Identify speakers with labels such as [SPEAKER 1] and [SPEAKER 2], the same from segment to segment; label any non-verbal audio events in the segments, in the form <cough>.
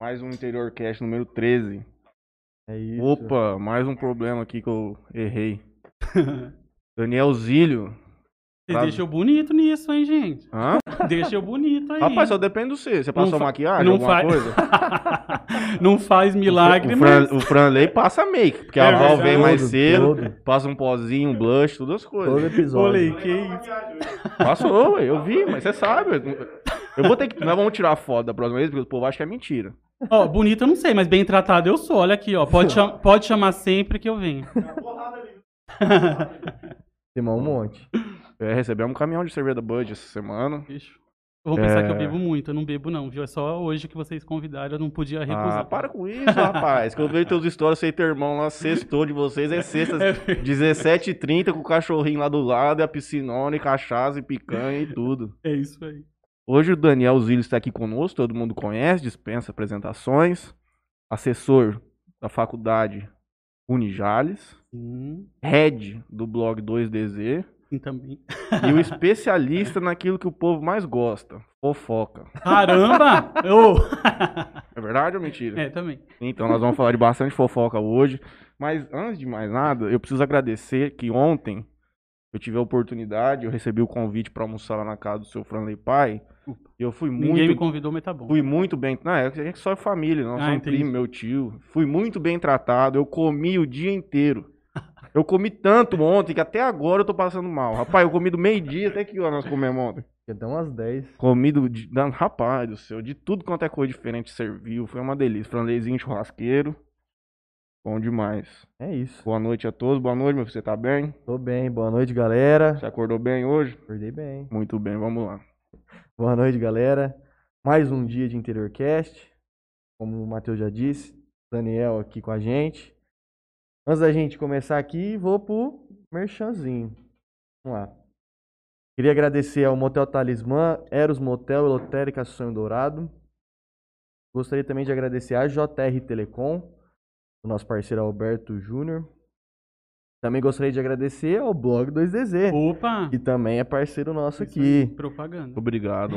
[SPEAKER 1] Mais um Interior Cast número 13.
[SPEAKER 2] É isso.
[SPEAKER 1] Opa, mais um problema aqui que eu
[SPEAKER 3] <laughs>
[SPEAKER 1] errei. Daniel Zílio.
[SPEAKER 3] Vocês deixam bonito nisso, hein, gente?
[SPEAKER 1] Hã?
[SPEAKER 3] Deixam bonito aí.
[SPEAKER 1] Rapaz, só depende do você. Você
[SPEAKER 3] Não
[SPEAKER 1] passou
[SPEAKER 3] fa-
[SPEAKER 1] maquiagem,
[SPEAKER 3] não
[SPEAKER 1] alguma
[SPEAKER 3] fa-
[SPEAKER 1] coisa?
[SPEAKER 3] <laughs> Não faz milagre,
[SPEAKER 1] o, Fran,
[SPEAKER 3] mas...
[SPEAKER 1] o Franley passa make, porque
[SPEAKER 3] É
[SPEAKER 1] a Val vem
[SPEAKER 3] verdade.
[SPEAKER 1] mais
[SPEAKER 2] Todo,
[SPEAKER 1] cedo,
[SPEAKER 2] todo.
[SPEAKER 1] passa um pozinho, um blush, todas as coisas.
[SPEAKER 2] Todo episódio.
[SPEAKER 3] Olha aí, que isso.
[SPEAKER 1] Passou, ué, eu vi, mas você sabe. eu- Eu vou ter que. Nós vamos tirar foto da próxima vez, porque o povo acha que é mentira.
[SPEAKER 3] Ó, bonito eu não sei, mas bem tratado eu sou. Olha aqui, ó. Pode, cham- pode chamar sempre que eu venho.
[SPEAKER 2] Simão um monte.
[SPEAKER 1] É, recebemos um caminhão de cerveja Bud essa semana.
[SPEAKER 3] Bicho. Eu vou pensar
[SPEAKER 1] É.
[SPEAKER 3] que eu bebo muito. Eu não bebo, não, viu? É só hoje que vocês convidaram, eu não podia recusar.
[SPEAKER 1] Ah, para com isso, rapaz. Quando eu vejo teus stories, sei teu irmão lá, sextou de vocês, é sexta, 17h30, com o cachorrinho lá do lado, e a piscinona, e cachaça, e picanha, e tudo.
[SPEAKER 3] É isso aí.
[SPEAKER 1] Hoje o Daniel Zilli está aqui conosco, todo mundo conhece, dispensa apresentações. Assessor da faculdade Unijales,
[SPEAKER 3] Sim,
[SPEAKER 1] head do blog 2DZ
[SPEAKER 3] sim também.
[SPEAKER 1] e o especialista naquilo que o povo mais gosta, fofoca.
[SPEAKER 3] Caramba! <laughs> Ô!
[SPEAKER 1] É verdade ou mentira?
[SPEAKER 3] É, também.
[SPEAKER 1] Então nós vamos falar de bastante fofoca hoje, mas antes de mais nada, eu preciso agradecer que ontem eu tive a oportunidade, eu recebi o convite para almoçar lá na casa do seu Franley Pai, e eu fui muito
[SPEAKER 3] Ninguém me convidou, mas tá bom.
[SPEAKER 1] Fui muito bem. Não, é a gente só é família, não.
[SPEAKER 3] Ah,
[SPEAKER 1] sou um
[SPEAKER 3] entendi.
[SPEAKER 1] primo, meu tio. Fui muito bem tratado. Eu comi o dia inteiro. Eu comi tanto ontem que até agora eu tô passando mal. Rapaz, eu comi do meio-dia até que hora nós comemos ontem.
[SPEAKER 2] Até umas 10.
[SPEAKER 1] Comi do. de- da- rapaz do céu, de tudo quanto é coisa diferente serviu. Foi uma delícia. Franlezinho churrasqueiro. Bom demais.
[SPEAKER 2] É isso.
[SPEAKER 1] Boa noite a todos. Boa noite, meu filho. Você tá bem?
[SPEAKER 2] Tô bem. Boa noite, galera.
[SPEAKER 1] Você acordou bem hoje?
[SPEAKER 2] Acordei bem.
[SPEAKER 1] Muito bem, vamos lá.
[SPEAKER 2] Boa noite, galera. Mais um dia de InteriorCast. Como o Matheus já disse, Daniel aqui com a gente. Antes da gente começar aqui, vou pro merchanzinho. Vamos lá. Queria agradecer ao Motel Talismã, Eros Motel e Lotérica Sonho Dourado. Gostaria também de agradecer à JR Telecom, o nosso parceiro Alberto Júnior. Também gostaria de agradecer ao Blog 2DZ,
[SPEAKER 3] Opa!
[SPEAKER 2] que também é parceiro nosso
[SPEAKER 3] Isso aí,
[SPEAKER 2] aqui.
[SPEAKER 3] Propaganda.
[SPEAKER 1] Obrigado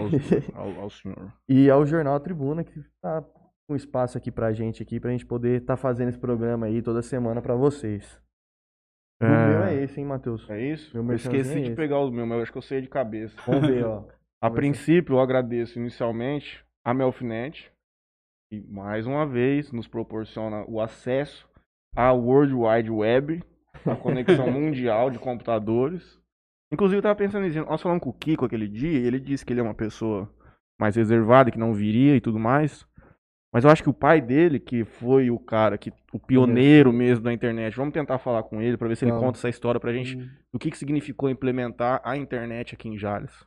[SPEAKER 1] ao, ao- ao senhor.
[SPEAKER 2] E ao Jornal Tribuna, que tá com espaço aqui pra gente aqui, pra gente poder estar fazendo esse programa aí toda semana pra vocês. O meu é esse, hein, Matheus?
[SPEAKER 1] É isso?
[SPEAKER 2] Meu
[SPEAKER 1] eu esqueci
[SPEAKER 2] merchanzinho é
[SPEAKER 1] de
[SPEAKER 2] esse.
[SPEAKER 1] pegar o meu, mas eu acho que eu sei de cabeça.
[SPEAKER 2] Vamos
[SPEAKER 1] <laughs>
[SPEAKER 2] ver, ó.
[SPEAKER 1] A
[SPEAKER 2] Conversar.
[SPEAKER 1] princípio, eu agradeço inicialmente a Melfinet, que mais uma vez nos proporciona o acesso à World Wide Web, a <laughs> conexão mundial de computadores. Inclusive, eu estava pensando nisso. Nós falamos com o Kiko aquele dia, e ele disse que ele é uma pessoa mais reservada, que não viria e tudo mais. Mas eu acho que o pai dele, que foi o cara, que o pioneiro mesmo da internet, vamos tentar falar com ele para ver se ele
[SPEAKER 2] Vamos.
[SPEAKER 1] conta essa história pra gente
[SPEAKER 3] Hum.
[SPEAKER 1] do que, que significou implementar a internet aqui em Jales.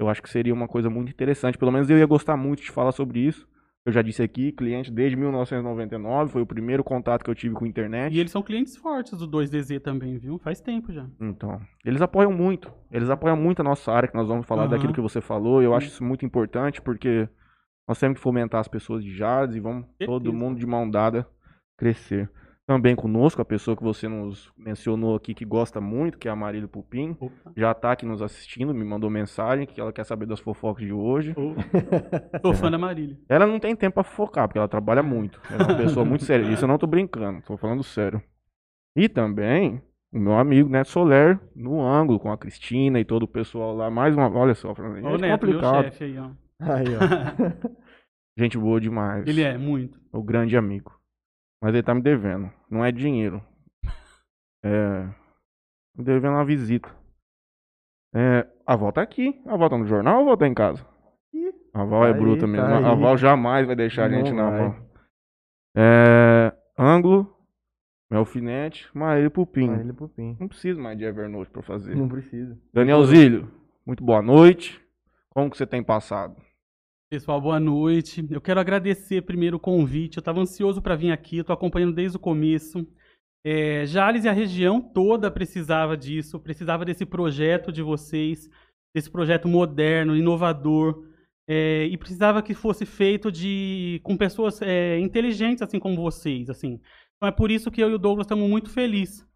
[SPEAKER 1] Eu acho que seria uma coisa muito interessante. Pelo menos eu ia gostar muito de falar sobre isso. Eu já disse aqui, cliente desde 1999, foi o primeiro contato que eu tive com a internet.
[SPEAKER 3] E eles são clientes fortes do 2DZ também, viu? Faz tempo já.
[SPEAKER 1] Então, eles apoiam muito. Eles apoiam muito a nossa área, que nós vamos falar
[SPEAKER 3] Aham.
[SPEAKER 1] daquilo que você falou. Eu acho isso muito importante, porque nós temos que fomentar as pessoas de Jales e vamos todo
[SPEAKER 3] Certeza.
[SPEAKER 1] mundo de mão dada crescer. Também conosco, a pessoa que você nos mencionou aqui, que gosta muito, que é a Marília Pupim.
[SPEAKER 3] Opa.
[SPEAKER 1] já tá aqui nos assistindo, me mandou mensagem que ela quer saber das fofocas de hoje.
[SPEAKER 3] Sou fã da Marília.
[SPEAKER 1] Ela não tem tempo pra focar, porque ela trabalha muito. Ela é uma pessoa muito séria. Isso eu não tô brincando, tô falando sério. E também o meu amigo Neto Soler, no ângulo, com a Cristina e todo o pessoal lá. Mais uma. Olha só, Fernando.
[SPEAKER 3] Olha o
[SPEAKER 1] É
[SPEAKER 3] Neto, meu
[SPEAKER 1] complicado.
[SPEAKER 3] chefe aí, ó.
[SPEAKER 2] Aí, ó.
[SPEAKER 1] Gente boa demais.
[SPEAKER 3] Ele é, muito.
[SPEAKER 1] O grande amigo. Mas ele tá me devendo. Não é
[SPEAKER 2] <laughs>
[SPEAKER 1] dinheiro. É. Me devendo uma visita. É. A Val tá aqui. A Val tá no jornal ou a Val tá em casa?
[SPEAKER 2] Ih,
[SPEAKER 1] A Val é
[SPEAKER 2] tá aí,
[SPEAKER 1] bruta
[SPEAKER 2] tá
[SPEAKER 1] mesmo.
[SPEAKER 2] aí.
[SPEAKER 1] a Val jamais vai deixar a
[SPEAKER 2] Não
[SPEAKER 1] gente na
[SPEAKER 2] vai.
[SPEAKER 1] mão. É. Ângulo. Melfinete. Maíra e Pupim.
[SPEAKER 2] Marília Pupim.
[SPEAKER 1] Não preciso mais de Evernote pra fazer.
[SPEAKER 2] Não precisa.
[SPEAKER 1] Daniel Zílio, muito boa noite. Como que você tem passado?
[SPEAKER 3] Pessoal, boa noite. Eu quero agradecer primeiro o convite. Eu estava ansioso para vir aqui, estou acompanhando desde o começo. É, Jales e a região toda precisava disso, precisava desse projeto de vocês, desse projeto moderno, inovador, é, e precisava que fosse feito de com pessoas é, inteligentes, assim como vocês. assim. Então é por isso que eu e o Douglas estamos muito felizes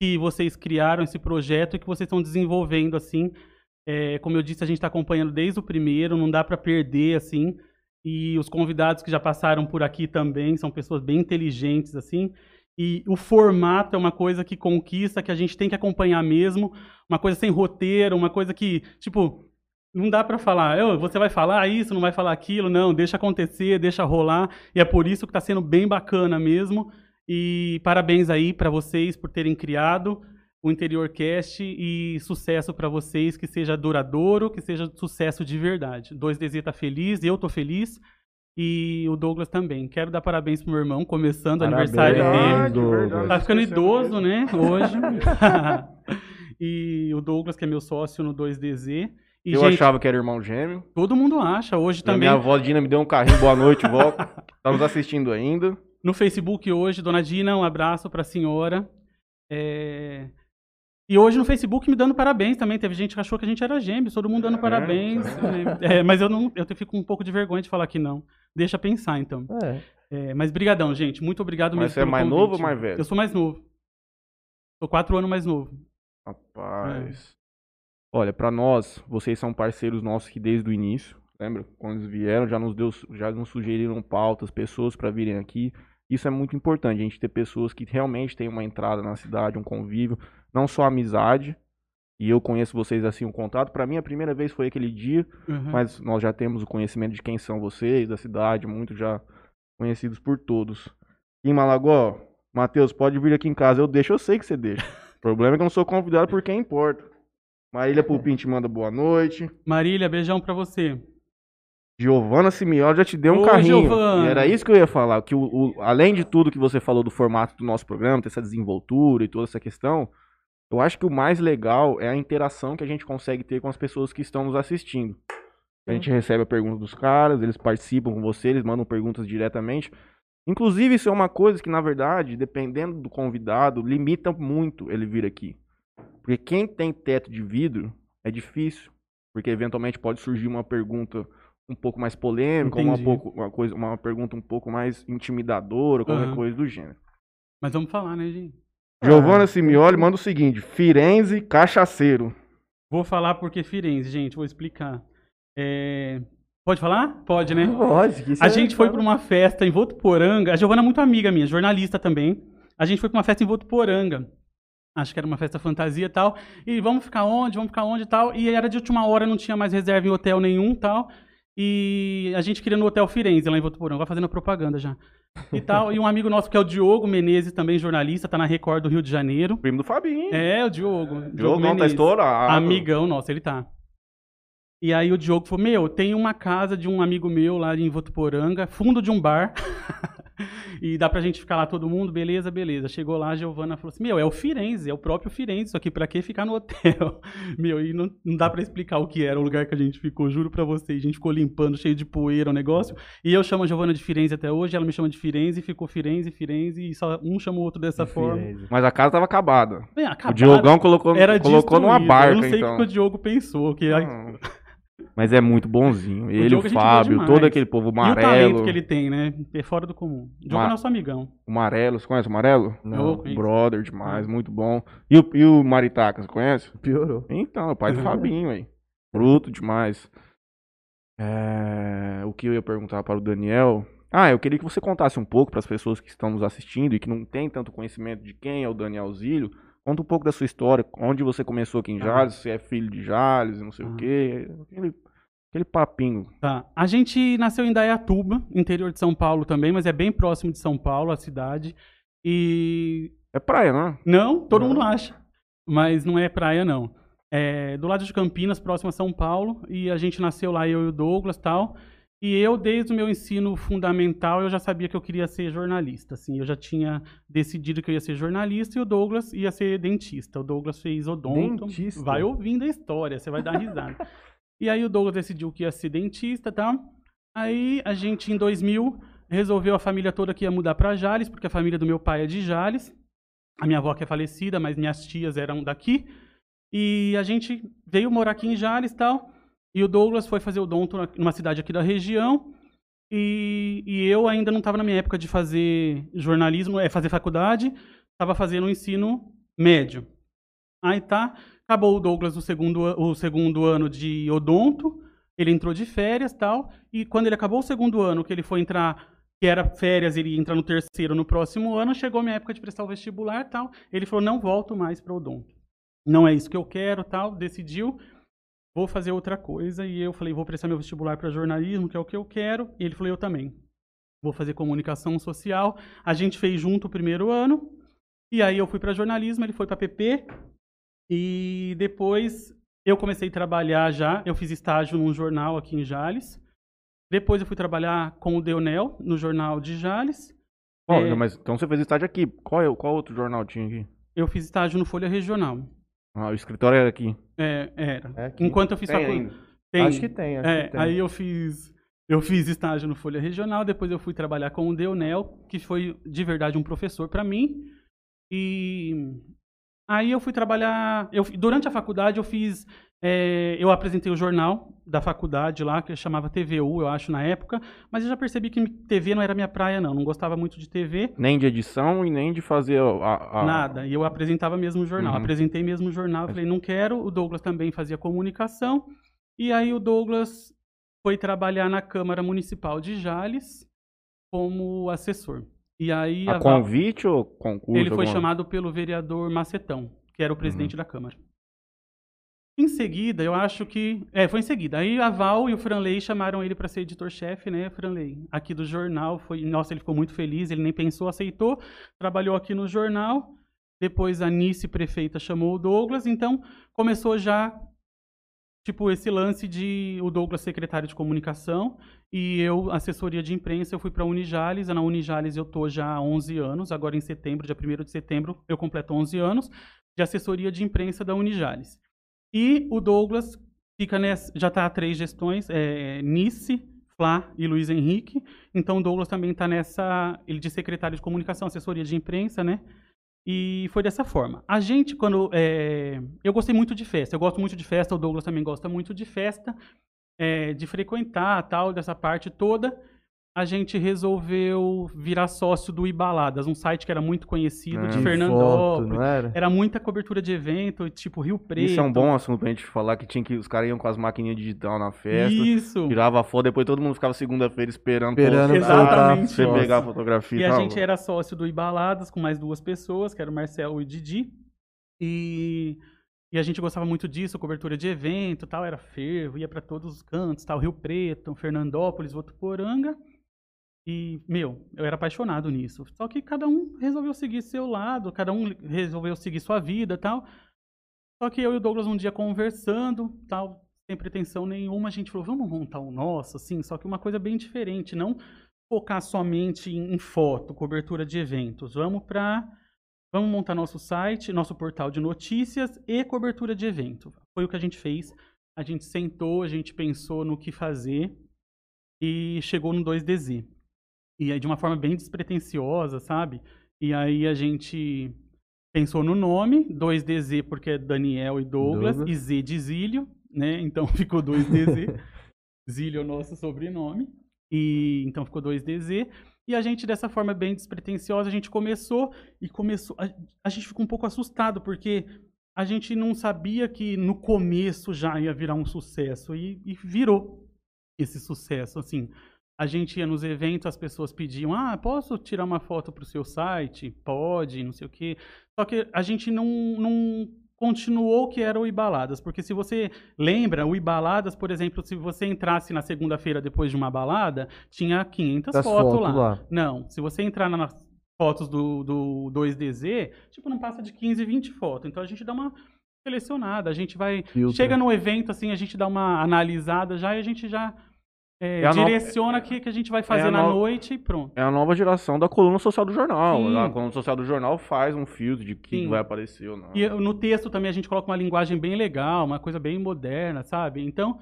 [SPEAKER 3] que vocês criaram esse projeto e que vocês estão tá desenvolvendo assim é, como eu disse, a gente está acompanhando desde o primeiro, não dá para perder assim. e os convidados que já passaram por aqui também são pessoas bem inteligentes, assim. E o formato é uma coisa que conquista, que a gente tem que acompanhar mesmo. Uma coisa sem roteiro, uma coisa que, tipo, não dá para falar, "Ô, você vai falar isso, não vai falar aquilo, não, deixa acontecer, deixa rolar. E é por isso que está sendo bem bacana mesmo. E parabéns aí para vocês por terem criado o InteriorCast e sucesso para vocês, que seja duradouro, que seja sucesso de verdade. 2DZ tá feliz, eu tô feliz e o Douglas também. Quero dar parabéns pro meu irmão, começando
[SPEAKER 2] Parabéns,
[SPEAKER 3] o aniversário dele.
[SPEAKER 1] Verdade,
[SPEAKER 2] Douglas.
[SPEAKER 1] verdade,
[SPEAKER 3] Tá ficando
[SPEAKER 1] esquecemos disso.
[SPEAKER 3] idoso, né?
[SPEAKER 1] <laughs>
[SPEAKER 3] Hoje. e o Douglas, que é meu sócio no 2DZ. E,
[SPEAKER 1] Eu
[SPEAKER 3] gente,
[SPEAKER 1] achava que era irmão gêmeo.
[SPEAKER 3] todo mundo acha. Hoje
[SPEAKER 1] Também...
[SPEAKER 3] também.
[SPEAKER 1] Minha avó Dina me deu um carrinho, boa noite,
[SPEAKER 3] <laughs>
[SPEAKER 1] vó. tá nos assistindo ainda.
[SPEAKER 3] No Facebook hoje, dona Dina, um abraço pra senhora. É, E hoje no Facebook me dando parabéns também. Teve gente que achou que a gente era gêmeos, todo mundo dando parabéns. É, mas eu não, eu fico um pouco de vergonha de falar que não. Deixa pensar, então.
[SPEAKER 2] É.
[SPEAKER 3] É, mas brigadão, gente. Muito obrigado
[SPEAKER 1] Mas
[SPEAKER 3] mesmo
[SPEAKER 1] você é
[SPEAKER 3] pelo
[SPEAKER 1] mais
[SPEAKER 3] convite.
[SPEAKER 1] novo ou mais velho?
[SPEAKER 3] Eu sou mais novo. Sou quatro anos mais novo. É.
[SPEAKER 1] Rapaz. Olha, pra nós, vocês são parceiros nossos que desde o início, lembra? Quando eles vieram, já nos, deu, já nos sugeriram pautas, pessoas pra virem aqui. Isso é muito importante, a gente ter pessoas que realmente têm uma entrada na cidade, um convívio, não só amizade. E eu conheço vocês assim, um contato. Pra mim, a primeira vez foi aquele dia,
[SPEAKER 3] Uhum.
[SPEAKER 1] mas nós já temos o conhecimento de quem são vocês, da cidade, muito já conhecidos por todos. Em Malagó, Matheus, pode vir aqui em casa, eu deixo, eu sei que você
[SPEAKER 2] <laughs>
[SPEAKER 1] deixa. O problema é que eu não sou convidado por quem importa.
[SPEAKER 2] É.
[SPEAKER 1] Marília Pupim te manda boa noite.
[SPEAKER 3] Marília, beijão pra você.
[SPEAKER 1] Giovana Simeone já te deu um
[SPEAKER 3] Ô,
[SPEAKER 1] carrinho.
[SPEAKER 3] Giovana.
[SPEAKER 1] E era isso que eu ia falar, que o, o- além de tudo que você falou do formato do nosso programa, dessa desenvoltura e toda essa questão, eu acho que o mais legal é a interação que a gente consegue ter com as pessoas que estão nos assistindo. A
[SPEAKER 3] Uhum.
[SPEAKER 1] gente recebe a pergunta dos caras, eles participam com você, eles mandam perguntas diretamente. Inclusive, isso é uma coisa que, na verdade, dependendo do convidado, limita muito ele vir aqui. Porque quem tem teto de vidro é difícil. Porque eventualmente pode surgir uma pergunta um pouco mais polêmica, ou uma,
[SPEAKER 3] Entendi.
[SPEAKER 1] pouco- uma coisa, uma pergunta um pouco mais intimidadora, qualquer
[SPEAKER 3] Aham.
[SPEAKER 1] coisa do gênero.
[SPEAKER 3] Mas vamos falar, né, gente?
[SPEAKER 1] Giovana Simioli manda o seguinte: Firenze cachaceiro.
[SPEAKER 3] Vou falar porque é Firenze, gente, vou explicar. É, Pode falar? Pode, né?
[SPEAKER 2] Lógico. que isso
[SPEAKER 3] A
[SPEAKER 2] é-
[SPEAKER 3] gente foi pra uma festa em Votuporanga. A Giovana é muito amiga minha, jornalista também. A gente foi pra uma festa em Votuporanga. Acho que era uma festa fantasia e tal. E vamos ficar onde? Vamos ficar onde e tal. E era de última hora, não tinha mais reserva em hotel nenhum e tal. E a gente queria no Hotel Firenze, lá em Votuporanga, fazendo propaganda já. E tal. E um amigo nosso, que é o Diogo Menezes, também jornalista, tá na Record do Rio de Janeiro.
[SPEAKER 1] Primo do Fabinho.
[SPEAKER 3] É, o Diogo.
[SPEAKER 1] Diogo não tá
[SPEAKER 3] Menezes.
[SPEAKER 1] estourado.
[SPEAKER 3] Amigão nosso, ele tá. E aí o Diogo falou, meu, tem uma casa de um amigo meu lá em Votuporanga, fundo de um bar. <laughs> e dá pra gente ficar lá todo mundo, beleza, beleza. Chegou lá, a Giovana falou assim, meu, é o Firenze, é o próprio Firenze, isso aqui pra que ficar no hotel? <laughs> meu, e não, não dá pra explicar o que era o lugar que a gente ficou, juro pra vocês. A gente ficou limpando, cheio de poeira o negócio. E eu chamo a Giovana de Firenze até hoje, ela me chama de Firenze, ficou Firenze, Firenze, e só um chama o outro dessa forma.
[SPEAKER 2] Firenze.
[SPEAKER 1] Mas a casa tava acabada.
[SPEAKER 3] Bem,
[SPEAKER 1] O
[SPEAKER 3] acabaram-
[SPEAKER 1] Diogão colocou,
[SPEAKER 3] era
[SPEAKER 1] colocou numa
[SPEAKER 3] destruída. Eu
[SPEAKER 1] barca,
[SPEAKER 3] não sei o
[SPEAKER 1] então. Um
[SPEAKER 3] que o Diogo pensou, que a-
[SPEAKER 1] Não. Mas é muito bonzinho. Ele,
[SPEAKER 3] Diogo
[SPEAKER 1] o
[SPEAKER 3] a gente vê
[SPEAKER 1] Fábio,
[SPEAKER 3] demais.
[SPEAKER 1] todo aquele povo
[SPEAKER 3] E o
[SPEAKER 1] amarelo.
[SPEAKER 3] talento que ele tem, né? É fora do comum. O Diogo
[SPEAKER 1] Ma-
[SPEAKER 3] é nosso amigão.
[SPEAKER 1] O Amarelo, você conhece o Amarelo?
[SPEAKER 2] Não,
[SPEAKER 3] Conheço.
[SPEAKER 1] Brother demais, muito bom. E o, e o Maritaca, você conhece?
[SPEAKER 2] piorou.
[SPEAKER 1] Então, é o
[SPEAKER 3] Uhum.
[SPEAKER 1] pai do Fabinho aí. Bruto demais. É, O que eu ia perguntar para o Daniel? Ah, eu queria que você contasse um pouco para as pessoas que estão nos assistindo e que não tem tanto conhecimento de quem é o Daniel Zílio. Conta um pouco da sua história, onde você começou aqui em
[SPEAKER 3] Tá.
[SPEAKER 1] Jales, se é filho de Jales, não sei o
[SPEAKER 3] Tá.
[SPEAKER 1] quê. Aquele, aquele papinho.
[SPEAKER 3] Tá. A gente nasceu em Dayatuba, interior de São Paulo também, mas é bem próximo de São Paulo, a cidade. E.
[SPEAKER 1] É praia, não é?
[SPEAKER 3] Não, todo
[SPEAKER 1] Não.
[SPEAKER 3] mundo acha. Mas não é praia, não. É do lado de Campinas, próximo a São Paulo. E a gente nasceu lá, eu e o Douglas tal. E eu, desde o meu ensino fundamental, eu já sabia que eu queria ser jornalista. Assim, eu já tinha decidido que eu ia ser jornalista e o Douglas ia ser dentista. O Douglas fez odonto.
[SPEAKER 2] Dentista.
[SPEAKER 3] Vai ouvindo a história, você vai dar risada. e aí o Douglas decidiu que ia ser dentista, tá? Aí a gente, em 2000, resolveu a família toda que ia mudar para Jales, porque a família do meu pai é de Jales. A minha avó que é falecida, mas minhas tias eram daqui. E a gente veio morar aqui em Jales e tal. E o Douglas foi fazer odonto na- numa cidade aqui da região. E, e eu ainda não estava na minha época de fazer jornalismo, é fazer faculdade. Estava fazendo o ensino médio. Aí tá, acabou o Douglas o segundo, a- o segundo ano de odonto. Ele entrou de férias tal, e quando ele acabou o segundo ano, que ele foi entrar, que era férias, ele ia entrar no terceiro no próximo ano, chegou minha época de prestar o vestibular tal. Ele falou, não volto mais para o Odonto. Não é isso que eu quero tal. Decidiu, vou fazer outra coisa. E eu falei, vou prestar meu vestibular para jornalismo, que é o que eu quero. E ele falou, eu também. Vou fazer comunicação social. A gente fez junto o primeiro ano. E aí eu fui para jornalismo, ele foi para PP. E depois eu comecei a trabalhar já. Eu fiz estágio num jornal aqui em Jales. Depois eu fui trabalhar com o Deonel no jornal de Jales.
[SPEAKER 1] Ó,
[SPEAKER 3] É.
[SPEAKER 1] mas então você fez estágio aqui. Qual, é, o- qual outro jornal tinha aqui?
[SPEAKER 3] Eu fiz estágio no Folha Regional.
[SPEAKER 1] Ah, o escritório era aqui.
[SPEAKER 3] É, era.
[SPEAKER 2] É aqui.
[SPEAKER 3] Enquanto eu fiz
[SPEAKER 1] Tem
[SPEAKER 3] faculdade.
[SPEAKER 1] ainda.
[SPEAKER 3] Tem.
[SPEAKER 2] Acho que tem, acho
[SPEAKER 3] É,
[SPEAKER 2] que tem.
[SPEAKER 3] aí eu fiz, eu fiz estágio no Folha Regional, depois eu fui trabalhar com o Deonel, que foi de verdade um professor para mim. E aí eu fui trabalhar, eu fi- durante a faculdade eu fiz, é, eu apresentei o jornal da faculdade lá, que chamava TVU, eu acho, na época, mas eu já percebi que TV não era minha praia, não, não gostava muito de TV,
[SPEAKER 1] Nem de edição e nem de fazer a. a-
[SPEAKER 3] nada, e eu apresentava mesmo o jornal,
[SPEAKER 1] Ah. Uhum.
[SPEAKER 3] apresentei mesmo o jornal, falei, não quero, o Douglas também fazia comunicação, e aí o Douglas foi trabalhar na Câmara Municipal de Jales como assessor. E aí
[SPEAKER 1] A
[SPEAKER 3] a va-
[SPEAKER 1] convite ou concurso?
[SPEAKER 3] ele foi
[SPEAKER 1] alguma-
[SPEAKER 3] chamado pelo vereador Macetão, que era o presidente da Câmara. Em seguida, eu acho que. É, foi em seguida. Aí a Val e o Franley chamaram ele para ser editor-chefe, né, Franley? Aqui do jornal. Foi... Nossa, ele ficou muito feliz, ele nem pensou, aceitou. Trabalhou aqui no jornal. Depois a Nice prefeita chamou o Douglas. Então começou já, tipo, esse lance de o Douglas secretário de comunicação e eu, assessoria de imprensa, eu fui para a Unijales. Na Unijales eu tô já há 11 anos, agora em setembro, dia 1 de setembro, eu completo 11 anos de assessoria de imprensa da Unijales. E o Douglas fica nessa, já está há três gestões, é, Nice, Flá e Luiz Henrique. Então o Douglas também está nessa, ele de secretário de comunicação, assessoria de imprensa, né? E foi dessa forma. A gente, quando. é, eu gostei muito de festa. Eu gosto muito de festa, o Douglas também gosta muito de festa é, de frequentar tal, dessa parte toda, a gente resolveu virar sócio do Ibaladas, um site que era muito conhecido
[SPEAKER 1] Ah.
[SPEAKER 3] de
[SPEAKER 1] De
[SPEAKER 2] É. foto, né?
[SPEAKER 3] Fernandópolis.
[SPEAKER 2] não era?
[SPEAKER 3] Era muita cobertura de evento, tipo Rio Preto.
[SPEAKER 1] Isso é um bom assunto pra gente falar que tinha que. Os caras iam com as maquininhas digital na festa.
[SPEAKER 3] Isso.
[SPEAKER 1] Tirava a foto, depois todo mundo ficava segunda-feira esperando, pra
[SPEAKER 2] Esperando
[SPEAKER 1] você-
[SPEAKER 3] pra Exatamente.
[SPEAKER 1] você
[SPEAKER 2] soltar.
[SPEAKER 1] pegar a fotografia
[SPEAKER 3] E a
[SPEAKER 1] tal.
[SPEAKER 3] gente é- era sócio do Ibaladas com mais duas pessoas, que eram o Marcel e o Didi. E, e a gente gostava muito disso, cobertura de evento, tal, era fervo, ia para todos os cantos, tal, Rio Preto, Fernandópolis, Votuporanga. E, meu, eu era apaixonado nisso. Só que cada um resolveu seguir seu lado, cada um resolveu seguir sua vida, tal. Só que eu e o Douglas um dia conversando, tal, sem pretensão nenhuma, a gente falou, vamos montar o nosso, assim, só que uma coisa bem diferente, não focar somente em, em foto, cobertura de eventos. Vamos para vamos montar nosso site, nosso portal de notícias e cobertura de evento. Foi o que a gente fez. A gente sentou, a gente pensou no que fazer e chegou no 2DZ. E aí de uma forma bem despretensiosa, sabe? E aí a gente pensou no nome, 2DZ porque é Daniel e Douglas,
[SPEAKER 2] Douglas.
[SPEAKER 3] e Z de Zílio, né? Então <laughs> ficou 2DZ. Zílio é o nosso sobrenome. E então ficou 2DZ. E a gente, dessa forma bem despretensiosa, a gente começou e começou. A, a gente ficou um pouco assustado, porque a gente não sabia que no começo já ia virar um sucesso. E, e virou esse sucesso, assim. A gente ia nos eventos, as pessoas pediam: ah, posso tirar uma foto para o seu site? Pode, não sei o quê. Só que a gente não, não continuou o que era o Ibaladas, porque se você Lembra, o Ibaladas, por exemplo, se você entrasse na segunda-feira depois de uma balada, tinha 500
[SPEAKER 2] Das
[SPEAKER 3] fotos
[SPEAKER 2] fotos
[SPEAKER 3] lá.
[SPEAKER 2] lá.
[SPEAKER 3] Não, se você entrar na- nas fotos do, do 2DZ, tipo, não passa de 15, 20 fotos. Então a gente dá uma selecionada, a gente vai...
[SPEAKER 2] Filtra.
[SPEAKER 3] Chega no evento, assim, a gente dá uma analisada já e a gente já é,
[SPEAKER 1] É a no- é
[SPEAKER 3] direciona o que, que a gente vai fazer
[SPEAKER 1] a
[SPEAKER 3] na
[SPEAKER 1] no-
[SPEAKER 3] noite e pronto.
[SPEAKER 1] É a nova geração da coluna social do jornal.
[SPEAKER 3] Sim.
[SPEAKER 1] A coluna social do jornal faz um filtro de quem
[SPEAKER 3] Sim.
[SPEAKER 1] vai aparecer ou não.
[SPEAKER 3] E eu- no texto também a gente coloca uma linguagem bem legal, uma coisa bem moderna, sabe? Então,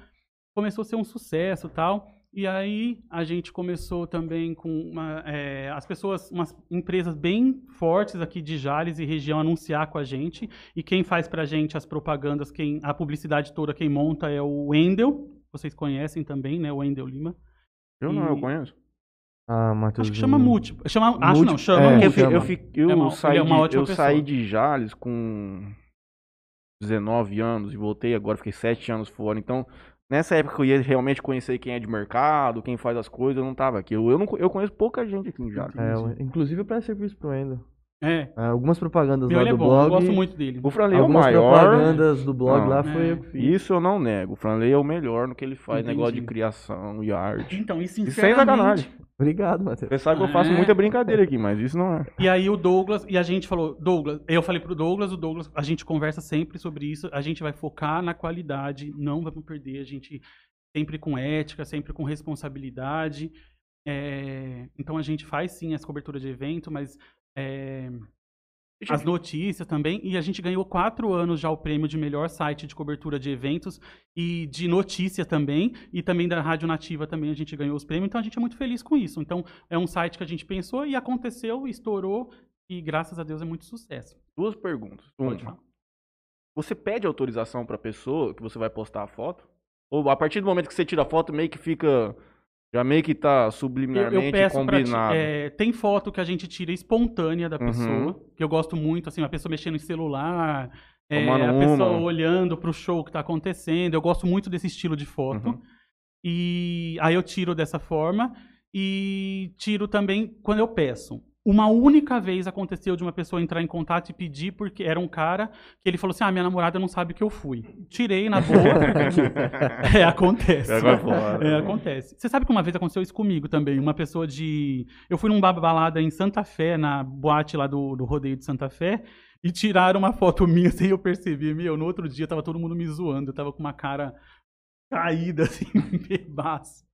[SPEAKER 3] começou a ser um sucesso tal. E aí a gente começou também com uma, é, as pessoas, umas empresas bem fortes aqui de Jales e região anunciar com a gente. E quem faz pra gente as propagandas, quem a publicidade toda, quem monta é o Wendel. Vocês conhecem também, né? O Wendel Lima.
[SPEAKER 1] Eu não, eu
[SPEAKER 3] e-
[SPEAKER 1] conheço.
[SPEAKER 2] Ah, Matheus.
[SPEAKER 3] Acho que chama
[SPEAKER 2] Lima.
[SPEAKER 3] múltiplo. Chama, acho não,
[SPEAKER 2] Múltiplo,
[SPEAKER 3] chama
[SPEAKER 2] é,
[SPEAKER 1] Porque
[SPEAKER 3] múltiplo.
[SPEAKER 1] eu, fi-
[SPEAKER 2] chama.
[SPEAKER 1] eu, fi- eu
[SPEAKER 3] É uma-
[SPEAKER 1] saí,
[SPEAKER 3] ele é uma
[SPEAKER 1] de,
[SPEAKER 3] ótima
[SPEAKER 1] eu saí
[SPEAKER 3] pessoa.
[SPEAKER 1] de Jales com 19 anos e voltei agora, fiquei 7 anos fora. Então, Nessa época que eu ia realmente conhecer quem é de mercado, quem faz as coisas, eu não tava aqui. Eu, eu, não, co- eu conheço pouca gente aqui em Jales.
[SPEAKER 2] É, eu- inclusive eu presto serviço pro Endo.
[SPEAKER 3] É.
[SPEAKER 2] Ah, Algumas propagandas
[SPEAKER 3] Meu,
[SPEAKER 2] lá
[SPEAKER 3] ele é
[SPEAKER 2] do
[SPEAKER 3] bom,
[SPEAKER 2] blog.
[SPEAKER 3] eu gosto muito dele.
[SPEAKER 1] O Franley é o
[SPEAKER 2] Algumas
[SPEAKER 1] maior.
[SPEAKER 2] propagandas do blog
[SPEAKER 1] Não.
[SPEAKER 2] lá foi
[SPEAKER 3] É.
[SPEAKER 2] eu que fiz.
[SPEAKER 1] Isso eu não nego. O Franley é o melhor no que ele faz,
[SPEAKER 3] Entendi.
[SPEAKER 1] negócio de criação e
[SPEAKER 2] é
[SPEAKER 1] arte.
[SPEAKER 3] Então, e
[SPEAKER 1] E sem
[SPEAKER 3] sinceramente,
[SPEAKER 1] sacanagem.
[SPEAKER 2] Obrigado, Matheus.
[SPEAKER 1] Você sabe que eu faço
[SPEAKER 3] É.
[SPEAKER 1] muita brincadeira aqui, mas isso não é.
[SPEAKER 3] E aí o Douglas, e a gente falou, Douglas, eu falei pro Douglas, o Douglas, a gente conversa sempre sobre isso, a gente vai focar na qualidade, não vamos perder, a gente sempre com ética, sempre com responsabilidade. É, então a gente faz sim as coberturas de evento, mas é, as notícias também. E a gente ganhou quatro anos já o prêmio de melhor site de cobertura de eventos e de notícia também. E também da Rádio Nativa também a gente ganhou os prêmios. Então a gente é muito feliz com isso. Então é um site que a gente pensou e aconteceu, estourou e graças a Deus é muito sucesso.
[SPEAKER 1] Duas perguntas.
[SPEAKER 3] Pode
[SPEAKER 1] Uma,
[SPEAKER 3] falar.
[SPEAKER 1] você pede autorização pra pessoa que você vai postar a foto? Ou a partir do momento que você tira a foto, meio que fica. Já meio que tá
[SPEAKER 3] Eu, eu
[SPEAKER 1] subliminarmente
[SPEAKER 3] peço pra ti,
[SPEAKER 1] combinado.
[SPEAKER 3] é, tem foto que a gente tira espontânea da
[SPEAKER 1] Uhum.
[SPEAKER 3] pessoa, que eu gosto muito, assim, a pessoa mexendo em celular, é,
[SPEAKER 1] Tomando
[SPEAKER 3] a pessoa
[SPEAKER 1] uma.
[SPEAKER 3] olhando pro show que tá acontecendo. Eu gosto muito desse estilo de foto.
[SPEAKER 1] Uhum.
[SPEAKER 3] E aí eu tiro dessa forma e tiro também quando eu peço. Uma única vez aconteceu de uma pessoa entrar em contato e pedir, porque era um cara que ele falou assim: Ah, minha namorada não sabe que eu fui. Tirei na
[SPEAKER 1] <laughs>
[SPEAKER 3] boa. <laughs> é, acontece.
[SPEAKER 1] Agora
[SPEAKER 3] <laughs>
[SPEAKER 1] fora.
[SPEAKER 3] É, acontece. Você sabe que uma vez aconteceu isso comigo também. Uma pessoa de. Eu fui numa balada em Santa Fé, na boate lá do, do rodeio de Santa Fé, e tiraram uma foto minha <laughs> sem eu perceber. Meu, no outro dia tava todo mundo me zoando. Eu tava com uma cara caída, <laughs> assim, bebaço.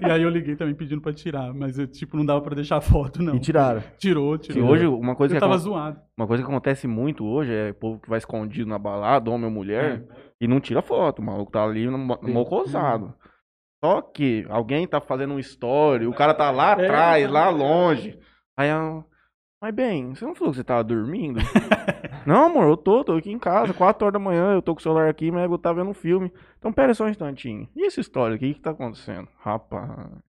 [SPEAKER 3] e aí eu liguei também pedindo pra tirar, mas eu, tipo, não dava pra deixar a foto, não.
[SPEAKER 2] E tiraram.
[SPEAKER 3] Tirou,
[SPEAKER 1] Que
[SPEAKER 3] tirou.
[SPEAKER 1] hoje, é uma coisa que,
[SPEAKER 3] eu tava
[SPEAKER 1] acon-
[SPEAKER 3] zoado.
[SPEAKER 1] uma coisa que acontece muito hoje é o povo que vai escondido na balada, homem ou mulher, e não tira foto. O maluco tá ali no mo-
[SPEAKER 2] Sim.
[SPEAKER 1] mocosado. Só que alguém tá fazendo um story, o cara tá lá
[SPEAKER 3] É.
[SPEAKER 1] atrás, lá longe. Aí eu. Mas bem, você não falou que você tava dormindo? não, amor, eu tô, tô aqui em casa, 4 horas da manhã, eu tô com o celular aqui, mas eu tava vendo um filme. Então pera só um instantinho. E essa história aqui, o que tá acontecendo? Rapaz.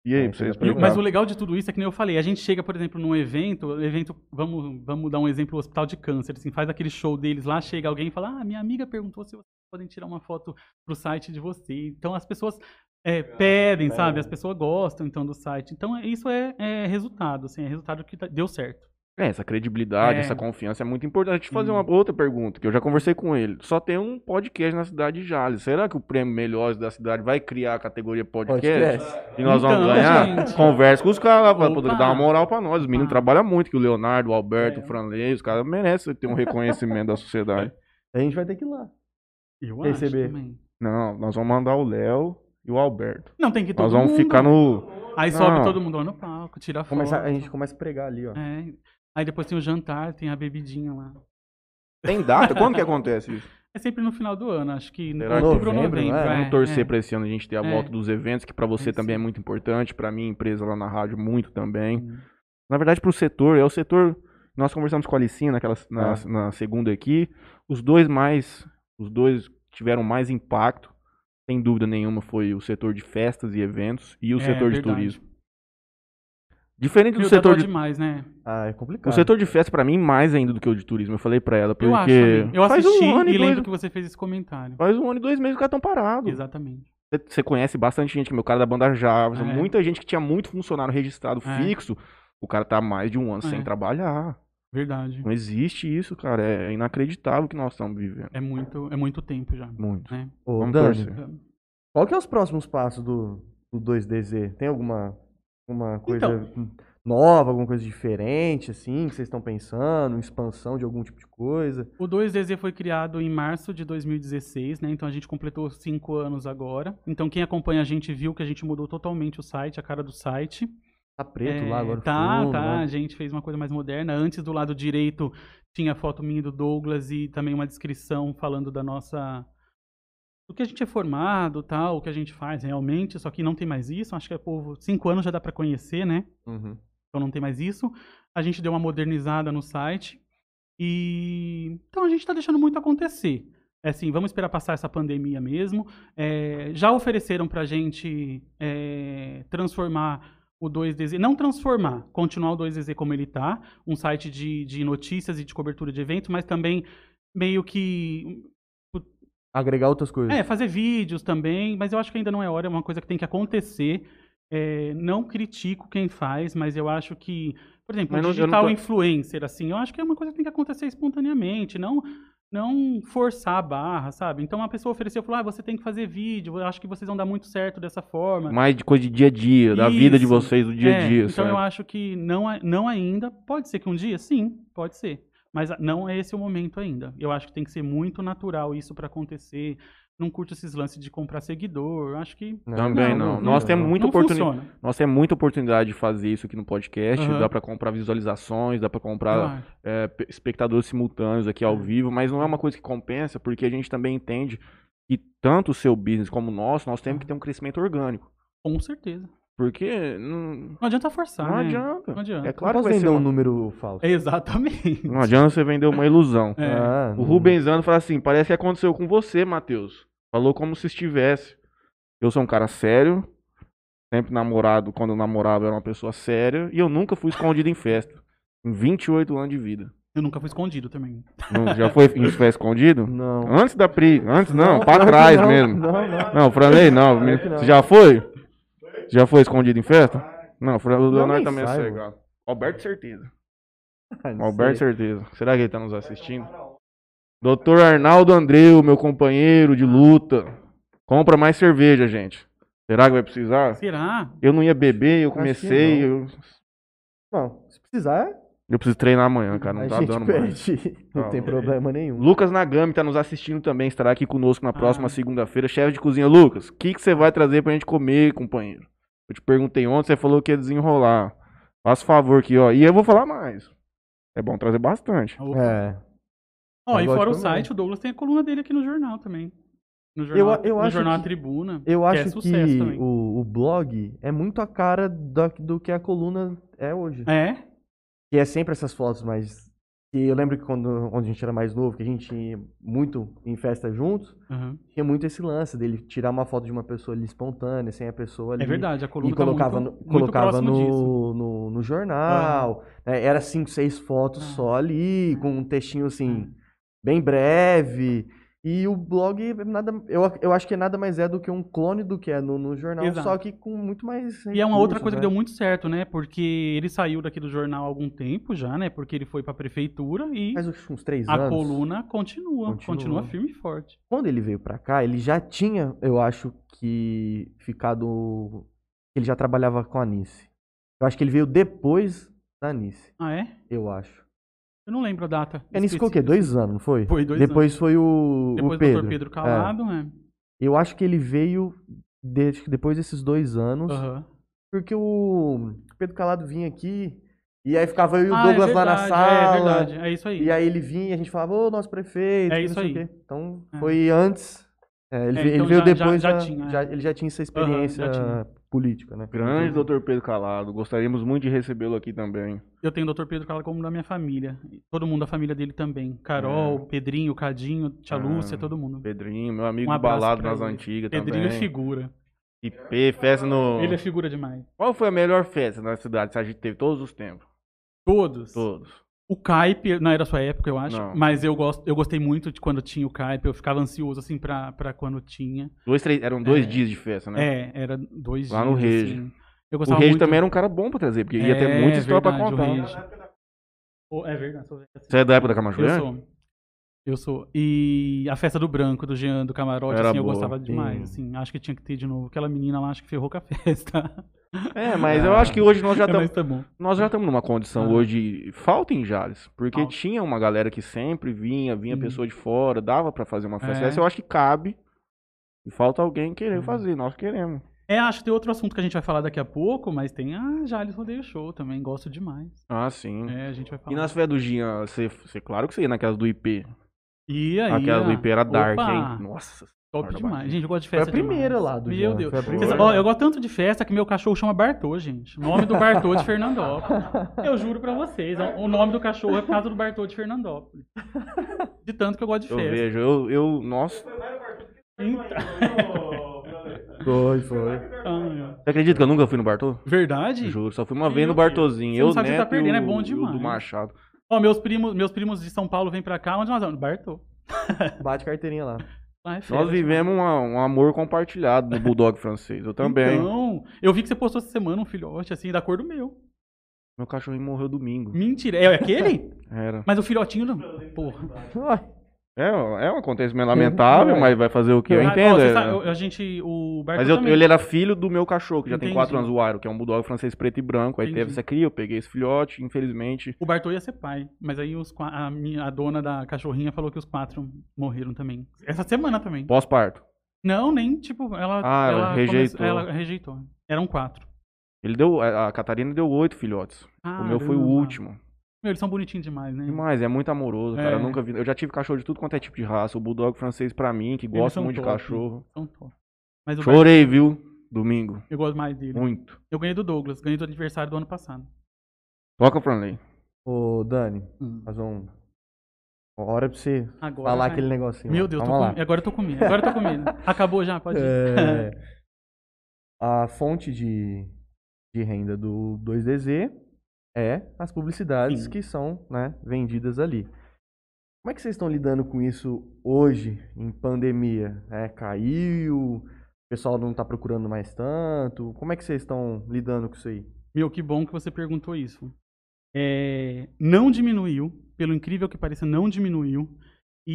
[SPEAKER 1] E aí,
[SPEAKER 2] É,
[SPEAKER 1] pra vocês
[SPEAKER 2] fica
[SPEAKER 3] E o-
[SPEAKER 2] Legal.
[SPEAKER 3] mas o legal de tudo isso é que nem eu falei, a gente chega, por exemplo, num evento, evento, vamos, vamos dar um exemplo, o Hospital de Câncer, assim, faz aquele show deles lá, chega alguém e fala, ah, minha amiga perguntou se vocês podem tirar uma foto pro site de você. Então as pessoas é, pedem, sabe? As pessoas gostam então do site. Então é- isso é, é resultado, assim, é resultado que tá- deu certo.
[SPEAKER 1] É, essa credibilidade,
[SPEAKER 3] É. Hum.
[SPEAKER 1] essa confiança é muito importante. Deixa eu fazer
[SPEAKER 3] Sim.
[SPEAKER 1] uma outra pergunta, que eu já conversei com ele. Só tem um podcast na cidade de Jales. Será que o prêmio Melhores da Cidade vai criar a categoria podcast?
[SPEAKER 2] Podcast.
[SPEAKER 1] E nós vamos
[SPEAKER 3] Então,
[SPEAKER 1] ganhar?
[SPEAKER 3] gente.
[SPEAKER 1] Conversa com os caras lá pra
[SPEAKER 3] Opa.
[SPEAKER 1] poder dar uma moral pra nós. Os meninos
[SPEAKER 3] Opa.
[SPEAKER 1] trabalham muito, que o Leonardo, o Alberto,
[SPEAKER 3] É.
[SPEAKER 1] o Franley, os caras merecem ter um reconhecimento da
[SPEAKER 3] <laughs>
[SPEAKER 1] sociedade.
[SPEAKER 2] A gente vai ter que ir lá.
[SPEAKER 3] Eu
[SPEAKER 2] Perceber.
[SPEAKER 3] acho também.
[SPEAKER 1] Não, nós vamos mandar o Léo e o Alberto.
[SPEAKER 3] Não, tem que ir todo
[SPEAKER 1] nós vamos
[SPEAKER 3] mundo.
[SPEAKER 1] ficar no.
[SPEAKER 3] Aí sobe
[SPEAKER 1] Não.
[SPEAKER 3] todo mundo lá no palco, tira foto.
[SPEAKER 2] Começar, a gente começa a pregar ali, ó.
[SPEAKER 3] É. Aí depois tem o jantar, tem a bebidinha lá.
[SPEAKER 1] Tem data? Quando que acontece isso?
[SPEAKER 3] É sempre no final do ano, acho que no
[SPEAKER 1] Será que
[SPEAKER 3] outubro ou
[SPEAKER 2] novembro,
[SPEAKER 3] novembro.
[SPEAKER 2] não é?
[SPEAKER 1] né? Vamos
[SPEAKER 3] é,
[SPEAKER 1] torcer
[SPEAKER 3] é.
[SPEAKER 1] pra esse ano a gente ter a
[SPEAKER 3] É.
[SPEAKER 1] volta dos eventos, que pra você
[SPEAKER 3] É,
[SPEAKER 1] também é
[SPEAKER 3] sim.
[SPEAKER 1] muito importante, pra minha empresa lá na rádio, muito também.
[SPEAKER 3] Hum.
[SPEAKER 1] Na verdade, pro setor, é o setor. Nós conversamos com a Alicinha naquela,
[SPEAKER 3] É.
[SPEAKER 1] na,
[SPEAKER 2] Ah.
[SPEAKER 1] na segunda aqui. Os dois mais. Os dois tiveram mais impacto, sem dúvida nenhuma, foi o setor de festas e eventos e o
[SPEAKER 3] É,
[SPEAKER 1] setor de
[SPEAKER 3] verdade.
[SPEAKER 1] turismo. Diferente do
[SPEAKER 3] Meu,
[SPEAKER 1] setor
[SPEAKER 3] setor
[SPEAKER 1] de.
[SPEAKER 3] demais, né?
[SPEAKER 2] <laughs> Ah, é
[SPEAKER 1] O
[SPEAKER 2] complicado.
[SPEAKER 1] setor de festa, pra mim, mais ainda do que o de turismo. Eu falei pra ela, porque.
[SPEAKER 3] Eu acho. também. Eu
[SPEAKER 1] faz
[SPEAKER 3] assisti
[SPEAKER 1] um ano
[SPEAKER 3] e
[SPEAKER 1] e dois,
[SPEAKER 3] lembro que você fez esse comentário.
[SPEAKER 1] faz um ano e dois meses que os caras tão parados.
[SPEAKER 3] Exatamente.
[SPEAKER 1] Você- Você conhece bastante gente, meu cara da banda Java,
[SPEAKER 3] É.
[SPEAKER 1] muita gente que tinha muito funcionário registrado
[SPEAKER 3] É.
[SPEAKER 1] fixo. O cara tá há mais de um ano sem
[SPEAKER 3] É.
[SPEAKER 1] trabalhar.
[SPEAKER 3] Verdade.
[SPEAKER 1] Não existe isso, cara. É inacreditável o que nós estamos vivendo.
[SPEAKER 3] É muito, é muito tempo já. né?
[SPEAKER 1] Muito.
[SPEAKER 2] Ô,
[SPEAKER 1] Vamos
[SPEAKER 2] Dani,
[SPEAKER 1] torcer.
[SPEAKER 2] qual que é os próximos passos do, do 2DZ? Tem alguma, alguma coisa
[SPEAKER 1] Então.
[SPEAKER 2] nova, alguma coisa diferente, assim, que vocês estão pensando? Expansão de algum tipo de coisa?
[SPEAKER 3] O 2DZ foi criado em março de 2016, né? Então a gente completou cinco anos agora. Então quem acompanha a gente viu que a gente mudou totalmente o site, a cara do site.
[SPEAKER 2] Tá preto
[SPEAKER 3] É,
[SPEAKER 2] lá agora. no
[SPEAKER 3] Tá,
[SPEAKER 2] fundo,
[SPEAKER 3] tá. A
[SPEAKER 2] né?
[SPEAKER 3] gente fez uma coisa mais moderna. Antes, do lado direito, tinha a foto minha e do Douglas e também uma descrição falando da nossa. Do que a gente é formado, tal, o que a gente faz realmente. Só que não tem mais isso. Acho que é povo. Cinco anos já dá pra conhecer, né?
[SPEAKER 2] Uhum.
[SPEAKER 3] Então não tem mais isso. A gente deu uma modernizada no site. E. Então a gente está deixando muito acontecer. É assim, vamos esperar passar essa pandemia mesmo. É, já ofereceram para a gente é, transformar o 2DZ. Não transformar, continuar o 2DZ como ele está um site de, de notícias e de cobertura de evento, mas também meio que
[SPEAKER 2] agregar outras coisas.
[SPEAKER 3] É, fazer vídeos também, mas eu acho que ainda não é hora, é uma coisa que tem que acontecer. É, não critico quem faz, mas eu acho que, por exemplo, um
[SPEAKER 4] Mas não- eu não
[SPEAKER 3] digital
[SPEAKER 4] tô-
[SPEAKER 3] influencer, assim, eu acho que é uma coisa que tem que acontecer espontaneamente, não não forçar a barra, sabe? Então uma pessoa ofereceu, falou, ah, você tem que fazer vídeo, eu acho que vocês vão dar muito certo dessa forma.
[SPEAKER 1] Mais de coisa de dia a dia, da vida de
[SPEAKER 3] É. Isso.
[SPEAKER 1] vocês, do dia a
[SPEAKER 3] É,
[SPEAKER 1] dia.
[SPEAKER 3] Então
[SPEAKER 1] sabe?
[SPEAKER 3] eu acho que não, a- não ainda. Pode ser que um dia, sim, pode ser. Mas a- não é esse o momento ainda. Eu acho que tem que ser muito natural isso pra acontecer. Não curto esses lances de comprar seguidor. Eu acho que
[SPEAKER 2] Não,
[SPEAKER 1] Também não.
[SPEAKER 3] não,
[SPEAKER 1] Nós
[SPEAKER 2] não,
[SPEAKER 1] temos
[SPEAKER 2] não.
[SPEAKER 1] muita
[SPEAKER 3] não
[SPEAKER 1] oportunidade.
[SPEAKER 3] funciona.
[SPEAKER 1] Nós temos muita oportunidade de fazer isso aqui no podcast.
[SPEAKER 3] Aham.
[SPEAKER 1] Dá pra comprar visualizações, dá pra
[SPEAKER 3] eu
[SPEAKER 1] comprar
[SPEAKER 3] acho.
[SPEAKER 1] é, pe- espectadores simultâneos aqui ao vivo, mas não é uma coisa que compensa, porque a gente também entende que tanto o seu business como o nosso, nós
[SPEAKER 3] É.
[SPEAKER 1] temos que ter um crescimento orgânico.
[SPEAKER 3] Com certeza.
[SPEAKER 1] Porque não,
[SPEAKER 3] Não adianta
[SPEAKER 2] Tá
[SPEAKER 3] forçar,
[SPEAKER 1] não
[SPEAKER 3] né?
[SPEAKER 1] adianta.
[SPEAKER 3] Não adianta.
[SPEAKER 1] É claro que
[SPEAKER 2] não posso
[SPEAKER 1] vai
[SPEAKER 2] vender
[SPEAKER 1] ser
[SPEAKER 2] um
[SPEAKER 1] uma-
[SPEAKER 2] número falso.
[SPEAKER 3] É, <laughs> Exatamente.
[SPEAKER 1] Não adianta você vender uma
[SPEAKER 2] <laughs>
[SPEAKER 1] ilusão.
[SPEAKER 3] É.
[SPEAKER 2] Ah,
[SPEAKER 1] O
[SPEAKER 2] não-
[SPEAKER 1] Rubenzano fala assim, parece que aconteceu com você, Matheus. Falou como se estivesse. Eu sou um cara sério, sempre namorado, quando eu namorava eu era uma pessoa séria, e eu nunca fui escondido em festa. Em 28 anos de vida.
[SPEAKER 3] Eu nunca fui escondido também.
[SPEAKER 1] Não, já foi em festa escondido?
[SPEAKER 2] Não.
[SPEAKER 1] Antes da Pri, antes não, pra
[SPEAKER 2] claro que
[SPEAKER 1] trás
[SPEAKER 2] não,
[SPEAKER 1] mesmo.
[SPEAKER 2] <laughs> Não,
[SPEAKER 1] <laughs>
[SPEAKER 2] não.
[SPEAKER 1] Não, o Franley não.
[SPEAKER 2] Claro que não.
[SPEAKER 1] Você já foi? Já foi escondido em festa? Não, o Fran- o Leonardo
[SPEAKER 2] nem
[SPEAKER 1] também é
[SPEAKER 2] saiba.
[SPEAKER 1] cegado. Alberto, certeza.
[SPEAKER 2] Ah, não
[SPEAKER 1] Alberto,
[SPEAKER 2] sei.
[SPEAKER 1] certeza. Será que ele tá nos assistindo? Doutor Arnaldo Andreu, meu companheiro de luta. Compra mais cerveja, gente. Será que vai precisar?
[SPEAKER 3] Será?
[SPEAKER 1] Eu não ia beber, eu
[SPEAKER 2] Acho que
[SPEAKER 1] comecei.
[SPEAKER 2] não.
[SPEAKER 1] Eu,
[SPEAKER 2] Não, se precisar,
[SPEAKER 1] eu preciso treinar amanhã, cara. Não
[SPEAKER 2] a
[SPEAKER 1] tá
[SPEAKER 2] gente
[SPEAKER 1] dando mais.
[SPEAKER 2] perde. Não
[SPEAKER 1] Tá
[SPEAKER 2] tem
[SPEAKER 1] bom.
[SPEAKER 2] problema nenhum.
[SPEAKER 1] Lucas Nagami tá nos assistindo também, estará aqui conosco na próxima
[SPEAKER 3] Ah.
[SPEAKER 1] segunda-feira. Chefe de cozinha, Lucas, o que, que você vai trazer pra gente comer, companheiro? Eu te perguntei ontem, você falou que ia desenrolar. Faça favor aqui, ó. E eu vou falar mais. É bom trazer bastante.
[SPEAKER 3] Opa.
[SPEAKER 2] É.
[SPEAKER 3] Ó,
[SPEAKER 2] eu
[SPEAKER 3] e
[SPEAKER 2] gosto
[SPEAKER 3] fora o
[SPEAKER 2] também.
[SPEAKER 3] site, o Douglas tem a coluna dele aqui no jornal também. No jornal,
[SPEAKER 2] eu
[SPEAKER 3] no
[SPEAKER 2] acho
[SPEAKER 3] jornal
[SPEAKER 2] que-
[SPEAKER 3] A Tribuna.
[SPEAKER 2] Eu
[SPEAKER 3] que é
[SPEAKER 2] acho que,
[SPEAKER 3] sucesso também.
[SPEAKER 2] o, o blog é muito a cara da- do que a coluna é hoje.
[SPEAKER 3] É?
[SPEAKER 2] Que é sempre essas fotos, mas. E eu lembro que quando, quando a gente era mais novo, que a gente ia muito em festa juntos,
[SPEAKER 3] Aham.
[SPEAKER 2] tinha muito esse lance dele tirar uma foto de uma pessoa ali espontânea, sem a pessoa ali.
[SPEAKER 3] É verdade, a coluna
[SPEAKER 2] E
[SPEAKER 3] tá
[SPEAKER 2] colocava,
[SPEAKER 3] muito,
[SPEAKER 2] no,
[SPEAKER 3] muito
[SPEAKER 2] colocava
[SPEAKER 3] próximo disso.
[SPEAKER 2] no, no, no jornal. né? Era cinco, seis fotos
[SPEAKER 3] Ah.
[SPEAKER 2] só ali, com um textinho assim, bem breve. E o blog, é nada, eu, ac- eu acho que é nada mais é do que um clone do que é no, no jornal,
[SPEAKER 3] Exato.
[SPEAKER 2] só que com muito mais.
[SPEAKER 3] E é uma outra coisa que deu
[SPEAKER 2] muito.
[SPEAKER 3] muito certo, né? Porque ele saiu daqui do jornal há algum tempo já, né? Porque ele foi pra prefeitura e
[SPEAKER 2] Faz acho, uns três
[SPEAKER 3] a
[SPEAKER 2] anos.
[SPEAKER 3] coluna continua,
[SPEAKER 2] Continua.
[SPEAKER 3] continua, firme e forte.
[SPEAKER 2] Quando ele veio pra cá, ele já tinha, eu acho que, ficado. Ele já trabalhava com a Nice. Eu acho que ele veio depois da Nice,
[SPEAKER 3] Ah, é?
[SPEAKER 2] eu acho.
[SPEAKER 3] Eu não lembro a data.
[SPEAKER 2] A Nice É, ficou o quê?
[SPEAKER 3] específica.
[SPEAKER 2] Dois anos, não foi?
[SPEAKER 3] Foi dois anos.
[SPEAKER 2] Depois foi o,
[SPEAKER 3] Depois
[SPEAKER 2] o
[SPEAKER 3] do
[SPEAKER 2] Pedro. É.
[SPEAKER 3] Dr. Pedro Calado, né?
[SPEAKER 2] Eu acho que ele veio de- acho que depois desses dois anos,
[SPEAKER 3] Aham.
[SPEAKER 2] porque o Pedro Calado vinha aqui e aí ficava eu e o
[SPEAKER 3] Ah, é
[SPEAKER 2] Douglas lá na
[SPEAKER 3] verdade,
[SPEAKER 2] sala.
[SPEAKER 3] É verdade, é isso aí.
[SPEAKER 2] E aí ele vinha e a gente falava, ô, nosso prefeito,
[SPEAKER 3] É
[SPEAKER 2] que não
[SPEAKER 3] isso
[SPEAKER 2] sei o
[SPEAKER 3] aí.
[SPEAKER 2] quê. Então
[SPEAKER 3] É.
[SPEAKER 2] foi antes. é, ele,
[SPEAKER 3] É,
[SPEAKER 2] ve- ele
[SPEAKER 3] então
[SPEAKER 2] veio
[SPEAKER 3] já- já-
[SPEAKER 2] depois.
[SPEAKER 3] já
[SPEAKER 2] da-
[SPEAKER 3] tinha, é.
[SPEAKER 2] já- ele já tinha essa
[SPEAKER 3] Aham, já
[SPEAKER 2] experiência
[SPEAKER 3] tinha.
[SPEAKER 2] política, né?
[SPEAKER 1] Grande doutor Pedro Calado, gostaríamos muito de recebê-lo aqui também.
[SPEAKER 3] Eu tenho o Dr. Pedro Calado como da minha família. E Todo mundo da família dele também. Carol,
[SPEAKER 2] É.
[SPEAKER 3] Pedrinho, Cadinho, Tia
[SPEAKER 1] Ah.
[SPEAKER 3] Lúcia, todo mundo.
[SPEAKER 1] Pedrinho, meu amigo
[SPEAKER 3] Um
[SPEAKER 1] do
[SPEAKER 3] abraço
[SPEAKER 1] balado
[SPEAKER 3] pra
[SPEAKER 1] nas
[SPEAKER 3] ele.
[SPEAKER 1] antigas
[SPEAKER 3] Pedrinho é
[SPEAKER 1] também.
[SPEAKER 3] figura.
[SPEAKER 1] IP, festa no...
[SPEAKER 3] Ele é figura demais.
[SPEAKER 1] Qual foi a melhor festa na cidade que a gente teve todos os tempos?
[SPEAKER 3] Todos.
[SPEAKER 1] Todos.
[SPEAKER 3] O Kaipe, não era a sua época, eu acho,
[SPEAKER 1] Não.
[SPEAKER 3] mas eu, gosto, eu gostei muito de quando tinha o Kaipe, eu ficava ansioso, assim, pra, pra quando tinha.
[SPEAKER 1] Dois, três, eram dois
[SPEAKER 3] É.
[SPEAKER 1] dias de festa, né?
[SPEAKER 3] É, era dois
[SPEAKER 1] Lá
[SPEAKER 3] dias,
[SPEAKER 1] no Rege.
[SPEAKER 3] assim. Eu
[SPEAKER 1] o
[SPEAKER 3] gostava
[SPEAKER 1] Rede
[SPEAKER 3] muito...
[SPEAKER 1] também era um cara bom pra trazer, porque ia ter
[SPEAKER 3] É,
[SPEAKER 1] muita história pra
[SPEAKER 3] verdade, o
[SPEAKER 1] contar.
[SPEAKER 3] Rege. Oh, é verdade, sou velho, assim.
[SPEAKER 1] Você é da época da Cama
[SPEAKER 3] Eu
[SPEAKER 1] Juliana?
[SPEAKER 3] sou. Eu sou. E a festa do Branco, do Jean, do Camarote,
[SPEAKER 1] Era
[SPEAKER 3] assim, eu
[SPEAKER 1] boa.
[SPEAKER 3] gostava demais,
[SPEAKER 2] Sim.
[SPEAKER 3] assim. Acho que tinha que ter de novo. Aquela menina lá, acho que ferrou com a <laughs> festa.
[SPEAKER 1] É, mas eu acho que hoje nós já
[SPEAKER 3] <laughs> É, mas
[SPEAKER 1] estamos
[SPEAKER 3] tá bom.
[SPEAKER 1] nós já estamos numa condição
[SPEAKER 3] Ah.
[SPEAKER 1] hoje falta em Jales, porque
[SPEAKER 3] Falta.
[SPEAKER 1] tinha uma galera que sempre vinha, vinha
[SPEAKER 3] Sim.
[SPEAKER 1] pessoa de fora, dava pra fazer uma festa.
[SPEAKER 3] É.
[SPEAKER 1] Essa eu acho que cabe. E falta alguém querer
[SPEAKER 3] É.
[SPEAKER 1] fazer, nós queremos.
[SPEAKER 3] É, acho que tem outro assunto que a gente vai falar daqui a pouco, mas tem a Jales Rodeio Show também, gosto demais.
[SPEAKER 1] Ah, sim.
[SPEAKER 3] É, a gente vai falar.
[SPEAKER 1] E nas festas do Gian, você, você- claro que você ia naquelas do IP.
[SPEAKER 3] E aí,
[SPEAKER 1] Aquelas do
[SPEAKER 3] ó,
[SPEAKER 1] IP era dark,
[SPEAKER 3] opa,
[SPEAKER 1] hein? Nossa.
[SPEAKER 3] Top
[SPEAKER 1] Guarda
[SPEAKER 3] demais.
[SPEAKER 1] baixinho.
[SPEAKER 3] Gente, eu gosto de
[SPEAKER 2] Foi a
[SPEAKER 3] festa
[SPEAKER 2] primeira
[SPEAKER 3] demais.
[SPEAKER 2] lá do
[SPEAKER 3] Meu
[SPEAKER 2] Jean,
[SPEAKER 3] Deus.
[SPEAKER 2] foi a
[SPEAKER 3] Vocês-
[SPEAKER 2] primeira.
[SPEAKER 3] ó, eu gosto tanto de festa que meu cachorro chama Bartô, gente. O nome do Bartô de
[SPEAKER 2] <laughs>
[SPEAKER 3] Fernandópolis. Eu juro pra vocês, ó, o nome do cachorro é por causa do Bartô de Fernandópolis. De tanto que eu gosto de
[SPEAKER 1] Eu
[SPEAKER 3] festa.
[SPEAKER 1] vejo, eu, eu,
[SPEAKER 3] <laughs>
[SPEAKER 1] nossa.
[SPEAKER 2] Foi, foi.
[SPEAKER 3] Então,
[SPEAKER 1] Você acredita que eu nunca fui no Bartô?
[SPEAKER 3] verdade?
[SPEAKER 1] Juro, só fui uma
[SPEAKER 3] Meu
[SPEAKER 1] vez no
[SPEAKER 3] Deus.
[SPEAKER 1] Bartôzinho.
[SPEAKER 3] Você não
[SPEAKER 1] Eu,
[SPEAKER 3] sabe o que você tá
[SPEAKER 1] Neto e
[SPEAKER 3] perdendo, é
[SPEAKER 1] o-
[SPEAKER 3] bom
[SPEAKER 1] e o do
[SPEAKER 3] demais.
[SPEAKER 1] Machado.
[SPEAKER 3] Ó, meus primos, meus primos de São Paulo vêm pra cá, onde nós vamos? No Bartô.
[SPEAKER 2] Bate carteirinha lá.
[SPEAKER 3] Ah, é fera,
[SPEAKER 1] Nós vivemos uma- um amor compartilhado no Bulldog francês. Eu também.
[SPEAKER 3] Então, eu vi que você postou essa semana um filhote, assim, da cor do meu.
[SPEAKER 1] Meu cachorrinho morreu domingo.
[SPEAKER 3] Mentira. É aquele?
[SPEAKER 2] <laughs>
[SPEAKER 1] Era.
[SPEAKER 3] Mas o filhotinho não. Porra.
[SPEAKER 1] É, é um acontecimento lamentável, mas vai fazer o quê? Eu
[SPEAKER 3] É. Ah, ó,
[SPEAKER 1] entendo.
[SPEAKER 3] você
[SPEAKER 1] é-
[SPEAKER 3] sabe, eu- a gente, o Barco
[SPEAKER 1] Mas eu-
[SPEAKER 3] também.
[SPEAKER 1] ele é- era filho do meu cachorro, que já tem
[SPEAKER 3] Entendi.
[SPEAKER 1] 4 anos, o Aro, que é um bulldog francês preto e branco. Aí teve
[SPEAKER 3] Entendi.
[SPEAKER 1] essa cria, eu peguei esse filhote, infelizmente.
[SPEAKER 3] O Bartô ia ser pai, mas aí os, qua- a, minha, a dona da cachorrinha falou que os quatro morreram também. Essa semana também.
[SPEAKER 1] Pós-parto.
[SPEAKER 3] Não, nem, tipo, ela...
[SPEAKER 1] Ah, ela rejeitou.
[SPEAKER 3] ela rejeitou. Eram quatro.
[SPEAKER 1] Ele deu. A a Catarina deu oito filhotes. o meu foi o
[SPEAKER 3] Caramba.
[SPEAKER 1] último.
[SPEAKER 3] Meu, eles são bonitinhos demais, né?
[SPEAKER 1] Demais, é muito amoroso, cara.
[SPEAKER 3] É.
[SPEAKER 1] Eu nunca vi. Eu já tive cachorro de tudo quanto é tipo de raça. O bulldog francês pra mim, que gosta
[SPEAKER 3] são
[SPEAKER 1] muito de
[SPEAKER 3] top.
[SPEAKER 1] cachorro.
[SPEAKER 3] São top. Mas o Bartô,
[SPEAKER 1] Chorei, viu? Domingo.
[SPEAKER 3] eu gosto mais dele.
[SPEAKER 1] Muito.
[SPEAKER 3] Eu ganhei do Douglas, ganhei do aniversário do ano passado.
[SPEAKER 1] Toca, Franley.
[SPEAKER 2] Ô, Dani,
[SPEAKER 3] Hum.
[SPEAKER 2] faz um. Uma hora pra você
[SPEAKER 3] Agora
[SPEAKER 2] falar
[SPEAKER 3] vai.
[SPEAKER 2] aquele negocinho.
[SPEAKER 3] Meu
[SPEAKER 1] é.
[SPEAKER 2] lá.
[SPEAKER 3] Deus, eu tô
[SPEAKER 2] Calma
[SPEAKER 3] com... agora eu tô comendo. Agora eu tô
[SPEAKER 1] <laughs>
[SPEAKER 3] comendo. Acabou já, pode ir.
[SPEAKER 2] É,
[SPEAKER 3] <laughs>
[SPEAKER 2] a fonte de, de renda do 2DZ é as publicidades
[SPEAKER 3] Sim.
[SPEAKER 2] que são né, vendidas ali. Como é que vocês estão lidando com isso hoje, em pandemia? né? Caiu? O pessoal não está procurando mais tanto? Como é que vocês estão lidando com isso aí?
[SPEAKER 3] Meu, que bom que você perguntou isso. É, não diminuiu, pelo incrível que pareça, não diminuiu.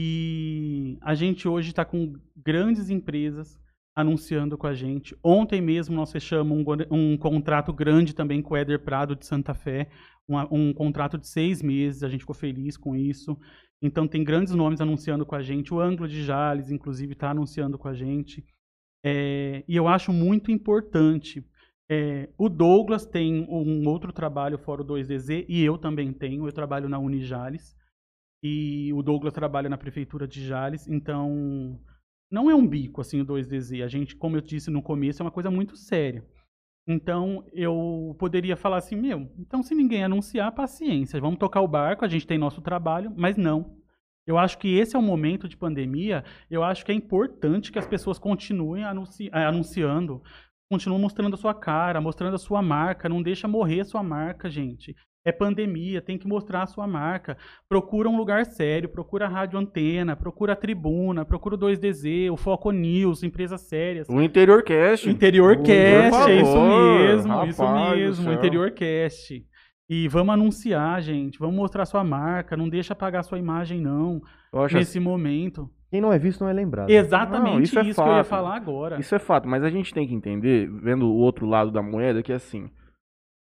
[SPEAKER 3] E a gente hoje está com grandes empresas anunciando com a gente. Ontem mesmo nós fechamos um, gor- um contrato grande também com o Éder Prado de Santa Fé, uma- um contrato de seis meses, a gente ficou feliz com isso. Então tem grandes nomes anunciando com a gente. O Ângulo de Jales, inclusive, está anunciando com a gente. É, e eu acho muito importante, é, o Douglas tem um outro trabalho fora o 2DZ e eu também tenho. Eu trabalho na Unijales e o Douglas trabalha na Prefeitura de Jales. Então, não é um bico assim o 2DZ. A gente, como eu disse no começo, é uma coisa muito séria. Então, eu poderia falar assim, meu, então se ninguém anunciar, paciência, vamos tocar o barco, a gente tem nosso trabalho, mas não. Eu acho que esse é o momento de pandemia, eu acho que é importante que as pessoas continuem anunci- eh, anunciando, continua mostrando a sua cara, mostrando a sua marca, não deixa morrer a sua marca, gente. É pandemia, tem que mostrar a sua marca. Procura um lugar sério, procura a Rádio Antena, procura a Tribuna, procura o 2DZ, o Foco News, empresas sérias.
[SPEAKER 1] O Interior Cast.
[SPEAKER 3] Interior
[SPEAKER 2] Por
[SPEAKER 3] Cast, é isso
[SPEAKER 1] favor,
[SPEAKER 3] mesmo, isso
[SPEAKER 1] rapaz do
[SPEAKER 3] mesmo,
[SPEAKER 1] céu.
[SPEAKER 3] Interior Cast. E vamos anunciar, gente, vamos mostrar a sua marca, não deixa apagar a sua imagem não,
[SPEAKER 1] Eu acho assim-
[SPEAKER 3] nesse momento.
[SPEAKER 2] Quem não é visto não é lembrado.
[SPEAKER 3] Exatamente
[SPEAKER 1] Não,
[SPEAKER 3] isso,
[SPEAKER 1] isso é
[SPEAKER 3] que eu ia
[SPEAKER 1] fato.
[SPEAKER 3] falar agora.
[SPEAKER 1] Isso é fato, mas a gente tem que entender, vendo o outro lado da moeda, que assim,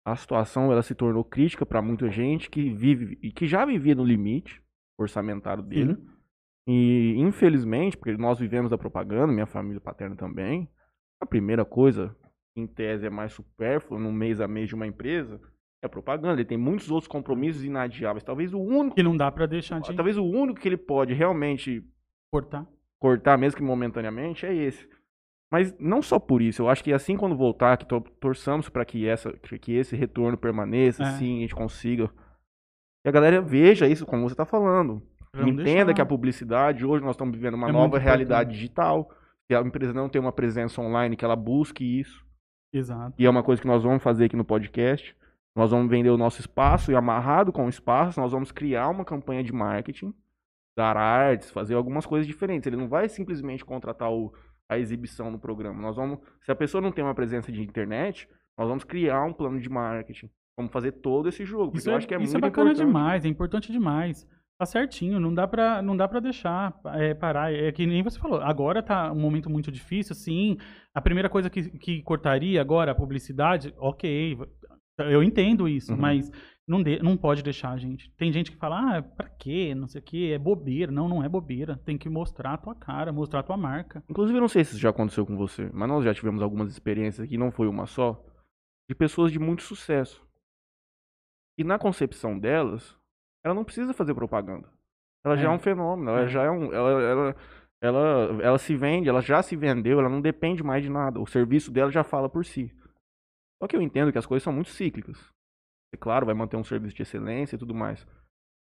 [SPEAKER 1] a situação ela se tornou crítica para muita gente que vive e que já vivia no limite orçamentário dele. E infelizmente, porque nós vivemos da propaganda, minha família paterna também, a primeira coisa, em tese, é mais supérflua no mês a mês de uma empresa, é a propaganda. Ele tem muitos outros compromissos inadiáveis. Talvez o único,
[SPEAKER 3] Que não dá pra deixar de
[SPEAKER 1] talvez o único que ele pode realmente
[SPEAKER 3] cortar.
[SPEAKER 1] cortar, mesmo que momentaneamente, é esse. Mas não só por isso, eu acho que assim quando voltar, que to- torçamos para que, essa- que que esse retorno permaneça,
[SPEAKER 3] É.
[SPEAKER 1] sim, a gente consiga. E a galera veja isso, como você está falando.
[SPEAKER 3] pra não
[SPEAKER 1] Entenda que
[SPEAKER 3] deixar.
[SPEAKER 1] a publicidade, hoje nós estamos vivendo uma
[SPEAKER 3] É muito
[SPEAKER 1] nova
[SPEAKER 3] importante.
[SPEAKER 1] realidade digital. Se a empresa não tem uma presença online, que ela busque isso.
[SPEAKER 3] Exato.
[SPEAKER 1] E é uma coisa que nós vamos fazer aqui no podcast. Nós vamos vender o nosso espaço e amarrado com o espaço, nós vamos criar uma campanha de marketing, dar artes, fazer algumas coisas diferentes. Ele não vai simplesmente contratar o- a exibição no programa. Nós vamos, se a pessoa não tem uma presença de internet, nós vamos criar um plano de marketing. Vamos fazer todo esse jogo. porque
[SPEAKER 3] Isso,
[SPEAKER 1] eu
[SPEAKER 3] é,
[SPEAKER 1] acho que é
[SPEAKER 3] isso
[SPEAKER 1] muito
[SPEAKER 3] é bacana
[SPEAKER 1] importante.
[SPEAKER 3] demais, é importante demais. Tá certinho, não dá pra, não dá pra deixar é, parar. É que nem você falou, agora tá um momento muito difícil, sim. A primeira coisa que, que cortaria agora, a publicidade, ok, eu entendo isso,
[SPEAKER 1] Uhum.
[SPEAKER 3] mas não, de- não pode deixar, gente. Tem gente que fala, ah, pra quê, não sei o quê, é bobeira. Não, não é bobeira. Tem que mostrar a tua cara, mostrar a tua marca.
[SPEAKER 1] Inclusive, eu não sei se isso já aconteceu com você, mas nós já tivemos algumas experiências aqui, não foi uma só, de pessoas de muito sucesso. E na concepção delas, ela não precisa fazer propaganda. Ela já
[SPEAKER 3] É.
[SPEAKER 1] é um fenômeno, ela
[SPEAKER 3] É.
[SPEAKER 1] já é um. Ela, ela, ela, ela se vende, ela já se vendeu, ela não depende mais de nada. O serviço dela já fala por si. Só que eu entendo que as coisas são muito cíclicas. Você, claro, vai manter um serviço de excelência e tudo mais.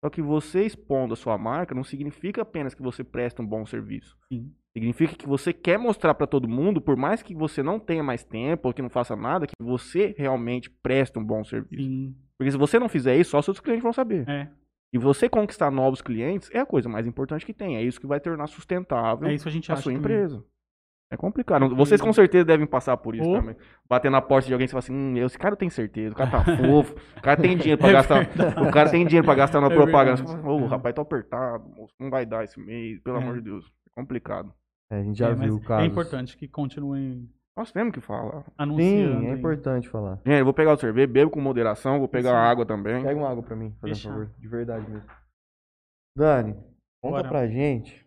[SPEAKER 1] Só que você expondo a sua marca não significa apenas que você presta um bom serviço.
[SPEAKER 3] Sim.
[SPEAKER 1] Significa que você quer mostrar pra todo mundo, por mais que você não tenha mais tempo ou que não faça nada, que você realmente presta um bom serviço.
[SPEAKER 3] Sim.
[SPEAKER 1] Porque se você não fizer isso, só seus clientes vão saber.
[SPEAKER 3] É.
[SPEAKER 1] E você conquistar novos clientes é a coisa mais importante que tem. É isso que vai tornar sustentável
[SPEAKER 3] É isso que a gente
[SPEAKER 1] a
[SPEAKER 3] acha.
[SPEAKER 1] sua
[SPEAKER 3] também.
[SPEAKER 1] empresa. É complicado.
[SPEAKER 3] Entendi.
[SPEAKER 1] Vocês com certeza devem passar por isso
[SPEAKER 3] Ô.
[SPEAKER 1] também. Bater na porta de alguém e falar assim, hum, esse cara tem certeza, o cara
[SPEAKER 3] <laughs>
[SPEAKER 1] tá fofo, o cara tem dinheiro pra
[SPEAKER 3] <laughs> É
[SPEAKER 1] gastar. <laughs> O cara tem dinheiro pra gastar na
[SPEAKER 3] É
[SPEAKER 1] propaganda. Você
[SPEAKER 3] verdade.
[SPEAKER 1] fala, Ô, rapaz, tô apertado, moço, não vai dar esse mês, pelo
[SPEAKER 3] É.
[SPEAKER 1] amor de Deus. É complicado.
[SPEAKER 2] É, a gente já
[SPEAKER 3] É, mas
[SPEAKER 2] viu o caso.
[SPEAKER 3] É importante que continuem
[SPEAKER 1] Nós temos que falar.
[SPEAKER 3] anunciando.
[SPEAKER 2] Sim, é
[SPEAKER 3] aí.
[SPEAKER 2] importante falar.
[SPEAKER 1] Gente, eu vou pegar o sorvete, bebo com moderação, vou pegar
[SPEAKER 3] Sim.
[SPEAKER 1] a água também.
[SPEAKER 2] Pega uma água pra mim, fazendo
[SPEAKER 3] Fechado.
[SPEAKER 2] favor. De verdade mesmo. Dani, conta
[SPEAKER 3] Bora.
[SPEAKER 2] pra gente.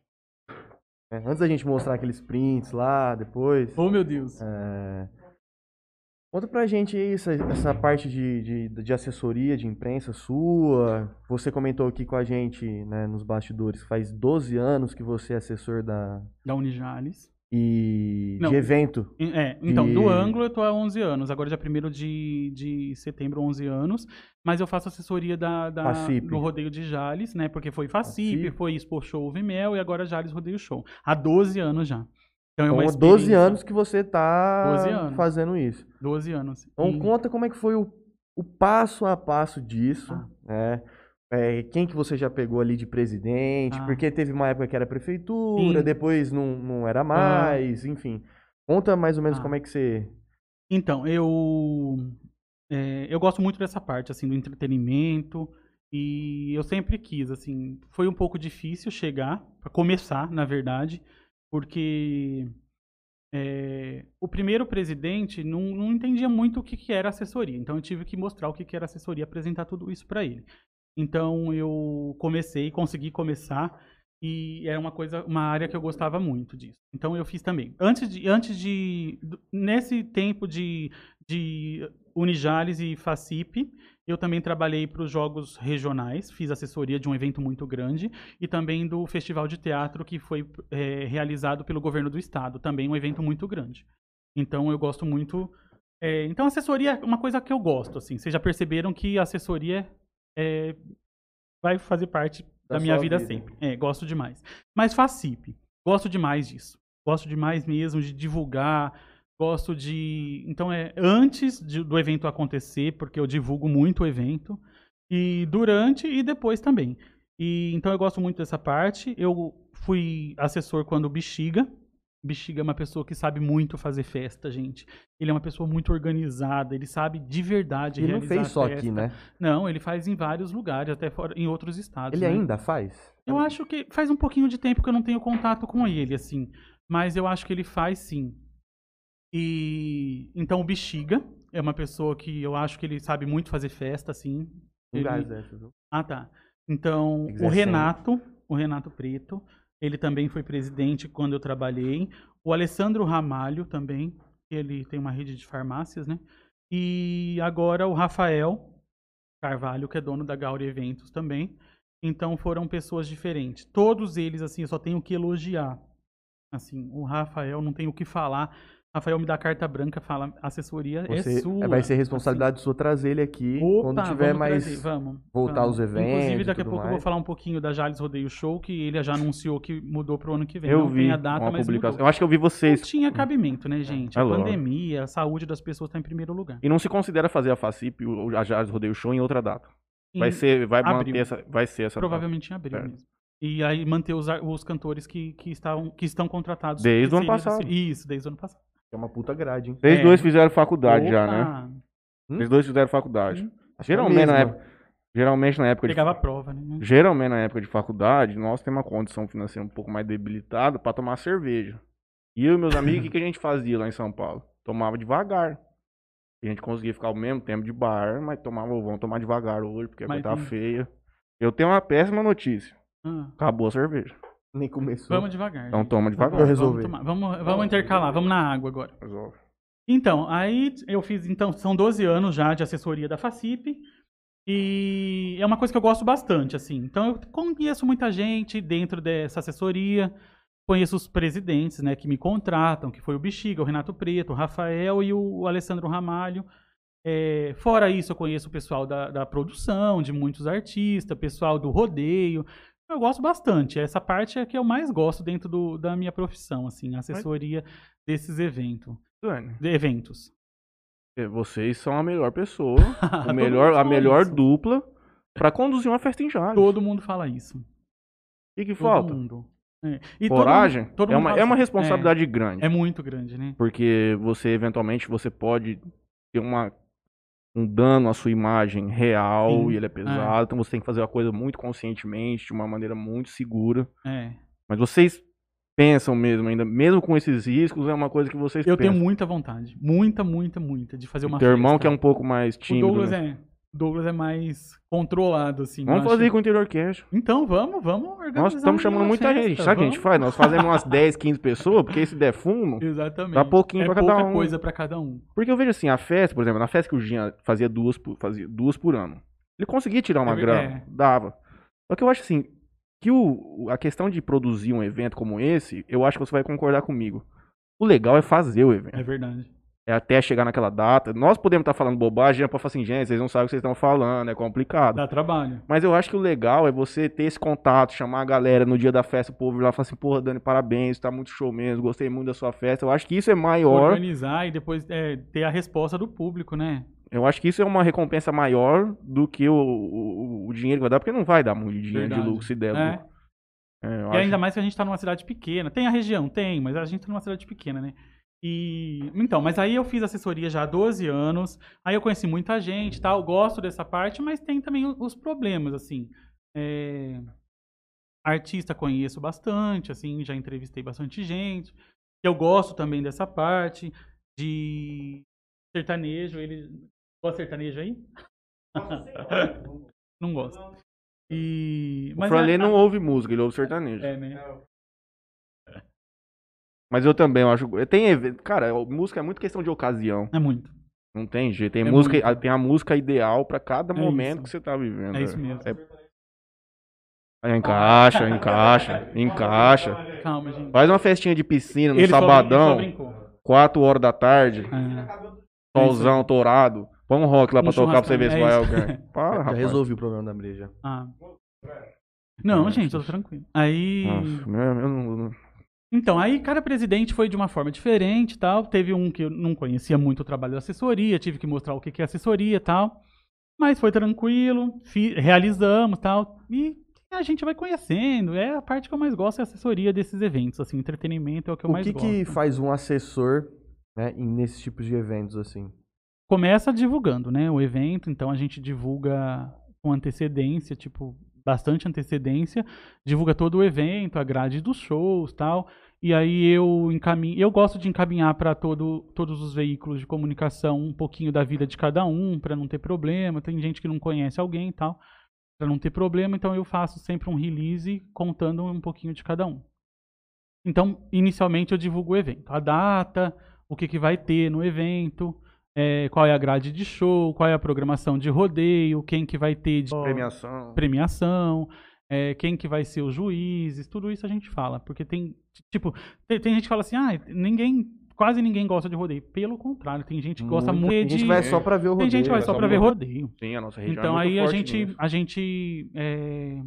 [SPEAKER 2] né, antes da gente mostrar aqueles prints lá, depois.
[SPEAKER 3] Oh, meu Deus.
[SPEAKER 2] é, conta pra gente aí essa, essa parte de, de, de assessoria de imprensa sua. Você comentou aqui com a gente né, nos bastidores. Faz 12 anos que você é assessor da,
[SPEAKER 3] Da Unijales.
[SPEAKER 2] e
[SPEAKER 3] Não.
[SPEAKER 2] de evento.
[SPEAKER 3] É, então,
[SPEAKER 2] E-
[SPEAKER 3] do ângulo eu tô há 11 anos. Agora, dia 1 de, de setembro, 11 anos. Mas eu faço assessoria da, da-
[SPEAKER 2] Facip.
[SPEAKER 3] do Rodeio de Jales, né? Porque foi Facip,
[SPEAKER 2] Facip.
[SPEAKER 3] foi Expo Show e Mel e agora Jales Rodeio Show. Há 12 anos já. Então, é
[SPEAKER 2] Então,
[SPEAKER 3] uma
[SPEAKER 2] há 12
[SPEAKER 3] experiência-
[SPEAKER 2] anos que você
[SPEAKER 3] 12
[SPEAKER 2] tá
[SPEAKER 3] anos.
[SPEAKER 2] fazendo isso.
[SPEAKER 3] 12 anos.
[SPEAKER 2] Então
[SPEAKER 3] E-
[SPEAKER 2] conta como é que foi o, o passo a passo disso,
[SPEAKER 3] Tá.
[SPEAKER 2] né? É, quem que você já pegou ali de presidente?
[SPEAKER 3] Tá.
[SPEAKER 2] Porque teve uma época que era prefeitura,
[SPEAKER 3] Sim.
[SPEAKER 2] depois não, não era mais, enfim. Conta mais ou menos
[SPEAKER 3] Tá.
[SPEAKER 2] como é que você.
[SPEAKER 3] Então, eu é, eu gosto muito dessa parte assim do entretenimento e eu sempre quis assim, foi um pouco difícil chegar para começar, na verdade, porque é, o primeiro presidente não, não entendia muito o que, que era assessoria, então eu tive que mostrar o que, que era assessoria, apresentar tudo isso para ele. Então eu comecei, consegui começar e era uma coisa, uma área que eu gostava muito disso. Então eu fiz também. Antes de, antes de do- nesse tempo de, de Unijales e Facip, eu também trabalhei para os jogos regionais, fiz assessoria de um evento muito grande e também do festival de teatro que foi eh, realizado pelo governo do estado, também um evento muito grande. Então eu gosto muito. eh, então assessoria é uma coisa que eu gosto, assim. Vocês já perceberam que a assessoria eh, vai fazer parte
[SPEAKER 2] Da
[SPEAKER 3] da, minha
[SPEAKER 2] sua
[SPEAKER 3] vida,
[SPEAKER 2] vida.
[SPEAKER 3] sempre. É, gosto demais. Mas Facip, gosto demais disso. Gosto demais mesmo de divulgar. Gosto de. Então é antes de- do evento acontecer, porque eu divulgo muito o evento. E durante e depois também. E, então eu gosto muito dessa parte. Eu fui assessor quando o Bexiga. Bexiga é uma pessoa que sabe muito fazer festa, gente. Ele é uma pessoa muito organizada, ele sabe de verdade
[SPEAKER 2] Ele não
[SPEAKER 3] realizar
[SPEAKER 2] fez só
[SPEAKER 3] festa.
[SPEAKER 2] aqui, né?
[SPEAKER 3] Não, ele faz em vários lugares, até fora, em outros estados.
[SPEAKER 2] Ele
[SPEAKER 3] né?
[SPEAKER 2] ainda faz?
[SPEAKER 3] Eu acho que faz um pouquinho de tempo que eu não tenho contato com ele, assim. Mas eu acho que ele faz sim. E então o Bexiga é uma pessoa que eu acho que ele sabe muito fazer festa, assim.
[SPEAKER 2] Um
[SPEAKER 3] Ele-
[SPEAKER 2] gás essa, viu?
[SPEAKER 3] Ah, tá. Então,
[SPEAKER 2] Tem que
[SPEAKER 3] o
[SPEAKER 2] ser
[SPEAKER 3] Renato, o Renato Preto, ele também foi presidente quando eu trabalhei. O Alessandro Ramalho também, ele tem uma rede de farmácias, né? E agora o Rafael Carvalho, que é dono da Gauri Eventos também. Então foram pessoas diferentes. Todos eles, assim, eu só tenho que elogiar. Assim, o Rafael não tem o que falar. Rafael me dá carta branca, fala, assessoria
[SPEAKER 2] Você- eh,
[SPEAKER 3] é sua.
[SPEAKER 2] vai ser
[SPEAKER 3] assim.
[SPEAKER 2] responsabilidade sua trazer ele aqui quando
[SPEAKER 3] Opa,
[SPEAKER 2] tiver
[SPEAKER 3] vamos
[SPEAKER 2] mais.
[SPEAKER 3] trazer, vamos,
[SPEAKER 2] voltar
[SPEAKER 3] vamos.
[SPEAKER 2] os eventos
[SPEAKER 3] Inclusive,
[SPEAKER 2] e
[SPEAKER 3] daqui a
[SPEAKER 2] tudo
[SPEAKER 3] pouco eu vou
[SPEAKER 2] mais.
[SPEAKER 3] falar um pouquinho da Jales Rodeio Show, que ele já anunciou que mudou pro ano que vem.
[SPEAKER 1] Eu
[SPEAKER 3] Não
[SPEAKER 1] vi
[SPEAKER 3] tem a data,
[SPEAKER 1] uma
[SPEAKER 3] mas
[SPEAKER 1] publicação.
[SPEAKER 3] mudou.
[SPEAKER 1] Eu acho que eu vi
[SPEAKER 3] Não
[SPEAKER 1] vocês.
[SPEAKER 3] tinha cabimento, né, gente?
[SPEAKER 1] É
[SPEAKER 3] a
[SPEAKER 1] lógico.
[SPEAKER 3] pandemia, a saúde das pessoas está em primeiro lugar.
[SPEAKER 1] E não se considera fazer a FACIP, o- a Jales Rodeio Show, em outra data. Vai
[SPEAKER 3] Em-
[SPEAKER 1] ser, vai
[SPEAKER 3] abril.
[SPEAKER 1] manter essa, vai ser essa data.
[SPEAKER 3] Provavelmente em abril
[SPEAKER 1] Certo.
[SPEAKER 3] mesmo. E aí manter os, ar- os cantores que, que, estavam, que estão contratados.
[SPEAKER 1] Desde o ano
[SPEAKER 3] Esse- esse-
[SPEAKER 1] passado.
[SPEAKER 3] Isso, desde o ano passado.
[SPEAKER 2] É uma puta grade, hein?
[SPEAKER 1] Vocês
[SPEAKER 3] É.
[SPEAKER 1] dois fizeram faculdade já,
[SPEAKER 3] Opa!
[SPEAKER 1] né? Vocês dois fizeram faculdade.
[SPEAKER 3] Sim.
[SPEAKER 2] Acho que é a
[SPEAKER 1] Geralmente, na
[SPEAKER 2] mesma.
[SPEAKER 3] né?
[SPEAKER 1] época, né? geralmente na época de
[SPEAKER 3] Pegava a prova, né?
[SPEAKER 1] Geralmente na época de faculdade, nós temos uma condição financeira um pouco mais debilitada pra tomar cerveja. E eu e meus amigos, o que, que a gente fazia lá em São Paulo? Tomava devagar. A gente conseguia ficar o mesmo tempo de bar, mas tomava, vamos tomar devagar hoje, porque a
[SPEAKER 3] Mas
[SPEAKER 1] coisa tá
[SPEAKER 3] tem-
[SPEAKER 1] feia. Eu tenho uma péssima notícia.
[SPEAKER 3] Ah,
[SPEAKER 1] Acabou a cerveja.
[SPEAKER 2] <laughs> Nem começou.
[SPEAKER 3] vamos devagar.
[SPEAKER 1] Então
[SPEAKER 3] gente.
[SPEAKER 1] toma
[SPEAKER 3] Tá bom,
[SPEAKER 1] devagar.
[SPEAKER 2] Eu resolvi.
[SPEAKER 3] Vamos, tomar- vamos, vamos intercalar, vamos na água agora.
[SPEAKER 1] Resolve.
[SPEAKER 3] Então, aí eu fiz, então, são 12 anos já de assessoria da Facip. E é uma coisa que eu gosto bastante, assim. Então, eu conheço muita gente dentro dessa assessoria. Conheço os presidentes, né, que me contratam, que foi o Bexiga, o Renato Preto, o Rafael e o Alessandro Ramalho. É, fora isso, eu conheço o pessoal da, da produção, de muitos artistas, pessoal do rodeio. Eu gosto bastante. Essa parte é que eu mais gosto dentro do- da minha profissão, assim, a assessoria desses eventos
[SPEAKER 1] Dani, é,
[SPEAKER 3] de
[SPEAKER 1] <laughs>
[SPEAKER 3] eventos.
[SPEAKER 1] vocês são a melhor pessoa,
[SPEAKER 3] Todo
[SPEAKER 1] o
[SPEAKER 3] <laughs> mundo
[SPEAKER 1] melhor, a
[SPEAKER 3] fala
[SPEAKER 1] melhor
[SPEAKER 3] isso.
[SPEAKER 1] dupla Pra conduzir uma festa em Jales.
[SPEAKER 3] Todo mundo fala isso.
[SPEAKER 1] O que, que
[SPEAKER 3] Todo
[SPEAKER 1] falta?
[SPEAKER 3] mundo. É. E todo
[SPEAKER 1] Coragem
[SPEAKER 3] mundo- todo
[SPEAKER 1] é,
[SPEAKER 3] mundo
[SPEAKER 1] uma,
[SPEAKER 3] fala
[SPEAKER 1] é uma
[SPEAKER 3] assim,
[SPEAKER 1] responsabilidade grande.
[SPEAKER 3] É muito grande, né?
[SPEAKER 1] Porque você, eventualmente, você pode ter uma, um dano à sua imagem real
[SPEAKER 3] Sim,
[SPEAKER 1] e ele é pesado. Então você tem que fazer a coisa muito conscientemente, de uma maneira muito segura.
[SPEAKER 3] É.
[SPEAKER 1] Mas vocês pensam mesmo ainda, mesmo com esses riscos, é uma coisa que vocês
[SPEAKER 3] Eu
[SPEAKER 1] pensam.
[SPEAKER 3] tenho muita vontade. Muita, muita, muita de fazer uma
[SPEAKER 1] E teu irmão
[SPEAKER 3] festa.
[SPEAKER 1] que é um pouco mais
[SPEAKER 3] O
[SPEAKER 1] tímido.
[SPEAKER 3] Douglas
[SPEAKER 1] né?
[SPEAKER 3] é. o Douglas é mais controlado, assim.
[SPEAKER 1] Vamos
[SPEAKER 3] eu
[SPEAKER 1] fazer
[SPEAKER 3] acho.
[SPEAKER 1] com o interior cast.
[SPEAKER 3] Então vamos, vamos organizar.
[SPEAKER 1] Nós estamos chamando
[SPEAKER 3] uma
[SPEAKER 1] muita
[SPEAKER 3] festa,
[SPEAKER 1] gente. Sabe o que a gente
[SPEAKER 3] vamos.
[SPEAKER 1] faz? Nós fazemos
[SPEAKER 3] <laughs>
[SPEAKER 1] umas 10, 15 pessoas, porque esse der fumo.
[SPEAKER 3] Exatamente.
[SPEAKER 1] Dá pouquinho
[SPEAKER 3] é
[SPEAKER 1] pra cada
[SPEAKER 3] pouca
[SPEAKER 1] um.
[SPEAKER 3] coisa pra cada um.
[SPEAKER 1] Porque eu vejo assim, a festa, por exemplo, na festa que o Jean fazia duas por, fazia duas por ano. Ele conseguia tirar uma
[SPEAKER 3] É,
[SPEAKER 1] grana,
[SPEAKER 3] é.
[SPEAKER 1] dava. Só que eu acho assim, que o, o- a questão de produzir um evento como esse, eu acho que você vai concordar comigo. O legal é fazer o evento.
[SPEAKER 3] É verdade.
[SPEAKER 1] É até chegar naquela data. Nós podemos estar falando bobagem, é pra falar assim, gente, vocês não sabem o que vocês estão falando, é complicado.
[SPEAKER 3] Dá trabalho.
[SPEAKER 1] Mas eu acho que o legal é você ter esse contato, chamar a galera no dia da festa, o povo ir lá e falar assim, porra, Dani, parabéns, tá muito show mesmo, gostei muito da sua festa. Eu acho que isso é maior,
[SPEAKER 3] Organizar e depois é, ter a resposta do público, né?
[SPEAKER 1] eu acho que isso é uma recompensa maior do que o, o, o dinheiro que vai dar, porque não vai dar muito dinheiro de
[SPEAKER 3] Verdade.
[SPEAKER 1] lucro se der
[SPEAKER 3] É.
[SPEAKER 1] lucro. É, eu
[SPEAKER 3] E
[SPEAKER 1] acho-
[SPEAKER 3] ainda mais que a gente tá numa cidade pequena. Tem a região, tem, mas a gente tá numa cidade pequena, né? E. Então, mas aí eu fiz assessoria já há 12 anos. Aí eu conheci muita gente e tal. Gosto dessa parte, mas tem também o- os problemas, assim. É, Artista conheço bastante, assim, já entrevistei bastante gente. Eu gosto também dessa parte de sertanejo. Ele. Gosta de sertanejo aí? <laughs> Não gosto. E.
[SPEAKER 1] O
[SPEAKER 3] mas
[SPEAKER 1] Franley
[SPEAKER 3] é-
[SPEAKER 1] não ouve música, ele ouve sertanejo.
[SPEAKER 3] É, né?
[SPEAKER 1] Mas eu também, eu acho. Tem evento. Cara, música é muito questão de ocasião.
[SPEAKER 3] É muito.
[SPEAKER 1] Não tem jeito. Tem,
[SPEAKER 3] É
[SPEAKER 1] música,
[SPEAKER 3] muito.
[SPEAKER 1] a- tem a música ideal pra cada
[SPEAKER 3] É
[SPEAKER 1] momento
[SPEAKER 3] isso.
[SPEAKER 1] que você tá vivendo.
[SPEAKER 3] É isso
[SPEAKER 1] velho.
[SPEAKER 3] mesmo.
[SPEAKER 1] É- Encaixa, encaixa, encaixa.
[SPEAKER 3] Calma, gente.
[SPEAKER 1] Faz uma festinha de piscina no
[SPEAKER 3] Ele só brin-
[SPEAKER 1] sabadão,
[SPEAKER 3] ele só brincou.
[SPEAKER 1] 4 horas da tarde,
[SPEAKER 3] É.
[SPEAKER 1] solzão, tourado. Põe um rock lá
[SPEAKER 3] Um
[SPEAKER 1] pra tocar pra você ver se vai
[SPEAKER 3] churrascão, é
[SPEAKER 1] alguém. <laughs> Para,
[SPEAKER 2] Já
[SPEAKER 1] rapaz.
[SPEAKER 2] resolvi o problema da breja.
[SPEAKER 3] Ah. Não, gente, eu tô tranquilo. Aí.
[SPEAKER 1] Nossa, meu- eu não- não-
[SPEAKER 3] Então, aí cada presidente foi de uma forma diferente e tal. Teve um que eu não conhecia muito o trabalho da assessoria, tive que mostrar o que que é assessoria e tal. Mas foi tranquilo, fi- realizamos e tal. E a gente vai conhecendo. É a parte que eu mais gosto, é a assessoria desses eventos. Assim, entretenimento é o que eu
[SPEAKER 2] o
[SPEAKER 3] mais
[SPEAKER 2] que,
[SPEAKER 3] gosto.
[SPEAKER 2] que faz um assessor né, em- nesses tipos de eventos assim?
[SPEAKER 3] começa divulgando, né, o evento, então a gente divulga com antecedência, tipo, bastante antecedência, divulga todo o evento, a grade dos shows, tal. E aí eu encaminho, eu gosto de encaminhar para todo todos os veículos de comunicação um pouquinho da vida de cada um, para não ter problema. Tem gente que não conhece alguém, e tal, para não ter problema, então eu faço sempre um release contando um pouquinho de cada um. Então, inicialmente eu divulgo o evento, a data, o que que vai ter no evento, é, qual é a grade de show, qual é a programação de rodeio, quem que vai ter de
[SPEAKER 2] Uhum.
[SPEAKER 1] Premiação.
[SPEAKER 3] premiação, é, quem que vai ser os juízes, tudo isso a gente fala. Porque tem, t- tipo, tem, tem gente que fala assim, ah, ninguém, quase ninguém gosta de rodeio. Pelo contrário, tem gente que gosta muito,
[SPEAKER 2] Tem
[SPEAKER 3] de...
[SPEAKER 2] gente que vai só pra ver o
[SPEAKER 3] tem
[SPEAKER 2] rodeio.
[SPEAKER 3] gente que vai
[SPEAKER 1] vai
[SPEAKER 3] só
[SPEAKER 1] só
[SPEAKER 3] pra ver
[SPEAKER 1] muito.
[SPEAKER 3] rodeio.
[SPEAKER 1] Sim, a nossa região.
[SPEAKER 3] Então
[SPEAKER 1] é muito
[SPEAKER 3] aí a
[SPEAKER 1] forte
[SPEAKER 3] gente,
[SPEAKER 1] nisso.
[SPEAKER 3] a gente é,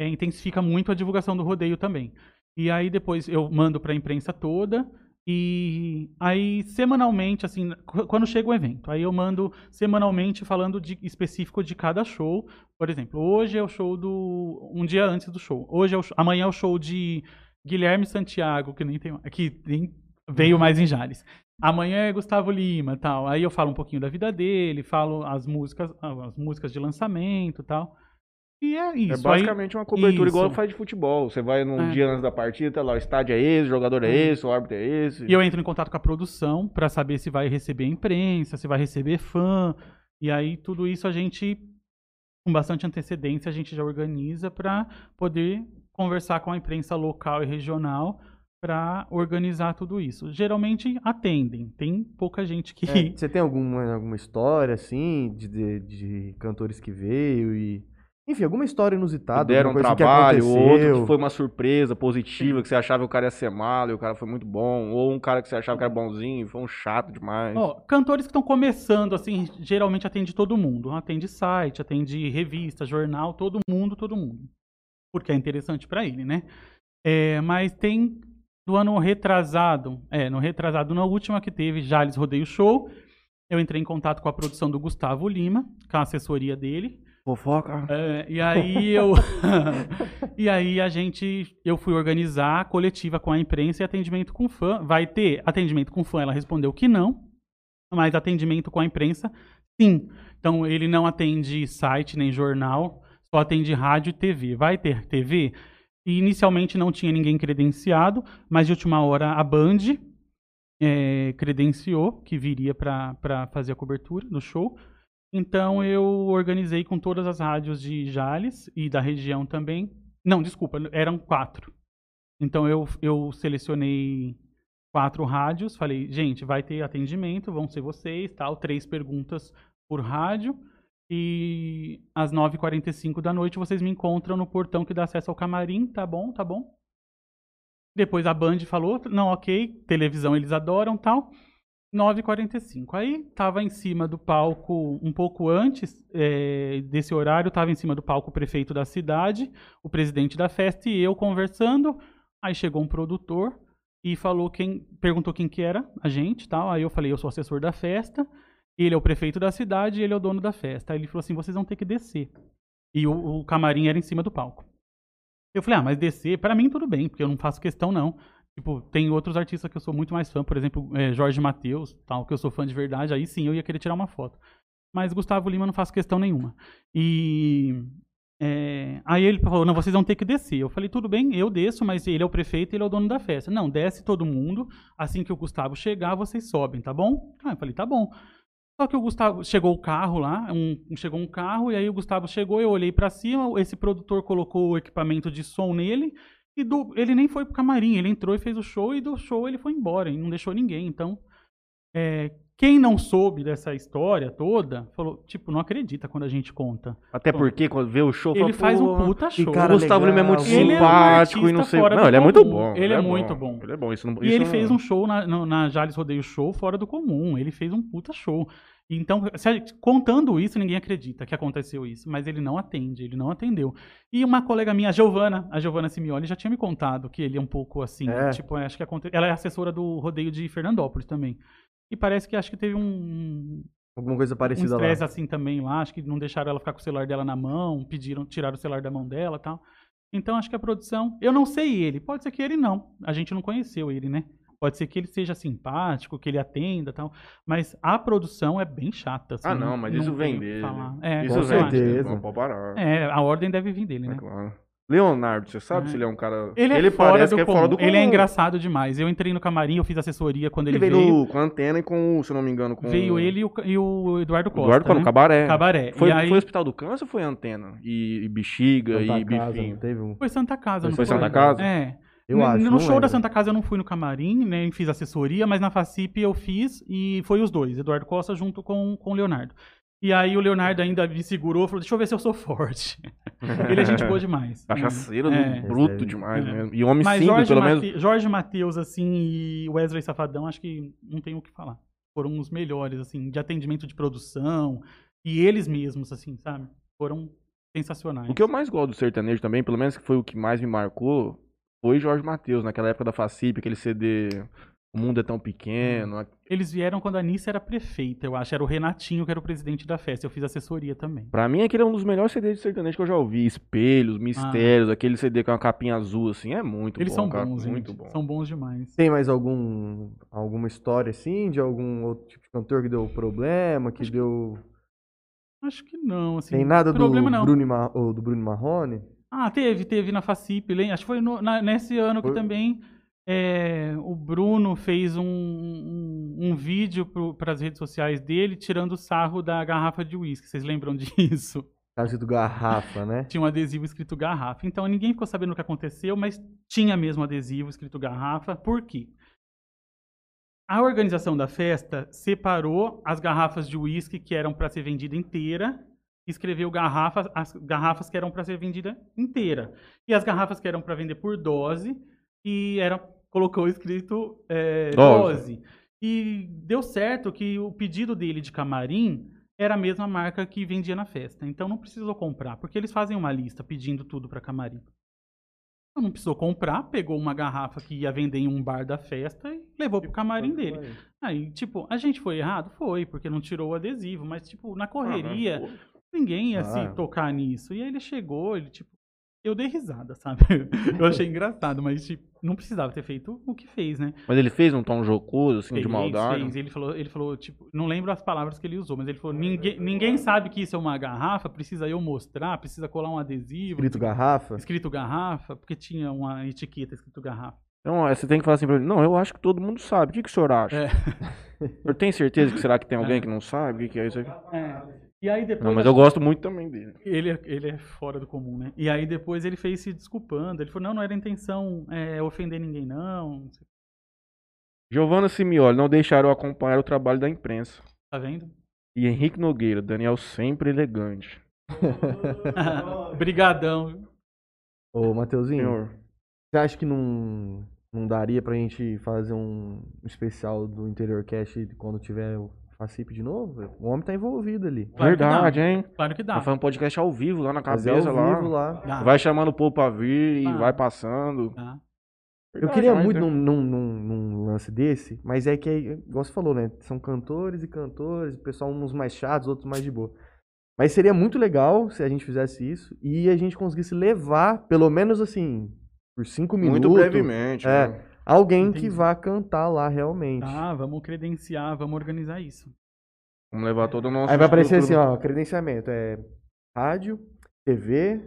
[SPEAKER 3] é, intensifica muito a divulgação do rodeio também. E aí depois eu mando para a imprensa toda e aí semanalmente assim, qu- quando chega o evento, aí eu mando semanalmente falando de específico de cada show. Por exemplo, hoje é o show do um dia antes do show. Hoje é o, sh- amanhã é o show de Guilherme Santiago, que nem tem, que nem
[SPEAKER 1] Uhum.
[SPEAKER 3] veio mais em Jales. Amanhã é Gustavo Lima, tal. Aí eu falo um pouquinho da vida dele, falo as músicas, ah, as músicas de lançamento, tal. E é isso.
[SPEAKER 1] É
[SPEAKER 3] Aí-
[SPEAKER 1] basicamente uma cobertura igual
[SPEAKER 3] Isso.
[SPEAKER 1] faz de futebol. Você vai num
[SPEAKER 3] É.
[SPEAKER 1] dia antes da partida, tá lá, o estádio é esse, o jogador é esse, o árbitro é esse.
[SPEAKER 3] E eu entro em contato com a produção pra saber se vai receber imprensa, se vai receber fã. E aí tudo isso a gente, com bastante antecedência, a gente já organiza pra poder conversar com a imprensa local e regional pra organizar tudo isso. Geralmente atendem, tem pouca gente que.
[SPEAKER 2] É, você tem alguma, alguma história assim de, de, de cantores que veio e enfim alguma história inusitada?
[SPEAKER 1] deram um
[SPEAKER 2] alguma coisa
[SPEAKER 1] trabalho,
[SPEAKER 2] que aconteceu?
[SPEAKER 1] outro que foi uma surpresa positiva, que você achava que o cara ia ser malo e o cara foi muito bom, ou um cara que você achava que era bonzinho e foi um chato demais.
[SPEAKER 3] Ó, cantores que estão começando, assim, geralmente atende todo mundo. Atende site, atende revista, jornal, todo mundo, todo mundo. Porque é interessante pra ele, né? É, mas tem do ano retrasado, é, no retrasado, na última que teve Jales Rodeio Show, eu entrei em contato com a produção do Gustavo Lima, com a assessoria dele.
[SPEAKER 1] Fofoca.
[SPEAKER 3] É, e aí eu. <laughs> e aí a gente. Eu fui organizar a coletiva com a imprensa e atendimento com fã. Vai ter atendimento com fã? Ela respondeu que não. Mas atendimento com a imprensa, sim. Então ele não atende site nem jornal, só atende rádio e TV. Vai ter TV? E inicialmente não tinha ninguém credenciado, mas de última hora a Band eh, credenciou que viria para fazer a cobertura do show. Então eu organizei com todas as rádios de Jales e da região também. Não, desculpa, eram quatro. Então eu, eu selecionei quatro rádios, falei, gente, vai ter atendimento, vão ser vocês, tal, três perguntas por rádio. E às 9h45 da noite vocês me encontram no portão que dá acesso ao camarim, tá bom, tá bom. Depois a Band falou, não, ok, televisão eles adoram, tal. 9h45. Aí tava em cima do palco, um pouco antes eh, desse horário, tava em cima do palco o prefeito da cidade, o presidente da festa e eu conversando. Aí chegou um produtor e falou quem perguntou quem que era a gente, tal. Aí eu falei, eu sou assessor da festa, ele é o prefeito da cidade, e ele é o dono da festa. Aí ele falou assim, vocês vão ter que descer. E o, o camarim era em cima do palco. Eu falei, ah, mas descer, para mim tudo bem, porque eu não faço questão não. Tipo, tem outros artistas que eu sou muito mais fã, por exemplo, eh, Jorge Mateus, tal, que eu sou fã de verdade, aí sim eu ia querer tirar uma foto. Mas Gustavo Lima eu não faço questão nenhuma. E eh, aí ele falou, não, vocês vão ter que descer. Eu falei, tudo bem, eu desço, mas ele é o prefeito, ele é o dono da festa. Não, desce todo mundo, assim que o Gustavo chegar, vocês sobem, tá bom? Ah, eu falei, tá bom. Só que o Gustavo chegou o carro lá, um- chegou um carro e aí o Gustavo chegou, eu olhei pra cima, esse produtor colocou o equipamento de som nele e do- ele nem foi pro camarim, ele entrou e fez o show, e do show ele foi embora, e não deixou ninguém. Então, é, quem não soube dessa história toda, falou, tipo, não acredita quando a gente conta.
[SPEAKER 1] Até porque quando vê o show,
[SPEAKER 3] Ele
[SPEAKER 1] fala,
[SPEAKER 3] faz um
[SPEAKER 1] "Pô,
[SPEAKER 3] puta
[SPEAKER 2] que
[SPEAKER 3] show.
[SPEAKER 1] O
[SPEAKER 2] cara
[SPEAKER 1] Gustavo
[SPEAKER 2] legal.
[SPEAKER 1] Lima é muito
[SPEAKER 2] Ele é um
[SPEAKER 1] simpático e não
[SPEAKER 3] artista
[SPEAKER 1] sei.
[SPEAKER 3] fora
[SPEAKER 1] Não,
[SPEAKER 3] do
[SPEAKER 1] ele é muito
[SPEAKER 3] comum.
[SPEAKER 1] bom.
[SPEAKER 3] Ele é muito bom.
[SPEAKER 1] Ele é bom. Isso não,
[SPEAKER 3] E
[SPEAKER 1] isso
[SPEAKER 3] ele
[SPEAKER 1] não-
[SPEAKER 3] fez um show na, no- na Jales Rodeio Show fora do comum. Ele fez um puta show. Então, se a- contando isso, ninguém acredita que aconteceu isso. Mas ele não atende, ele não atendeu. E uma colega minha, a Giovana, a Giovana Simeone, já tinha me contado que ele é um pouco assim,
[SPEAKER 2] É.
[SPEAKER 3] tipo, acho que aconte... ela é assessora do rodeio de Fernandópolis também. E parece que acho que teve um,
[SPEAKER 2] Alguma coisa
[SPEAKER 3] um
[SPEAKER 2] parecida
[SPEAKER 3] estresse
[SPEAKER 2] lá.
[SPEAKER 3] assim também lá, acho que não deixaram ela ficar com o celular dela na mão, pediram, tiraram o celular da mão dela e tal. Então acho que a produção, eu não sei ele, pode ser que ele não, a gente não conheceu ele, né? Pode ser que ele seja simpático, que ele atenda e tal, mas a produção é bem chata. assim,
[SPEAKER 1] Ah, não, mas isso
[SPEAKER 3] tem
[SPEAKER 1] vem
[SPEAKER 3] o que
[SPEAKER 1] dele.
[SPEAKER 3] falar. É,
[SPEAKER 1] Isso
[SPEAKER 2] Com
[SPEAKER 1] com
[SPEAKER 3] eu acho.
[SPEAKER 2] certeza.
[SPEAKER 1] Não pode parar.
[SPEAKER 3] É, a ordem deve vir dele,
[SPEAKER 1] É
[SPEAKER 3] né?
[SPEAKER 1] claro. Leonardo, você sabe
[SPEAKER 3] É.
[SPEAKER 1] se ele é um cara.
[SPEAKER 3] Ele, é fora
[SPEAKER 1] parece
[SPEAKER 3] do
[SPEAKER 1] que é fora do comum.
[SPEAKER 3] Ele é engraçado demais. Eu entrei no camarim, eu fiz assessoria quando ele,
[SPEAKER 1] Ele veio
[SPEAKER 3] veio.
[SPEAKER 1] no- com a antena e com, o- se eu não me engano, com.
[SPEAKER 3] Veio ele e o, e o Eduardo Costa.
[SPEAKER 1] Eduardo
[SPEAKER 3] né?
[SPEAKER 1] no cabaré.
[SPEAKER 3] Cabaré.
[SPEAKER 1] Foi,
[SPEAKER 3] e aí,
[SPEAKER 1] foi
[SPEAKER 3] foi...
[SPEAKER 1] Hospital do Câncer ou foi antena? E, e bexiga,
[SPEAKER 2] Santa
[SPEAKER 1] e
[SPEAKER 2] Casa, não
[SPEAKER 1] bifinho.
[SPEAKER 2] teve um.
[SPEAKER 3] Santa Casa,
[SPEAKER 2] Foi
[SPEAKER 3] não
[SPEAKER 1] Foi
[SPEAKER 3] foi?
[SPEAKER 1] Santa Casa?
[SPEAKER 3] É.
[SPEAKER 2] Eu
[SPEAKER 3] N-
[SPEAKER 2] acho.
[SPEAKER 3] No
[SPEAKER 2] não
[SPEAKER 3] show da
[SPEAKER 2] lembro.
[SPEAKER 3] Santa Casa eu não fui no camarim, nem fiz assessoria, mas na FACIP eu fiz e foi os dois, Eduardo Costa junto com com o Leonardo. E aí o Leonardo ainda me segurou, falou, deixa eu ver se eu sou forte. <laughs> Ele é gente boa demais.
[SPEAKER 1] Tá Cachaceiro,
[SPEAKER 3] É.
[SPEAKER 1] bruto
[SPEAKER 2] Esse é-
[SPEAKER 1] demais
[SPEAKER 3] É.
[SPEAKER 1] mesmo. E homem
[SPEAKER 3] Mas
[SPEAKER 1] simples,
[SPEAKER 3] Jorge,
[SPEAKER 1] né? pelo
[SPEAKER 3] Mate-
[SPEAKER 1] menos.
[SPEAKER 3] Jorge Matheus, assim, e Wesley Safadão, acho que não tem o que falar. Foram os melhores, assim, de atendimento de produção e eles mesmos, assim, sabe? Foram sensacionais.
[SPEAKER 1] O que eu mais gosto do sertanejo também, pelo menos que foi o que mais me marcou, foi Jorge Mateus naquela época da Facip, aquele CD O Mundo é
[SPEAKER 3] Hum.
[SPEAKER 1] Tão Pequeno.
[SPEAKER 3] Eles vieram quando a Nice era prefeita, eu acho. Era o Renatinho que era o presidente da festa. Eu fiz assessoria também.
[SPEAKER 1] Pra mim, aquele é um dos melhores CDs de sertanejo que eu já ouvi. Espelhos, Mistérios, aquele CD com uma capinha azul, assim, é muito
[SPEAKER 3] Ah. Eles
[SPEAKER 1] bom,
[SPEAKER 3] são
[SPEAKER 1] cara,
[SPEAKER 3] bons, gente.
[SPEAKER 1] muito bom.
[SPEAKER 3] São bons demais.
[SPEAKER 2] Tem mais algum alguma história assim de algum outro tipo de cantor que deu problema, que deu
[SPEAKER 3] Acho que não, assim.
[SPEAKER 2] tem nada do
[SPEAKER 3] problema não.
[SPEAKER 2] Bruno, Ma... ou do Bruno Marrone?
[SPEAKER 3] Ah, teve, teve na Facip, lem- acho que foi no- na- nesse ano que
[SPEAKER 2] Foi.
[SPEAKER 3] também é, o Bruno fez um, um, um vídeo para as redes sociais dele tirando sarro da garrafa de uísque. Vocês lembram <laughs> disso?
[SPEAKER 2] Tá escrito garrafa, né?
[SPEAKER 3] Tinha um adesivo escrito garrafa. Então ninguém ficou sabendo o que aconteceu, mas tinha mesmo adesivo escrito garrafa. Por quê? A organização da festa separou as garrafas de uísque que eram para ser vendida inteira, escreveu garrafas, as garrafas que eram para ser vendida inteira. E as garrafas que eram para vender por dose, e era, colocou escrito é,
[SPEAKER 1] Dose.
[SPEAKER 3] dose. E deu certo que o pedido dele de camarim era a mesma marca que vendia na festa. Então não precisou comprar, porque eles fazem uma lista pedindo tudo para camarim. Então não precisou comprar, pegou uma garrafa que ia vender em um bar da festa e levou pro camarim dele. Aí, tipo, a gente foi errado? Foi, porque não tirou o adesivo, mas tipo, na correria,
[SPEAKER 1] Ah, né?
[SPEAKER 3] ninguém ia
[SPEAKER 2] Claro.
[SPEAKER 3] se tocar nisso. E aí ele chegou, ele, tipo, eu dei risada, sabe? <laughs> Eu
[SPEAKER 2] <laughs>
[SPEAKER 3] achei engraçado, mas, tipo, não precisava ter feito o que fez, né?
[SPEAKER 1] Mas ele fez um tom jocoso, assim, de
[SPEAKER 3] Fez,
[SPEAKER 1] maldade. É.
[SPEAKER 3] fez. Ele falou, ele falou, tipo, não lembro as palavras que ele usou, mas ele falou: ninguém, ninguém sabe que isso é uma garrafa, precisa eu mostrar, precisa colar um adesivo.
[SPEAKER 2] Escrito garrafa.
[SPEAKER 3] escrito garrafa, porque tinha uma etiqueta escrito garrafa.
[SPEAKER 1] Então, ó, você tem que falar assim pra ele, não, eu acho que todo mundo sabe. O que, que o senhor acha?
[SPEAKER 3] É.
[SPEAKER 1] O senhor tem certeza que será que
[SPEAKER 3] <laughs>
[SPEAKER 1] tem alguém que não sabe? O que, que é isso aqui?
[SPEAKER 3] É. E aí depois.
[SPEAKER 1] Não, mas eu gosto muito também dele.
[SPEAKER 3] ele, é- ele é fora do comum, né? E aí depois ele fez se desculpando. Ele falou: não, não era intenção é, ofender ninguém, não. Você
[SPEAKER 1] Giovanna Simeoli, não deixaram eu acompanhar o trabalho da imprensa.
[SPEAKER 3] tá vendo? <laughs>
[SPEAKER 1] E Henrique Nogueira, Daniel sempre elegante.
[SPEAKER 3] Brigadão.
[SPEAKER 2] Ô, Mateuzinho,
[SPEAKER 1] Senhor,
[SPEAKER 2] você acha que não, não daria pra gente fazer um especial do Interior Cast quando tiver o Facipe de novo? O homem tá envolvido ali.
[SPEAKER 3] Claro que dá.
[SPEAKER 1] verdade, hein?
[SPEAKER 3] Claro que dá.
[SPEAKER 1] Tá fazendo podcast ao vivo lá na
[SPEAKER 2] Fazer
[SPEAKER 1] cabeça
[SPEAKER 2] ao
[SPEAKER 1] lá.
[SPEAKER 2] vivo lá.
[SPEAKER 3] Dá,
[SPEAKER 1] Vai chamando o povo pra vir e
[SPEAKER 3] Ah.
[SPEAKER 1] vai passando.
[SPEAKER 3] dá.
[SPEAKER 2] Eu queria
[SPEAKER 1] Verdade, né?
[SPEAKER 2] muito num, num, num- num lance desse, mas é que, é, igual você falou, né? São cantores e cantores, o pessoal uns mais chatos, outros mais de boa. Mas seria muito legal se a gente fizesse isso e a gente conseguisse levar, pelo menos assim, por cinco
[SPEAKER 1] Muito
[SPEAKER 2] minutos,
[SPEAKER 1] brevemente.
[SPEAKER 2] É.
[SPEAKER 1] né?
[SPEAKER 2] alguém que
[SPEAKER 3] Entendi.
[SPEAKER 2] vá cantar lá realmente.
[SPEAKER 3] Tá, vamos credenciar, vamos organizar isso.
[SPEAKER 1] Vamos levar todo o nosso.
[SPEAKER 2] Aí vai aparecer assim, ó, credenciamento. É rádio, TV,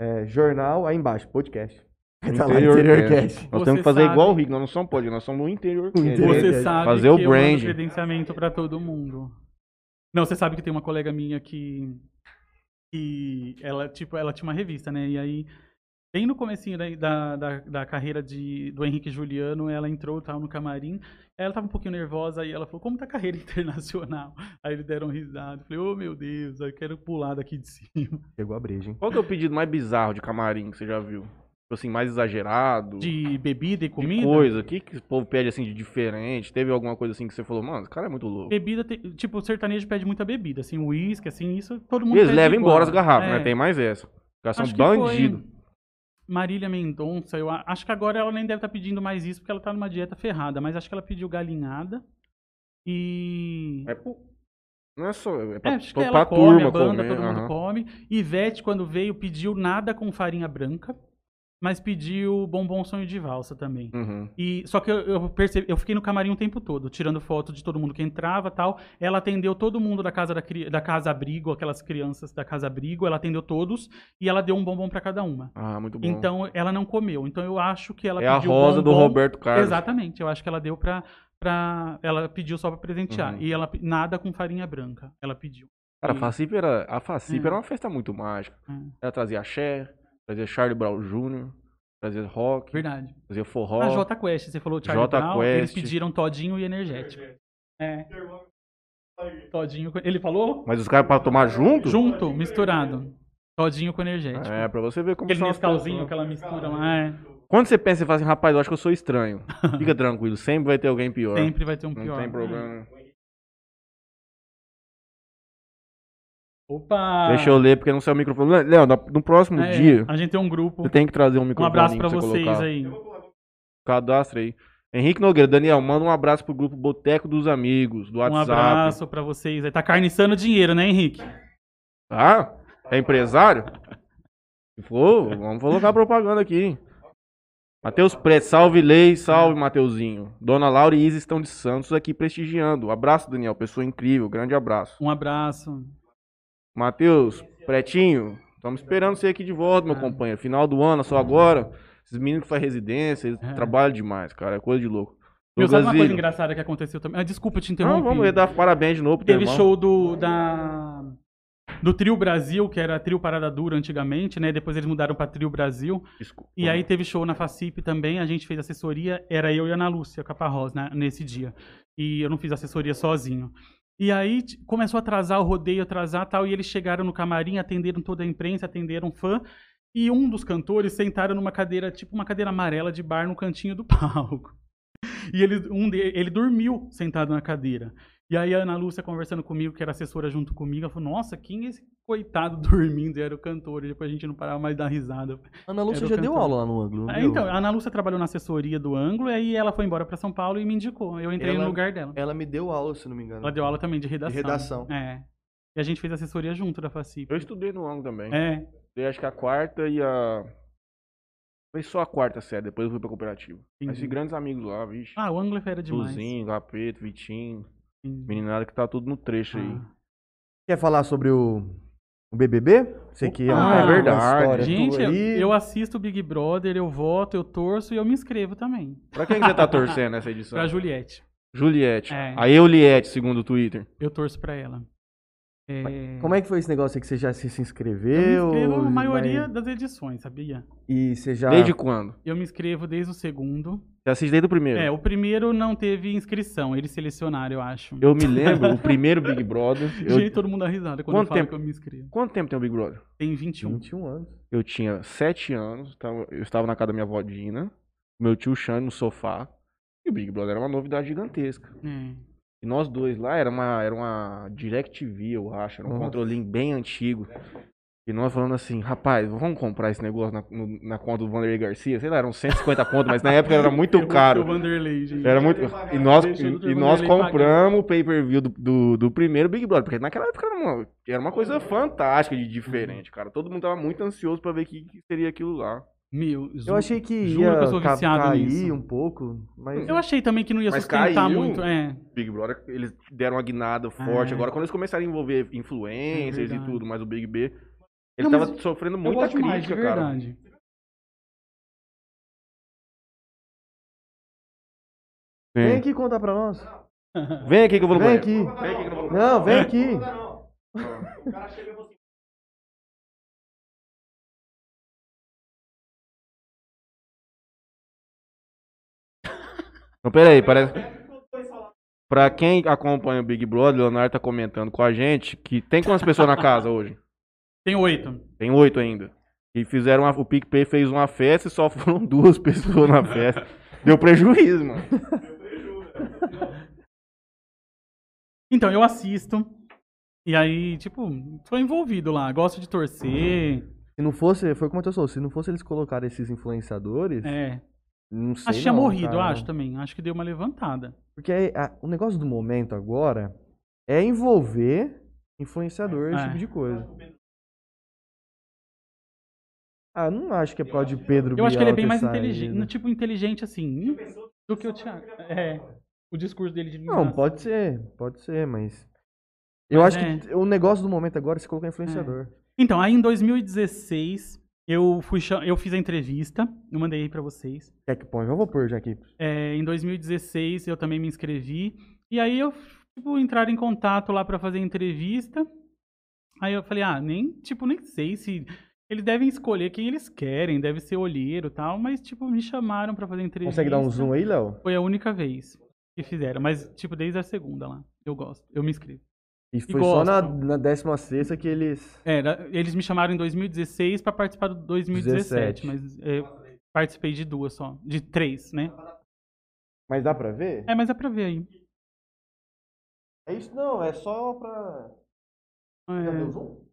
[SPEAKER 2] é, jornal, aí embaixo, podcast. <laughs> Tá lá,
[SPEAKER 1] Interior
[SPEAKER 2] Interior
[SPEAKER 1] Cast.
[SPEAKER 2] Cast.
[SPEAKER 1] Nós
[SPEAKER 3] Você
[SPEAKER 1] temos que fazer
[SPEAKER 3] sabe-
[SPEAKER 1] igual o Rick, nós não somos pod, nós somos o interior. é.
[SPEAKER 2] O
[SPEAKER 1] Cast.
[SPEAKER 2] interior.
[SPEAKER 3] Você
[SPEAKER 2] Verdade.
[SPEAKER 3] sabe
[SPEAKER 1] Fazer
[SPEAKER 3] que
[SPEAKER 1] o
[SPEAKER 3] eu
[SPEAKER 1] brand.
[SPEAKER 3] mando credenciamento pra todo mundo. Não, você sabe que tem uma colega minha que que ela tipo ela tinha uma revista, né? E aí bem no comecinho da, da, da, da carreira de do Henrique Juliano, ela entrou tal no camarim. Aí Ela tava um pouquinho nervosa e ela falou: "Como tá a carreira <laughs> internacional?" Aí eles deram um risada. Eu Falei: "Oh, meu Deus, eu quero pular daqui de cima."
[SPEAKER 2] Chegou a breja, hein?
[SPEAKER 1] Qual que é o pedido mais bizarro de camarim que você já viu? Tipo assim, mais exagerado?
[SPEAKER 3] De bebida e
[SPEAKER 1] Que
[SPEAKER 3] comida.
[SPEAKER 1] coisa? O que, que o povo pede assim de diferente? Teve alguma coisa assim que você falou, mano, esse cara é muito louco.
[SPEAKER 3] Bebida, tem- tipo, o sertanejo pede muita bebida, assim, uísque, assim, isso todo mundo
[SPEAKER 1] Eles
[SPEAKER 3] pede
[SPEAKER 1] levam
[SPEAKER 3] igual.
[SPEAKER 1] embora as garrafas,
[SPEAKER 3] É.
[SPEAKER 1] né? Tem mais essa. Os caras são
[SPEAKER 3] Acho que foi
[SPEAKER 1] bandidos.
[SPEAKER 3] Marília Mendonça, eu a- acho que agora ela nem deve estar pedindo mais isso porque ela tá numa dieta ferrada, mas acho que ela pediu galinhada e.
[SPEAKER 1] É pro... Não é só. É
[SPEAKER 3] É,
[SPEAKER 1] pra,
[SPEAKER 3] acho que
[SPEAKER 1] pra-
[SPEAKER 3] ela
[SPEAKER 1] pra
[SPEAKER 3] come,
[SPEAKER 1] turma
[SPEAKER 3] a banda,
[SPEAKER 1] comer.
[SPEAKER 3] todo mundo
[SPEAKER 1] aham.
[SPEAKER 3] come. Ivete, quando veio, pediu nada com farinha branca, mas pediu bombom sonho de valsa também.
[SPEAKER 1] Uhum.
[SPEAKER 3] E, só que eu, eu percebi, eu fiquei no camarim o tempo todo, tirando foto de todo mundo que entrava tal. Ela atendeu todo mundo da casa da, cri- da casa abrigo, aquelas crianças da casa abrigo, ela atendeu todos e ela deu um bombom pra cada uma.
[SPEAKER 1] Ah, muito bom.
[SPEAKER 3] Então ela não comeu. Então eu acho que ela
[SPEAKER 1] é a
[SPEAKER 3] pediu
[SPEAKER 1] rosa do
[SPEAKER 3] bombom-
[SPEAKER 1] Roberto Carlos.
[SPEAKER 3] Exatamente. Eu acho que ela deu pra, pra ela pediu só pra presentear
[SPEAKER 1] Uhum.
[SPEAKER 3] e ela pe- nada com farinha branca. Ela pediu.
[SPEAKER 1] Cara, a
[SPEAKER 3] E-
[SPEAKER 1] Facip era, a Facip
[SPEAKER 3] É.
[SPEAKER 1] era uma festa muito mágica.
[SPEAKER 3] É.
[SPEAKER 1] Ela trazia axé, trazia Charlie Brown Jr., trazia rock,
[SPEAKER 3] Verdade.
[SPEAKER 1] trazia forró.
[SPEAKER 3] A J Quest, você falou Charlie
[SPEAKER 1] Jota
[SPEAKER 3] Brown,
[SPEAKER 1] Quest.
[SPEAKER 3] eles pediram todinho e energético. É. Todinho, com- ele falou?
[SPEAKER 1] Mas os caras pra tomar junto?
[SPEAKER 3] Junto, misturado. Todinho com energético.
[SPEAKER 1] É, pra você ver como
[SPEAKER 3] Aquele
[SPEAKER 1] são as
[SPEAKER 3] Nescauzinho
[SPEAKER 1] pessoas.
[SPEAKER 3] que ela mistura lá, é.
[SPEAKER 1] Quando você pensa e fala assim, rapaz, eu acho que eu sou
[SPEAKER 3] <laughs>
[SPEAKER 1] estranho. Fica tranquilo, sempre vai ter alguém pior.
[SPEAKER 3] Sempre vai ter um
[SPEAKER 1] Não
[SPEAKER 3] pior.
[SPEAKER 1] tem problema.
[SPEAKER 3] Opa!
[SPEAKER 1] Deixa eu ler porque não saiu o microfone. Léo, na- no próximo
[SPEAKER 3] Ah. É,
[SPEAKER 1] dia,
[SPEAKER 3] A gente tem um grupo.
[SPEAKER 1] você tem que trazer um
[SPEAKER 3] Um
[SPEAKER 1] microfone
[SPEAKER 3] abraço pra
[SPEAKER 1] você
[SPEAKER 3] vocês
[SPEAKER 1] colocar.
[SPEAKER 3] aí.
[SPEAKER 1] Cadastra aí. Henrique Nogueira, Daniel, manda um abraço pro grupo Boteco dos Amigos, do
[SPEAKER 3] Um
[SPEAKER 1] WhatsApp.
[SPEAKER 3] abraço pra vocês aí. Tá carniçando dinheiro, né, Henrique?
[SPEAKER 1] Tá? É empresário? Se for, vamos colocar propaganda aqui. Matheus Preto, salve Lei, salve Mateuzinho. Dona Laura e Isa estão de Santos aqui prestigiando. Abraço, Daniel, pessoa incrível, grande abraço.
[SPEAKER 3] Um abraço.
[SPEAKER 1] Matheus, Pretinho, estamos esperando você aqui de volta, meu
[SPEAKER 3] Ah.
[SPEAKER 1] companheiro. Final do ano, é só agora. Esses meninos que fazem residência, eles
[SPEAKER 3] É.
[SPEAKER 1] trabalham demais, cara, é coisa de louco.
[SPEAKER 3] Meu, sabe uma coisa
[SPEAKER 1] Lucasílio,
[SPEAKER 3] engraçada que aconteceu também? Ah, desculpa te
[SPEAKER 1] não,
[SPEAKER 3] interromper.
[SPEAKER 1] vamos dar parabéns de novo pro teu
[SPEAKER 3] Teve
[SPEAKER 1] irmão.
[SPEAKER 3] show do da do Trio Brasil, que era Trio Parada Dura antigamente, né? Depois eles mudaram pra Trio Brasil.
[SPEAKER 1] Desculpa.
[SPEAKER 3] E aí teve show na Facip também, a gente fez assessoria, era eu e a Ana Lúcia Caparrós né, nesse dia. E eu não fiz assessoria sozinho. E aí t- começou a atrasar o rodeio, atrasar tal, e eles chegaram no camarim, atenderam toda a imprensa, atenderam fã, e um dos cantores sentaram numa cadeira, tipo uma cadeira amarela de bar no cantinho do <laughs> palco. E ele, um de, ele dormiu sentado na cadeira. E aí a Ana Lúcia conversando comigo, que era assessora junto comigo, ela falou, nossa, quem é esse coitado <laughs> dormindo? E era o cantor, e depois a gente não parava mais de dar risada.
[SPEAKER 2] Ana Lúcia
[SPEAKER 3] Era o
[SPEAKER 2] já deu
[SPEAKER 3] É cantor.
[SPEAKER 2] aula lá no ângulo. não
[SPEAKER 3] É,
[SPEAKER 2] deu?
[SPEAKER 3] então, a Ana Lúcia trabalhou na assessoria do Anglo, e aí ela foi embora pra São Paulo e me indicou. Eu entrei
[SPEAKER 2] Ela-
[SPEAKER 3] no lugar dela.
[SPEAKER 2] Ela me deu aula, se não me engano.
[SPEAKER 3] Ela deu aula também de redação.
[SPEAKER 2] redação.
[SPEAKER 3] É. E a gente fez assessoria junto da FACIP.
[SPEAKER 1] Eu estudei no ângulo também.
[SPEAKER 3] É,
[SPEAKER 1] Estudei acho que a quarta e a. Foi só a quarta série, depois eu fui pra cooperativa. Mas
[SPEAKER 3] entendi.
[SPEAKER 1] fiz grandes amigos lá, vixe.
[SPEAKER 3] Ah, o Angler era demais.
[SPEAKER 1] Luzinho, Gapeto, Vitinho,
[SPEAKER 3] Entendi.
[SPEAKER 1] meninada que tá tudo no trecho aí.
[SPEAKER 3] Ah.
[SPEAKER 2] Quer falar sobre o, o BBB? Você que é,
[SPEAKER 3] Ah,
[SPEAKER 2] uma
[SPEAKER 3] é
[SPEAKER 1] verdade.
[SPEAKER 2] história
[SPEAKER 3] Gente,
[SPEAKER 2] tua
[SPEAKER 3] eu,
[SPEAKER 2] aí.
[SPEAKER 3] eu assisto o Big Brother, eu voto, eu torço e eu me inscrevo também.
[SPEAKER 1] Pra quem que você tá torcendo nessa edição?
[SPEAKER 3] <laughs> Pra Juliette.
[SPEAKER 1] Juliette.
[SPEAKER 3] É.
[SPEAKER 1] A Euliette, segundo o Twitter.
[SPEAKER 3] Eu torço pra ela. É,
[SPEAKER 2] Como é que foi esse negócio aí que você já se, se
[SPEAKER 3] eu
[SPEAKER 2] inscreveu?
[SPEAKER 3] me inscrevo na maioria
[SPEAKER 2] Vai-
[SPEAKER 3] das edições, sabia?
[SPEAKER 2] E você já.
[SPEAKER 1] Desde quando?
[SPEAKER 3] Eu me inscrevo desde o segundo.
[SPEAKER 1] Você assiste desde o primeiro?
[SPEAKER 3] É, o primeiro não teve inscrição, eles selecionaram, eu acho.
[SPEAKER 1] Eu me lembro, o primeiro Big
[SPEAKER 3] <laughs>
[SPEAKER 1] Brother. eu-
[SPEAKER 3] Gente, todo mundo dá risada quando
[SPEAKER 1] Quanto
[SPEAKER 3] eu falo
[SPEAKER 1] tempo?
[SPEAKER 3] que eu me inscrevo.
[SPEAKER 1] Quanto tempo tem o Big Brother?
[SPEAKER 3] Tem 21.
[SPEAKER 2] 21 anos.
[SPEAKER 1] Eu tinha sete anos, tava- eu estava na casa da minha avó Dina, meu tio Xane no sofá, e o Big Brother era uma novidade gigantesca.
[SPEAKER 3] É.
[SPEAKER 1] E nós dois lá, era uma, era uma DirecTV, eu acho, era um
[SPEAKER 2] Nossa.
[SPEAKER 1] controlinho bem antigo. E nós falando assim, rapaz, vamos comprar esse negócio na, no- na conta do Vanderlei Garcia? Sei lá, eram 150 conto, mas na época era muito
[SPEAKER 3] <laughs> Eu sou
[SPEAKER 1] caro.
[SPEAKER 3] o Vanderlei, gente.
[SPEAKER 1] Era muito... E nós,
[SPEAKER 3] Deixa o
[SPEAKER 1] e, e nós
[SPEAKER 3] Vanderlei pagar.
[SPEAKER 1] compramos o pay-per-view do, do, do primeiro Big Brother, porque naquela época era uma, era uma coisa fantástica de diferente, cara. Todo mundo tava muito ansioso pra ver o que, que seria aquilo lá.
[SPEAKER 3] Meu, ju-
[SPEAKER 2] Eu achei que
[SPEAKER 3] juro
[SPEAKER 2] ia
[SPEAKER 3] que eu sou
[SPEAKER 2] ca-
[SPEAKER 3] viciado
[SPEAKER 2] cair
[SPEAKER 3] nisso.
[SPEAKER 2] um pouco, mas.
[SPEAKER 3] Eu achei também que não ia
[SPEAKER 1] Mas
[SPEAKER 3] sustentar
[SPEAKER 1] caiu.
[SPEAKER 3] muito. É.
[SPEAKER 1] Big Brother, eles deram uma guinada forte.
[SPEAKER 3] É.
[SPEAKER 1] Agora, quando eles começaram a envolver influencers
[SPEAKER 3] É
[SPEAKER 1] e
[SPEAKER 3] verdade.
[SPEAKER 1] tudo, mas o Big B, ele
[SPEAKER 3] Não,
[SPEAKER 1] tava
[SPEAKER 3] mas
[SPEAKER 1] sofrendo
[SPEAKER 3] eu
[SPEAKER 1] muita
[SPEAKER 3] gosto mais, de
[SPEAKER 1] crítica, cara.
[SPEAKER 3] verdade.
[SPEAKER 2] Vem aqui contar pra nós.
[SPEAKER 1] Vem aqui que eu vou no
[SPEAKER 2] Vem
[SPEAKER 1] banheiro.
[SPEAKER 2] aqui.
[SPEAKER 1] Vem aqui que eu vou no banheiro.
[SPEAKER 2] Não,
[SPEAKER 3] É.
[SPEAKER 2] vem aqui.
[SPEAKER 1] Não, peraí, parece. Pra quem acompanha o Big Brother, o Leonardo tá comentando com a gente que tem quantas pessoas na casa hoje?
[SPEAKER 3] <laughs> Tem oito.
[SPEAKER 1] Tem oito ainda. E fizeram uma, o PicPay fez uma festa e só foram <laughs> duas pessoas na festa. Deu prejuízo, mano.
[SPEAKER 3] Então, eu assisto. E aí, tipo, tô envolvido lá. Gosto de torcer.
[SPEAKER 2] Se não fosse, foi como eu sou, se não fosse eles colocarem esses influenciadores,
[SPEAKER 3] É.
[SPEAKER 2] não sei.
[SPEAKER 3] Acho que tinha
[SPEAKER 2] não,
[SPEAKER 3] morrido, eu
[SPEAKER 2] cara.
[SPEAKER 3] acho também. Acho que deu uma levantada.
[SPEAKER 2] Porque a- o negócio do momento agora é envolver influenciador,
[SPEAKER 3] É.
[SPEAKER 2] esse tipo de coisa. Ah, não acho que é por causa de Pedro
[SPEAKER 3] Eu acho que ele é
[SPEAKER 2] Bial
[SPEAKER 3] bem mais
[SPEAKER 2] ter saído.
[SPEAKER 3] inteligente. Tipo, inteligente assim. Do que o Thiago. É. O discurso dele de
[SPEAKER 2] Não,
[SPEAKER 1] um
[SPEAKER 3] vingança.
[SPEAKER 2] pode ser, pode ser, mas. Eu
[SPEAKER 3] Mas
[SPEAKER 2] acho que o negócio do momento agora é se colocar influenciador.
[SPEAKER 3] Então, aí em 2016, eu, fui, cha- eu fiz a entrevista. Eu mandei aí pra vocês.
[SPEAKER 2] Quer que põe? Eu vou pôr já aqui.
[SPEAKER 3] É, em 2016 eu também me inscrevi. E aí eu, tipo, entrar em contato lá pra fazer entrevista. Aí eu falei, ah, nem, tipo, nem sei se. Eles devem escolher quem eles querem, deve ser olheiro e tal, mas, tipo, me chamaram pra fazer entrevista.
[SPEAKER 2] Consegue dar um zoom aí, Léo?
[SPEAKER 3] Foi a única vez que fizeram, mas, tipo, desde a segunda lá. Eu gosto, eu me inscrevo.
[SPEAKER 2] E foi só
[SPEAKER 3] gosta.
[SPEAKER 2] na, na 16 que eles.
[SPEAKER 3] É, Era, eles me chamaram em 2016 pra participar do 2017,
[SPEAKER 2] 17.
[SPEAKER 3] mas é, participei de duas só, de três, né?
[SPEAKER 2] Mas dá pra ver?
[SPEAKER 3] É, mas é pra ver aí.
[SPEAKER 2] É isso não, é só pra. Cadê
[SPEAKER 3] É.
[SPEAKER 2] o zoom?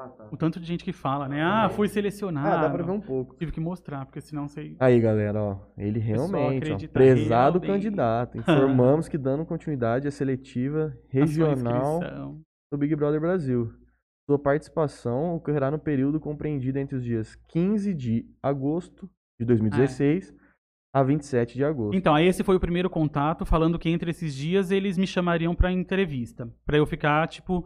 [SPEAKER 2] Ah, tá.
[SPEAKER 3] O tanto de gente que fala, né? Ah, fui selecionado.
[SPEAKER 2] um Ah, dá pra ver um pouco.
[SPEAKER 3] Tive que mostrar, porque senão sei.
[SPEAKER 2] Aí, galera, ó, ele realmente, ó,
[SPEAKER 3] acredita
[SPEAKER 2] prezado
[SPEAKER 3] realmente.
[SPEAKER 2] candidato. <laughs> Informamos que dando continuidade à seletiva
[SPEAKER 3] a sua
[SPEAKER 2] regional
[SPEAKER 3] inscrição.
[SPEAKER 2] do Big Brother Brasil. Sua participação ocorrerá no período compreendido entre os dias 15 de agosto de 2016 a 27 de agosto.
[SPEAKER 3] Então, aí esse foi o primeiro contato, falando que entre esses dias eles me chamariam pra entrevista. Pra eu ficar, tipo,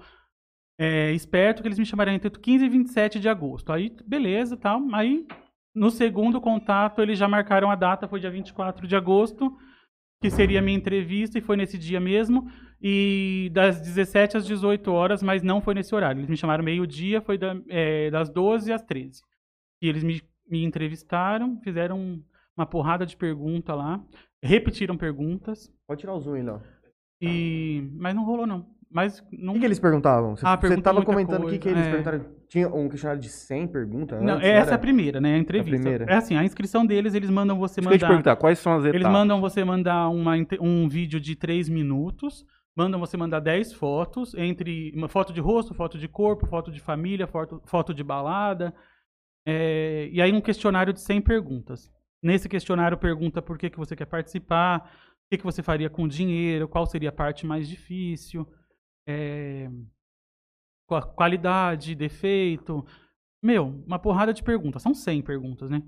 [SPEAKER 3] é, esperto que eles me chamariam entre 15 e 27 de agosto. Aí, beleza, tal. Aí, no segundo contato, eles já marcaram a data, foi dia 24 de agosto, que seria a minha entrevista, e foi nesse dia mesmo. E das 17 às 18 horas, mas não foi nesse horário. Eles me chamaram meio-dia, foi da- é, das 12 às 13. E eles me, me entrevistaram, fizeram uma porrada de pergunta lá, repetiram perguntas,
[SPEAKER 2] Pode tirar o zoom aí, não. O
[SPEAKER 3] e mas não rolou, não. Mas não.
[SPEAKER 2] que, que eles perguntavam? Você,
[SPEAKER 3] Ah,
[SPEAKER 2] você
[SPEAKER 3] perguntou
[SPEAKER 2] tava
[SPEAKER 3] muita
[SPEAKER 2] comentando o que, que
[SPEAKER 3] coisa,
[SPEAKER 2] eles
[SPEAKER 3] é.
[SPEAKER 2] perguntaram. Tinha um questionário de 100 perguntas?
[SPEAKER 3] Não,
[SPEAKER 2] antes,
[SPEAKER 3] essa é
[SPEAKER 2] era?
[SPEAKER 3] a primeira, né? A entrevista.
[SPEAKER 2] primeira.
[SPEAKER 3] É assim, a inscrição deles, eles mandam você
[SPEAKER 1] Deixa eu te
[SPEAKER 3] mandar.
[SPEAKER 1] perguntar, quais são as etapas?
[SPEAKER 3] Eles mandam você mandar uma inte- um vídeo de 3 minutos, mandam você mandar 10 fotos, entre uma foto de rosto, foto de corpo, foto de família, foto, foto de balada. é, e aí um questionário de 100 perguntas. Nesse questionário pergunta por que, que você quer participar, que, que você faria com o dinheiro, qual seria a parte mais difícil, é, qua- qualidade, defeito. Meu, uma porrada de perguntas. São 100 perguntas, né?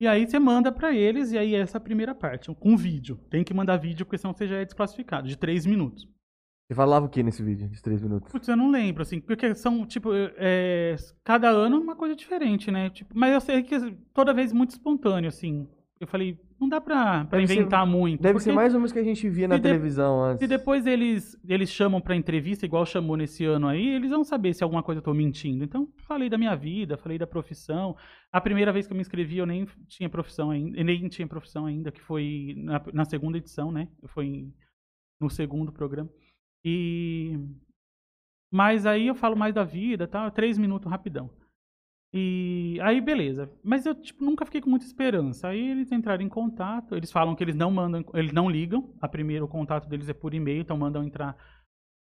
[SPEAKER 3] E aí você manda pra eles, e aí essa é a primeira parte, com vídeo. Tem que mandar vídeo, porque senão você já é desclassificado, de 3 minutos.
[SPEAKER 2] Você falava o que nesse vídeo de três minutos?
[SPEAKER 3] Putz, eu não lembro, assim, porque são, tipo, é, cada ano é uma coisa diferente, né? Tipo, mas eu sei que toda vez muito espontâneo, assim. Eu falei, não dá pra, pra
[SPEAKER 2] Deve ser- um
[SPEAKER 3] inventar muito.
[SPEAKER 2] Deve
[SPEAKER 3] porque
[SPEAKER 2] ser mais ou menos o que a gente via na
[SPEAKER 3] e de-
[SPEAKER 2] televisão antes.
[SPEAKER 3] Se depois eles, eles chamam pra entrevista, igual chamou nesse ano aí, eles vão saber se alguma coisa eu tô mentindo. Então, falei da minha vida, falei da profissão. A primeira vez que eu me inscrevi, eu nem tinha profissão ainda, nem tinha profissão ainda, que foi na, na segunda edição, né? Foi em- no segundo programa. E mas aí eu falo mais da vida, tá? Três minutos rapidão. E aí, beleza. Mas eu tipo, nunca fiquei com muita esperança. Aí eles entraram em contato. Eles falam que eles não mandam, eles não ligam. A primeira o contato deles é por e-mail, então mandam entrar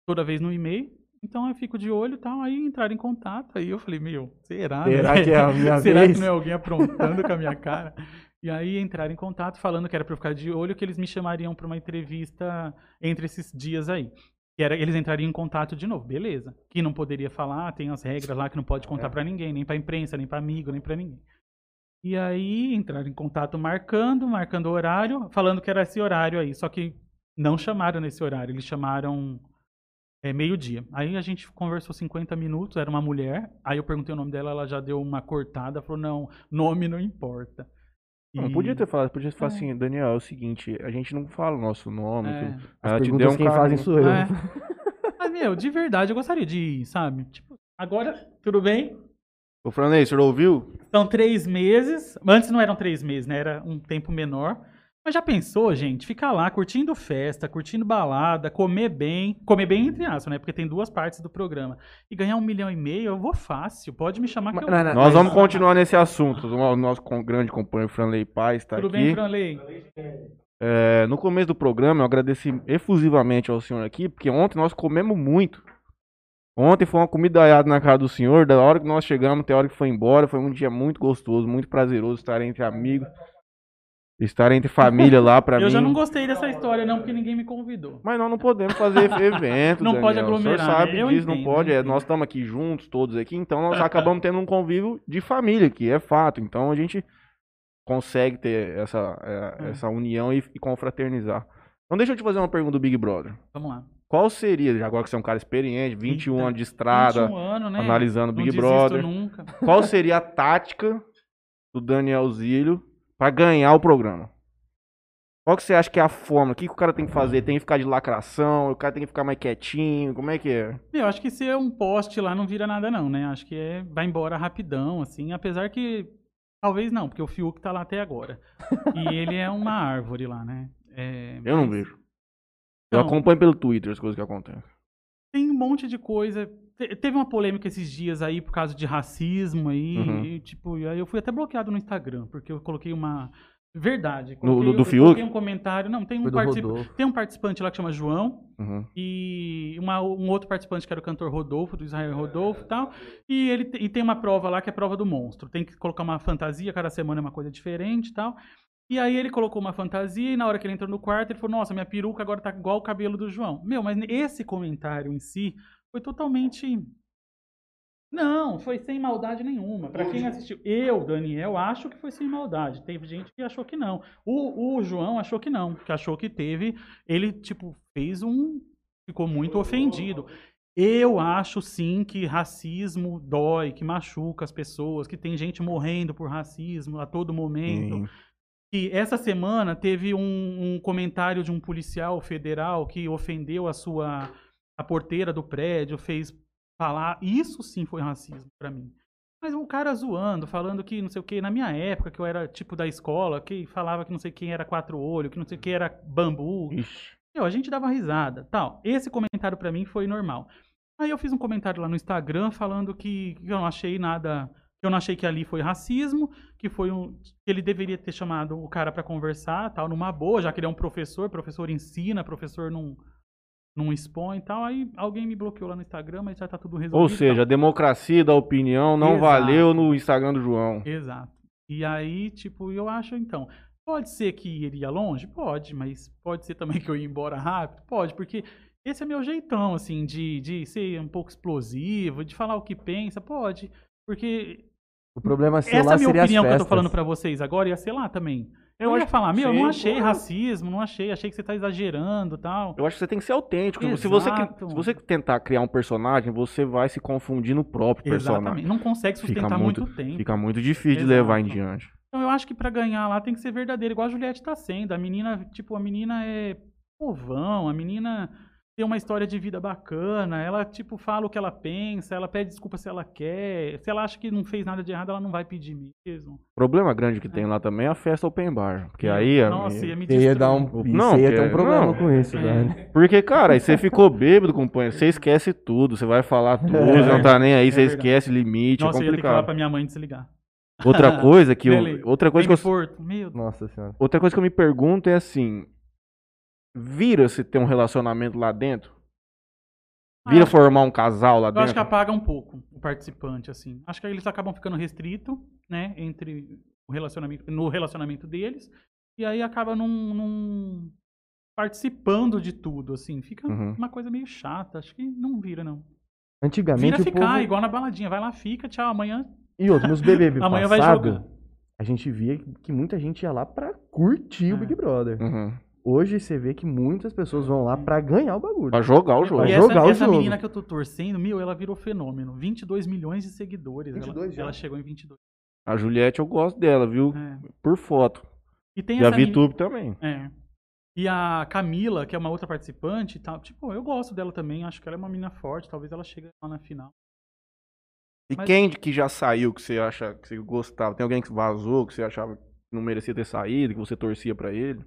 [SPEAKER 3] toda vez no e-mail. Então eu fico de olho e tal. Aí entraram em contato. Aí eu falei, meu, será? né?
[SPEAKER 2] Será que é a
[SPEAKER 3] <laughs>
[SPEAKER 2] minha
[SPEAKER 3] Será
[SPEAKER 2] vez?
[SPEAKER 3] que não é alguém aprontando com a minha cara? E aí entraram em contato falando que era pra eu ficar de olho, que eles me chamariam pra uma entrevista entre esses dias aí. Que era, eles entrariam em contato de novo, beleza. Que não poderia falar, tem as regras lá que não pode contar
[SPEAKER 2] É.
[SPEAKER 3] pra ninguém, nem pra imprensa, nem pra amigo, nem pra ninguém. E aí entraram em contato marcando, marcando o horário, falando que era esse horário aí. Só que não chamaram nesse horário, eles chamaram é, meio-dia. Aí a gente conversou 50 minutos, era uma mulher. Aí eu perguntei o nome dela, ela já deu uma cortada, falou: não, nome não importa.
[SPEAKER 1] Não,
[SPEAKER 3] E-
[SPEAKER 1] podia ter falado, podia ter falado
[SPEAKER 3] É.
[SPEAKER 1] assim, Daniel, é o seguinte, a gente não fala o nosso nome.
[SPEAKER 3] É.
[SPEAKER 1] tudo.
[SPEAKER 2] As
[SPEAKER 1] Ela te
[SPEAKER 2] perguntas
[SPEAKER 1] deu um
[SPEAKER 2] quem
[SPEAKER 1] caminho.
[SPEAKER 2] fazem sou eu.
[SPEAKER 3] É. Mas, meu, de verdade, eu gostaria de ir, sabe? Tipo, agora, tudo bem?
[SPEAKER 1] Ô, Franley, o senhor ouviu?
[SPEAKER 3] São três meses. Antes não eram três meses, né? Era um tempo menor. Mas já pensou, gente? Ficar lá curtindo festa, curtindo balada, comer bem. Comer bem entre aspas, né? Porque tem duas partes do programa. E ganhar um milhão e meio, eu vou fácil. Pode me chamar que
[SPEAKER 2] Mas-
[SPEAKER 3] eu... Tá
[SPEAKER 2] não, não,
[SPEAKER 1] Nós
[SPEAKER 2] mas-
[SPEAKER 1] vamos continuar nesse assunto. O nosso com- grande companheiro Franley Paz está
[SPEAKER 3] Tudo
[SPEAKER 1] aqui.
[SPEAKER 3] bem, Franley?
[SPEAKER 1] É, no começo do programa, eu agradeci efusivamente ao senhor aqui, porque ontem nós comemos muito. Ontem foi uma comidaiada na casa do senhor, da hora que nós chegamos até a hora que foi embora. Foi um dia muito gostoso, muito prazeroso estar entre amigos, estar entre família lá pra
[SPEAKER 3] eu
[SPEAKER 1] mim.
[SPEAKER 3] já não gostei dessa história, não, porque ninguém me convidou.
[SPEAKER 1] Mas nós não podemos fazer
[SPEAKER 3] <laughs>
[SPEAKER 1] evento,
[SPEAKER 3] Não
[SPEAKER 1] Daniel.
[SPEAKER 3] pode
[SPEAKER 1] O
[SPEAKER 3] aglomerar,
[SPEAKER 1] senhor sabe
[SPEAKER 3] né? Eu
[SPEAKER 1] disso, não
[SPEAKER 3] entendo,
[SPEAKER 1] pode.
[SPEAKER 3] eu
[SPEAKER 1] É,
[SPEAKER 3] entendo.
[SPEAKER 1] nós estamos aqui juntos, todos aqui, então nós acabamos tendo um convívio de família, que é fato. Então a gente consegue ter essa, é,
[SPEAKER 3] É.
[SPEAKER 1] essa união e, e confraternizar. Então deixa eu te fazer uma pergunta do Big Brother.
[SPEAKER 3] Vamos lá.
[SPEAKER 1] Qual seria, já agora que você é um cara experiente, 21
[SPEAKER 3] Eita,
[SPEAKER 1] anos de estrada,
[SPEAKER 3] 21 ano, né?
[SPEAKER 1] analisando o
[SPEAKER 3] Não
[SPEAKER 1] Big
[SPEAKER 3] desisto
[SPEAKER 1] Brother,
[SPEAKER 3] nunca.
[SPEAKER 1] qual seria a tática do Daniel Zílio pra ganhar o programa? Qual que você acha que é a forma? O que, que o cara tem que fazer? Tem que ficar de lacração? O cara tem que ficar mais quietinho? Como é que é?
[SPEAKER 3] Meu, acho que ser um poste lá não vira nada, não, né? Acho que é, vai embora rapidão, assim. Apesar que. Talvez não, porque o Fiuk tá lá até agora.
[SPEAKER 1] <laughs>
[SPEAKER 3] E ele é uma árvore lá, né? É,
[SPEAKER 1] Eu não
[SPEAKER 3] mas
[SPEAKER 1] vejo. Eu
[SPEAKER 3] Não.
[SPEAKER 1] acompanho pelo Twitter as coisas que acontecem.
[SPEAKER 3] Tem um monte de coisa. Te- Teve uma polêmica esses dias aí por causa de racismo aí.
[SPEAKER 1] Uhum.
[SPEAKER 3] e, tipo, e aí eu fui até bloqueado no Instagram, porque eu coloquei uma. Verdade.
[SPEAKER 1] No-
[SPEAKER 3] coloquei-
[SPEAKER 1] do- do
[SPEAKER 3] eu coloquei
[SPEAKER 1] Fiuk?
[SPEAKER 3] um comentário. Não, tem um,
[SPEAKER 2] Foi do
[SPEAKER 3] particip-
[SPEAKER 2] Rodolfo.
[SPEAKER 3] tem um participante lá que chama João,
[SPEAKER 1] Uhum.
[SPEAKER 3] e uma- um outro participante que era o cantor Rodolfo, do Israel Rodolfo e tal. E ele te- e tem uma prova lá que é a prova do monstro. Tem que colocar uma fantasia, cada semana é uma coisa diferente e tal. E aí ele colocou uma fantasia e na hora que ele entrou no quarto, ele falou: "Nossa, minha peruca agora tá igual o cabelo do João". Meu, mas esse comentário em si foi totalmente não, foi sem maldade nenhuma. Pra quem assistiu, eu, Daniel, acho que foi sem maldade. Teve gente que achou que não. O, o João achou que não, que achou que teve. Ele, tipo, fez um. Ficou muito ofendido. Eu acho sim que racismo dói, que machuca as pessoas, que tem gente morrendo por racismo a todo momento.
[SPEAKER 1] Sim.
[SPEAKER 3] E essa semana teve um, um comentário de um policial federal que ofendeu a sua a porteira do prédio, fez falar, isso sim foi racismo pra mim. Mas um cara zoando, falando que não sei o que, na minha época que eu era tipo da escola, que falava que não sei quem era quatro olhos, que não sei quem era bambu,
[SPEAKER 1] Ixi.
[SPEAKER 3] meu, a gente dava risada, tal. Esse comentário pra mim foi normal. Aí eu fiz um comentário lá no Instagram falando que que eu não achei nada, que eu não achei que ali foi racismo, que foi um, que ele deveria ter chamado o cara pra conversar, tal, numa boa, já que ele é um professor, professor ensina, professor não não expõe, e tal. Aí alguém me bloqueou lá no Instagram, mas já tá tudo resolvido.
[SPEAKER 1] Ou
[SPEAKER 3] tal.
[SPEAKER 1] seja, a democracia da opinião não
[SPEAKER 3] Exato.
[SPEAKER 1] valeu no Instagram do João.
[SPEAKER 3] Exato. E aí, tipo, eu acho então. pô, Pode ser que ele ia longe? Pode, mas pode ser também <laughs> que eu ia embora rápido? Pode, porque esse é meu jeitão, assim, de, de ser um pouco explosivo, de falar o que pensa, pode. Porque
[SPEAKER 2] O problema seu
[SPEAKER 3] essa é
[SPEAKER 2] lá
[SPEAKER 3] minha
[SPEAKER 2] seria as
[SPEAKER 3] opinião que eu tô
[SPEAKER 2] festas.
[SPEAKER 3] falando pra vocês agora ia ser lá também. Eu,
[SPEAKER 1] Eu
[SPEAKER 3] ia
[SPEAKER 1] acho-
[SPEAKER 3] falar, meu, eu
[SPEAKER 1] sim,
[SPEAKER 3] não achei
[SPEAKER 1] claro.
[SPEAKER 3] racismo, não achei, achei que você tá exagerando e tal.
[SPEAKER 1] Eu acho que você tem que ser autêntico. Se você, que-
[SPEAKER 3] Exato.
[SPEAKER 1] se você tentar criar um personagem, você vai se confundir no próprio personagem.
[SPEAKER 3] Exatamente. Não consegue
[SPEAKER 1] né? Fica
[SPEAKER 3] sustentar muito,
[SPEAKER 1] muito-
[SPEAKER 3] tempo.
[SPEAKER 1] Fica muito difícil
[SPEAKER 3] Exato.
[SPEAKER 1] de levar em diante.
[SPEAKER 3] Então eu acho que pra ganhar lá tem que ser verdadeiro, igual a Juliette tá sendo. A menina, tipo, a menina é povão, a menina tem uma história de vida bacana, ela, tipo, fala o que ela pensa, ela pede desculpa se ela quer. Se ela acha que não fez nada de errado, ela não vai pedir mesmo.
[SPEAKER 1] Problema grande que tem lá também é a festa open bar. Porque aí.
[SPEAKER 3] É.
[SPEAKER 1] é
[SPEAKER 3] Nossa, ia me
[SPEAKER 2] Você ia
[SPEAKER 3] destruir.
[SPEAKER 2] dar um,
[SPEAKER 1] Não,
[SPEAKER 2] não, ia ter um
[SPEAKER 1] porque-
[SPEAKER 2] problema
[SPEAKER 1] não.
[SPEAKER 2] com isso,
[SPEAKER 3] É.
[SPEAKER 2] velho.
[SPEAKER 1] Porque, cara, aí você ficou bêbado, companheiro. Você esquece tudo, você vai
[SPEAKER 3] <laughs>
[SPEAKER 1] falar tudo,
[SPEAKER 2] É.
[SPEAKER 1] não tá nem aí,
[SPEAKER 3] É
[SPEAKER 1] você
[SPEAKER 3] verdade.
[SPEAKER 1] esquece limite,
[SPEAKER 3] Nossa,
[SPEAKER 1] é
[SPEAKER 3] eu ia ter que falar pra
[SPEAKER 1] complicado.
[SPEAKER 3] minha mãe desligar.
[SPEAKER 1] Outra coisa que
[SPEAKER 3] Beleza.
[SPEAKER 1] eu, outra coisa que
[SPEAKER 3] Tem
[SPEAKER 1] eu,
[SPEAKER 3] Porto, meu Deus.
[SPEAKER 2] Nossa senhora.
[SPEAKER 1] outra coisa que eu me pergunto é assim, vira se ter um relacionamento lá dentro? Vira
[SPEAKER 3] Ah,
[SPEAKER 1] formar um casal lá
[SPEAKER 3] Eu acho que
[SPEAKER 1] dentro?
[SPEAKER 2] né?
[SPEAKER 3] apaga um pouco o participante, assim. Acho que eles acabam ficando restrito, né, entre o relacionamento, no relacionamento deles, e aí acaba não não participando de tudo, assim. Fica
[SPEAKER 1] Uhum.
[SPEAKER 3] uma coisa meio chata. Acho que não vira, não.
[SPEAKER 2] Antigamente
[SPEAKER 3] Vira
[SPEAKER 2] o
[SPEAKER 3] ficar,
[SPEAKER 2] povo...
[SPEAKER 3] igual na baladinha. Vai lá, fica, tchau, amanhã.
[SPEAKER 2] E outro, nos
[SPEAKER 3] <laughs>
[SPEAKER 2] BBB
[SPEAKER 3] Amanhã vai jogar.
[SPEAKER 2] passado, a gente via que muita gente ia lá pra curtir o
[SPEAKER 3] É.
[SPEAKER 2] Big Brother.
[SPEAKER 1] Uhum.
[SPEAKER 2] Hoje você vê que muitas pessoas vão lá pra ganhar o bagulho.
[SPEAKER 1] Pra jogar o jogo.
[SPEAKER 2] Vai
[SPEAKER 3] e essa,
[SPEAKER 2] jogar o
[SPEAKER 3] essa
[SPEAKER 2] jogo.
[SPEAKER 3] menina que eu tô torcendo, meu, ela virou fenômeno. 22 milhões de seguidores. Ela-
[SPEAKER 2] 22 já?
[SPEAKER 3] ela, chegou em 22.
[SPEAKER 1] A Juliette eu gosto dela, viu?
[SPEAKER 3] É.
[SPEAKER 1] Por foto.
[SPEAKER 3] E tem
[SPEAKER 1] E a
[SPEAKER 3] essa meni-
[SPEAKER 1] VTube também.
[SPEAKER 3] É. E a Camila, que é uma outra participante, tá, tipo, eu gosto dela também, acho que ela é uma menina forte, talvez ela chegue lá na final.
[SPEAKER 1] E
[SPEAKER 3] Mas-
[SPEAKER 1] quem que já saiu que você acha que você gostava? Tem alguém que vazou, que você achava que não merecia ter saído, que você torcia pra ele?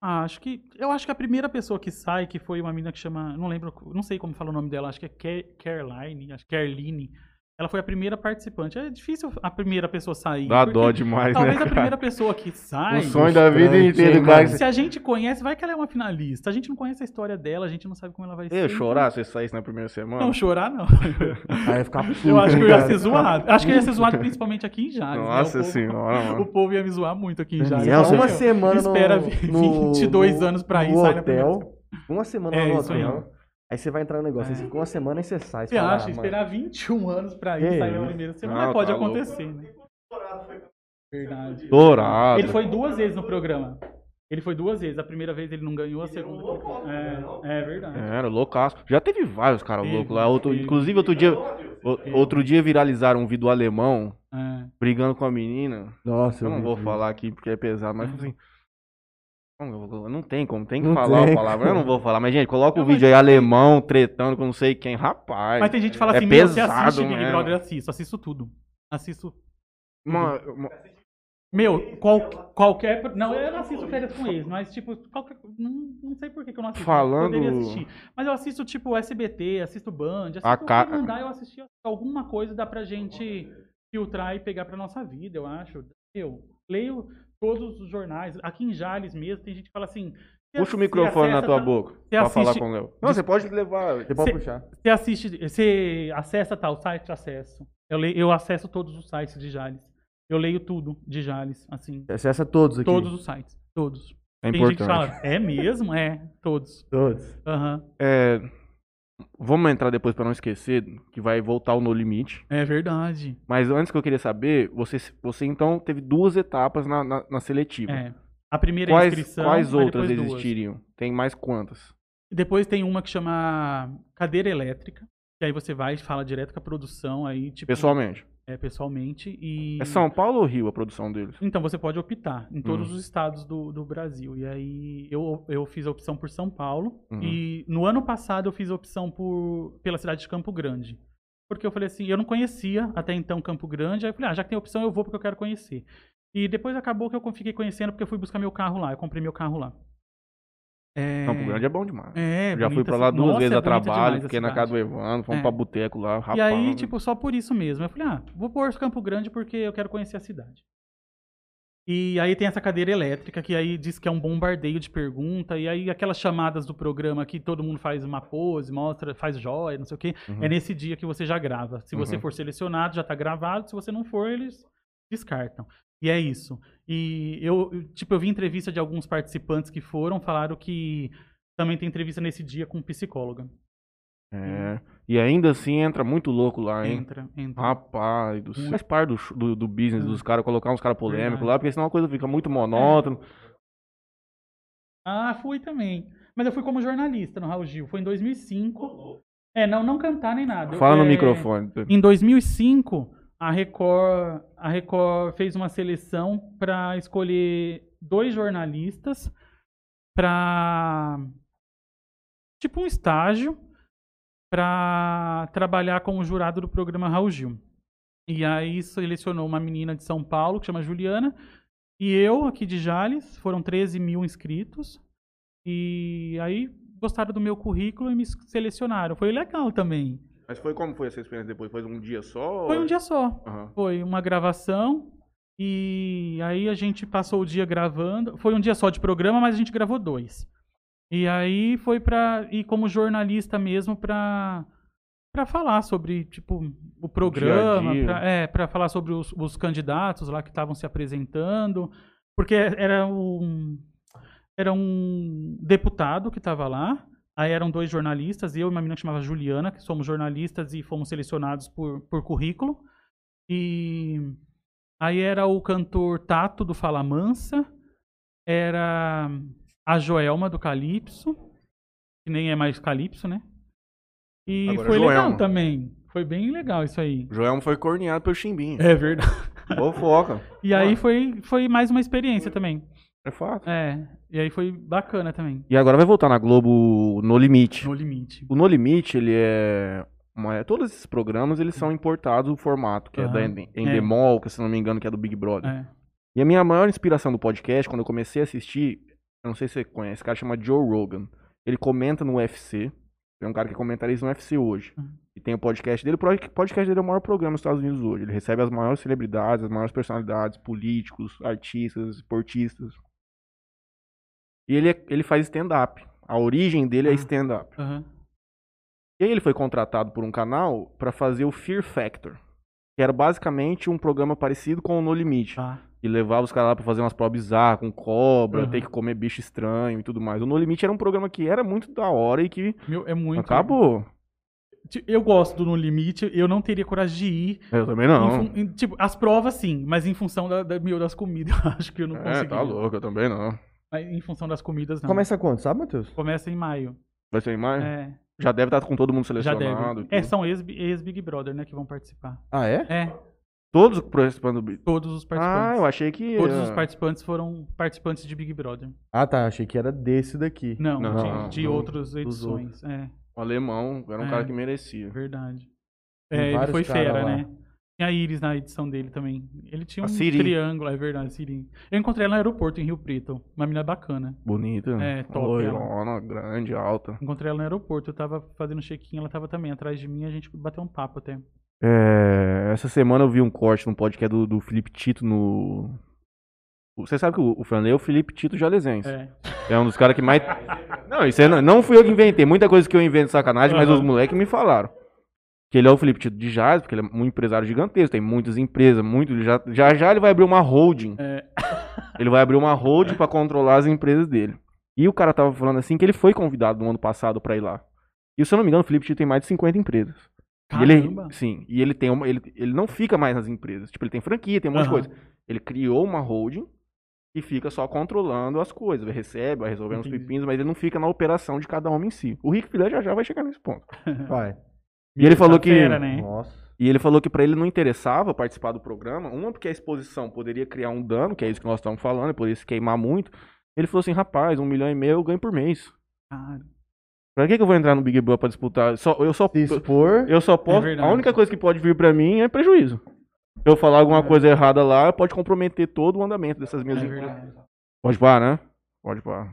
[SPEAKER 3] Ah, acho que. Eu acho que a primeira pessoa que sai, que foi uma menina que chama. Não lembro, não sei como fala o nome dela, acho que é Car- Caroline, acho que Caroline. Ela foi a primeira participante. É difícil a primeira pessoa sair.
[SPEAKER 1] Dá
[SPEAKER 3] porque
[SPEAKER 1] dó demais,
[SPEAKER 3] Talvez
[SPEAKER 1] né?
[SPEAKER 3] a
[SPEAKER 1] cara?
[SPEAKER 3] primeira pessoa que sai.
[SPEAKER 1] O sonho é da vida
[SPEAKER 2] Frustrante,
[SPEAKER 1] inteira,
[SPEAKER 2] hein,
[SPEAKER 1] cara. que
[SPEAKER 2] mano?
[SPEAKER 1] você-
[SPEAKER 3] Se a gente conhece, vai que ela é uma finalista. A gente não conhece a história dela, a gente não sabe como ela vai
[SPEAKER 1] Eu
[SPEAKER 3] ser.
[SPEAKER 1] chorar se você saísse na primeira semana?
[SPEAKER 3] Não, chorar não.
[SPEAKER 1] <laughs>
[SPEAKER 2] Aí ia ficar puto,
[SPEAKER 3] Eu acho que eu ia
[SPEAKER 2] cara.
[SPEAKER 3] ser zoado. Acho que eu ia ser zoado principalmente aqui em Jales. né?
[SPEAKER 1] Nossa
[SPEAKER 3] o povo,
[SPEAKER 1] senhora,
[SPEAKER 3] <laughs> O
[SPEAKER 1] mano.
[SPEAKER 3] povo ia me zoar muito aqui em Jales.
[SPEAKER 2] Daniel,
[SPEAKER 3] Fala,
[SPEAKER 2] uma
[SPEAKER 3] "Meu,
[SPEAKER 2] semana no,
[SPEAKER 3] né? espera
[SPEAKER 2] no,
[SPEAKER 3] 22
[SPEAKER 2] no-
[SPEAKER 3] anos pra ir,
[SPEAKER 2] no
[SPEAKER 3] sai na primeira
[SPEAKER 2] hotel. Uma semana
[SPEAKER 3] É,
[SPEAKER 2] no
[SPEAKER 3] isso aí, É.
[SPEAKER 2] hotel. Aí, você vai entrar no negócio, aí você fica uma semana e você sai.
[SPEAKER 3] Você
[SPEAKER 2] fala,
[SPEAKER 3] acha?
[SPEAKER 2] "Ah, mano,
[SPEAKER 3] Esperar 21 anos pra
[SPEAKER 2] Que
[SPEAKER 3] ir, sair na
[SPEAKER 2] isso?
[SPEAKER 3] primeira semana.
[SPEAKER 1] Não,
[SPEAKER 3] pode
[SPEAKER 1] tá louco.
[SPEAKER 3] acontecer, né? Verdade.
[SPEAKER 1] Dourado.
[SPEAKER 3] Ele foi duas vezes no programa. Ele foi duas vezes. A primeira vez ele não ganhou, a segunda. É, é verdade.
[SPEAKER 1] Era loucaço. Já teve vários caras
[SPEAKER 3] Teve,
[SPEAKER 1] loucos lá. Outro,
[SPEAKER 3] teve.
[SPEAKER 1] inclusive, outro dia, o- outro dia viralizaram um vídeo do alemão
[SPEAKER 3] É.
[SPEAKER 1] brigando com a menina.
[SPEAKER 2] Nossa,
[SPEAKER 1] Eu não
[SPEAKER 2] vi,
[SPEAKER 3] Uhum.
[SPEAKER 1] vou
[SPEAKER 2] vi.
[SPEAKER 1] falar aqui porque é pesado, mas assim. Não, eu vou- não tem como, tem que
[SPEAKER 2] Não
[SPEAKER 1] falar
[SPEAKER 3] <laughs>
[SPEAKER 2] tem
[SPEAKER 1] a palavra. Eu não vou falar, mas gente, coloca
[SPEAKER 3] Não,
[SPEAKER 1] o vídeo aí alemão tretando com não sei quem. Rapaz,
[SPEAKER 3] Mas tem gente que fala
[SPEAKER 1] É
[SPEAKER 3] assim: Meu, você
[SPEAKER 1] pesado
[SPEAKER 3] assiste Big
[SPEAKER 1] mesmo.
[SPEAKER 3] Brother? Eu Assisto, assisto tudo. Assisto
[SPEAKER 1] uma- uma-
[SPEAKER 3] Meu, qual- qualquer. Não, eu não assisto férias com eles, mas, tipo, qualquer. Não, não sei por que, que eu não assisto.
[SPEAKER 1] Falando-
[SPEAKER 3] Eu poderia assistir. Mas eu assisto, tipo, SBT, assisto Band, assisto
[SPEAKER 1] A
[SPEAKER 3] o que
[SPEAKER 1] ca-
[SPEAKER 3] mandar, eu assisti alguma coisa, dá pra gente filtrar e pegar pra nossa vida, eu acho. Eu leio todos os jornais. Aqui em Jales mesmo, tem gente que fala assim. "Você
[SPEAKER 1] puxa o
[SPEAKER 3] acessa
[SPEAKER 1] microfone na tua
[SPEAKER 3] tal-
[SPEAKER 1] boca
[SPEAKER 3] você
[SPEAKER 1] pra falar
[SPEAKER 3] assiste-
[SPEAKER 1] com o Léo. Não, você pode levar.
[SPEAKER 2] Você pode
[SPEAKER 3] Cê-
[SPEAKER 2] puxar.
[SPEAKER 3] Você assiste, você acessa tal site, acesso. Eu, leio, eu acesso todos os sites de Jales. Eu leio tudo de Jales, assim.
[SPEAKER 2] Você acessa todos aqui.
[SPEAKER 3] Todos os sites, todos.
[SPEAKER 1] É
[SPEAKER 3] Tem gente que
[SPEAKER 1] importante.
[SPEAKER 3] fala, é mesmo? É, todos.
[SPEAKER 2] Todos.
[SPEAKER 3] Aham.
[SPEAKER 1] É, vamos entrar depois pra não esquecer que vai voltar o No Limite.
[SPEAKER 3] É verdade.
[SPEAKER 1] Mas antes que eu queria saber, você, você então teve duas etapas na, na, na seletiva.
[SPEAKER 3] É. A primeira é a
[SPEAKER 1] Tipo, Quais,
[SPEAKER 3] inscrição.
[SPEAKER 1] quais
[SPEAKER 3] aí
[SPEAKER 1] outras
[SPEAKER 3] depois duas.
[SPEAKER 1] existiriam? Tem mais quantas?
[SPEAKER 3] Depois tem uma que chama cadeira elétrica. Que aí você vai e fala direto com a produção aí, tipo,
[SPEAKER 1] Pessoalmente.
[SPEAKER 3] é, pessoalmente. E...
[SPEAKER 1] É São Paulo ou Rio a produção deles?
[SPEAKER 3] Então você pode optar em todos
[SPEAKER 1] Hum.
[SPEAKER 3] os estados do, do Brasil. E aí eu, eu fiz a opção por São Paulo.
[SPEAKER 1] Uhum.
[SPEAKER 3] E no ano passado eu fiz a opção por, pela cidade de Campo Grande. Porque eu falei assim, eu não conhecia até então Campo Grande. Aí eu falei, ah, já que tem opção, eu vou porque eu quero conhecer. E depois acabou que eu fiquei conhecendo porque eu fui buscar meu carro lá. Eu comprei meu carro lá. É...
[SPEAKER 1] Campo Grande é bom demais.
[SPEAKER 3] É,
[SPEAKER 1] Eu já fui
[SPEAKER 3] bonita
[SPEAKER 1] pra lá
[SPEAKER 3] essa-
[SPEAKER 1] duas
[SPEAKER 3] Nossa,
[SPEAKER 1] vezes
[SPEAKER 3] é
[SPEAKER 1] a
[SPEAKER 3] bonita
[SPEAKER 1] trabalho,
[SPEAKER 3] demais a
[SPEAKER 1] fiquei na
[SPEAKER 3] cidade.
[SPEAKER 1] casa do Evandro, fomos
[SPEAKER 3] É.
[SPEAKER 1] pra boteco lá, rapaz.
[SPEAKER 3] E aí, tipo, só por isso mesmo. Eu falei, ah, vou pôr Campo Grande porque eu quero conhecer a cidade. E aí tem essa cadeira elétrica que aí diz que é um bombardeio de pergunta. E aí aquelas chamadas do programa que todo mundo faz uma pose, mostra, faz joia, não sei o quê.
[SPEAKER 1] Uhum.
[SPEAKER 3] É nesse dia que você já grava. Se você
[SPEAKER 1] Uhum.
[SPEAKER 3] for selecionado, já tá gravado. Se você não for, eles descartam. E é isso. E eu, eu- tipo, eu vi entrevista de alguns participantes que foram, falaram que também tem entrevista nesse dia com um psicóloga.
[SPEAKER 1] É. E ainda assim entra muito louco lá, hein?
[SPEAKER 3] Entra, entra.
[SPEAKER 1] Rapaz, do céu. faz parte do, sh- do, do business
[SPEAKER 3] É.
[SPEAKER 1] dos caras colocar uns caras polêmicos
[SPEAKER 3] Verdade. É.
[SPEAKER 1] lá, porque senão a coisa fica muito monótona.
[SPEAKER 3] Ah, fui também. Mas eu fui como jornalista no Raul Gil. Foi em 2005. É, não, não cantar nem nada. Eu-
[SPEAKER 1] Fala no
[SPEAKER 3] é,
[SPEAKER 1] microfone.
[SPEAKER 3] Em 2005, a Record, a Record fez uma seleção para escolher dois jornalistas para tipo um estágio para trabalhar como jurado do programa Raul Gil. E aí selecionou uma menina de São Paulo que chama Juliana e eu aqui de Jales, foram 13 mil inscritos e aí gostaram do meu currículo e me selecionaram. Foi legal também.
[SPEAKER 1] Mas foi como foi essa experiência depois? Foi um dia só?
[SPEAKER 3] Foi um dia só.
[SPEAKER 1] Aham.
[SPEAKER 3] Foi uma gravação e aí a gente passou o dia gravando. Foi um dia só de programa, mas a gente gravou dois. E aí foi pra ir como jornalista mesmo pra para falar sobre tipo o programa,
[SPEAKER 1] dia.
[SPEAKER 3] pra- é, para falar sobre os, os candidatos lá que estavam se apresentando, porque era um era um deputado que estava lá. Aí eram dois jornalistas, eu e uma menina que chamava Juliana, que somos jornalistas e fomos selecionados por, por currículo. E aí era o cantor Tato do Fala Mansa, era a Joelma do Calypso, que nem é mais Calypso, né? E
[SPEAKER 1] Agora é
[SPEAKER 3] foi
[SPEAKER 1] Joelma.
[SPEAKER 3] legal também. Foi bem legal isso aí.
[SPEAKER 1] Joelma foi corneado pelo Chimbinho.
[SPEAKER 3] É verdade.
[SPEAKER 1] Fofoca.
[SPEAKER 3] E aí foi, foi mais uma experiência também.
[SPEAKER 1] É fato.
[SPEAKER 3] É. E aí foi bacana também.
[SPEAKER 1] E agora vai voltar na Globo No Limite.
[SPEAKER 3] No limite.
[SPEAKER 1] O No Limite, ele é. uma- Todos esses programas, eles são importados o formato, que é
[SPEAKER 3] Aham.
[SPEAKER 1] da Ende- Endemol, que se não me engano, que é do Big Brother.
[SPEAKER 3] É.
[SPEAKER 1] E a minha maior inspiração do podcast, quando eu comecei a assistir, eu não sei se você conhece, esse cara chama Joe Rogan. Ele comenta no UFC. É um cara que comentarista no UFC hoje.
[SPEAKER 3] Uhum.
[SPEAKER 1] E tem o podcast dele. O pro- podcast dele é o maior programa nos Estados Unidos hoje. Ele recebe as maiores celebridades, as maiores personalidades, políticos, artistas, esportistas. E ele, é- ele faz stand-up. A origem dele é
[SPEAKER 3] Ah.
[SPEAKER 1] stand-up.
[SPEAKER 3] Aham.
[SPEAKER 1] E aí ele foi contratado por um canal pra fazer o Fear Factor, que era basicamente um programa parecido com o No Limite.
[SPEAKER 3] Tá.
[SPEAKER 1] E levava os caras lá pra fazer umas provas bizarras, com cobra,
[SPEAKER 3] Uhum.
[SPEAKER 1] ter que comer bicho estranho e tudo mais. O No Limite era um programa que era muito da hora e que
[SPEAKER 3] Meu, é muito.
[SPEAKER 1] acabou.
[SPEAKER 3] Ti- Eu gosto do No Limite, eu não teria coragem de ir.
[SPEAKER 1] Eu também
[SPEAKER 3] Em
[SPEAKER 1] não.
[SPEAKER 3] fun- em- tipo, as provas sim, mas em função da, da- meu, das comidas, <laughs> eu acho que eu não
[SPEAKER 1] É,
[SPEAKER 3] consegui.
[SPEAKER 1] tá louco, eu também não.
[SPEAKER 3] Mas em função das comidas, não.
[SPEAKER 2] Começa quando, sabe, Matheus?
[SPEAKER 3] Começa em maio.
[SPEAKER 1] Vai ser em maio?
[SPEAKER 3] É,
[SPEAKER 1] Já deve estar com todo mundo
[SPEAKER 3] já
[SPEAKER 1] selecionado.
[SPEAKER 3] deve.
[SPEAKER 1] e
[SPEAKER 3] É,
[SPEAKER 1] tudo.
[SPEAKER 3] são ex- ex-Big Brother, né, que vão participar.
[SPEAKER 2] Ah, é?
[SPEAKER 3] É,
[SPEAKER 1] Todos os participantes do Big
[SPEAKER 3] todos os
[SPEAKER 1] Ah,
[SPEAKER 3] participantes.
[SPEAKER 1] eu achei que.
[SPEAKER 3] Todos os participantes foram participantes de Big Brother.
[SPEAKER 2] Ah, tá. Achei que era desse daqui.
[SPEAKER 3] Não,
[SPEAKER 1] Não,
[SPEAKER 3] de, de
[SPEAKER 1] do-
[SPEAKER 3] outras edições.
[SPEAKER 2] outros.
[SPEAKER 3] É,
[SPEAKER 1] O alemão era um
[SPEAKER 3] É.
[SPEAKER 1] cara que merecia.
[SPEAKER 3] verdade.
[SPEAKER 2] Tem
[SPEAKER 3] É, ele
[SPEAKER 2] vários
[SPEAKER 3] foi
[SPEAKER 2] cara
[SPEAKER 3] fera,
[SPEAKER 2] lá.
[SPEAKER 3] né? Tinha a Iris na edição dele também. Ele tinha
[SPEAKER 1] A
[SPEAKER 3] um
[SPEAKER 1] Siri.
[SPEAKER 3] triângulo, é verdade, Siri. Eu encontrei ela no aeroporto, em Rio Preto. Uma menina bacana.
[SPEAKER 1] Bonita.
[SPEAKER 3] É, top,
[SPEAKER 1] né? Loirona, grande, alta.
[SPEAKER 3] Encontrei ela no aeroporto, eu tava fazendo check-in, ela tava também atrás de mim, a gente bateu um papo até.
[SPEAKER 1] É, essa semana eu vi um corte no podcast do, do Felipe Tito no. Você sabe que o, o Franley é o Felipe Tito Jalesense.
[SPEAKER 3] É.
[SPEAKER 1] É um dos caras que
[SPEAKER 3] <laughs>
[SPEAKER 1] mais. Não, isso aí não, não fui eu que inventei. Muita coisa que eu invento de sacanagem, mas
[SPEAKER 3] Aham.
[SPEAKER 1] os moleques me falaram. Que ele é o Felipe Tito de Jazz, porque ele é um empresário gigantesco, tem muitas empresas, muito. ele Já já, já ele vai abrir uma holding.
[SPEAKER 3] É.
[SPEAKER 1] <laughs> Ele vai abrir uma holding pra controlar as empresas dele. E o cara tava falando assim que ele foi convidado no ano passado pra ir lá. E se eu não me engano, o Felipe Tito tem mais de 50 empresas. E ele,
[SPEAKER 3] Caramba!
[SPEAKER 1] sim, e ele tem uma, ele, ele não fica mais nas empresas. Tipo, ele tem franquia, tem um monte de
[SPEAKER 3] Aham.
[SPEAKER 1] coisa. Ele criou uma holding e fica só controlando as coisas. Ele recebe, vai resolvendo os
[SPEAKER 3] Entendi.
[SPEAKER 1] pepinos, mas ele não fica na operação de cada homem em si. O Rick Filé já já vai chegar nesse ponto.
[SPEAKER 2] Vai.
[SPEAKER 1] E ele falou que
[SPEAKER 3] Fera, né?
[SPEAKER 2] Nossa.
[SPEAKER 1] e ele falou que pra ele não interessava participar do programa, uma porque a exposição poderia criar um dano, que é isso que nós estamos falando, ele poderia se queimar muito. Ele falou assim, rapaz, um milhão e meio eu ganho por mês.
[SPEAKER 3] Cara,
[SPEAKER 1] Pra que, que eu vou entrar no Big Brother pra disputar? Só, eu só
[SPEAKER 2] Se expor.
[SPEAKER 1] Eu só posso.
[SPEAKER 3] É verdade.
[SPEAKER 1] a única coisa que pode vir pra mim é prejuízo. Se eu falar alguma
[SPEAKER 3] É.
[SPEAKER 1] coisa errada lá, pode comprometer todo o andamento dessas
[SPEAKER 3] é
[SPEAKER 1] minhas.
[SPEAKER 3] verdade.
[SPEAKER 1] pode parar, né? Pode parar.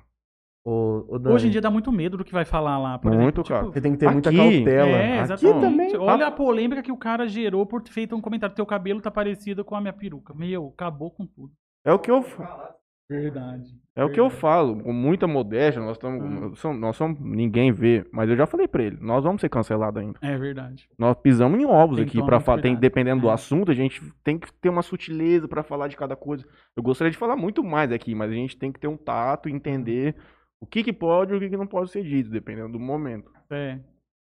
[SPEAKER 2] Ô, ô, Dani,
[SPEAKER 3] Hoje em dia dá muito medo do que vai falar lá. Por
[SPEAKER 1] Muito,
[SPEAKER 3] exemplo, tipo,
[SPEAKER 1] cara.
[SPEAKER 2] Você tem que ter muita
[SPEAKER 1] Aqui.
[SPEAKER 2] cautela.
[SPEAKER 3] É,
[SPEAKER 2] Aqui
[SPEAKER 3] exatamente.
[SPEAKER 2] também.
[SPEAKER 3] Olha a polêmica que o cara gerou por ter feito um comentário. Teu cabelo tá parecido com a minha peruca. Meu, acabou com tudo.
[SPEAKER 1] É o que eu. fa-
[SPEAKER 3] Verdade. Hum.
[SPEAKER 1] É o que eu falo, com muita modéstia, nós estamos. são- Nós somos. Ninguém vê, mas eu já falei pra ele, nós vamos ser cancelados ainda.
[SPEAKER 3] É verdade.
[SPEAKER 1] Nós pisamos em ovos
[SPEAKER 3] Tem que
[SPEAKER 1] aqui
[SPEAKER 3] tomar
[SPEAKER 1] para
[SPEAKER 3] muito
[SPEAKER 1] falar.
[SPEAKER 3] cuidado.
[SPEAKER 1] Dependendo do
[SPEAKER 3] É.
[SPEAKER 1] assunto, a gente tem que ter uma sutileza pra falar de cada coisa. Eu gostaria de falar muito mais aqui, mas a gente tem que ter um tato e
[SPEAKER 3] Hum.
[SPEAKER 1] entender o que, que pode e o que, que não pode ser dito, dependendo do momento.
[SPEAKER 3] É.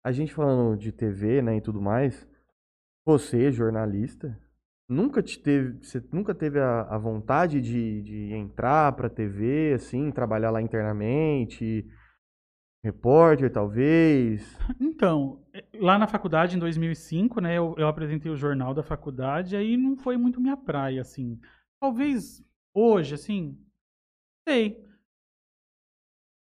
[SPEAKER 2] A gente falando de TV, né, e tudo mais, você, jornalista, nunca te teve, você nunca teve a, a vontade de, de entrar pra TV, assim, trabalhar lá internamente,
[SPEAKER 3] <laughs>
[SPEAKER 2] repórter, talvez?
[SPEAKER 3] Então, eh, lá na faculdade, em 2005, né, eu, eu apresentei o jornal da faculdade, aí não foi muito minha praia, assim. Talvez hoje, assim, sei.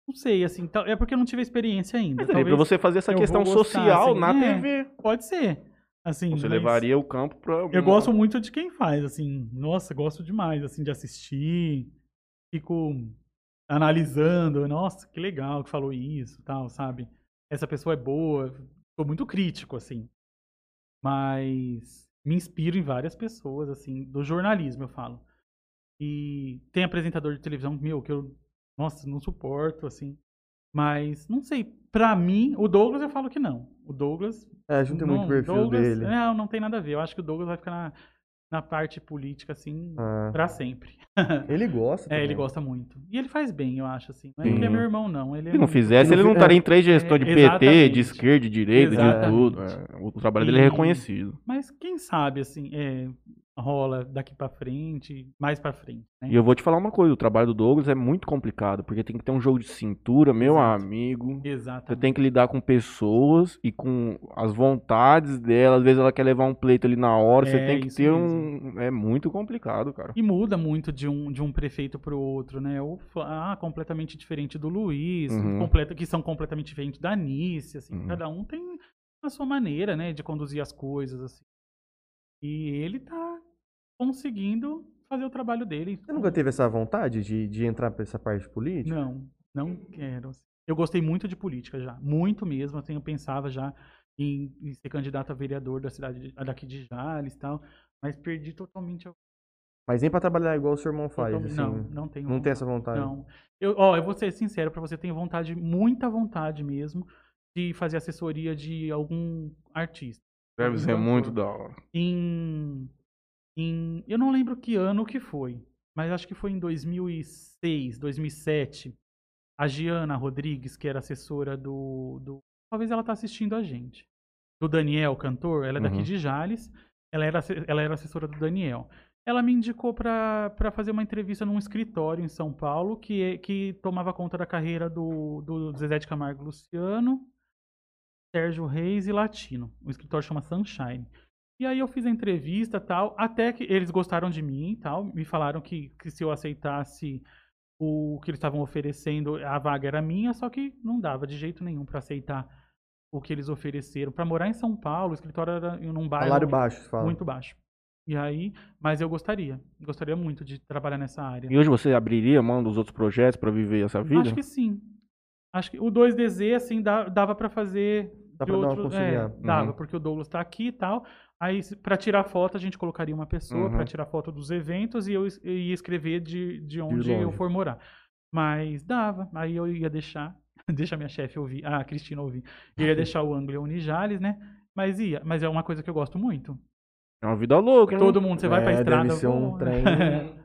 [SPEAKER 3] Não sei, assim, tal- é porque eu não tive a experiência ainda.
[SPEAKER 1] Mas é pra
[SPEAKER 3] Talvez-
[SPEAKER 1] você fazer essa
[SPEAKER 3] eu
[SPEAKER 1] questão
[SPEAKER 3] vou gostar,
[SPEAKER 1] social
[SPEAKER 3] assim,
[SPEAKER 1] na
[SPEAKER 3] é.
[SPEAKER 1] TV.
[SPEAKER 3] Pode ser, assim.
[SPEAKER 1] Você
[SPEAKER 3] mas
[SPEAKER 1] levaria o campo pra.
[SPEAKER 3] Eu gosto muito de quem faz, assim, nossa, gosto demais, assim, de assistir, fico analisando, nossa, que legal que falou isso, tal, sabe? Essa pessoa é boa, sou muito crítico, assim, mas me inspiro em várias pessoas, assim, do jornalismo, eu falo. E tem apresentador de televisão, meu, que eu, nossa, não suporto, assim, mas não sei, pra mim, o Douglas eu falo que não, o Douglas
[SPEAKER 2] É, a gente não tem muito perfil
[SPEAKER 3] Douglas- né?
[SPEAKER 2] dele.
[SPEAKER 3] Não, não tem nada a ver. Eu acho que o Douglas vai ficar na, na parte política, assim,
[SPEAKER 2] Ah,
[SPEAKER 3] pra sempre.
[SPEAKER 2] ele gosta.
[SPEAKER 3] É, ele
[SPEAKER 2] também.
[SPEAKER 3] gosta muito. E ele faz bem, eu acho, assim. Não é que
[SPEAKER 1] Sim.
[SPEAKER 3] ele é meu irmão, não. Ele é
[SPEAKER 1] Se não
[SPEAKER 3] um-
[SPEAKER 1] fizesse,
[SPEAKER 2] Se não
[SPEAKER 1] ele não
[SPEAKER 2] fi-
[SPEAKER 1] estaria em três gestões de
[SPEAKER 3] É,
[SPEAKER 1] PT,
[SPEAKER 3] exatamente.
[SPEAKER 1] de esquerda, de direita, de
[SPEAKER 3] Exatamente.
[SPEAKER 1] tudo. É, O trabalho dele é
[SPEAKER 3] E-
[SPEAKER 1] reconhecido.
[SPEAKER 3] Mas quem sabe, assim, é, rola daqui pra frente, mais pra frente, né?
[SPEAKER 1] E eu vou te falar uma coisa: o trabalho do Douglas é muito complicado, porque tem que ter um jogo de cintura, meu
[SPEAKER 3] Exato.
[SPEAKER 1] amigo. Você
[SPEAKER 3] Exatamente.
[SPEAKER 1] tem que lidar com pessoas e com as vontades dela. Às vezes ela quer levar um pleito ali na hora. você
[SPEAKER 3] É,
[SPEAKER 1] tem que
[SPEAKER 3] isso
[SPEAKER 1] ter um. É muito complicado, cara.
[SPEAKER 3] E muda muito de um, de um prefeito pro outro, né? O Fla- ah, completamente diferente do Luiz,
[SPEAKER 1] Uhum.
[SPEAKER 3] completa- que são completamente diferentes da Anice, assim.
[SPEAKER 1] Uhum.
[SPEAKER 3] Cada um tem a sua maneira, né, de conduzir as coisas, assim. E ele tá conseguindo fazer o trabalho dele.
[SPEAKER 2] Você nunca teve essa vontade de, de entrar pra essa parte política?
[SPEAKER 3] Não, não quero. assim. Eu gostei muito de política já, muito mesmo. Assim, eu pensava já em, em ser candidato a vereador da cidade de- daqui de Jales e tal, mas perdi totalmente a
[SPEAKER 2] Mas nem pra trabalhar igual o seu irmão faz,
[SPEAKER 3] totalmente-
[SPEAKER 2] assim.
[SPEAKER 3] Não,
[SPEAKER 2] Não,
[SPEAKER 3] não tenho.
[SPEAKER 2] tem essa vontade.
[SPEAKER 3] Não. Então, Eu, ó, eu vou ser sincero pra você, eu tenho vontade, muita vontade mesmo, de fazer assessoria de algum artista.
[SPEAKER 1] Deve ser muito da hora.
[SPEAKER 3] Em, em, eu não lembro que ano que foi, mas acho que foi em 2006, 2007. A Giana Rodrigues, que era assessora do, do talvez ela tá assistindo a gente. Do Daniel, cantor, ela é daqui
[SPEAKER 1] Uhum.
[SPEAKER 3] de Jales. Ela era, asse- ela era assessora do Daniel. Ela me indicou pra pra fazer uma entrevista num escritório em São Paulo que, é- que tomava conta da carreira do, do Zezé de Camargo e Luciano, Sérgio Reis e Latino. O escritório chama Sunshine. E aí eu fiz a entrevista tal, até que eles gostaram de mim e tal, me falaram que, que se eu aceitasse o que eles estavam oferecendo, a vaga era minha, só que não dava de jeito nenhum pra aceitar o que eles ofereceram. Pra morar em São Paulo, o escritório era em um bairro
[SPEAKER 2] Salário baixo, você fala.
[SPEAKER 3] muito baixo. E aí, mas eu gostaria, gostaria muito de trabalhar nessa área.
[SPEAKER 1] E hoje você abriria mão dos outros projetos pra viver essa vida?
[SPEAKER 3] Acho que sim. Acho que o 2DZ assim dá- dava pra fazer
[SPEAKER 2] Dá
[SPEAKER 3] de
[SPEAKER 2] pra dar uma
[SPEAKER 3] outro-
[SPEAKER 2] conciliar.
[SPEAKER 3] é, dava,
[SPEAKER 1] Uhum.
[SPEAKER 3] porque o Douglas tá aqui e tal. Aí se- pra tirar foto a gente colocaria uma pessoa
[SPEAKER 1] Uhum.
[SPEAKER 3] pra tirar foto dos eventos e eu es- eu ia escrever de, de onde eu
[SPEAKER 2] longe.
[SPEAKER 3] for morar. Mas dava, aí eu ia deixar, <laughs> deixa minha chefe ouvir, ah, a Cristina ouvir. Eu ia deixar o Anglia Unijales, né? Mas ia, mas é uma coisa que eu gosto muito.
[SPEAKER 1] É uma vida louca, né?
[SPEAKER 3] Todo mundo, você vai pra
[SPEAKER 2] É,
[SPEAKER 3] estrada,
[SPEAKER 2] Deve ser um
[SPEAKER 3] vou- <laughs>
[SPEAKER 2] trem.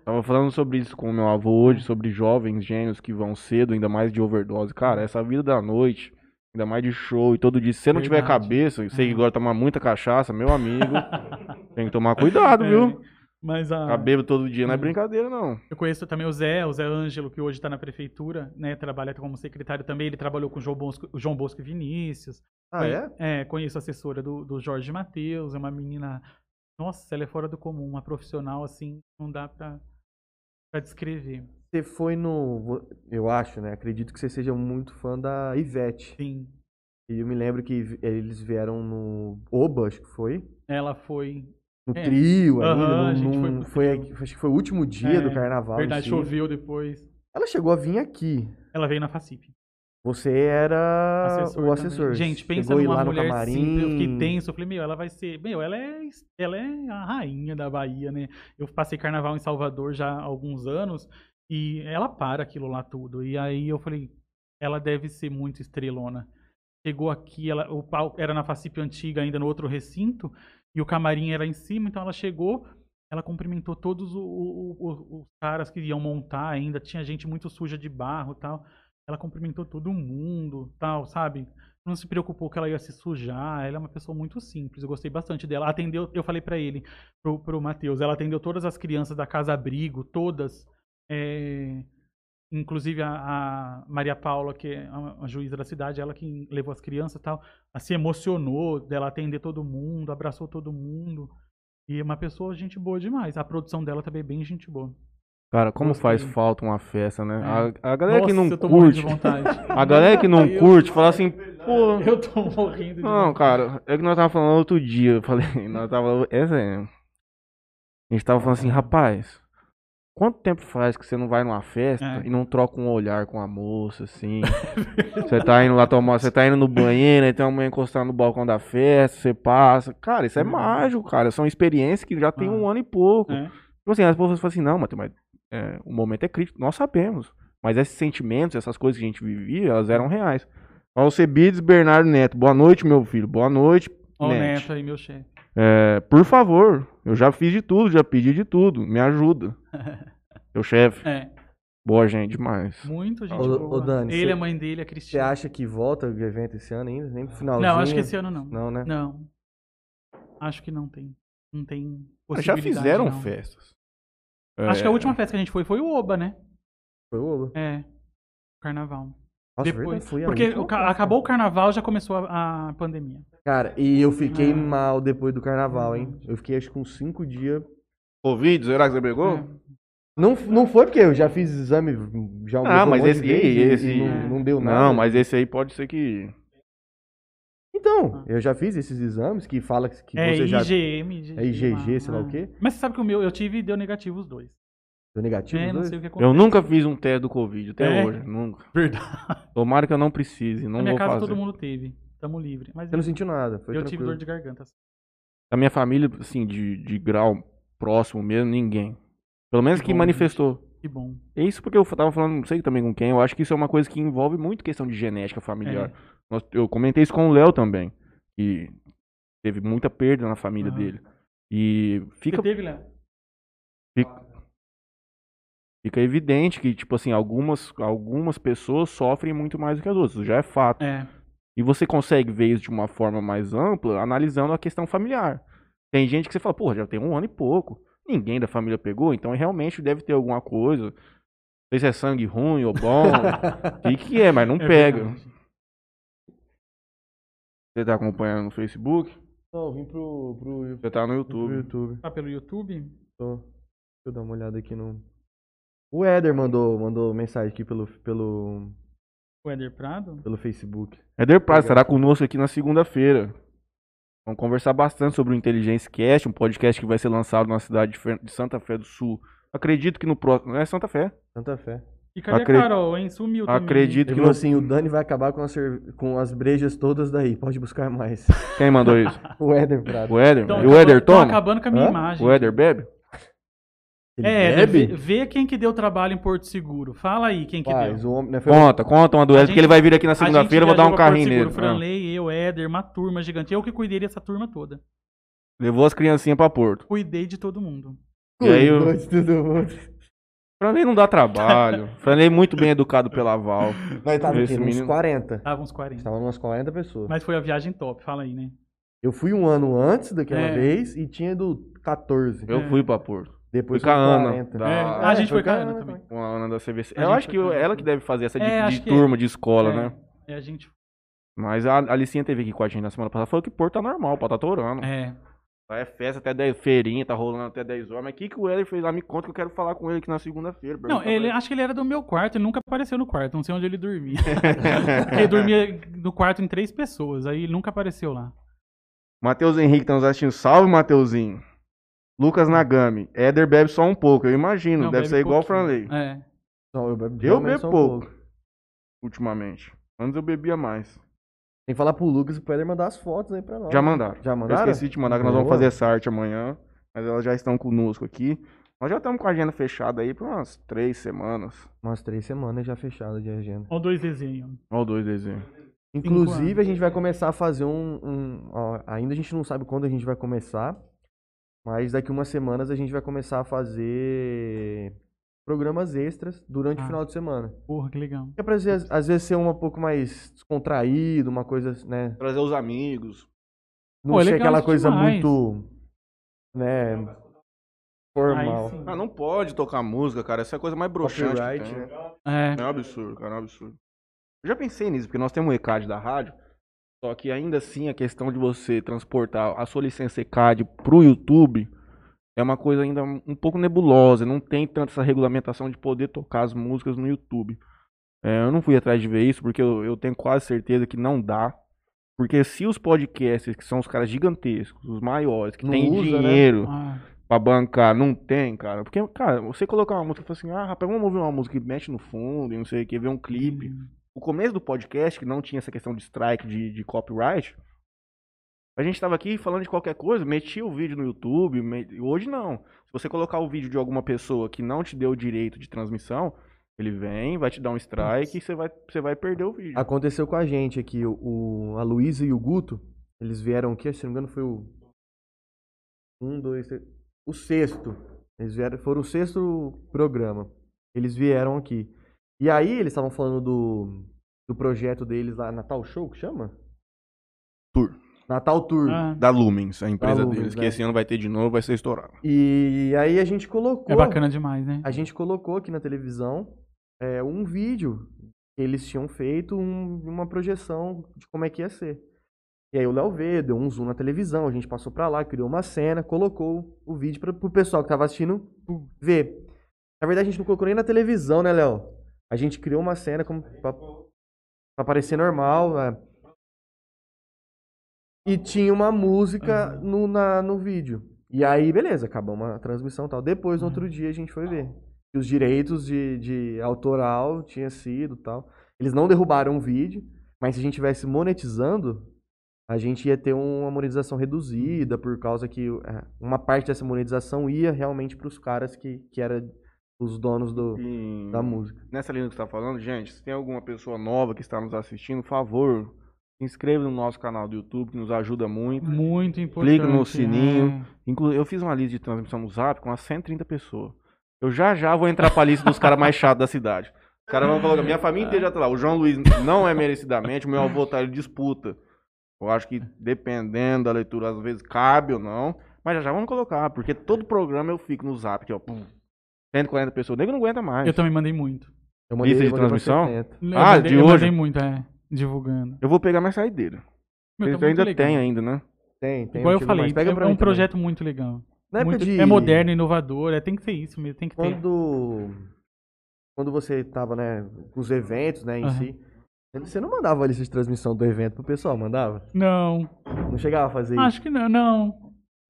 [SPEAKER 1] Tava falando sobre isso com o meu avô hoje, sobre jovens gênios que vão cedo, ainda mais de overdose. Cara, essa vida da noite, ainda mais de show e todo dia, se você não tiver
[SPEAKER 3] Verdade.
[SPEAKER 1] cabeça, e você que
[SPEAKER 3] É.
[SPEAKER 1] gosta de tomar muita cachaça, meu amigo, <laughs> tem que tomar cuidado, viu?
[SPEAKER 3] né? É, mas a
[SPEAKER 1] Ficar bêbado todo dia não é
[SPEAKER 3] Hum.
[SPEAKER 1] brincadeira, não.
[SPEAKER 3] Eu conheço também o Zé, o Zé Ângelo, que hoje está na prefeitura, né? Trabalha como secretário também. Ele trabalhou com o João Bosco, o João Bosco e Vinícius.
[SPEAKER 2] Ah, é?
[SPEAKER 3] É, conheço a assessora do, do Jorge Matheus, é uma menina. Nossa, ela é fora do comum, uma profissional assim, não dá pra, pra descrever.
[SPEAKER 2] Você foi no. vo- Eu acho, né? Acredito que você seja muito fã da Ivete.
[SPEAKER 3] Sim,
[SPEAKER 2] E eu me lembro que vi- eles vieram no Oba, acho que foi.
[SPEAKER 3] ela foi.
[SPEAKER 2] No
[SPEAKER 3] É.
[SPEAKER 2] trio ainda.
[SPEAKER 3] Aham,
[SPEAKER 2] num-
[SPEAKER 3] a gente foi
[SPEAKER 2] num-
[SPEAKER 3] pro
[SPEAKER 2] foi
[SPEAKER 3] trio.
[SPEAKER 2] aqui- acho que foi o último dia
[SPEAKER 3] É,
[SPEAKER 2] do carnaval. em
[SPEAKER 3] Verdade,
[SPEAKER 2] si.
[SPEAKER 3] choveu depois.
[SPEAKER 2] Ela chegou a vir aqui.
[SPEAKER 3] Ela veio na FACIP.
[SPEAKER 2] Você era
[SPEAKER 3] assessor
[SPEAKER 2] o
[SPEAKER 3] também.
[SPEAKER 2] assessor.
[SPEAKER 3] Gente,
[SPEAKER 2] Chegou
[SPEAKER 3] pensa
[SPEAKER 2] a ir
[SPEAKER 3] numa
[SPEAKER 2] lá no
[SPEAKER 3] mulher
[SPEAKER 2] camarim.
[SPEAKER 3] simples, eu fiquei tenso, eu falei, meu, ela vai ser, meu, ela é, ela é a rainha da Bahia, né? Eu passei carnaval em Salvador já há alguns anos E ela para aquilo lá tudo. E aí eu falei, ela deve ser muito estrelona. Chegou aqui, ela, o palco era na Facip antiga, ainda no outro recinto, e o camarim era em cima, então ela chegou, ela cumprimentou todos o- o- o- os caras que iam montar ainda, tinha gente muito suja de barro e tal. Ela cumprimentou todo mundo, tal, sabe? Não se preocupou que ela ia se sujar, ela é uma pessoa muito simples, eu gostei bastante dela. Atendeu, eu falei pra ele, pro, pro Matheus, ela atendeu todas as crianças da Casa Abrigo, todas. é, inclusive a, a Maria Paula, que é a, a juíza da cidade, ela que levou as crianças e tal, ela se emocionou dela atender todo mundo, abraçou todo mundo. E é uma pessoa gente boa demais. A produção dela também é bem gente boa.
[SPEAKER 1] Cara, como
[SPEAKER 3] Gostei.
[SPEAKER 1] faz falta uma festa, né?
[SPEAKER 3] É.
[SPEAKER 1] A, a galera que não
[SPEAKER 3] eu tô morrendo de
[SPEAKER 1] curte,
[SPEAKER 3] vontade.
[SPEAKER 1] <laughs> a galera que não
[SPEAKER 3] Eu-
[SPEAKER 1] curte, fala assim, pô,
[SPEAKER 3] Eu tô morrendo de
[SPEAKER 1] Não,
[SPEAKER 3] vontade.
[SPEAKER 1] cara, é que nós tava falando outro dia, eu falei, assim, nós tava, essa é, a gente tava falando assim, rapaz, quanto tempo faz que você não vai numa festa
[SPEAKER 3] É.
[SPEAKER 1] e não troca um olhar com a moça,
[SPEAKER 3] <laughs>
[SPEAKER 1] assim, você tá indo lá tomar, você tá indo no banheiro, aí tem uma mulher encostada no balcão da festa, você passa, cara, isso é
[SPEAKER 3] Verdade.
[SPEAKER 1] mágico, cara, são experiências que já tem um ano e pouco,
[SPEAKER 3] Uhum. É.
[SPEAKER 1] Tipo assim, as pessoas falam assim, não, Matheus, mas é, o momento é crítico, nós sabemos. Mas esses sentimentos, essas coisas que a gente vivia, elas eram reais. Alcebides Bernardo Neto, boa noite, meu filho. Boa noite.
[SPEAKER 3] Ó o
[SPEAKER 1] Net.
[SPEAKER 3] Neto aí, meu chefe.
[SPEAKER 1] É, por favor, eu já fiz de tudo, já pedi de tudo. Me
[SPEAKER 3] <laughs>
[SPEAKER 1] ajuda. Meu chefe.
[SPEAKER 3] É,
[SPEAKER 1] Boa gente demais.
[SPEAKER 3] muito gente
[SPEAKER 2] Ô- ô,
[SPEAKER 3] boa.
[SPEAKER 2] Dani,
[SPEAKER 3] Ele,
[SPEAKER 2] cê-
[SPEAKER 3] a mãe dele, a
[SPEAKER 2] Você
[SPEAKER 3] Cristina.
[SPEAKER 2] acha que volta o evento esse ano ainda? Nem pro finalzinho?
[SPEAKER 3] Não, acho que esse ano não.
[SPEAKER 2] Não, né?
[SPEAKER 3] Não. Acho que não tem. Não tem
[SPEAKER 1] Mas Já
[SPEAKER 3] é possibilidade.
[SPEAKER 1] fizeram
[SPEAKER 3] não.
[SPEAKER 1] festas.
[SPEAKER 3] Acho que a
[SPEAKER 1] É,
[SPEAKER 3] última festa que a gente foi foi o Oba, né?
[SPEAKER 2] Foi o Oba.
[SPEAKER 3] É. Carnaval.
[SPEAKER 2] Nossa,
[SPEAKER 3] Depois.
[SPEAKER 2] verdade, é foi a
[SPEAKER 3] Porque
[SPEAKER 2] última
[SPEAKER 3] o ca-
[SPEAKER 2] festa.
[SPEAKER 3] acabou o carnaval, já começou a, a pandemia.
[SPEAKER 2] Cara, e eu fiquei
[SPEAKER 3] Ah.
[SPEAKER 2] mal depois do carnaval, hein?
[SPEAKER 3] Verdade.
[SPEAKER 2] Eu fiquei acho que uns cinco dias.
[SPEAKER 1] Covid, será que você brigou?
[SPEAKER 3] É.
[SPEAKER 2] Não, não foi porque eu já fiz exame já um
[SPEAKER 1] Ah,
[SPEAKER 2] um
[SPEAKER 1] mas
[SPEAKER 2] monte de
[SPEAKER 1] esse-
[SPEAKER 2] vezes
[SPEAKER 1] e-
[SPEAKER 2] e- e
[SPEAKER 1] esse-
[SPEAKER 2] não,
[SPEAKER 3] É.
[SPEAKER 2] não deu nada.
[SPEAKER 1] Não, mas esse aí pode ser que.
[SPEAKER 2] Então, eu já fiz esses exames que fala que que
[SPEAKER 3] Ah. É,
[SPEAKER 2] você já
[SPEAKER 3] IgM, IgG,
[SPEAKER 2] É IgG,
[SPEAKER 3] lá,
[SPEAKER 2] sei lá o quê.
[SPEAKER 3] Mas você sabe que o meu, eu tive e deu negativo os dois.
[SPEAKER 2] deu negativo.
[SPEAKER 3] É,
[SPEAKER 2] os
[SPEAKER 3] não
[SPEAKER 2] dois?
[SPEAKER 3] sei o que aconteceu.
[SPEAKER 1] Eu nunca fiz um teste do Covid, até
[SPEAKER 3] É?
[SPEAKER 1] hoje. Nunca.
[SPEAKER 3] Verdade.
[SPEAKER 1] Tomara que eu não precise, não
[SPEAKER 3] Na minha
[SPEAKER 1] vou
[SPEAKER 3] casa
[SPEAKER 1] fazer.
[SPEAKER 3] todo mundo teve. Tamo livre. Mas
[SPEAKER 2] Você não sentiu nada, foi
[SPEAKER 3] eu tive
[SPEAKER 2] tranquilo.
[SPEAKER 3] dor de garganta.
[SPEAKER 1] Da minha família, assim, de, de grau próximo mesmo, ninguém. Pelo menos
[SPEAKER 3] Que
[SPEAKER 1] que
[SPEAKER 3] bom,
[SPEAKER 1] manifestou.
[SPEAKER 3] Que bom.
[SPEAKER 1] É isso porque eu tava falando, não sei também com quem, eu acho que isso é uma coisa que envolve muito questão de genética
[SPEAKER 3] É.
[SPEAKER 1] familiar. Nós- eu comentei isso com o Léo também, que teve muita perda na família
[SPEAKER 3] Aham.
[SPEAKER 1] dele. E fica,
[SPEAKER 3] Você teve, Léo?
[SPEAKER 1] fica evidente que, tipo assim, algumas, algumas pessoas sofrem muito mais do que as outras, isso já é fato.
[SPEAKER 3] É.
[SPEAKER 1] E você consegue ver isso de uma forma mais ampla analisando a questão familiar. Tem gente que você fala, porra, já tem um ano e pouco. Ninguém da família pegou, então realmente deve ter alguma coisa. Não sei se é sangue ruim ou
[SPEAKER 3] <laughs>
[SPEAKER 1] bom.
[SPEAKER 2] <laughs>
[SPEAKER 1] O que, que é, mas não
[SPEAKER 3] É
[SPEAKER 1] pega.
[SPEAKER 3] verdade.
[SPEAKER 1] Você tá acompanhando no Facebook?
[SPEAKER 2] Não, eu vim pro, pro,
[SPEAKER 1] Você tá no
[SPEAKER 2] pro
[SPEAKER 1] YouTube.
[SPEAKER 2] YouTube.
[SPEAKER 3] Tá pelo YouTube?
[SPEAKER 2] Tô. Deixa eu dar uma olhada aqui no. O Éder mandou, mandou mensagem aqui pelo, pelo,
[SPEAKER 3] O Éder Prado?
[SPEAKER 2] pelo Facebook.
[SPEAKER 1] Eder Prado estará conosco aqui na segunda-feira. Vamos conversar bastante sobre o Inteligência Cast, um podcast que vai ser lançado na cidade de Fer- de Santa Fé do Sul. Acredito que no próximo. Não é Santa Fé.
[SPEAKER 2] Tanta fé.
[SPEAKER 3] E cadê
[SPEAKER 1] Acre-
[SPEAKER 3] a Carol, hein? Sumiu também.
[SPEAKER 1] Acredito
[SPEAKER 2] Ele
[SPEAKER 1] que
[SPEAKER 2] falou
[SPEAKER 1] no...
[SPEAKER 2] assim: o Dani vai acabar com as, cerve- com as brejas todas daí, pode
[SPEAKER 1] <laughs>
[SPEAKER 2] buscar mais.
[SPEAKER 1] Quem mandou
[SPEAKER 3] <laughs>
[SPEAKER 1] isso?
[SPEAKER 2] o Éder Prado.
[SPEAKER 1] O Éder?
[SPEAKER 3] Então,
[SPEAKER 1] e o Éder
[SPEAKER 3] Estão
[SPEAKER 1] toma?
[SPEAKER 3] acabando com a minha
[SPEAKER 2] Hã?
[SPEAKER 3] imagem.
[SPEAKER 1] O Éder bebe?
[SPEAKER 2] Ele
[SPEAKER 3] É, Éder,
[SPEAKER 2] bebe?
[SPEAKER 3] vê, vê quem que deu trabalho em Porto Seguro. Fala aí quem que deu.
[SPEAKER 2] Faz, o homem, né, foi-
[SPEAKER 1] Conta, conta uma doença,
[SPEAKER 3] gente-
[SPEAKER 1] porque ele vai vir aqui na
[SPEAKER 3] A gente
[SPEAKER 1] segunda-feira, eu vou dar
[SPEAKER 3] viajou
[SPEAKER 1] um
[SPEAKER 3] pra Porto
[SPEAKER 1] carrinho
[SPEAKER 3] Seguro,
[SPEAKER 1] nele. Ah,
[SPEAKER 3] Franley, eu, Éder, uma turma gigante. Eu que cuidei dessa turma toda.
[SPEAKER 1] Levou as criancinhas pra Porto.
[SPEAKER 3] Cuidei de todo mundo.
[SPEAKER 1] E aí
[SPEAKER 2] Boa
[SPEAKER 1] o-
[SPEAKER 2] noite, todo mundo.
[SPEAKER 1] Franley não dá
[SPEAKER 3] <laughs>
[SPEAKER 1] trabalho. Franley é muito bem educado pela Val.
[SPEAKER 2] Nós tava
[SPEAKER 1] Esse
[SPEAKER 2] aqui, uns
[SPEAKER 1] menino-
[SPEAKER 2] 40.
[SPEAKER 3] Tava uns
[SPEAKER 1] Tá.
[SPEAKER 3] 40.
[SPEAKER 2] Tava umas 40 pessoas.
[SPEAKER 3] Mas foi a viagem top, fala aí, né?
[SPEAKER 2] Eu fui um ano antes daquela
[SPEAKER 3] É.
[SPEAKER 2] vez e tinha do 14.
[SPEAKER 1] Eu
[SPEAKER 3] É.
[SPEAKER 1] fui pra Porto.
[SPEAKER 2] Depois
[SPEAKER 1] fui com a
[SPEAKER 2] uns
[SPEAKER 1] Ana,
[SPEAKER 2] 40.
[SPEAKER 1] da- Ah,
[SPEAKER 3] É, a gente foi
[SPEAKER 2] foi com a
[SPEAKER 3] caramba
[SPEAKER 2] Ana
[SPEAKER 3] também.
[SPEAKER 1] Com a Ana da CBC.
[SPEAKER 3] A
[SPEAKER 1] Eu
[SPEAKER 3] gente
[SPEAKER 1] acho que
[SPEAKER 3] foi
[SPEAKER 1] eu-
[SPEAKER 3] pra-
[SPEAKER 1] ela que deve fazer essa de,
[SPEAKER 3] É,
[SPEAKER 1] de
[SPEAKER 3] acho que é.
[SPEAKER 1] turma, de escola,
[SPEAKER 3] é,
[SPEAKER 1] né?
[SPEAKER 3] É, a gente...
[SPEAKER 1] Mas a Alicinha teve aqui com a gente na semana passada, falou que Porto tá normal, o pau tá torando.
[SPEAKER 3] É,
[SPEAKER 1] Lá É. festa até 10, feirinha, tá rolando até 10 horas. Mas o que, que o Éder fez lá? Me conta que eu quero falar com ele aqui na segunda-feira.
[SPEAKER 3] Não,
[SPEAKER 1] perguntar pra
[SPEAKER 3] ele, acho que ele era do meu quarto, ele nunca apareceu no quarto, não sei onde ele
[SPEAKER 1] <laughs>
[SPEAKER 3] dormia. é- ele dormia no quarto em três pessoas, aí ele nunca apareceu lá.
[SPEAKER 1] Matheus Henrique tá nos assistindo. Salve, Mateuzinho. Lucas Nagami. Éder bebe só um pouco, eu imagino.
[SPEAKER 3] Não,
[SPEAKER 1] deve
[SPEAKER 3] bebe
[SPEAKER 1] ser igual o Franley,
[SPEAKER 3] pouquinho. É.
[SPEAKER 2] Não, eu bebo,
[SPEAKER 1] Eu
[SPEAKER 2] realmente
[SPEAKER 1] bebo
[SPEAKER 2] só um
[SPEAKER 1] pouco. ultimamente. Antes eu bebia mais.
[SPEAKER 2] Tem que falar pro Lucas e pro Éder mandar as fotos aí pra nós.
[SPEAKER 1] Já mandaram.
[SPEAKER 2] Já
[SPEAKER 1] Eu
[SPEAKER 2] mandaram?
[SPEAKER 1] esqueci de mandar, que nós vamos
[SPEAKER 2] Boa.
[SPEAKER 1] fazer essa arte amanhã. Mas elas já estão conosco aqui. Nós já estamos com a agenda fechada aí por umas três semanas.
[SPEAKER 2] Umas três semanas já fechada de agenda.
[SPEAKER 3] Ó, dois desenhos.
[SPEAKER 1] Ou dois desenhos.
[SPEAKER 2] Inclusive,
[SPEAKER 3] anos.
[SPEAKER 2] a gente vai começar a fazer um. um- ó, ainda a gente não sabe quando a gente vai começar, mas daqui umas semanas a gente vai começar a fazer programas extras durante
[SPEAKER 3] Ah.
[SPEAKER 2] o final de semana.
[SPEAKER 3] Porra, que legal.
[SPEAKER 2] É pra, às vezes, às vezes, ser um pouco mais descontraído, uma coisa, né?
[SPEAKER 1] Trazer os amigos.
[SPEAKER 2] Não
[SPEAKER 3] Pô, é
[SPEAKER 2] ser
[SPEAKER 3] legal
[SPEAKER 2] aquela
[SPEAKER 3] isso
[SPEAKER 2] coisa
[SPEAKER 3] demais.
[SPEAKER 2] muito. né?
[SPEAKER 3] Aí
[SPEAKER 2] formal.
[SPEAKER 3] sim.
[SPEAKER 1] Ah, não pode tocar música, cara. Essa é a coisa mais broxante. que
[SPEAKER 2] Copyright,
[SPEAKER 1] tem.
[SPEAKER 2] né?
[SPEAKER 5] É.
[SPEAKER 1] É um absurdo, cara, é um absurdo. Eu já pensei nisso, porque nós temos um ECAD da rádio, só que ainda assim a questão de você transportar a sua licença ECAD pro YouTube é uma coisa ainda um pouco nebulosa, não tem tanto essa regulamentação de poder tocar as músicas no YouTube. É, eu não fui atrás de ver isso, porque eu, eu tenho quase certeza que não dá. Porque se os podcasts, que são os caras gigantescos, os maiores, que
[SPEAKER 2] Não
[SPEAKER 1] têm
[SPEAKER 2] usa, né?
[SPEAKER 1] dinheiro
[SPEAKER 3] Ah,
[SPEAKER 1] pra bancar, não tem, cara. Porque, cara, você colocar uma música e falar assim, ah, rapaz, vamos ouvir uma música que mexe no fundo e não sei o que, ver um clipe. O começo do podcast, que não tinha essa questão de strike, de, de copyright, a gente tava aqui falando de qualquer coisa, metia o vídeo no YouTube, me- hoje não. Se você colocar o vídeo de alguma pessoa que não te deu o direito de transmissão, ele vem, vai te dar um strike e você vai, você vai perder o vídeo.
[SPEAKER 2] Aconteceu com a gente aqui, o, o- a Luísa e o Guto, eles vieram aqui, se não me engano foi o... Um, dois, três... O sexto. Eles vieram, foram o sexto programa. Eles vieram aqui. E aí eles estavam falando do, do projeto deles lá, Natal Show, que chama?
[SPEAKER 1] Tour.
[SPEAKER 2] Natal Tour.
[SPEAKER 3] ah,
[SPEAKER 1] Da Lumens, é. a empresa
[SPEAKER 2] Lumens,
[SPEAKER 1] deles, que
[SPEAKER 2] né?
[SPEAKER 1] esse ano vai ter de novo, vai ser estourado.
[SPEAKER 2] E aí a gente colocou...
[SPEAKER 3] é bacana demais, né?
[SPEAKER 2] A gente colocou aqui na televisão é, um vídeo que eles tinham feito, um- uma projeção de como é que ia ser. E aí o Léo veio, deu um zoom na televisão, a gente passou pra lá, criou uma cena, colocou o vídeo para pro pessoal que tava assistindo pu- ver. Na verdade, a gente não colocou nem na televisão, né, Léo? A gente criou uma cena como pra, pra parecer normal. né? E tinha uma música no, na- no vídeo. E aí, beleza, acabou uma transmissão e tal. Depois, no
[SPEAKER 3] Uhum.
[SPEAKER 2] outro dia, a gente foi ver. E os direitos de, de autoral tinha sido e tal. Eles não derrubaram o vídeo, mas se a gente tivesse monetizando, a gente ia ter uma monetização reduzida, por causa que é, uma parte dessa monetização ia realmente para os caras que, que eram os donos do,
[SPEAKER 3] Uhum.
[SPEAKER 1] E-
[SPEAKER 2] da música.
[SPEAKER 1] nessa linha que você está falando, gente, se tem alguma pessoa nova que está nos assistindo, por favor, se inscreva no nosso canal do YouTube, que nos ajuda muito.
[SPEAKER 3] Muito importante.
[SPEAKER 1] Clica no sininho.
[SPEAKER 3] né?
[SPEAKER 1] Inclu eu fiz uma lista de transmissão no Zap com umas 130 pessoas. Eu já já vou entrar pra lista dos caras mais chatos da cidade. Os caras vão colocar, minha família inteira já tá lá. O João Luiz não é merecidamente, o meu avô tá, ele disputa. Eu acho que dependendo da leitura, às vezes cabe ou não. Mas já já vamos colocar, porque todo programa eu fico no Zap, aqui ó, pum, 140 pessoas, nem não aguenta mais.
[SPEAKER 3] É. Eu também mandei muito.
[SPEAKER 2] Eu
[SPEAKER 1] Lista de
[SPEAKER 2] pra
[SPEAKER 1] transmissão?
[SPEAKER 2] 70.
[SPEAKER 3] Eu
[SPEAKER 1] Ah,
[SPEAKER 3] mandei,
[SPEAKER 1] de
[SPEAKER 3] eu
[SPEAKER 1] hoje?
[SPEAKER 3] mandei muito, é. Divulgando.
[SPEAKER 1] Eu vou pegar minha saideira.
[SPEAKER 3] Meu, tá
[SPEAKER 1] Eles
[SPEAKER 3] muito
[SPEAKER 1] ainda
[SPEAKER 3] legal.
[SPEAKER 1] tem ainda, né?
[SPEAKER 2] Tem, tem.
[SPEAKER 3] Igual eu
[SPEAKER 2] chega
[SPEAKER 3] falei,
[SPEAKER 2] mais. Pega
[SPEAKER 3] é,
[SPEAKER 2] pra
[SPEAKER 3] é
[SPEAKER 2] mim
[SPEAKER 3] um
[SPEAKER 2] também.
[SPEAKER 3] projeto muito legal.
[SPEAKER 2] Na época
[SPEAKER 3] Muito-
[SPEAKER 2] de-
[SPEAKER 3] É moderno, inovador, é, tem que ser isso mesmo, tem que ter.
[SPEAKER 2] quando quando você tava, né, com os eventos, né, em
[SPEAKER 3] Aham.
[SPEAKER 2] si, você não mandava a lista de transmissão do evento pro pessoal, mandava?
[SPEAKER 3] Não,
[SPEAKER 2] Não chegava a fazer isso.
[SPEAKER 3] acho que não, não.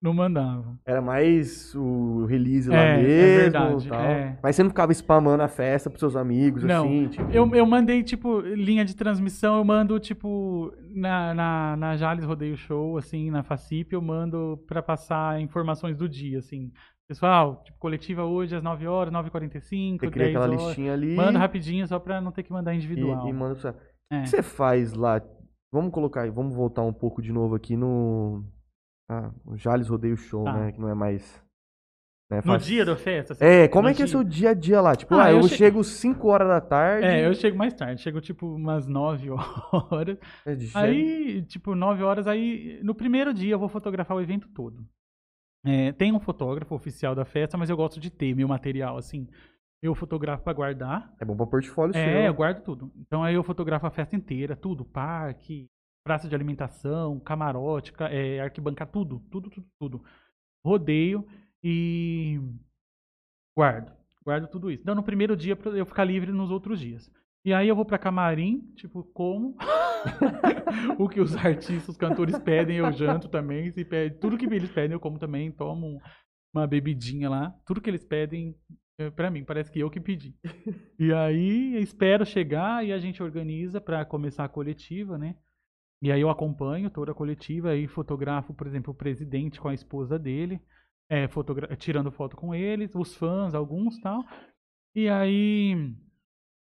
[SPEAKER 3] Não mandava.
[SPEAKER 2] Era mais o release lá
[SPEAKER 3] É, é
[SPEAKER 2] mesmo,
[SPEAKER 3] verdade,
[SPEAKER 2] tal.
[SPEAKER 3] é.
[SPEAKER 2] Mas você não ficava spamando a festa pros seus amigos,
[SPEAKER 3] Não.
[SPEAKER 2] assim, tipo...
[SPEAKER 3] Eu, eu mandei, tipo, linha de transmissão, eu mando, tipo, na, na, na Jales Rodeio Show, assim, na FACIP, eu mando pra passar informações do dia, assim. Pessoal, tipo, coletiva hoje às 9 horas, 9h45,
[SPEAKER 2] Você
[SPEAKER 3] 10
[SPEAKER 2] cria aquela
[SPEAKER 3] horas.
[SPEAKER 2] listinha ali
[SPEAKER 3] Manda rapidinho só pra não ter que mandar
[SPEAKER 2] e,
[SPEAKER 3] individual.
[SPEAKER 2] e manda pro seu- O
[SPEAKER 3] É.
[SPEAKER 2] que você faz lá? Vamos colocar aí, vamos voltar um pouco de novo aqui no... Ah, o Jales Rodeio Show,
[SPEAKER 3] Tá.
[SPEAKER 2] né, que não é mais... né,
[SPEAKER 3] No
[SPEAKER 2] fácil.
[SPEAKER 3] dia da festa? assim,
[SPEAKER 2] É, como
[SPEAKER 3] no
[SPEAKER 2] é que é
[SPEAKER 3] dia.
[SPEAKER 2] seu dia a dia lá? Tipo,
[SPEAKER 3] Ah,
[SPEAKER 2] ah,
[SPEAKER 3] eu
[SPEAKER 2] eu,
[SPEAKER 3] che-
[SPEAKER 2] chego 5 horas da tarde.
[SPEAKER 3] É, eu chego mais tarde, chego tipo umas 9 <laughs> horas.
[SPEAKER 2] É, de-
[SPEAKER 3] Aí, tipo, 9 horas, aí no primeiro dia eu vou fotografar o evento todo. É, tem um fotógrafo oficial da festa, mas eu gosto de ter meu material, assim. Eu fotografo pra guardar,
[SPEAKER 2] é bom pra portfólio
[SPEAKER 3] é, eu
[SPEAKER 2] seu.
[SPEAKER 3] guardo tudo. Então aí eu fotografo a festa inteira, tudo, parque, praça de alimentação, camarote, ca- é, arquibancada, tudo, tudo, tudo, tudo. Rodeio e guardo, guardo tudo isso. Então no primeiro dia pra eu ficar livre nos outros dias. E aí eu vou pra camarim, tipo, como <laughs> o que os artistas, os cantores pedem, eu janto também, se pede, tudo que eles pedem eu como também, tomo uma bebidinha lá, tudo que eles pedem é, pra mim, parece que eu que pedi. E aí espero chegar e a gente organiza para começar a coletiva, né? E aí eu acompanho toda a coletiva e fotografo, por exemplo, o presidente com a esposa dele. é, fotogra- tirando foto com eles, os fãs, alguns tal. E aí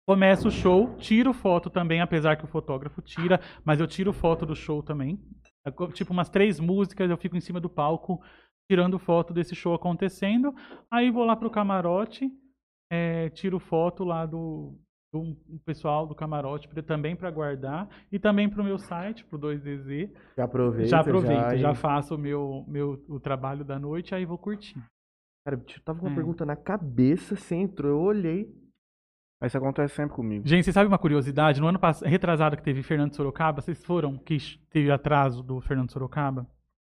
[SPEAKER 3] começa o show, tiro foto também, apesar que o fotógrafo tira, mas eu tiro foto do show também. É co- Tipo umas três músicas, eu fico em cima do palco tirando foto desse show acontecendo. Aí vou lá pro camarote, é, tiro foto lá do, do um, pessoal do camarote pra- também para guardar e também pro meu site, pro 2DZ.
[SPEAKER 2] Já aproveita.
[SPEAKER 3] já aproveito, já,
[SPEAKER 2] hein?
[SPEAKER 3] faço o meu, meu o trabalho da noite, aí vou curtir.
[SPEAKER 2] Cara, eu tava com uma
[SPEAKER 3] É.
[SPEAKER 2] pergunta na cabeça, você entrou, eu olhei.
[SPEAKER 1] Mas isso acontece sempre
[SPEAKER 3] <laughs>
[SPEAKER 1] comigo.
[SPEAKER 3] Gente, vocês sabem uma curiosidade? No ano passado, retrasado que teve Fernando Sorocaba, vocês foram que ch- teve atraso do Fernando Sorocaba?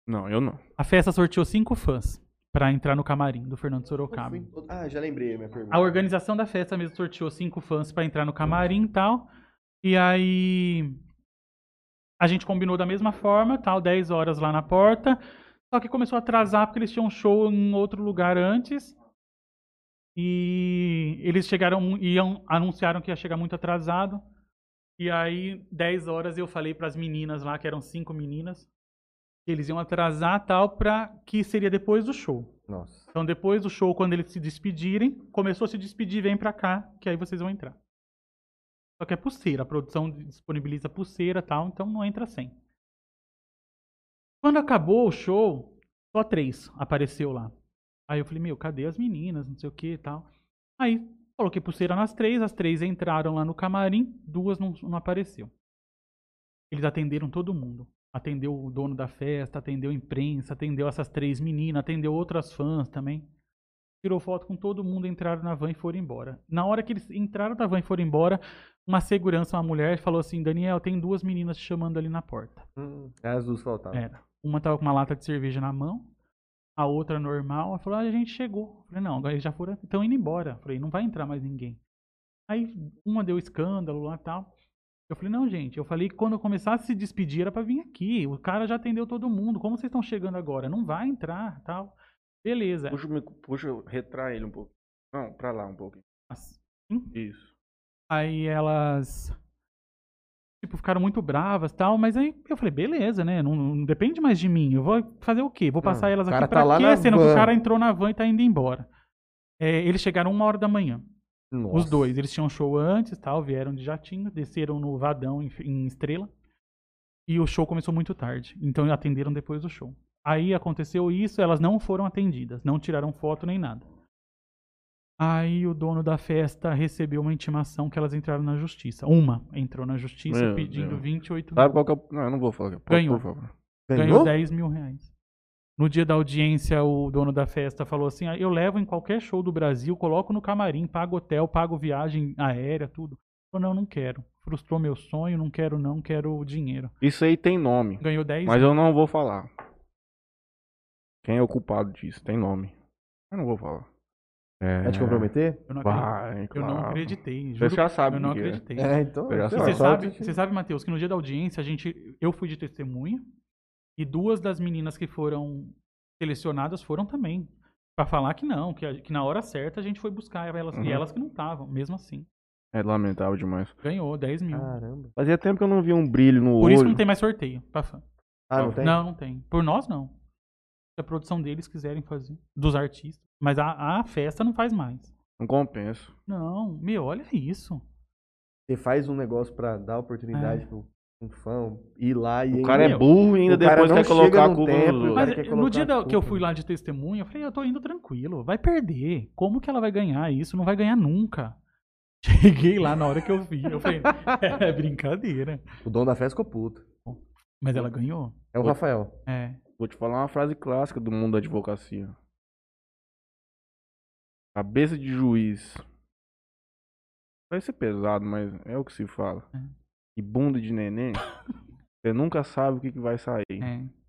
[SPEAKER 1] Não, eu não.
[SPEAKER 3] A festa sorteou cinco fãs pra entrar no camarim do Fernando Sorocaba.
[SPEAKER 2] Ah, já lembrei a minha pergunta.
[SPEAKER 3] A organização da festa mesmo sorteou cinco fãs pra entrar no camarim e tal. E aí a gente combinou da mesma forma, tal, 10 horas lá na porta. Só que começou a atrasar porque eles tinham um show em outro lugar antes. E eles chegaram, mu- iam, anunciaram que ia chegar muito atrasado. E aí, 10 horas eu falei pras meninas lá, que eram cinco meninas, que eles iam atrasar tal pra que seria depois do show.
[SPEAKER 2] Nossa.
[SPEAKER 3] Então, depois do show, quando eles se despedirem, começou a se despedir, vem pra cá, que aí vocês vão entrar. Só que é pulseira, a produção disponibiliza pulseira e tal, então não entra sem. Quando acabou o show, só três apareceu lá. Aí eu falei, meu, cadê as meninas, não sei o que e tal. Aí coloquei pulseira nas três, as três entraram lá no camarim, duas não, não apareceu. Eles atenderam todo mundo. Atendeu o dono da festa, atendeu a imprensa, atendeu essas três meninas, atendeu outras fãs também. Tirou foto com todo mundo, entraram na van e foram embora. Na hora que eles entraram da van e foram embora, uma segurança, uma mulher, falou assim: Daniel, tem duas meninas te chamando ali na porta.
[SPEAKER 2] Hum, as duas faltavam.
[SPEAKER 3] Era. É, Uma tava com uma lata de cerveja na mão, a outra normal. Ela falou, ah, a gente chegou. Eu falei, não, agora eles já foram, estão indo embora. Eu falei, não vai entrar mais ninguém. Aí uma deu escândalo lá e tal. Eu falei, não, gente, eu falei que quando eu começasse a se despedir era pra vir aqui. O cara já atendeu todo mundo. Como vocês estão chegando agora? Não vai entrar tal. Beleza.
[SPEAKER 1] Puxa, o micro- puxa, retrai ele um pouco. Não, pra lá um pouquinho. Isso.
[SPEAKER 3] Aí elas tipo ficaram muito bravas, tal, mas aí eu falei, beleza, né? Não, não depende mais de mim. Eu vou fazer o quê? Vou passar
[SPEAKER 2] Não,
[SPEAKER 3] elas
[SPEAKER 2] o
[SPEAKER 3] aqui
[SPEAKER 2] cara
[SPEAKER 3] pra
[SPEAKER 2] tá lá
[SPEAKER 3] quê?
[SPEAKER 2] na
[SPEAKER 3] Sendo que o
[SPEAKER 2] van.
[SPEAKER 3] cara entrou na van e tá indo embora. É, eles chegaram uma hora da manhã.
[SPEAKER 2] Nossa.
[SPEAKER 3] Os dois, eles tinham show antes, tal, vieram de jatinho, desceram no Vadão em, em Estrela. E o show começou muito tarde, então atenderam depois do show. Aí aconteceu isso, elas não foram atendidas, não tiraram foto nem nada. Aí o dono da festa recebeu uma intimação que elas entraram na justiça. Uma entrou na justiça
[SPEAKER 1] Meu
[SPEAKER 3] pedindo
[SPEAKER 1] Deus.
[SPEAKER 3] 28 mil,
[SPEAKER 1] Sabe qual que é o... Não, eu não vou falar. Por,
[SPEAKER 3] Ganhou.
[SPEAKER 1] Por favor.
[SPEAKER 3] ganhou
[SPEAKER 2] Ganhou?
[SPEAKER 3] 10 mil reais. No dia da audiência, o dono da festa falou assim: "Ah, eu levo em qualquer show do Brasil, coloco no camarim, pago hotel, pago viagem aérea, tudo. Falou, não, não quero. Frustrou meu sonho, não quero, não, quero o dinheiro.
[SPEAKER 1] Isso aí tem nome,
[SPEAKER 3] Ganhou 10
[SPEAKER 1] mas eu não vou falar. Quem é o culpado disso? Tem nome. Eu não vou falar. É...
[SPEAKER 2] Vai te comprometer?
[SPEAKER 3] Eu não acredito.
[SPEAKER 1] Vai,
[SPEAKER 3] Eu não
[SPEAKER 1] claro.
[SPEAKER 3] acreditei.
[SPEAKER 1] Você
[SPEAKER 3] Juro,
[SPEAKER 1] já sabe
[SPEAKER 3] eu não
[SPEAKER 1] o que é.
[SPEAKER 3] acreditei.
[SPEAKER 2] É, então.
[SPEAKER 1] Eu já
[SPEAKER 2] sei
[SPEAKER 3] E
[SPEAKER 1] sei.
[SPEAKER 2] lá,
[SPEAKER 3] você
[SPEAKER 2] só
[SPEAKER 3] sabe,
[SPEAKER 2] te-
[SPEAKER 3] você sabe, Matheus, que no dia da audiência a gente, eu fui de testemunha e duas das meninas que foram selecionadas foram também Pra falar que não, que, a- que na hora certa a gente foi buscar elas
[SPEAKER 1] Uhum.
[SPEAKER 3] e elas que não estavam, mesmo assim.
[SPEAKER 1] É lamentável demais.
[SPEAKER 3] Ganhou 10 mil.
[SPEAKER 2] Caramba.
[SPEAKER 1] Fazia tempo que eu não via um brilho no
[SPEAKER 3] Por
[SPEAKER 1] olho.
[SPEAKER 3] isso não tem mais sorteio pra fã.
[SPEAKER 2] Ah, não tem?
[SPEAKER 3] Não, não tem. Por nós não. Se a produção deles quiserem fazer, dos artistas. Mas a, a festa não faz mais.
[SPEAKER 1] Não compensa.
[SPEAKER 3] Não, meu, olha isso.
[SPEAKER 2] Você faz um negócio pra dar
[SPEAKER 3] É.
[SPEAKER 2] oportunidade pro um fã ir lá e.
[SPEAKER 1] O cara é
[SPEAKER 3] Meu,
[SPEAKER 1] burro e ainda
[SPEAKER 2] o cara
[SPEAKER 1] depois
[SPEAKER 2] não
[SPEAKER 1] quer colocar
[SPEAKER 2] chega
[SPEAKER 1] a
[SPEAKER 2] num
[SPEAKER 1] culpa
[SPEAKER 2] tempo,
[SPEAKER 1] nos
[SPEAKER 2] o
[SPEAKER 1] outros.
[SPEAKER 3] Mas
[SPEAKER 2] cara quer
[SPEAKER 3] no
[SPEAKER 2] colocar
[SPEAKER 3] dia
[SPEAKER 2] a
[SPEAKER 3] da- que
[SPEAKER 2] culpa.
[SPEAKER 3] eu fui lá de testemunha, eu falei, "Ah, eu tô indo tranquilo, vai perder. Como que ela vai ganhar isso? Não vai ganhar nunca. <laughs> Cheguei lá na hora que eu vi. Eu falei, <laughs> é brincadeira.
[SPEAKER 2] O dono da festa ficou puto.
[SPEAKER 3] Mas ela ganhou.
[SPEAKER 2] É o
[SPEAKER 1] Puto.
[SPEAKER 2] Rafael.
[SPEAKER 3] É.
[SPEAKER 1] Vou te falar uma frase clássica do mundo da advocacia. Cabeça de juiz. Vai ser pesado, mas é o que se fala.
[SPEAKER 3] É.
[SPEAKER 1] E bunda de
[SPEAKER 3] <laughs>
[SPEAKER 1] neném, você nunca sabe o que, que vai sair.
[SPEAKER 3] é.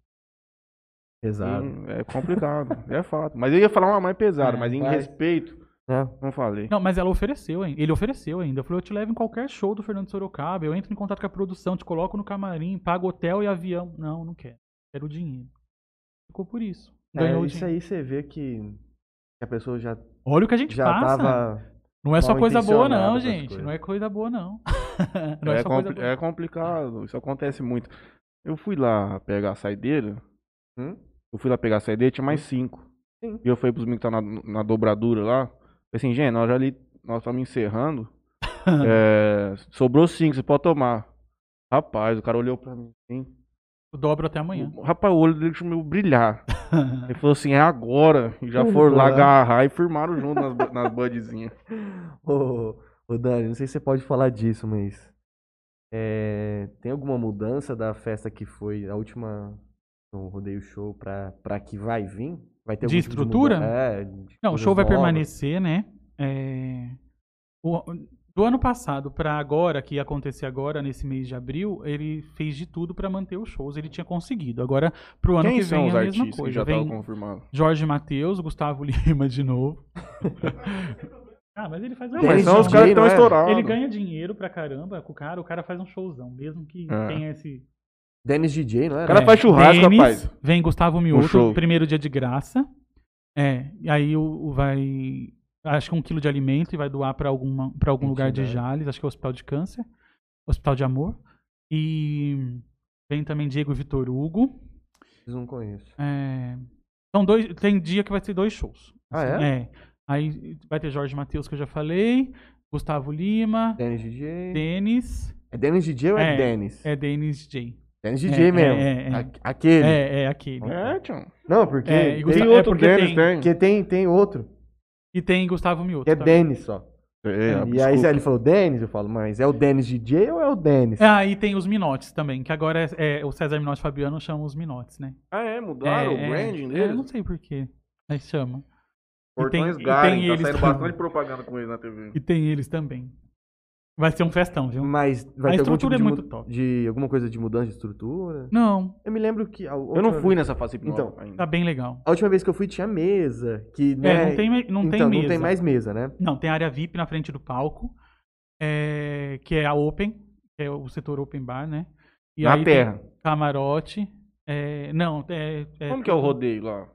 [SPEAKER 2] Exato.
[SPEAKER 1] Hum, É complicado, é fato. Mas eu ia falar uma mais pesada,
[SPEAKER 3] É,
[SPEAKER 1] mas em
[SPEAKER 2] vai.
[SPEAKER 1] respeito, não falei.
[SPEAKER 3] Não, mas ela ofereceu, hein? Ele ofereceu ainda. Eu falei, eu te levo em qualquer show do Fernando Sorocaba, eu entro em contato com a produção, te coloco no camarim, pago hotel e avião. Não, não quero. Quero o dinheiro. Ficou por isso. Ganhou
[SPEAKER 2] É,
[SPEAKER 3] o
[SPEAKER 2] isso
[SPEAKER 3] dinheiro.
[SPEAKER 2] aí você vê que que a pessoa já,
[SPEAKER 3] Olha o que a gente
[SPEAKER 2] já
[SPEAKER 3] passa.
[SPEAKER 2] tava.
[SPEAKER 3] Não é só
[SPEAKER 2] mal
[SPEAKER 3] coisa boa,
[SPEAKER 2] intencionado
[SPEAKER 3] não,
[SPEAKER 2] essas
[SPEAKER 3] gente.
[SPEAKER 2] coisas.
[SPEAKER 3] Não é coisa boa, não. <laughs> não é,
[SPEAKER 1] É,
[SPEAKER 3] só
[SPEAKER 1] compli-
[SPEAKER 3] coisa boa.
[SPEAKER 1] é complicado, isso acontece muito. Eu fui lá pegar a saideira,
[SPEAKER 2] Hum?
[SPEAKER 3] Uhum.
[SPEAKER 1] eu fui lá pegar a saideira, tinha mais cinco.
[SPEAKER 2] Sim.
[SPEAKER 1] E eu falei pros meninos que tá na, na dobradura lá. Falei assim, gente, nós já ali, nós estamos encerrando.
[SPEAKER 3] <laughs>
[SPEAKER 1] É, sobrou cinco, você pode tomar. Rapaz, o cara olhou pra mim assim.
[SPEAKER 3] Eu dobro até amanhã.
[SPEAKER 1] O- Rapaz, o olho dele começou a brilhar. Ele falou assim, é agora. E já
[SPEAKER 2] Eu
[SPEAKER 1] foram
[SPEAKER 2] vou
[SPEAKER 1] lá
[SPEAKER 2] lá.
[SPEAKER 1] agarrar e firmaram junto nas, bu- nas budzinhas.
[SPEAKER 2] Ô, ô, Dani, não sei se você pode falar disso, mas é, tem alguma mudança da festa que foi a última no rodeio show pra, pra que vai vir? Vai ter
[SPEAKER 3] De
[SPEAKER 2] algum tipo
[SPEAKER 3] estrutura?
[SPEAKER 2] mudança? É, de
[SPEAKER 3] <laughs> Não, o
[SPEAKER 2] coisas
[SPEAKER 3] show vai
[SPEAKER 2] novas?
[SPEAKER 3] permanecer, né? É, o- do ano passado para agora, que ia acontecer agora, nesse mês de abril, ele fez de tudo para manter os shows. Ele tinha conseguido. Agora, pro ano
[SPEAKER 1] Quem
[SPEAKER 3] que
[SPEAKER 1] são
[SPEAKER 3] vem,
[SPEAKER 1] os
[SPEAKER 3] é a mesma
[SPEAKER 1] artistas que
[SPEAKER 3] coisa.
[SPEAKER 1] já estavam
[SPEAKER 3] Vem
[SPEAKER 1] confirmados?
[SPEAKER 3] Jorge Matheus, Gustavo <laughs> Lima de novo. <laughs> ah, mas ele faz o
[SPEAKER 1] Não,
[SPEAKER 3] que
[SPEAKER 1] mas
[SPEAKER 2] Dennis
[SPEAKER 1] são os
[SPEAKER 2] DJ,
[SPEAKER 1] caras que estão
[SPEAKER 2] não é?
[SPEAKER 1] estourados.
[SPEAKER 3] Ele ganha dinheiro pra caramba com o cara, o cara faz um showzão, mesmo que
[SPEAKER 1] É.
[SPEAKER 3] tenha esse.
[SPEAKER 2] Dennis DJ, não
[SPEAKER 1] O
[SPEAKER 2] era?
[SPEAKER 1] cara faz churrasco,
[SPEAKER 3] Tênis,
[SPEAKER 1] rapaz.
[SPEAKER 3] É. Vem Gustavo Mioto,
[SPEAKER 1] show.
[SPEAKER 3] primeiro dia de graça. É, e aí o, o vai. Acho que um quilo de alimento e vai doar pra, alguma, pra algum lugar de
[SPEAKER 2] Entidade.
[SPEAKER 3] Jales, acho que é o Hospital de Câncer, Hospital de Amor. E vem também Diego Vitor Hugo.
[SPEAKER 2] Não conheço.
[SPEAKER 3] É, são dois, tem dia que vai ter dois shows.
[SPEAKER 2] Ah, é?
[SPEAKER 3] É. Aí vai ter Jorge Matheus, que eu já falei, Gustavo Lima,
[SPEAKER 2] Dennis DJ.
[SPEAKER 3] Denis.
[SPEAKER 2] É Dennis DJ ou é,
[SPEAKER 3] É,
[SPEAKER 2] Dennis?
[SPEAKER 3] É Denis J.
[SPEAKER 2] Denis DJ
[SPEAKER 3] é,
[SPEAKER 2] mesmo.
[SPEAKER 3] é, é.
[SPEAKER 2] A- Aquele.
[SPEAKER 3] É, é aquele.
[SPEAKER 1] É, tchau.
[SPEAKER 2] Não, porque,
[SPEAKER 3] É, e
[SPEAKER 2] tem,
[SPEAKER 3] Gustavo-
[SPEAKER 1] Tem
[SPEAKER 3] é
[SPEAKER 1] outro
[SPEAKER 3] porque
[SPEAKER 1] Dennis,
[SPEAKER 3] tem-
[SPEAKER 1] tem.
[SPEAKER 2] porque tem, tem outro,
[SPEAKER 3] E tem Gustavo Mioto.
[SPEAKER 2] que é
[SPEAKER 3] tá?
[SPEAKER 2] Dennis só.
[SPEAKER 1] É,
[SPEAKER 2] e aí
[SPEAKER 1] desculpa.
[SPEAKER 2] ele falou Dennis, eu falo, mas é o Dennis DJ ou é o Dennis?
[SPEAKER 3] Ah, e tem os Minotes também, que agora é, é, o César Minotti e Fabiano chamam os Minotes, né?
[SPEAKER 1] Ah, é? Mudaram
[SPEAKER 3] é,
[SPEAKER 1] o
[SPEAKER 3] é,
[SPEAKER 1] branding
[SPEAKER 3] é, Eu não
[SPEAKER 1] deles?
[SPEAKER 3] sei porquê. Aí chamam.
[SPEAKER 1] Portões
[SPEAKER 3] tem- e
[SPEAKER 1] Garen,
[SPEAKER 3] tem
[SPEAKER 1] tá
[SPEAKER 3] eles
[SPEAKER 1] saindo
[SPEAKER 3] também.
[SPEAKER 1] bastante propaganda com eles na TV.
[SPEAKER 3] E tem eles também. Vai ser um festão, viu?
[SPEAKER 2] Mas vai
[SPEAKER 3] A
[SPEAKER 2] ter algum tipo
[SPEAKER 3] estrutura é
[SPEAKER 2] de,
[SPEAKER 3] muito
[SPEAKER 2] mu-
[SPEAKER 3] top.
[SPEAKER 2] de alguma coisa de mudança de estrutura?
[SPEAKER 3] Não,
[SPEAKER 2] Eu me lembro que a,
[SPEAKER 1] Eu não fui nessa fase hipnótica
[SPEAKER 2] Então,
[SPEAKER 1] ainda.
[SPEAKER 3] tá bem legal.
[SPEAKER 2] a última vez que eu fui tinha mesa, que
[SPEAKER 3] É,
[SPEAKER 2] né,
[SPEAKER 3] não tem, me- não
[SPEAKER 2] então,
[SPEAKER 3] tem mesa.
[SPEAKER 2] não tem mais mesa, né?
[SPEAKER 3] Não, tem área VIP na frente do palco, é, que é a Open, que é o setor Open Bar, né? E
[SPEAKER 1] Na
[SPEAKER 3] aí
[SPEAKER 1] terra.
[SPEAKER 3] Tem camarote. é, não, é, é-
[SPEAKER 1] Como que é o rodeio lá?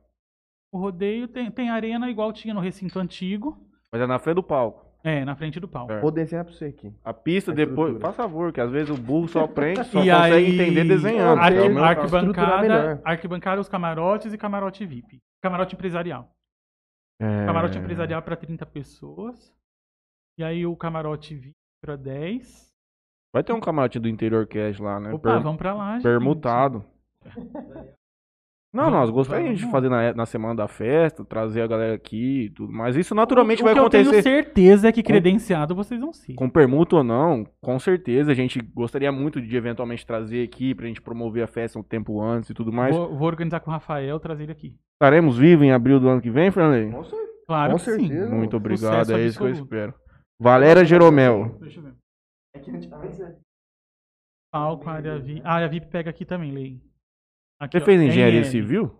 [SPEAKER 3] O rodeio tem, tem arena igual tinha no recinto antigo.
[SPEAKER 1] Mas é na frente do palco.
[SPEAKER 3] É, na frente do palco.
[SPEAKER 1] É.
[SPEAKER 2] Vou desenhar pra você aqui.
[SPEAKER 1] A pista
[SPEAKER 2] A
[SPEAKER 1] depois.
[SPEAKER 2] estrutura.
[SPEAKER 1] Faz favor, que às vezes o burro só aprende, só
[SPEAKER 3] E
[SPEAKER 1] consegue
[SPEAKER 3] aí,
[SPEAKER 1] entender desenhando.
[SPEAKER 3] arqui-
[SPEAKER 1] que é o meu caso.
[SPEAKER 2] arquibancada. estruturar melhor.
[SPEAKER 3] arquibancada, arquibancada, os camarotes e camarote VIP. Camarote empresarial.
[SPEAKER 1] É.
[SPEAKER 3] Camarote empresarial para 30 pessoas. E aí o camarote VIP para 10.
[SPEAKER 1] Vai ter um camarote do interior cash lá, né?
[SPEAKER 3] Opa,
[SPEAKER 1] Per-
[SPEAKER 3] vamos para lá, gente.
[SPEAKER 1] Permutado. Não, nós gostaríamos de
[SPEAKER 3] Vamos.
[SPEAKER 1] fazer na, na semana da festa, trazer a galera aqui e tudo, mas isso naturalmente
[SPEAKER 3] o
[SPEAKER 1] vai
[SPEAKER 3] que eu
[SPEAKER 1] acontecer.
[SPEAKER 3] tenho certeza é que credenciado vocês vão ser.
[SPEAKER 1] Com permuta ou não, com certeza a gente gostaria muito de eventualmente trazer aqui pra gente promover a festa um tempo antes e tudo mais.
[SPEAKER 3] Vou, vou organizar com o Rafael, trazer ele aqui.
[SPEAKER 1] Estaremos vivos em abril do ano que vem, Franley?
[SPEAKER 3] Claro
[SPEAKER 2] Com
[SPEAKER 3] que sim.
[SPEAKER 2] certeza.
[SPEAKER 1] Muito obrigado, é isso que eu
[SPEAKER 3] absoluto.
[SPEAKER 1] espero. Valéria Jeromel.
[SPEAKER 3] Deixa eu ver. Palco, área VIP. Ah, a VIP pega aqui também, Lei. Aqui,
[SPEAKER 1] Você
[SPEAKER 3] ó,
[SPEAKER 1] fez engenharia
[SPEAKER 3] NL.
[SPEAKER 1] civil?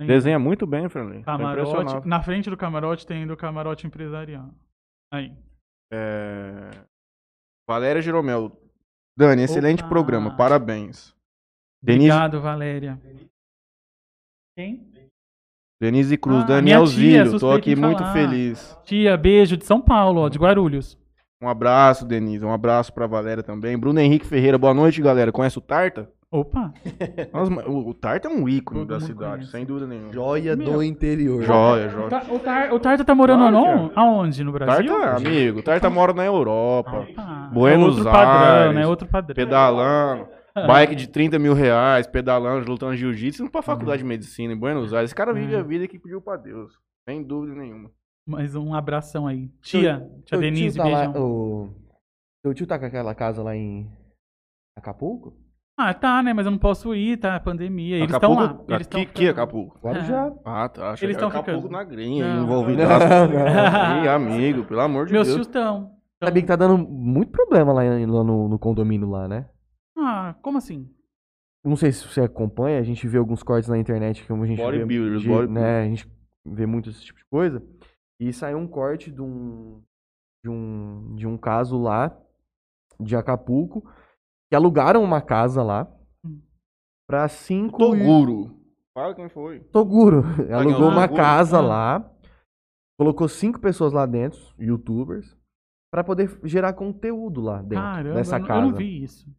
[SPEAKER 3] Hein?
[SPEAKER 1] Desenha muito bem, Franley. Tô
[SPEAKER 3] Camarote.
[SPEAKER 1] impressionado.
[SPEAKER 3] Na frente do camarote tem do camarote empresarial. Aí.
[SPEAKER 1] É... Valéria Jeromel. Dani, excelente
[SPEAKER 3] Opa!
[SPEAKER 1] programa, parabéns. Denise,
[SPEAKER 3] Obrigado, Valéria. Quem?
[SPEAKER 1] Denise Cruz,
[SPEAKER 3] Ah, minha
[SPEAKER 1] Daniel
[SPEAKER 3] tia,
[SPEAKER 1] Zílio, tô
[SPEAKER 3] suspeito
[SPEAKER 1] aqui
[SPEAKER 3] em
[SPEAKER 1] muito
[SPEAKER 3] falar.
[SPEAKER 1] feliz.
[SPEAKER 3] Tia, beijo de São Paulo, ó, de Guarulhos.
[SPEAKER 1] Um abraço, Denise, um abraço pra Valéria também. Bruno Henrique Ferreira, boa noite, galera. Conhece o Tarta?
[SPEAKER 3] Opa,
[SPEAKER 1] Nossa, mas o, o Tarta é um ícone
[SPEAKER 3] Todo
[SPEAKER 1] da
[SPEAKER 3] mundo
[SPEAKER 1] cidade,
[SPEAKER 3] conhece.
[SPEAKER 1] sem dúvida nenhuma.
[SPEAKER 2] Joia
[SPEAKER 1] Meu.
[SPEAKER 2] do interior.
[SPEAKER 1] Joia,
[SPEAKER 3] o,
[SPEAKER 1] joia.
[SPEAKER 3] Tar- o Tar- o Tarta tá morando
[SPEAKER 1] Claro que
[SPEAKER 3] anon- aonde? No Brasil?
[SPEAKER 1] Tarta, é amigo, Tarta mora na Europa.
[SPEAKER 3] Opa.
[SPEAKER 1] Buenos
[SPEAKER 3] é outro padrão,
[SPEAKER 1] Aires,
[SPEAKER 3] né? Outro padrão.
[SPEAKER 1] pedalando,
[SPEAKER 3] É. <laughs>
[SPEAKER 1] bike de 30 mil reais, pedalando, lutando jiu-jitsu, indo pra faculdade de medicina em Buenos Aires. Esse cara vive
[SPEAKER 3] Uhum.
[SPEAKER 1] a vida que pediu pra Deus. Sem dúvida nenhuma.
[SPEAKER 3] Mais um abração aí. Tia, tia
[SPEAKER 2] Seu
[SPEAKER 3] Denise,
[SPEAKER 2] tio tá
[SPEAKER 3] beijão.
[SPEAKER 2] lá, o... Seu tio tá com aquela casa lá em Acapulco?
[SPEAKER 3] Ah, tá, né? Mas eu não posso ir, tá? Pandemia. Eles estão
[SPEAKER 1] Acapulco-
[SPEAKER 3] lá. Eles
[SPEAKER 1] aqui,
[SPEAKER 3] tão
[SPEAKER 1] aqui,
[SPEAKER 3] ficando. É.
[SPEAKER 1] Acapulco.
[SPEAKER 2] Guarujá.
[SPEAKER 3] Então
[SPEAKER 1] Ah, tá. Achei
[SPEAKER 3] Eles
[SPEAKER 1] que era
[SPEAKER 3] tão
[SPEAKER 1] Acapulco
[SPEAKER 3] ficando.
[SPEAKER 1] na grinha,
[SPEAKER 3] Não.
[SPEAKER 1] envolvido.
[SPEAKER 3] <laughs>
[SPEAKER 1] Ih, amigo, pelo amor de
[SPEAKER 3] Meus
[SPEAKER 1] Deus.
[SPEAKER 3] tios estão.
[SPEAKER 2] Sabia que tá dando muito problema lá, em- lá no, no condomínio lá, né?
[SPEAKER 3] Ah, como assim?
[SPEAKER 2] Não sei se você acompanha, a gente vê alguns cortes na internet que a gente vê,
[SPEAKER 1] Bodybuilders,
[SPEAKER 2] de-
[SPEAKER 1] bodybuilders.
[SPEAKER 2] né, a gente vê muito esse tipo de coisa. E saiu um corte de um de um de um caso lá de Acapulco que alugaram uma casa lá
[SPEAKER 3] Hum.
[SPEAKER 2] pra cinco
[SPEAKER 1] Toguro. Fala quem foi.
[SPEAKER 2] Toguro <laughs> alugou uma
[SPEAKER 1] Toguro.
[SPEAKER 2] casa
[SPEAKER 3] Ah.
[SPEAKER 2] lá, colocou cinco pessoas lá dentro, youtubers, pra poder gerar conteúdo lá dentro
[SPEAKER 3] Caramba,
[SPEAKER 2] nessa
[SPEAKER 3] eu não-
[SPEAKER 2] casa.
[SPEAKER 3] eu não vi isso.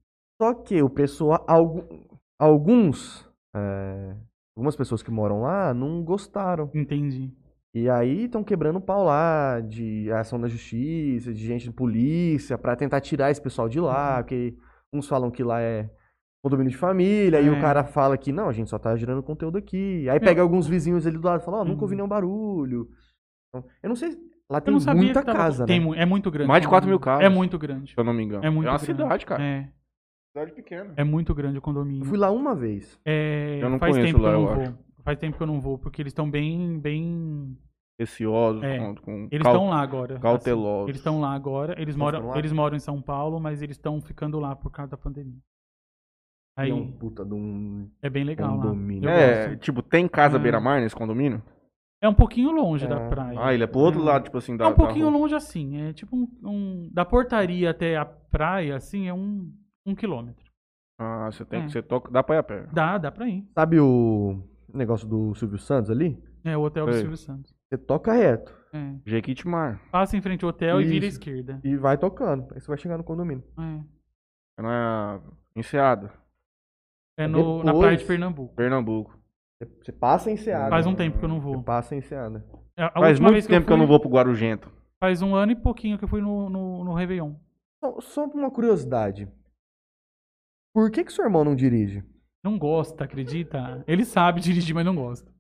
[SPEAKER 2] Só que o pessoal, algu- alguns é, Algumas pessoas que moram lá não gostaram.
[SPEAKER 3] Entendi.
[SPEAKER 2] E aí estão quebrando o pau lá de ação da justiça, de gente de polícia, pra tentar tirar esse pessoal de lá,
[SPEAKER 3] Uhum.
[SPEAKER 2] porque uns falam que lá é condomínio de família, aí
[SPEAKER 3] É.
[SPEAKER 2] o cara fala que não, a gente só tá gerando conteúdo aqui. Aí pega alguns vizinhos ali do lado e fala, ó, nunca ouvi nenhum barulho. Então, eu não sei, lá
[SPEAKER 3] Uhum. Eu
[SPEAKER 2] tem
[SPEAKER 3] não sabia
[SPEAKER 2] muita
[SPEAKER 3] que tava-
[SPEAKER 2] casa,
[SPEAKER 3] tem
[SPEAKER 2] né?
[SPEAKER 3] mu- É muito grande.
[SPEAKER 1] Mais de
[SPEAKER 3] o
[SPEAKER 1] 4 mil
[SPEAKER 3] condomínio.
[SPEAKER 1] casas.
[SPEAKER 3] É muito grande.
[SPEAKER 1] Se eu não me engano.
[SPEAKER 3] É muito
[SPEAKER 1] uma
[SPEAKER 3] grande.
[SPEAKER 1] cidade, cara.
[SPEAKER 3] É,
[SPEAKER 1] Cidade pequena.
[SPEAKER 3] é muito grande o condomínio.
[SPEAKER 2] Eu fui lá uma vez.
[SPEAKER 3] É,
[SPEAKER 1] Eu não
[SPEAKER 3] faz
[SPEAKER 1] conheço
[SPEAKER 3] tempo
[SPEAKER 1] lá,
[SPEAKER 3] que eu não
[SPEAKER 1] eu
[SPEAKER 3] vou. Faz tempo que eu não vou, porque eles estão bem, bem.
[SPEAKER 1] Receosos,
[SPEAKER 3] É.
[SPEAKER 1] com, com
[SPEAKER 3] Eles
[SPEAKER 1] cau-
[SPEAKER 3] estão lá agora. assim.
[SPEAKER 1] cautelosos.
[SPEAKER 3] Eles estão lá agora. Eles moram,
[SPEAKER 2] ficando lá?
[SPEAKER 3] eles moram em São Paulo, mas eles estão ficando lá por causa da pandemia. Aí
[SPEAKER 2] Tem um puta de um...
[SPEAKER 3] é bem legal lá. Eu
[SPEAKER 2] condomínio.
[SPEAKER 1] É,
[SPEAKER 3] gosto.
[SPEAKER 1] tipo, tem casa
[SPEAKER 3] É.
[SPEAKER 1] beira-mar nesse condomínio?
[SPEAKER 3] É um pouquinho longe da
[SPEAKER 2] É.
[SPEAKER 3] praia.
[SPEAKER 1] Ah, ele é pro outro
[SPEAKER 3] É.
[SPEAKER 1] lado, tipo assim, da
[SPEAKER 3] é um
[SPEAKER 1] da
[SPEAKER 3] pouquinho
[SPEAKER 1] rua.
[SPEAKER 3] longe assim. É tipo um, um- Da portaria até a praia, assim, é um, um quilômetro.
[SPEAKER 1] Ah, você tem
[SPEAKER 3] É.
[SPEAKER 1] que. Você toca. Dá pra ir a pé.
[SPEAKER 3] Dá, dá pra ir.
[SPEAKER 2] Sabe o negócio do Silvio Santos ali?
[SPEAKER 3] É o hotel do
[SPEAKER 1] Sei.
[SPEAKER 3] Silvio Santos.
[SPEAKER 2] Você toca reto
[SPEAKER 3] É.
[SPEAKER 1] Jequitimar.
[SPEAKER 3] Passa em frente ao hotel e vira à
[SPEAKER 2] Isso.
[SPEAKER 3] esquerda.
[SPEAKER 2] e vai tocando. Aí você vai chegar no condomínio.
[SPEAKER 3] É.
[SPEAKER 1] Não é enseada.
[SPEAKER 3] É no, na
[SPEAKER 2] Depois-
[SPEAKER 3] praia de Pernambuco.
[SPEAKER 1] Pernambuco.
[SPEAKER 2] Você- Você passa em Seada.
[SPEAKER 3] Faz um tempo que eu não vou.
[SPEAKER 2] Você passa em Seada.
[SPEAKER 3] É, A
[SPEAKER 1] Faz
[SPEAKER 3] última
[SPEAKER 1] muito
[SPEAKER 3] vez
[SPEAKER 1] tempo que eu
[SPEAKER 3] fui-
[SPEAKER 1] não vou pro Guarujento.
[SPEAKER 3] Faz um ano e pouquinho que eu fui no, no, no Réveillon.
[SPEAKER 2] Só- Só por uma curiosidade. Por que que seu irmão não dirige?
[SPEAKER 3] Não gosta, acredita? Ele sabe dirigir, mas não gosta.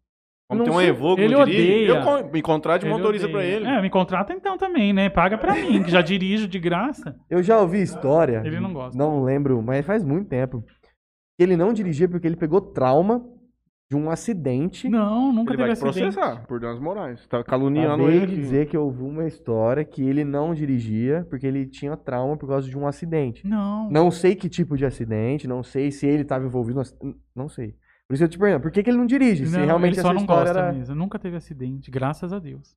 [SPEAKER 1] Como
[SPEAKER 2] Não
[SPEAKER 1] tem um
[SPEAKER 2] sei.
[SPEAKER 1] Evoque,
[SPEAKER 3] Ele
[SPEAKER 1] eu dirige,
[SPEAKER 3] odeia.
[SPEAKER 1] Eu con- me contrato de
[SPEAKER 3] Ele
[SPEAKER 1] motorista pra
[SPEAKER 3] odeia.
[SPEAKER 1] ele.
[SPEAKER 3] É, me contrata então também, né? Paga pra mim, que já dirijo de
[SPEAKER 1] <laughs>
[SPEAKER 3] graça.
[SPEAKER 2] Eu já ouvi história.
[SPEAKER 3] Ele não gosta.
[SPEAKER 2] Não lembro, mas faz muito tempo. Ele não dirigia porque ele pegou trauma de um acidente.
[SPEAKER 3] Não, nunca
[SPEAKER 1] Ele
[SPEAKER 3] teve
[SPEAKER 1] vai te
[SPEAKER 3] acidente.
[SPEAKER 1] processar por danos morais. Tá caluniando
[SPEAKER 2] Acabei
[SPEAKER 1] ele.
[SPEAKER 2] de dizer que eu ouvi uma história que ele não dirigia porque ele tinha trauma por causa de um acidente.
[SPEAKER 3] Não.
[SPEAKER 2] Não sei que tipo de acidente, não sei se ele estava envolvido no acidente, não sei. Por isso eu te pergunto, por que, que ele não dirige? Se
[SPEAKER 3] Não,
[SPEAKER 2] realmente
[SPEAKER 3] ele só
[SPEAKER 2] essa
[SPEAKER 3] não
[SPEAKER 2] história
[SPEAKER 3] gosta
[SPEAKER 2] era...
[SPEAKER 3] mesmo. Nunca teve acidente, graças a Deus.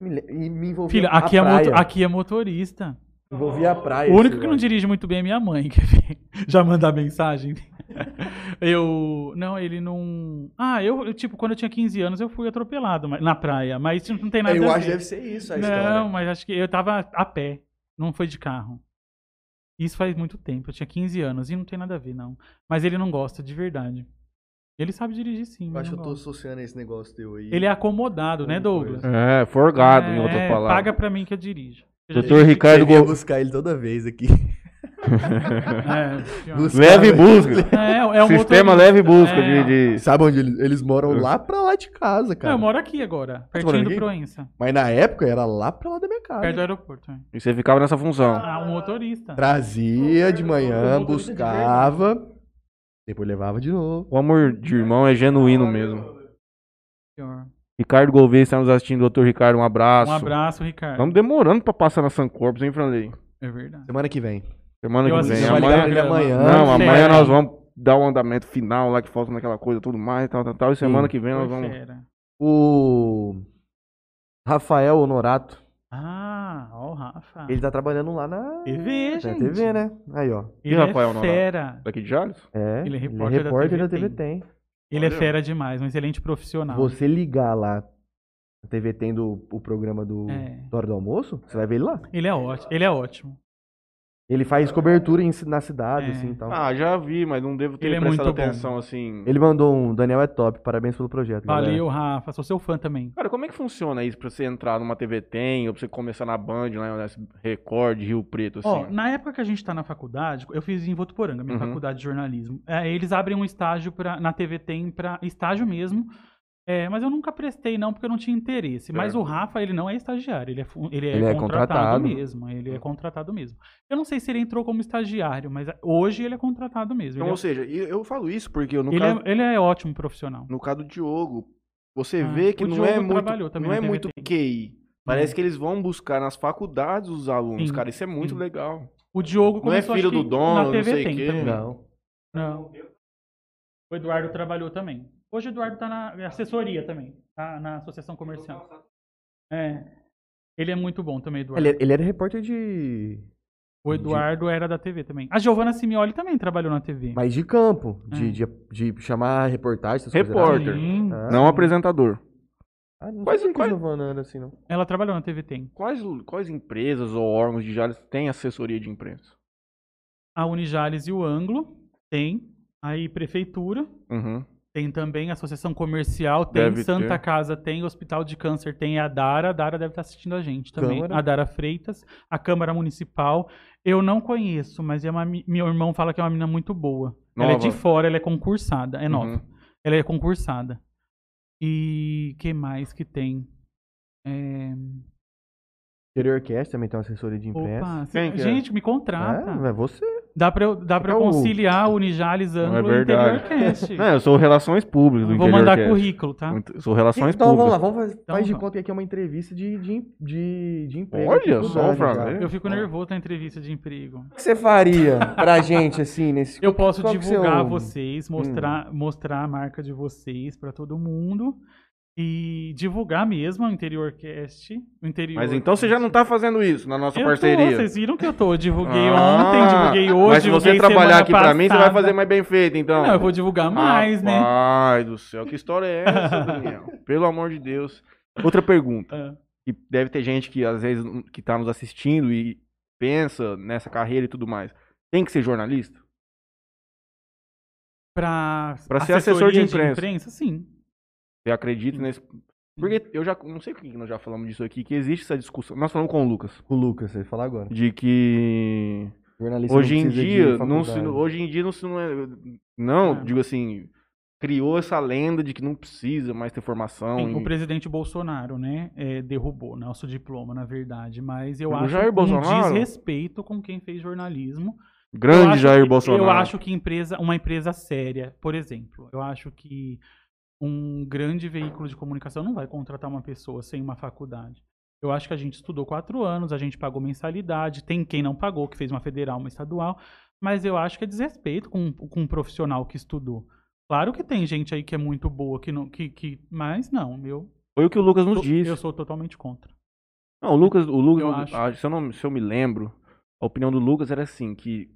[SPEAKER 2] me le- e me envolvia
[SPEAKER 3] Filha,
[SPEAKER 2] a
[SPEAKER 3] aqui é, moto-
[SPEAKER 2] praia.
[SPEAKER 3] aqui é motorista.
[SPEAKER 2] Envolvia a praia.
[SPEAKER 3] O único
[SPEAKER 2] esse
[SPEAKER 3] que não
[SPEAKER 2] negócio.
[SPEAKER 3] dirige muito bem é minha mãe, <laughs> quer ver? Já mandar mensagem. Eu. Não, ele não. Ah, eu, eu, tipo, quando eu tinha 15 anos, eu fui atropelado mas- na praia, mas isso não tem nada
[SPEAKER 2] Eu
[SPEAKER 3] a
[SPEAKER 2] acho que
[SPEAKER 3] ver.
[SPEAKER 2] deve ser isso a história.
[SPEAKER 3] Não, mas acho que eu tava a pé, não foi de carro. Isso faz muito tempo, eu tinha 15 anos e não tem nada a ver, não. Mas ele não gosta, de verdade. Ele sabe dirigir sim.
[SPEAKER 2] Eu
[SPEAKER 3] mas
[SPEAKER 2] acho que
[SPEAKER 3] não
[SPEAKER 2] eu tô
[SPEAKER 3] gosta.
[SPEAKER 2] associando esse negócio teu aí.
[SPEAKER 3] Ele é acomodado, né,
[SPEAKER 2] Alguma
[SPEAKER 3] Douglas?
[SPEAKER 1] É, forgado, em outras
[SPEAKER 3] É,
[SPEAKER 1] palavras.
[SPEAKER 3] Paga pra mim que eu dirijo. Eu já
[SPEAKER 1] Doutor
[SPEAKER 3] dirigi-
[SPEAKER 1] Ricardo
[SPEAKER 2] Você ia
[SPEAKER 1] Gol.
[SPEAKER 2] buscar ele toda vez aqui. <laughs>
[SPEAKER 3] É, pior.
[SPEAKER 2] Buscar,
[SPEAKER 1] Leve e
[SPEAKER 2] velho.
[SPEAKER 1] busca.
[SPEAKER 3] É, é um
[SPEAKER 1] Sistema
[SPEAKER 3] motorista.
[SPEAKER 1] leve e busca
[SPEAKER 3] É.
[SPEAKER 1] de. de-
[SPEAKER 2] Sabe onde eles, eles moram? Lá pra lá de casa,
[SPEAKER 3] Não,
[SPEAKER 2] cara.
[SPEAKER 3] eu moro aqui agora, pertinho
[SPEAKER 2] morando
[SPEAKER 3] do
[SPEAKER 2] aqui?
[SPEAKER 3] Proença,
[SPEAKER 2] Mas na época era lá pra lá da minha casa.
[SPEAKER 3] perto do aeroporto. é.
[SPEAKER 1] E você ficava nessa função.
[SPEAKER 3] Ah, um motorista.
[SPEAKER 2] Trazia de
[SPEAKER 3] Eu
[SPEAKER 2] manhã,
[SPEAKER 3] vou dormir de
[SPEAKER 2] buscava, depois levava de novo.
[SPEAKER 1] O amor de irmão é genuíno mesmo.
[SPEAKER 3] Senhor.
[SPEAKER 1] Ricardo Gouveia está nos assistindo, doutor Ricardo, um abraço.
[SPEAKER 3] Um abraço, Ricardo.
[SPEAKER 1] Estamos demorando pra passar na Sancorpus, hein, Franley?
[SPEAKER 3] É verdade.
[SPEAKER 2] Semana que vem.
[SPEAKER 1] Semana
[SPEAKER 3] Eu
[SPEAKER 1] que
[SPEAKER 3] assisti
[SPEAKER 1] vem.
[SPEAKER 2] Você
[SPEAKER 3] o
[SPEAKER 2] vai ligar pra
[SPEAKER 1] Amanhã...
[SPEAKER 2] ele amanhã.
[SPEAKER 1] Não,
[SPEAKER 3] Fera,
[SPEAKER 1] amanhã nós
[SPEAKER 3] hein?
[SPEAKER 1] vamos dar o andamento final lá que falta naquela coisa, tudo mais, tal, tal, tal. E semana
[SPEAKER 2] Sim.
[SPEAKER 1] que vem
[SPEAKER 3] Foi
[SPEAKER 1] nós vamos.
[SPEAKER 3] fera.
[SPEAKER 2] O Rafael Honorato,
[SPEAKER 3] Ah, ó o Rafa.
[SPEAKER 2] ele tá trabalhando lá na
[SPEAKER 3] TV, gente.
[SPEAKER 2] na TV, né? Aí, ó.
[SPEAKER 3] Ele
[SPEAKER 1] E Rafael né?
[SPEAKER 3] é
[SPEAKER 1] Nonato?
[SPEAKER 3] fera.
[SPEAKER 1] Daqui de Jales?
[SPEAKER 2] É,
[SPEAKER 3] Ele é repórter da TV
[SPEAKER 2] da TV tem.
[SPEAKER 3] Ele é
[SPEAKER 1] Olha.
[SPEAKER 3] fera demais, um excelente profissional.
[SPEAKER 2] Você ligar lá, a TV tendo o programa do
[SPEAKER 3] É.
[SPEAKER 2] da Hora do Almoço, você vai ver ele lá.
[SPEAKER 3] Ele é ótimo. Ele é ótimo.
[SPEAKER 2] Ele faz cobertura em ci- na cidade,
[SPEAKER 3] É.
[SPEAKER 2] assim e tal.
[SPEAKER 1] Ah, já vi, mas não devo ter
[SPEAKER 3] Ele é
[SPEAKER 1] prestado
[SPEAKER 3] muito bom.
[SPEAKER 1] atenção assim.
[SPEAKER 2] Ele mandou um, Daniel é top, parabéns pelo projeto. galera."
[SPEAKER 3] Valeu, Rafa. Sou seu fã também.
[SPEAKER 1] Cara, como é que funciona isso pra você entrar numa TV Tem ou pra você começar na Band, lá na Record, Rio Preto, assim?
[SPEAKER 3] Ó, na época que a gente tá na faculdade, eu fiz em Votuporanga, minha
[SPEAKER 1] Uhum.
[SPEAKER 3] faculdade de jornalismo. É, eles abrem um estágio pra, na TV Tem pra estágio mesmo. É, mas eu nunca prestei, não, porque eu não tinha interesse. Mas
[SPEAKER 1] Certo.
[SPEAKER 3] o Rafa, ele não é estagiário, ele é, fu- ele é,
[SPEAKER 2] Ele é
[SPEAKER 3] contratado,
[SPEAKER 2] contratado.
[SPEAKER 3] mesmo.
[SPEAKER 1] Uhum.
[SPEAKER 3] Ele é contratado mesmo. Eu não sei se ele entrou como estagiário, mas hoje ele é contratado mesmo.
[SPEAKER 1] Então,
[SPEAKER 3] ele,
[SPEAKER 1] ou seja, e eu falo isso porque no,
[SPEAKER 3] é, ele,
[SPEAKER 1] caso,
[SPEAKER 3] é, ele é ótimo profissional.
[SPEAKER 1] no caso do Diogo, você
[SPEAKER 3] Ah,
[SPEAKER 1] vê que
[SPEAKER 3] o
[SPEAKER 1] não
[SPEAKER 3] Diogo
[SPEAKER 1] é muito,
[SPEAKER 3] trabalhou também
[SPEAKER 1] não
[SPEAKER 3] na
[SPEAKER 1] é
[SPEAKER 3] TV
[SPEAKER 1] muito
[SPEAKER 3] Tem.
[SPEAKER 1] QI. Parece que eles vão buscar nas faculdades os alunos,
[SPEAKER 3] Sim,
[SPEAKER 1] cara. Isso é muito
[SPEAKER 3] sim.
[SPEAKER 1] legal.
[SPEAKER 3] O Diogo
[SPEAKER 1] Não é
[SPEAKER 3] começou,
[SPEAKER 1] filho
[SPEAKER 3] acho que,
[SPEAKER 1] do dono,
[SPEAKER 3] na
[SPEAKER 1] não
[SPEAKER 3] TV
[SPEAKER 1] sei
[SPEAKER 3] Tem
[SPEAKER 1] quê.
[SPEAKER 3] também.
[SPEAKER 2] Não.
[SPEAKER 3] Não. O Eduardo trabalhou também. Hoje o Eduardo tá na assessoria também, tá na associação comercial. É. Ele é muito bom também, Eduardo.
[SPEAKER 2] Ele, ele era repórter de.
[SPEAKER 3] O Eduardo era da TV também. A Giovana Simioli também trabalhou na TV.
[SPEAKER 2] Mas de campo. De,
[SPEAKER 3] É.
[SPEAKER 2] de, de chamar reportagem, essas
[SPEAKER 1] Repórter.
[SPEAKER 2] coisas.
[SPEAKER 3] Sim,
[SPEAKER 2] Ah,
[SPEAKER 1] Não apresentador.
[SPEAKER 2] Ah, não
[SPEAKER 1] Quase-
[SPEAKER 2] sabia que
[SPEAKER 1] quase-
[SPEAKER 2] Giovana era assim, não.
[SPEAKER 3] Ela trabalhou na TV Tem.
[SPEAKER 1] Quais, quais empresas ou órgãos de Jales têm assessoria de imprensa?
[SPEAKER 3] A Unijales e o Anglo tem. Aí prefeitura,
[SPEAKER 1] Uhum.
[SPEAKER 3] Tem também a Associação Comercial, tem
[SPEAKER 1] Deve
[SPEAKER 3] Santa
[SPEAKER 1] ter.
[SPEAKER 3] Casa, tem Hospital de Câncer, tem a Dara. A Dara deve estar assistindo a gente também.
[SPEAKER 2] Câmara.
[SPEAKER 3] A Dara Freitas, a Câmara Municipal. Eu não conheço, mas é uma, mi- meu irmão fala que é uma menina muito boa. Ela é de
[SPEAKER 1] Nova.
[SPEAKER 3] fora, ela é concursada, é nova.
[SPEAKER 1] Uhum.
[SPEAKER 3] Ela é concursada. E que mais que tem? É...
[SPEAKER 2] Interiorcast também tem uma assessoria de imprensa.
[SPEAKER 3] Opa,
[SPEAKER 1] Quem
[SPEAKER 3] cê-
[SPEAKER 1] que é?
[SPEAKER 3] gente, me contrata.
[SPEAKER 2] É, é você.
[SPEAKER 3] Dá pra eu, dá pra eu
[SPEAKER 2] É o-
[SPEAKER 3] conciliar o Unijales
[SPEAKER 1] é
[SPEAKER 3] Anglo e
[SPEAKER 1] verdade.
[SPEAKER 3] Interiorcast.
[SPEAKER 1] Não, eu sou relações públicas do
[SPEAKER 3] Vou mandar
[SPEAKER 1] Interiorcast.
[SPEAKER 3] currículo, tá?
[SPEAKER 1] Muito- Sou relações
[SPEAKER 2] Então vamos lá,
[SPEAKER 1] públicas.
[SPEAKER 2] vamos fazer,
[SPEAKER 3] Então
[SPEAKER 2] faz de
[SPEAKER 3] vamos.
[SPEAKER 2] conta que aqui é uma entrevista de, de, de, de emprego.
[SPEAKER 1] Olha
[SPEAKER 2] aqui pro
[SPEAKER 1] só,
[SPEAKER 2] Dani,
[SPEAKER 1] Fran,
[SPEAKER 2] cara.
[SPEAKER 1] é?
[SPEAKER 3] Eu fico nervoso na entrevista de emprego.
[SPEAKER 2] O que você faria
[SPEAKER 1] <laughs>
[SPEAKER 2] pra gente, assim, nesse...
[SPEAKER 3] Eu posso
[SPEAKER 2] Qual que você
[SPEAKER 3] divulgar
[SPEAKER 2] ouve?
[SPEAKER 3] vocês, mostrar,
[SPEAKER 1] Hum.
[SPEAKER 3] mostrar a marca de vocês pra todo mundo. E divulgar mesmo o Interiorcast. O interior
[SPEAKER 1] Mas então você já não tá fazendo isso na nossa
[SPEAKER 3] eu tô,
[SPEAKER 1] parceria.
[SPEAKER 3] vocês viram que eu tô. Eu divulguei
[SPEAKER 1] Ah,
[SPEAKER 3] ontem, divulguei hoje.
[SPEAKER 1] Mas se você
[SPEAKER 3] divulguei
[SPEAKER 1] trabalhar
[SPEAKER 3] semana
[SPEAKER 1] aqui pra mim, você vai
[SPEAKER 3] passada.
[SPEAKER 1] fazer mais bem feito, então.
[SPEAKER 3] Não, eu vou divulgar mais, né?
[SPEAKER 1] Ai, do céu, que história é essa,
[SPEAKER 3] <laughs>
[SPEAKER 1] Daniel? Pelo amor de Deus. Outra pergunta.
[SPEAKER 3] Ah.
[SPEAKER 1] Que deve ter gente que às vezes não- que tá nos assistindo e pensa nessa carreira e tudo mais. Tem que ser jornalista?
[SPEAKER 3] Pra,
[SPEAKER 1] Pra ser assessor de
[SPEAKER 3] assessoria
[SPEAKER 1] imprensa.
[SPEAKER 3] sim.
[SPEAKER 1] Eu acredito
[SPEAKER 3] Hum.
[SPEAKER 1] nesse. Porque eu já não sei por que nós já falamos disso aqui, que existe essa discussão. Nós falamos com o Lucas
[SPEAKER 2] O Lucas, você fala agora.
[SPEAKER 1] de que
[SPEAKER 2] Jornalista
[SPEAKER 1] hoje
[SPEAKER 2] não
[SPEAKER 1] em
[SPEAKER 2] precisa de
[SPEAKER 1] dia não se,
[SPEAKER 2] faculdade.
[SPEAKER 1] hoje em dia não se não é, não,
[SPEAKER 3] É.
[SPEAKER 1] digo assim, criou essa lenda de que não precisa mais ter formação.
[SPEAKER 3] Sim,
[SPEAKER 1] Então, e-
[SPEAKER 3] o presidente Bolsonaro, né, é, derrubou nosso diploma, na verdade, mas eu
[SPEAKER 1] O
[SPEAKER 3] acho
[SPEAKER 1] Jair
[SPEAKER 3] um
[SPEAKER 1] Bolsonaro?
[SPEAKER 3] desrespeito com quem fez jornalismo. eu
[SPEAKER 1] Grande
[SPEAKER 3] acho
[SPEAKER 1] Jair
[SPEAKER 3] que-
[SPEAKER 1] Bolsonaro.
[SPEAKER 3] Eu acho que empresa, uma empresa séria, por exemplo, eu acho que um grande veículo de comunicação não vai contratar uma pessoa sem uma faculdade. Eu acho que a gente estudou quatro anos, a gente pagou mensalidade, tem quem não pagou, que fez uma federal, uma estadual, mas eu acho que é desrespeito com, com um profissional que estudou. Claro que tem gente aí que é muito boa, que não, que, que, mas não, eu
[SPEAKER 1] Foi o que o Lucas nos
[SPEAKER 3] Tô-
[SPEAKER 1] disse.
[SPEAKER 3] Eu sou totalmente contra.
[SPEAKER 1] Não, o Lucas, o Lucas,
[SPEAKER 3] Eu acho.
[SPEAKER 1] ah, se, eu não- se eu me lembro, a opinião do Lucas era assim que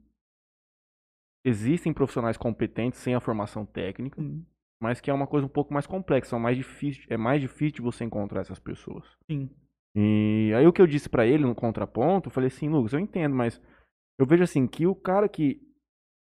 [SPEAKER 1] existem profissionais competentes sem a formação técnica,
[SPEAKER 3] Sim.
[SPEAKER 1] mas que é uma coisa um pouco mais complexa, são mais difícil, é mais difícil de você encontrar essas pessoas.
[SPEAKER 3] Sim.
[SPEAKER 1] E aí o que eu disse pra ele no contraponto, eu falei assim, Lucas, eu entendo, mas eu vejo assim que o cara que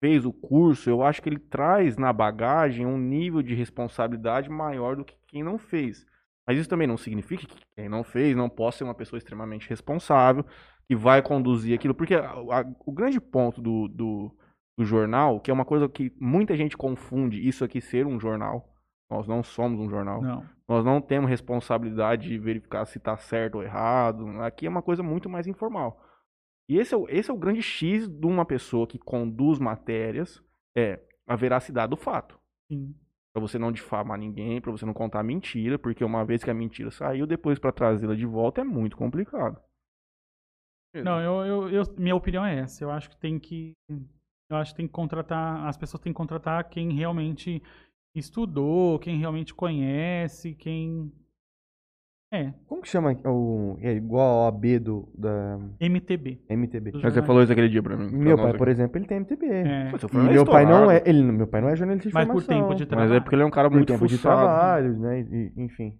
[SPEAKER 1] fez o curso, eu acho que ele traz na bagagem um nível de responsabilidade maior do que quem não fez. Mas isso também não significa que quem não fez não possa ser uma pessoa extremamente responsável que vai conduzir aquilo, porque a- a- o grande ponto do, do, do jornal, que é uma coisa que muita gente confunde isso aqui ser um jornal, nós não somos um jornal.
[SPEAKER 3] Não.
[SPEAKER 1] Nós não temos responsabilidade de verificar se está certo ou errado. Aqui é uma coisa muito mais informal. E esse é, o, esse é o grande X de uma pessoa que conduz matérias, é a veracidade do fato.
[SPEAKER 3] Sim.
[SPEAKER 1] Para você não difamar ninguém, para você não contar mentira, porque uma vez que a mentira saiu, depois para trazê-la de volta é muito complicado.
[SPEAKER 3] Não, eu, eu, eu- minha opinião é essa. Eu acho que tem que eu acho que tem que contratar, as pessoas têm que contratar quem realmente estudou, quem realmente conhece, quem é
[SPEAKER 2] Como que chama o... É igual a OAB do, da
[SPEAKER 3] MTB.
[SPEAKER 2] MTB.
[SPEAKER 1] Mas você falou isso aquele dia para mim. pra
[SPEAKER 2] Meu
[SPEAKER 1] nós
[SPEAKER 2] pai,
[SPEAKER 1] aqui.
[SPEAKER 2] por exemplo, ele tem MTB.
[SPEAKER 3] É.
[SPEAKER 1] Mas seu
[SPEAKER 2] E
[SPEAKER 1] Fernando
[SPEAKER 2] meu pai não é...
[SPEAKER 1] estourado.
[SPEAKER 2] Ele, meu pai não é jornalista de
[SPEAKER 3] Mas por
[SPEAKER 2] formação.
[SPEAKER 3] tempo de
[SPEAKER 1] Mas é porque ele é um cara
[SPEAKER 2] por
[SPEAKER 1] muito
[SPEAKER 2] tempo de
[SPEAKER 1] fuçado.
[SPEAKER 2] trabalho, né? e- enfim.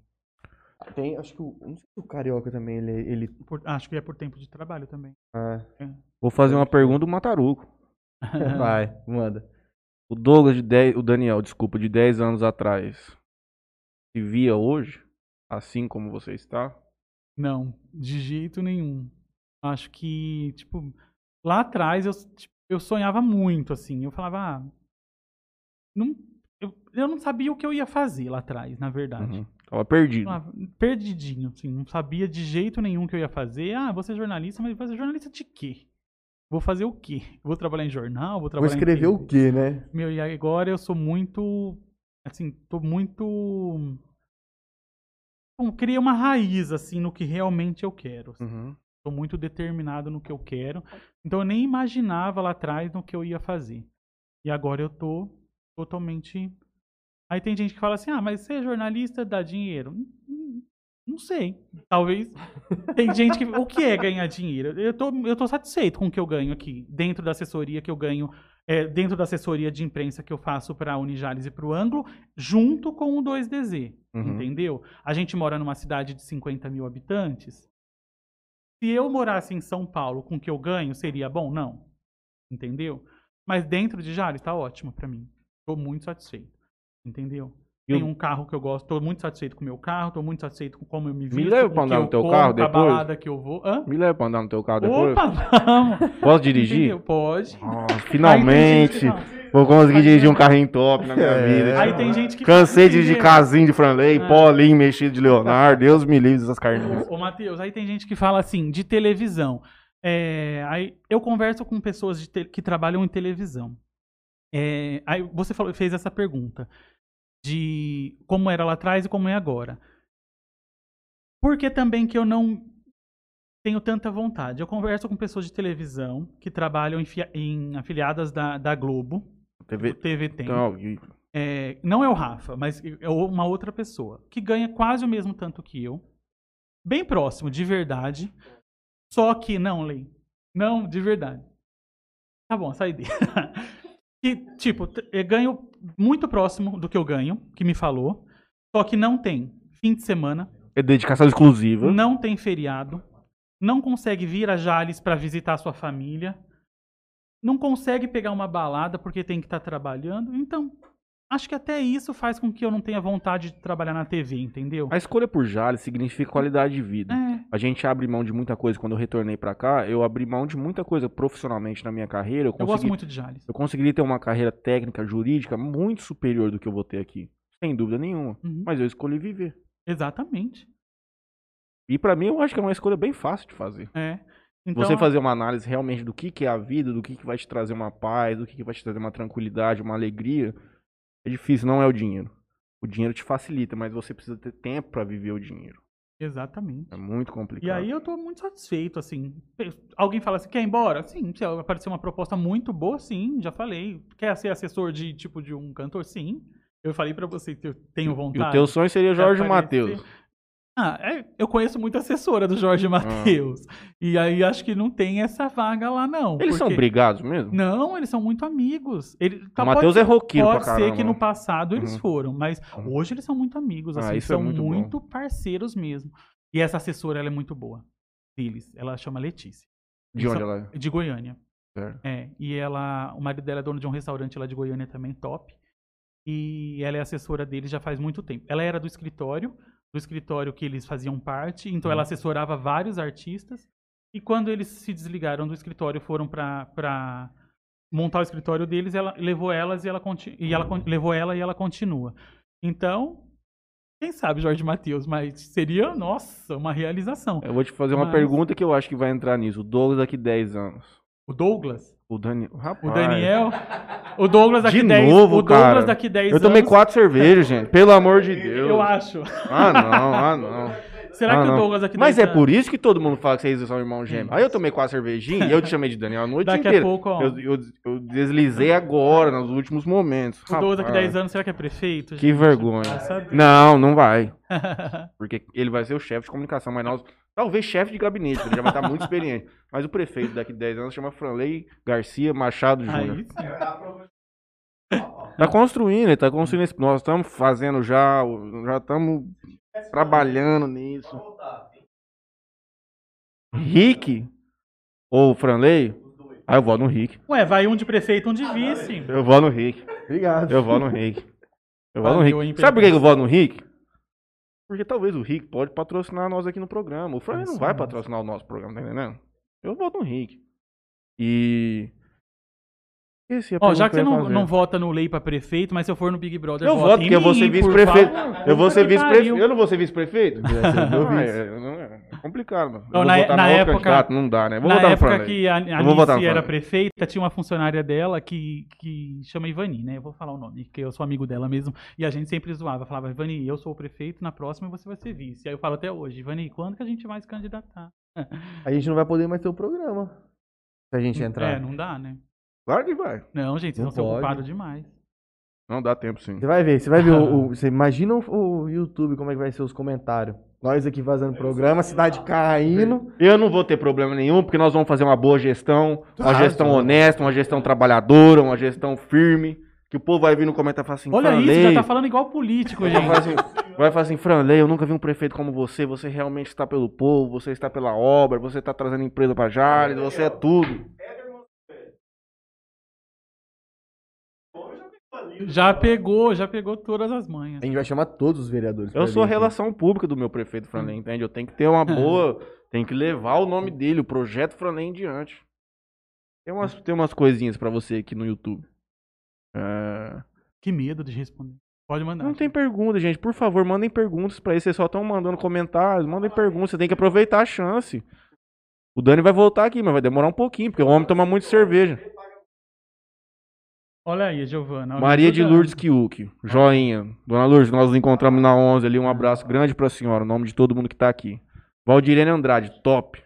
[SPEAKER 2] Tem, acho que o, eu não sei se o Carioca também, ele... ele
[SPEAKER 3] Por- acho que é por tempo de trabalho também.
[SPEAKER 2] ah,
[SPEAKER 1] Vou fazer uma pergunta do Mataruco.
[SPEAKER 2] vai, manda.
[SPEAKER 1] O Douglas de 10, o Daniel, desculpa, de 10 anos atrás, se via hoje, assim como você está?
[SPEAKER 3] Não, de jeito nenhum. Acho que, tipo, lá atrás eu, tipo, eu sonhava muito, assim. Eu falava, ah, não, eu, eu não sabia o que eu ia fazer lá atrás, na verdade.
[SPEAKER 1] Uhum. Tava perdido.
[SPEAKER 3] Falava, Ah, perdidinho, assim, não sabia de jeito nenhum o que eu ia fazer. Ah, vou ser jornalista, mas vou ser jornalista de quê? Vou fazer o quê? Vou trabalhar em jornal? Vou
[SPEAKER 2] Vou
[SPEAKER 3] trabalhar
[SPEAKER 2] escrever
[SPEAKER 3] em
[SPEAKER 2] o quê, né?
[SPEAKER 3] meu, e agora eu sou muito. Assim, tô muito. Bom, criei uma raiz, assim, no que realmente eu quero. assim.
[SPEAKER 1] Uhum.
[SPEAKER 3] Tô muito determinado no que eu quero. Então eu nem imaginava lá atrás no que eu ia fazer. E agora eu tô totalmente. Aí tem gente que fala assim: ah, mas ser jornalista dá dinheiro. Hum, hum, Não sei. Talvez. Tem gente que. O que é ganhar dinheiro? Eu tô, eu tô satisfeito com o que eu ganho aqui. Dentro da assessoria que eu ganho. é, dentro da assessoria de imprensa que eu faço para a Unijales e para o Anglo, junto com o 2DZ.
[SPEAKER 1] Uhum.
[SPEAKER 3] Entendeu? A gente mora numa cidade de 50 mil habitantes. Se eu morasse em São Paulo com o que eu ganho, seria bom? Não. Entendeu? Mas dentro de Jales tá ótimo para mim. Tô muito satisfeito. Entendeu?
[SPEAKER 1] E
[SPEAKER 3] Tem
[SPEAKER 1] o-
[SPEAKER 3] um carro que eu gosto, tô muito satisfeito com o meu carro, tô muito satisfeito com como eu me visto,
[SPEAKER 1] leva
[SPEAKER 3] com
[SPEAKER 1] pra
[SPEAKER 3] o
[SPEAKER 1] andar
[SPEAKER 3] que
[SPEAKER 1] no
[SPEAKER 3] eu
[SPEAKER 1] teu
[SPEAKER 3] como,
[SPEAKER 1] carro
[SPEAKER 3] com a
[SPEAKER 1] depois?
[SPEAKER 3] balada que eu vou. Hã?
[SPEAKER 1] Me leva pra andar no teu carro depois?
[SPEAKER 3] Opa, <laughs> vamos!
[SPEAKER 1] Posso dirigir?
[SPEAKER 3] Entendeu? Pode.
[SPEAKER 1] Ah, finalmente!
[SPEAKER 3] Aí tem gente que
[SPEAKER 1] Vou conseguir dirigir um carrinho top na minha
[SPEAKER 2] É.
[SPEAKER 1] vida.
[SPEAKER 3] não. Aí tem gente que
[SPEAKER 1] Cansei de dirigir
[SPEAKER 3] Entendeu?
[SPEAKER 1] casinho de Franley,
[SPEAKER 3] Ah. Tá.
[SPEAKER 1] Paulinho mexido de Leonardo. Deus me livre dessas carninhas.
[SPEAKER 3] Ô, ô, Matheus, aí tem gente que fala assim, de televisão. É, aí eu converso com pessoas de te- que trabalham em televisão. É, aí você falou- fez essa pergunta de como era lá atrás e como é agora. Por que também que eu não tenho tanta vontade? Eu converso com pessoas de televisão que trabalham em, fia- em afiliadas da, da Globo,
[SPEAKER 1] TV.
[SPEAKER 3] TV Tem.
[SPEAKER 1] Então, ao vivo.
[SPEAKER 3] É, não é o Rafa, mas é uma outra pessoa que ganha quase o mesmo tanto que eu, bem próximo, de verdade. Só que não, Lei, não, de verdade. Tá bom, sai dele. <laughs> que tipo, t- eu ganho muito próximo do que eu ganho, que me falou. Só que não tem fim de semana,
[SPEAKER 1] é dedicação exclusiva.
[SPEAKER 3] não tem feriado, não consegue vir a Jales para visitar sua família, não consegue pegar uma balada porque tem que estar trabalhando. Então, acho que até isso faz com que eu não tenha vontade de trabalhar na TV, entendeu?
[SPEAKER 1] A escolha por Jales significa qualidade de vida.
[SPEAKER 3] É,
[SPEAKER 1] A gente abre mão de muita coisa. Quando eu retornei pra cá, eu abri mão de muita coisa profissionalmente na minha carreira. Eu,
[SPEAKER 3] eu gosto
[SPEAKER 1] consegui,
[SPEAKER 3] muito de Jales.
[SPEAKER 1] eu conseguiria ter uma carreira técnica, jurídica, muito superior do que eu vou ter aqui. Sem dúvida nenhuma.
[SPEAKER 3] Uhum,
[SPEAKER 1] Mas eu escolhi viver.
[SPEAKER 3] Exatamente.
[SPEAKER 1] E pra mim, eu acho que é uma escolha bem fácil de fazer.
[SPEAKER 3] É. Então,
[SPEAKER 1] Você fazer uma análise realmente do que, que é a vida, do que, que vai te trazer uma paz, do que, que vai te trazer uma tranquilidade, uma alegria, é difícil, não é o dinheiro. O dinheiro te facilita, mas você precisa ter tempo pra viver o dinheiro.
[SPEAKER 3] Exatamente.
[SPEAKER 1] É muito
[SPEAKER 3] E
[SPEAKER 1] complicado.
[SPEAKER 3] aí eu tô muito satisfeito, assim. Alguém fala assim, quer ir embora? Sim, se aparecer uma proposta muito boa, sim, já falei. Quer ser assessor de tipo de um cantor? Sim. Eu falei pra você que eu tenho
[SPEAKER 1] E
[SPEAKER 3] vontade.
[SPEAKER 1] o teu sonho seria Jorge
[SPEAKER 3] aparecer.
[SPEAKER 1] Matheus.
[SPEAKER 3] Ah, é, eu conheço muita assessora do
[SPEAKER 1] Ah.
[SPEAKER 3] Jorge Matheus. E aí acho que não tem essa vaga lá, não.
[SPEAKER 1] Eles são
[SPEAKER 3] porque-
[SPEAKER 1] brigados mesmo?
[SPEAKER 3] Não, eles são muito amigos. Ele, tá,
[SPEAKER 1] o Matheus é
[SPEAKER 3] pode,
[SPEAKER 1] roqueiro
[SPEAKER 3] pode
[SPEAKER 1] pra caramba.
[SPEAKER 3] ser que no passado eles
[SPEAKER 1] Uhum.
[SPEAKER 3] foram, mas
[SPEAKER 1] Uhum.
[SPEAKER 3] hoje eles são muito amigos,
[SPEAKER 1] Ah,
[SPEAKER 3] assim,
[SPEAKER 1] isso é
[SPEAKER 3] são
[SPEAKER 1] muito bom.
[SPEAKER 3] parceiros mesmo. E essa assessora, ela é muito boa. Deles, ela chama Letícia,
[SPEAKER 1] De onde ela é?
[SPEAKER 3] de Goiânia.
[SPEAKER 1] Certo.
[SPEAKER 3] É, e ela, o marido dela é dono de um restaurante lá de Goiânia também, top. E ela é assessora dele já faz muito tempo. Ela era do escritório, do escritório que eles faziam parte, então ela assessorava vários artistas. E quando eles se desligaram do escritório, foram pra- pra montar o escritório deles, ela levou elas e ela, conti- e ela con- levou ela e ela continua. Então, quem sabe Jorge Matheus, mas seria, nossa, uma realização.
[SPEAKER 1] Eu vou te fazer uma
[SPEAKER 3] Mas-
[SPEAKER 1] pergunta que eu acho que vai entrar nisso. O Douglas daqui 10 anos.
[SPEAKER 3] O Douglas,
[SPEAKER 1] O Daniel.
[SPEAKER 3] o
[SPEAKER 1] Rapaz,
[SPEAKER 3] Daniel, é o Douglas daqui
[SPEAKER 1] De
[SPEAKER 3] 10,
[SPEAKER 1] novo,
[SPEAKER 3] o Douglas
[SPEAKER 1] cara.
[SPEAKER 3] daqui 10
[SPEAKER 1] Eu tomei
[SPEAKER 3] anos-
[SPEAKER 1] quatro
[SPEAKER 3] <laughs>
[SPEAKER 1] cervejas, gente. Pelo amor de Deus.
[SPEAKER 3] Eu acho.
[SPEAKER 1] Ah, não, ah, não. Ah,
[SPEAKER 3] Será <laughs> que
[SPEAKER 1] não.
[SPEAKER 3] o Douglas aqui
[SPEAKER 1] Mas é
[SPEAKER 3] dentro-
[SPEAKER 1] por isso que todo mundo fala que vocês são irmãos gêmeos.
[SPEAKER 3] Isso.
[SPEAKER 1] Aí eu tomei quase cervejinha e eu te chamei de Daniel a noite
[SPEAKER 3] Daqui a
[SPEAKER 1] inteira.
[SPEAKER 3] pouco, ó.
[SPEAKER 1] Eu, eu- eu deslizei agora, nos últimos momentos.
[SPEAKER 3] o Douglas daqui
[SPEAKER 1] Rapaz,
[SPEAKER 3] 10 anos, será que é prefeito?
[SPEAKER 1] Que vergonha.
[SPEAKER 3] Sabe?
[SPEAKER 1] <laughs> Não, não vai. Porque ele vai ser o chefe de comunicação, mas nós. Talvez chefe de gabinete, porque ele já vai estar muito experiente. Mas o prefeito daqui 10 anos chama Franley Garcia Machado Júnior.
[SPEAKER 3] Aí, sim.
[SPEAKER 1] Tá construindo, ele tá construindo esse. Nós estamos fazendo já, já estamos trabalhando nisso. Rick ou Franley? Ah, eu vou no Rick.
[SPEAKER 3] Ué, vai um de prefeito, um de vice.
[SPEAKER 1] Eu vou no Rick.
[SPEAKER 2] Obrigado.
[SPEAKER 1] Eu vou no Rick. Eu vou no
[SPEAKER 3] Valeu, hein,
[SPEAKER 1] Rick. Sabe por que
[SPEAKER 3] Pedro?
[SPEAKER 1] eu vou no Rick? Porque talvez o Rick pode patrocinar nós aqui no programa. O Franley não
[SPEAKER 3] Isso
[SPEAKER 1] vai
[SPEAKER 3] mesmo.
[SPEAKER 1] patrocinar o nosso programa, tá entendendo? Eu vou no Rick. E. Esqueci a
[SPEAKER 3] Ó,
[SPEAKER 1] pergunta
[SPEAKER 3] já que você
[SPEAKER 1] eu ia
[SPEAKER 3] não,
[SPEAKER 1] fazer.
[SPEAKER 3] não vota no Lei pra prefeito, mas se eu for no Big Brother,
[SPEAKER 1] Eu
[SPEAKER 3] vota
[SPEAKER 1] voto,
[SPEAKER 3] em
[SPEAKER 1] porque eu vou
[SPEAKER 3] mim,
[SPEAKER 1] ser
[SPEAKER 3] por
[SPEAKER 1] vice-prefeito.
[SPEAKER 3] favor.
[SPEAKER 1] Eu vou ser
[SPEAKER 3] Puta que
[SPEAKER 1] vice-prefeito.
[SPEAKER 3] pariu.
[SPEAKER 1] Eu <laughs> não vou ser vice-prefeito?
[SPEAKER 2] meu
[SPEAKER 1] Ah,
[SPEAKER 2] vice.
[SPEAKER 1] é, não é, é complicado, mano. Eu
[SPEAKER 3] Não,
[SPEAKER 1] vou
[SPEAKER 3] na-
[SPEAKER 1] votar no
[SPEAKER 3] na
[SPEAKER 1] outro
[SPEAKER 3] época-
[SPEAKER 1] candidato, não dá, né? Vou
[SPEAKER 3] Na
[SPEAKER 1] votar no
[SPEAKER 3] época
[SPEAKER 1] Franley.
[SPEAKER 3] que a, a
[SPEAKER 1] Eu vou votar no
[SPEAKER 3] Anice era
[SPEAKER 1] Franley.
[SPEAKER 3] prefeita, tinha uma funcionária dela que, que chama Ivani, né? Eu vou falar o nome, que eu sou amigo dela mesmo. E a gente sempre zoava, falava, Ivani, eu sou o prefeito, na próxima você vai ser vice. Aí eu falo até hoje, Ivani, quando que a gente vai se candidatar?
[SPEAKER 2] A gente não vai poder mais ter o programa. Se a gente
[SPEAKER 3] É,
[SPEAKER 2] entrar.
[SPEAKER 3] não dá, né?
[SPEAKER 1] Claro que vai.
[SPEAKER 3] Não, gente, vocês vão
[SPEAKER 2] Não
[SPEAKER 3] ser
[SPEAKER 2] pode.
[SPEAKER 3] ocupados demais.
[SPEAKER 1] Não dá tempo, sim.
[SPEAKER 2] Você vai ver, você vai ver o. o- você imagina o, o YouTube como é que vai ser os comentários. Nós aqui vazando programa, cidade caindo.
[SPEAKER 1] Eu não vou ter problema nenhum, porque nós vamos fazer uma boa gestão, uma
[SPEAKER 2] Ah,
[SPEAKER 1] gestão
[SPEAKER 2] sim.
[SPEAKER 1] honesta, uma gestão trabalhadora, uma gestão firme. Que o povo vai vir no comentário e falar assim,
[SPEAKER 3] Olha
[SPEAKER 1] Franley,
[SPEAKER 3] isso, já tá falando igual
[SPEAKER 1] <laughs>
[SPEAKER 3] político,
[SPEAKER 1] Vai falar
[SPEAKER 3] gente.
[SPEAKER 2] um,
[SPEAKER 1] assim, vai falar assim, Franley, eu nunca vi um prefeito como você. Você realmente está pelo povo, você está pela obra, você está trazendo empresa para Jales, você é tudo.
[SPEAKER 3] Já pegou, já pegou todas as manhas.
[SPEAKER 2] A gente vai chamar todos os vereadores. pra
[SPEAKER 1] Eu sou a
[SPEAKER 2] vir aqui.
[SPEAKER 1] relação pública do meu prefeito Franley, entende? Eu tenho que ter uma boa. Tem que levar o nome dele, o projeto Franley em diante. Tem umas, tem umas coisinhas pra você aqui no YouTube. É,
[SPEAKER 3] Que medo de responder. Pode mandar.
[SPEAKER 1] Não tem pergunta, gente. Por favor, mandem perguntas pra isso. Vocês só estão mandando comentários. Mandem perguntas. Você tem que aproveitar a chance. O Dani vai voltar aqui, mas vai demorar um pouquinho, porque o homem toma muito cerveja.
[SPEAKER 3] Olha aí, Giovana. olha,
[SPEAKER 1] Maria de
[SPEAKER 3] toda-
[SPEAKER 1] Lourdes Kiuk, joinha. Dona Lourdes, nós nos encontramos na 11 ali. Um abraço grande pra senhora, o nome de todo mundo que tá aqui. Valdirene Andrade, top.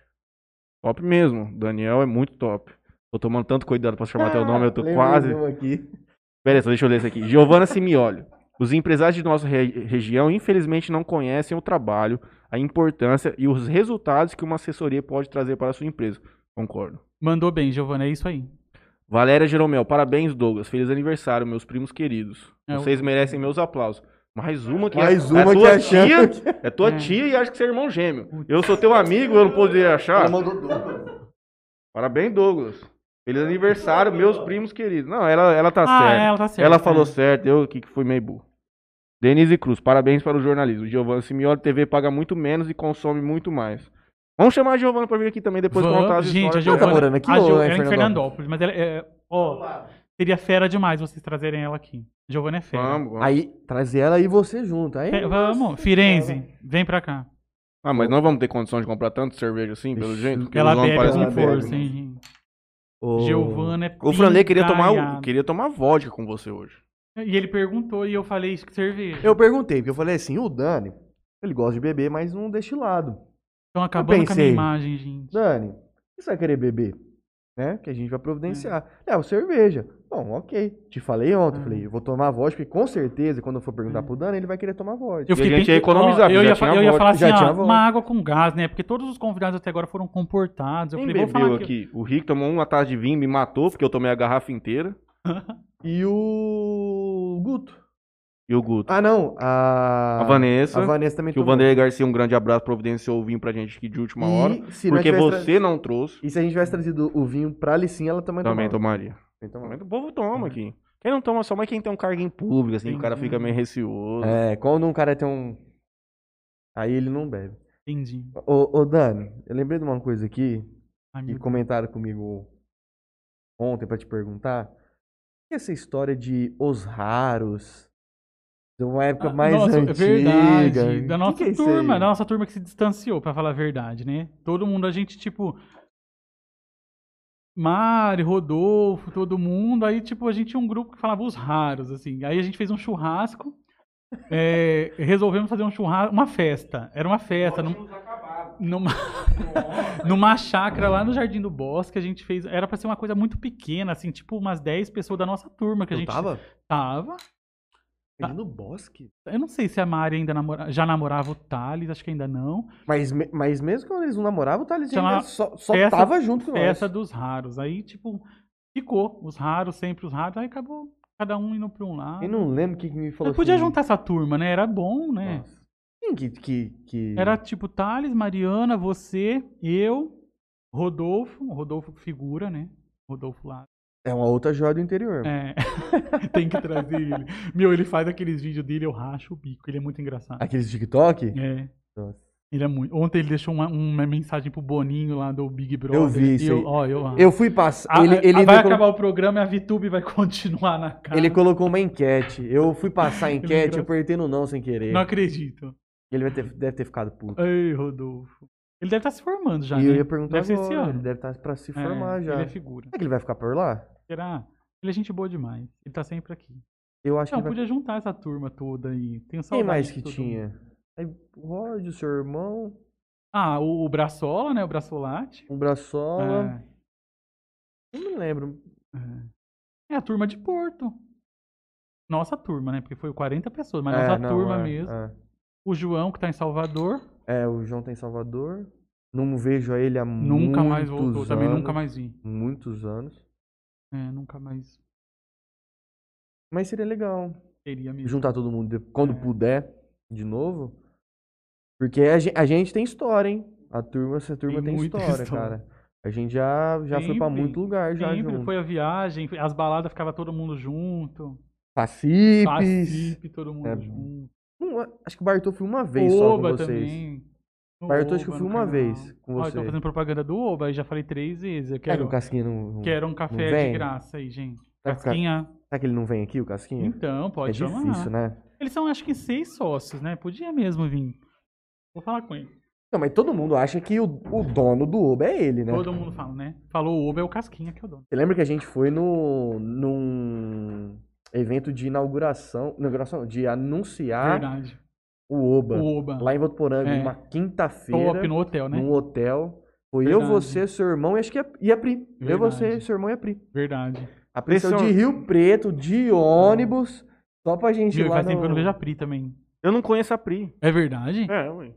[SPEAKER 1] Top mesmo. Daniel é muito top. Tô tomando tanto cuidado pra chamar teu nome, eu tô
[SPEAKER 2] Lembrei
[SPEAKER 1] quase.
[SPEAKER 2] de um aqui.
[SPEAKER 1] Beleza, deixa eu ler isso aqui. Giovana Simioli. Os empresários de nossa re- região, infelizmente, não conhecem o trabalho, a importância e os resultados que uma assessoria pode trazer para a sua empresa. Concordo.
[SPEAKER 3] Mandou bem, Giovana, é isso aí.
[SPEAKER 1] Valéria Jeromel, parabéns, Douglas. Feliz aniversário, meus primos queridos.
[SPEAKER 3] É, eu-
[SPEAKER 1] Vocês merecem meus aplausos. Mais uma que
[SPEAKER 2] Mais
[SPEAKER 1] é,
[SPEAKER 2] uma
[SPEAKER 1] é
[SPEAKER 2] que
[SPEAKER 1] tua
[SPEAKER 2] achando
[SPEAKER 1] tia, é tua
[SPEAKER 3] <laughs> É.
[SPEAKER 1] tia e acho que você é irmão gêmeo. Eu sou teu amigo, eu não poderia achar.
[SPEAKER 2] mandou Douglas.
[SPEAKER 1] Parabéns, Douglas. Feliz aniversário, meus primos queridos. Não, ela, ela tá
[SPEAKER 3] ah,
[SPEAKER 1] certa.
[SPEAKER 3] ela tá certa.
[SPEAKER 1] Ela falou
[SPEAKER 3] né?
[SPEAKER 1] certo, eu que que fui meio burro. Denise Cruz, parabéns para o jornalismo. Giovanna Simeone TV paga muito menos e consome muito mais. Vamos chamar a Giovanna para vir aqui também depois
[SPEAKER 3] Vamos,
[SPEAKER 1] contar as
[SPEAKER 3] gente, a
[SPEAKER 1] histórias.
[SPEAKER 3] Giovana.
[SPEAKER 2] Ela tá morando aqui
[SPEAKER 3] a
[SPEAKER 2] ou
[SPEAKER 3] Giovana
[SPEAKER 2] é em
[SPEAKER 3] é em
[SPEAKER 2] Fernandópolis?
[SPEAKER 3] Fernandópolis, mas ela é. Ó, seria fera demais vocês trazerem ela aqui. Giovana é fera.
[SPEAKER 1] Vamos, vamos.
[SPEAKER 2] Aí, traz ela e você junto. Aí,
[SPEAKER 3] É, vamos, Firenze, vem pra cá.
[SPEAKER 1] Ah, mas não vamos ter condição de comprar tanto cerveja assim, pelo
[SPEAKER 2] Ixi,
[SPEAKER 1] jeito. porque
[SPEAKER 3] Ela
[SPEAKER 1] os homens
[SPEAKER 3] bebe
[SPEAKER 1] parecem
[SPEAKER 2] que
[SPEAKER 3] com
[SPEAKER 1] que
[SPEAKER 2] bebe,
[SPEAKER 3] força,
[SPEAKER 1] bebem.
[SPEAKER 3] hein?
[SPEAKER 2] Ô,
[SPEAKER 3] Giovana é
[SPEAKER 1] né? O Franley queria tomar,
[SPEAKER 3] pintaiada.
[SPEAKER 1] queria tomar vodka com você hoje.
[SPEAKER 3] E ele perguntou e eu falei isso que cerveja.
[SPEAKER 2] Eu perguntei, porque eu falei assim, o Dani, ele gosta de beber, mas não destilado.
[SPEAKER 3] Estão acabando com a minha
[SPEAKER 2] pensei.
[SPEAKER 3] imagem, gente.
[SPEAKER 2] Dani, o que você vai querer beber? Né? Que a gente
[SPEAKER 1] Hum.
[SPEAKER 2] vai providenciar. É, o cerveja. Bom, ok. Te falei ontem,
[SPEAKER 3] Ah.
[SPEAKER 1] Hum.
[SPEAKER 2] falei, eu vou tomar vodka, porque com certeza, quando eu for perguntar pro Dani, ele vai querer tomar vodka.
[SPEAKER 3] Eu
[SPEAKER 1] E a gente
[SPEAKER 3] pen-
[SPEAKER 1] ia economizar,
[SPEAKER 3] ó,
[SPEAKER 1] porque
[SPEAKER 3] eu,
[SPEAKER 1] já
[SPEAKER 3] ia,
[SPEAKER 1] tinha
[SPEAKER 3] fa- eu ia
[SPEAKER 1] vodka.
[SPEAKER 3] falar assim,
[SPEAKER 2] Já tinha
[SPEAKER 3] ó,
[SPEAKER 2] vodka.
[SPEAKER 3] uma água com gás, né? Porque todos os convidados até agora foram comportados. Eu
[SPEAKER 1] Quem
[SPEAKER 3] falei, vou falar
[SPEAKER 1] bebeu
[SPEAKER 3] aqui.
[SPEAKER 1] aqui? O Rick tomou uma taça de vinho, me matou, porque eu tomei a garrafa inteira.
[SPEAKER 2] E o Guto.
[SPEAKER 1] E o Guto.
[SPEAKER 2] Ah, não. A,
[SPEAKER 1] Ah, a Vanessa.
[SPEAKER 2] A Vanessa também
[SPEAKER 1] que o
[SPEAKER 2] tomou.
[SPEAKER 1] Vanderlei Garcia, um grande abraço, providenciou o vinho pra gente aqui de última hora.
[SPEAKER 2] E se nós
[SPEAKER 1] porque
[SPEAKER 2] tivesse tra-
[SPEAKER 1] você não trouxe.
[SPEAKER 2] E se a gente tivesse trazido o vinho pra Alicinha, ela também,
[SPEAKER 1] Também
[SPEAKER 2] tomava.
[SPEAKER 1] tomaria.
[SPEAKER 2] Também tomava.
[SPEAKER 1] Mas O povo
[SPEAKER 3] Uhum.
[SPEAKER 1] toma aqui. Quem não toma só, mas quem tem um cargo em público, assim, o cara
[SPEAKER 3] Entendi.
[SPEAKER 1] fica meio receoso.
[SPEAKER 2] É, quando um cara tem um. Aí ele não bebe.
[SPEAKER 3] <laughs> Entendi.
[SPEAKER 2] Ô, ô Dani, eu lembrei de uma coisa aqui
[SPEAKER 3] Ai, meu
[SPEAKER 2] que
[SPEAKER 3] Deus.
[SPEAKER 2] comentaram comigo ontem pra te perguntar. E essa história de os raros? De uma época
[SPEAKER 3] Ah,
[SPEAKER 2] mais
[SPEAKER 3] nossa, é
[SPEAKER 2] antiga.
[SPEAKER 3] verdade. Da
[SPEAKER 2] Que
[SPEAKER 3] nossa
[SPEAKER 2] que é isso
[SPEAKER 3] turma,
[SPEAKER 2] aí?
[SPEAKER 3] da nossa turma que se distanciou, pra falar a verdade, né? Todo mundo, a gente, tipo. Mari, Rodolfo, todo mundo. Aí, tipo, a gente tinha um grupo que falava os raros, assim. Aí a gente fez um churrasco. é, <laughs> resolvemos fazer um churrasco, uma festa. Era uma festa. Num, numa, <laughs> numa chácara lá no Jardim do Bosque, a gente fez. Era pra ser uma coisa muito pequena, assim, tipo umas 10 pessoas da nossa turma que a
[SPEAKER 2] Eu
[SPEAKER 3] gente tá
[SPEAKER 2] tava?
[SPEAKER 3] tava.
[SPEAKER 2] Ali no bosque?
[SPEAKER 3] Eu não sei se a Mari ainda namora- já namorava o Thales, acho que ainda não.
[SPEAKER 2] Mas, me- mas mesmo quando eles não namoravam, tá, eles
[SPEAKER 3] Chama-
[SPEAKER 2] ainda só, só
[SPEAKER 3] Festa-
[SPEAKER 2] tava junto com
[SPEAKER 3] Festa
[SPEAKER 2] nós.
[SPEAKER 3] É dos raros. Aí, tipo, ficou. Os raros, sempre os raros. Aí acabou cada um indo pra um lado.
[SPEAKER 2] Eu não lembro o que, Ah, que me falou
[SPEAKER 3] Eu podia
[SPEAKER 2] assim.
[SPEAKER 3] juntar essa turma, né? Era bom, né?
[SPEAKER 2] Nossa. Quem que, que, que...
[SPEAKER 3] Era tipo Thales, Mariana, você, eu, Rodolfo. O Rodolfo figura, né? Rodolfo lá.
[SPEAKER 2] É uma outra joia do interior.
[SPEAKER 3] É. <laughs> Tem que trazer ele. Meu, ele faz aqueles vídeos dele, eu racho o bico. Ele é muito engraçado.
[SPEAKER 2] Aqueles TikTok?
[SPEAKER 3] É.
[SPEAKER 2] Nossa.
[SPEAKER 3] Ele é muito. Ontem ele deixou uma, uma mensagem pro Boninho lá do Big Brother.
[SPEAKER 2] vi isso
[SPEAKER 3] E eu,
[SPEAKER 2] aí.
[SPEAKER 3] ó, eu,
[SPEAKER 2] Eu fui passar.
[SPEAKER 3] Ah,
[SPEAKER 2] ele,
[SPEAKER 3] ah,
[SPEAKER 2] ele
[SPEAKER 3] vai
[SPEAKER 2] ainda colo-
[SPEAKER 3] acabar o programa e a VTube vai <laughs> continuar na casa.
[SPEAKER 2] ele colocou uma enquete. Eu fui passar
[SPEAKER 3] <laughs>
[SPEAKER 2] a enquete,
[SPEAKER 3] Tá. engraçado.
[SPEAKER 2] eu apertei no não sem querer.
[SPEAKER 3] Não acredito.
[SPEAKER 2] Ele vai ter- deve ter ficado puto.
[SPEAKER 3] Ei, Rodolfo. Ele deve estar se formando Ah, já.
[SPEAKER 2] e
[SPEAKER 3] né?
[SPEAKER 2] eu ia perguntar
[SPEAKER 3] Deve ser esse
[SPEAKER 2] agora,
[SPEAKER 3] ano.
[SPEAKER 2] Ele deve estar pra se
[SPEAKER 3] É,
[SPEAKER 2] formar
[SPEAKER 3] Ele
[SPEAKER 2] já.
[SPEAKER 3] é
[SPEAKER 2] Será
[SPEAKER 3] figura.
[SPEAKER 2] que ele vai ficar por lá?
[SPEAKER 3] Será? Ele é gente boa demais. Ele tá sempre aqui.
[SPEAKER 2] Eu acho
[SPEAKER 3] Não,
[SPEAKER 2] que ele vai...
[SPEAKER 3] podia juntar essa turma toda aí. Tenho saudade.
[SPEAKER 2] Quem mais
[SPEAKER 3] de
[SPEAKER 2] que
[SPEAKER 3] todo mundo.
[SPEAKER 2] tinha? Aí, o Rod, o seu irmão,
[SPEAKER 3] Ah, o, o Braçola, né? O Braçolate.
[SPEAKER 2] o Braçola.
[SPEAKER 3] É.
[SPEAKER 2] Eu não lembro.
[SPEAKER 3] É a turma de Porto. Nossa turma, né? Porque foi 40 pessoas, mas
[SPEAKER 2] É,
[SPEAKER 3] nossa
[SPEAKER 2] não,
[SPEAKER 3] turma
[SPEAKER 2] é,
[SPEAKER 3] mesmo.
[SPEAKER 2] é.
[SPEAKER 3] O João, que tá em Salvador,
[SPEAKER 2] É. o João tem Salvador. Não vejo a ele há
[SPEAKER 3] nunca mais
[SPEAKER 2] muitos
[SPEAKER 3] voltou. Também nunca
[SPEAKER 2] anos,
[SPEAKER 3] mais vi.
[SPEAKER 2] Muitos anos.
[SPEAKER 3] É, nunca mais
[SPEAKER 2] Mas seria legal.
[SPEAKER 3] teria mesmo.
[SPEAKER 2] juntar todo mundo de- quando
[SPEAKER 3] É.
[SPEAKER 2] puder de novo. Porque a gen- a gente, tem história, hein? A turma, essa turma
[SPEAKER 3] Tem
[SPEAKER 2] tem,
[SPEAKER 3] muita
[SPEAKER 2] história,
[SPEAKER 3] história.
[SPEAKER 2] cara. A gente já, já foi pra
[SPEAKER 3] Sempre,
[SPEAKER 2] muito lugar já
[SPEAKER 3] Sempre
[SPEAKER 2] junto.
[SPEAKER 3] foi a viagem, foi- as baladas ficava todo mundo junto.
[SPEAKER 2] Facipes.
[SPEAKER 3] Pacipe, todo mundo
[SPEAKER 2] É.
[SPEAKER 3] junto.
[SPEAKER 2] Não, acho que o Bartô foi uma vez só com
[SPEAKER 3] Oba
[SPEAKER 2] vocês.
[SPEAKER 3] também. No
[SPEAKER 2] Bartô, acho que eu
[SPEAKER 3] Oba,
[SPEAKER 2] fui
[SPEAKER 3] no
[SPEAKER 2] uma
[SPEAKER 3] canal.
[SPEAKER 2] vez com
[SPEAKER 3] Ó, eu
[SPEAKER 2] você.
[SPEAKER 3] tô fazendo propaganda do Oba, aí já falei três vezes. Eu
[SPEAKER 2] Será que
[SPEAKER 3] quero,
[SPEAKER 2] o Casquinha não, não-
[SPEAKER 3] quero um café
[SPEAKER 2] vem?
[SPEAKER 3] de graça aí, gente.
[SPEAKER 2] Tá com ca-
[SPEAKER 3] Casquinha.
[SPEAKER 2] Será que ele não vem aqui, o Casquinha?
[SPEAKER 3] Então,
[SPEAKER 2] é
[SPEAKER 3] pode chamar.
[SPEAKER 2] difícil, né?
[SPEAKER 3] Eles são, acho que, seis sócios, né? Podia mesmo vir. Vou falar com ele.
[SPEAKER 2] Não, mas todo mundo acha que o, o dono do Oba é ele, né?
[SPEAKER 3] Todo mundo fala, né? Falou o Oba, é o Casquinha que é o dono.
[SPEAKER 2] Você lembra que a gente foi no, num evento de inauguração, inauguração não, de anunciar
[SPEAKER 3] Verdade.
[SPEAKER 2] o Oba,
[SPEAKER 3] O Oba.
[SPEAKER 2] lá em Votuporanga,
[SPEAKER 3] É.
[SPEAKER 2] uma quinta-feira,
[SPEAKER 3] Top no hotel, né?
[SPEAKER 2] num hotel. Foi eu,
[SPEAKER 3] Verdade.
[SPEAKER 2] você, seu irmão e acho que a, e a Pri. Eu,
[SPEAKER 3] Verdade.
[SPEAKER 2] você, seu irmão e a Pri.
[SPEAKER 3] Verdade.
[SPEAKER 2] A Pri saiu
[SPEAKER 1] Esse é
[SPEAKER 2] de
[SPEAKER 1] um-
[SPEAKER 2] Rio Preto, de ônibus, só pra gente ir
[SPEAKER 3] Viu,
[SPEAKER 2] lá
[SPEAKER 3] faz tempo
[SPEAKER 2] no-
[SPEAKER 3] que eu não vejo a Pri também.
[SPEAKER 1] Eu não conheço a Pri.
[SPEAKER 3] É verdade?
[SPEAKER 1] É, ué.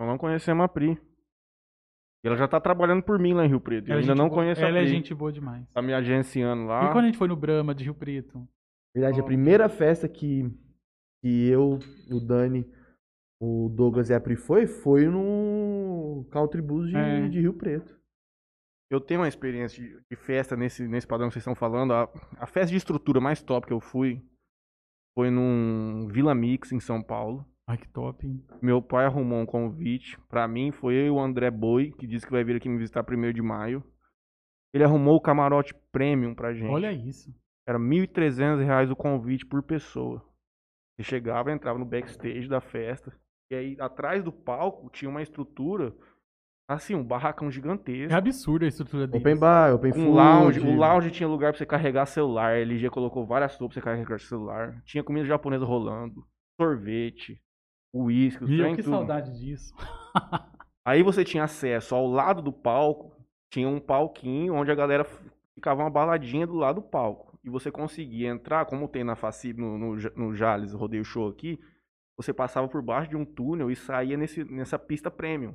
[SPEAKER 1] Eu não conhecemos a Pri. E Ela já tá trabalhando por mim lá em Rio Preto. Eu
[SPEAKER 3] Ela é
[SPEAKER 1] ainda
[SPEAKER 3] gente
[SPEAKER 1] não
[SPEAKER 3] boa-
[SPEAKER 1] conheço a
[SPEAKER 3] Ela
[SPEAKER 1] Pri.
[SPEAKER 3] é gente boa demais.
[SPEAKER 1] Tá me agenciando lá.
[SPEAKER 3] E quando a gente foi no Brahma de Rio Preto?
[SPEAKER 2] Verdade, a primeira festa que, que eu, o Dani, o Douglas e a Pri foi, foi no Country Blues de,
[SPEAKER 3] É.
[SPEAKER 2] de Rio Preto.
[SPEAKER 1] Eu tenho uma experiência de, de festa nesse, nesse padrão que vocês estão falando. A, a festa de estrutura mais top que eu fui foi num Vila Mix em São Paulo.
[SPEAKER 3] Ai, que top. hein?
[SPEAKER 1] Meu pai arrumou um convite. Pra mim, foi eu e o André Boi, que disse que vai vir aqui me visitar primeiro de maio. Ele arrumou o camarote premium pra gente.
[SPEAKER 3] Olha isso.
[SPEAKER 1] Era R$ 1.300 reais o convite por pessoa. Você chegava, entrava no backstage da festa. E aí, atrás do palco, tinha uma estrutura, assim, um barracão gigantesco.
[SPEAKER 3] É absurdo a estrutura deles.
[SPEAKER 2] Open Bar,
[SPEAKER 3] Um
[SPEAKER 2] Open
[SPEAKER 1] Com
[SPEAKER 2] Food.
[SPEAKER 1] lounge, o lounge tinha lugar pra você carregar celular. A LG colocou várias sopas pra você carregar celular. Tinha comida japonesa rolando, sorvete, uísque, os
[SPEAKER 3] Viu?
[SPEAKER 1] trem
[SPEAKER 3] Que
[SPEAKER 1] tudo.
[SPEAKER 3] saudade disso.
[SPEAKER 1] Aí você tinha acesso ao lado do palco, tinha um palquinho onde a galera f- ficava uma baladinha do lado do palco. E você conseguia entrar, como tem na Facib, no, no, Ja- no Jales, rodeio show aqui, você passava por baixo de um túnel e saía nesse, nessa pista premium.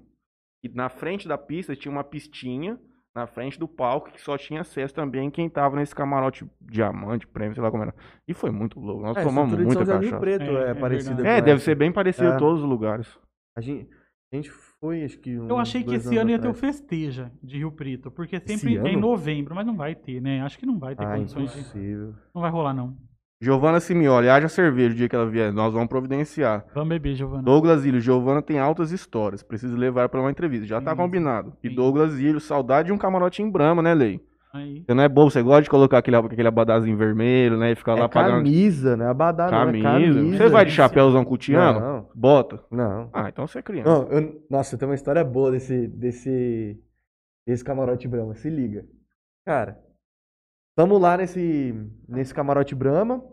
[SPEAKER 1] E na frente da pista tinha uma pistinha, na frente do palco, que só tinha acesso também quem tava nesse camarote diamante, prêmio, sei lá como era. E foi muito louco. Nós
[SPEAKER 2] É,
[SPEAKER 1] tomamos
[SPEAKER 2] estrutura de
[SPEAKER 1] muita
[SPEAKER 2] São José do Rio
[SPEAKER 1] cachaça.
[SPEAKER 2] Preto é,
[SPEAKER 3] É, é
[SPEAKER 2] parecida
[SPEAKER 3] verdade.
[SPEAKER 2] com
[SPEAKER 1] É,
[SPEAKER 2] essa.
[SPEAKER 1] deve ser bem parecido
[SPEAKER 2] É.
[SPEAKER 1] em todos os lugares.
[SPEAKER 2] A gente, a gente foi, acho que
[SPEAKER 3] Eu
[SPEAKER 2] uns
[SPEAKER 3] achei que
[SPEAKER 2] Hum, dois
[SPEAKER 3] esse
[SPEAKER 2] anos
[SPEAKER 3] ano ia ter o
[SPEAKER 2] atrás.
[SPEAKER 3] Festeja de Rio Preto, porque
[SPEAKER 2] Esse
[SPEAKER 3] sempre é em
[SPEAKER 2] ano?
[SPEAKER 3] novembro, mas não vai ter, né? Acho que não vai ter
[SPEAKER 2] Ah,
[SPEAKER 3] condições de...
[SPEAKER 2] impossível.
[SPEAKER 3] Não vai rolar, não.
[SPEAKER 1] Giovana Simeoli, haja cerveja o dia que ela vier, nós vamos providenciar.
[SPEAKER 3] Vamos beber, Giovana.
[SPEAKER 1] Douglas Ilho, Giovana tem altas histórias, preciso levar pra uma entrevista, já tá
[SPEAKER 3] Sim,
[SPEAKER 1] combinado. E
[SPEAKER 3] sim.
[SPEAKER 1] Douglas Ilho, saudade de um camarote em Brahma, né, Lei?
[SPEAKER 3] Aí.
[SPEAKER 1] Você não é bobo, você gosta de colocar aquele, aquele abadazinho vermelho, né, e ficar
[SPEAKER 2] É
[SPEAKER 1] lá pagando...
[SPEAKER 2] camisa, né? Abadá, não, é camisa.
[SPEAKER 1] Você vai de
[SPEAKER 3] Camisa.
[SPEAKER 1] chapéuzão cutiano?
[SPEAKER 2] Não,
[SPEAKER 1] Bota.
[SPEAKER 2] não.
[SPEAKER 1] Ah, então você é criança.
[SPEAKER 2] Não, eu- nossa, tem uma história boa desse, desse, desse camarote Brahma. Se liga. Cara, estamos lá nesse, nesse camarote Brahma.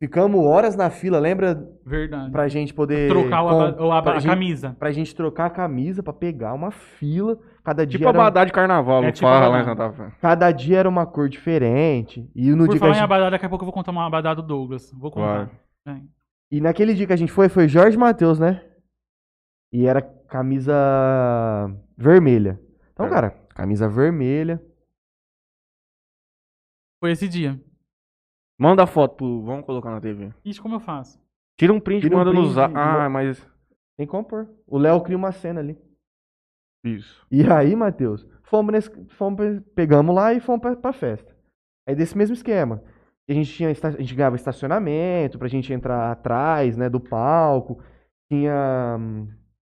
[SPEAKER 2] Ficamos horas na fila, lembra?
[SPEAKER 3] Verdade.
[SPEAKER 2] Pra gente poder.
[SPEAKER 3] Trocar o aba-
[SPEAKER 2] com-
[SPEAKER 3] o aba-
[SPEAKER 2] pra
[SPEAKER 3] a
[SPEAKER 2] gente-
[SPEAKER 3] camisa.
[SPEAKER 2] Pra gente trocar a camisa, pra pegar uma fila. Cada dia,
[SPEAKER 1] Tipo
[SPEAKER 2] era, um,
[SPEAKER 1] abadá de carnaval,
[SPEAKER 3] É
[SPEAKER 1] não
[SPEAKER 3] tipo
[SPEAKER 1] fala
[SPEAKER 3] abadá.
[SPEAKER 1] lá em Santa Fé.
[SPEAKER 2] cada dia era uma cor diferente. E no
[SPEAKER 3] Por
[SPEAKER 2] dia que a
[SPEAKER 3] falar em
[SPEAKER 2] gente-
[SPEAKER 3] abadá, daqui a pouco eu vou contar uma abadá do Douglas. Vou contar. É.
[SPEAKER 2] E naquele dia que a gente foi, foi Jorge Matheus, né? E era camisa vermelha. Então,
[SPEAKER 1] É.
[SPEAKER 2] cara, camisa vermelha.
[SPEAKER 3] Foi esse dia.
[SPEAKER 1] Manda a foto pro... Vamos colocar na TV.
[SPEAKER 3] Ixi, como eu faço?
[SPEAKER 1] Tira um print e
[SPEAKER 2] Tira um
[SPEAKER 1] manda no
[SPEAKER 2] print,
[SPEAKER 1] zap.
[SPEAKER 2] manda-
[SPEAKER 1] Ah, mas...
[SPEAKER 2] Tem como pôr. O Léo cria uma cena ali.
[SPEAKER 1] Isso.
[SPEAKER 2] E aí, Matheus, fomos, nesse, fomos pe- pegamos lá e fomos pra, pra festa. Aí desse mesmo esquema. A gente, tinha, esta- a gente ganhava estacionamento pra gente entrar atrás, né, do palco. Tinha hum,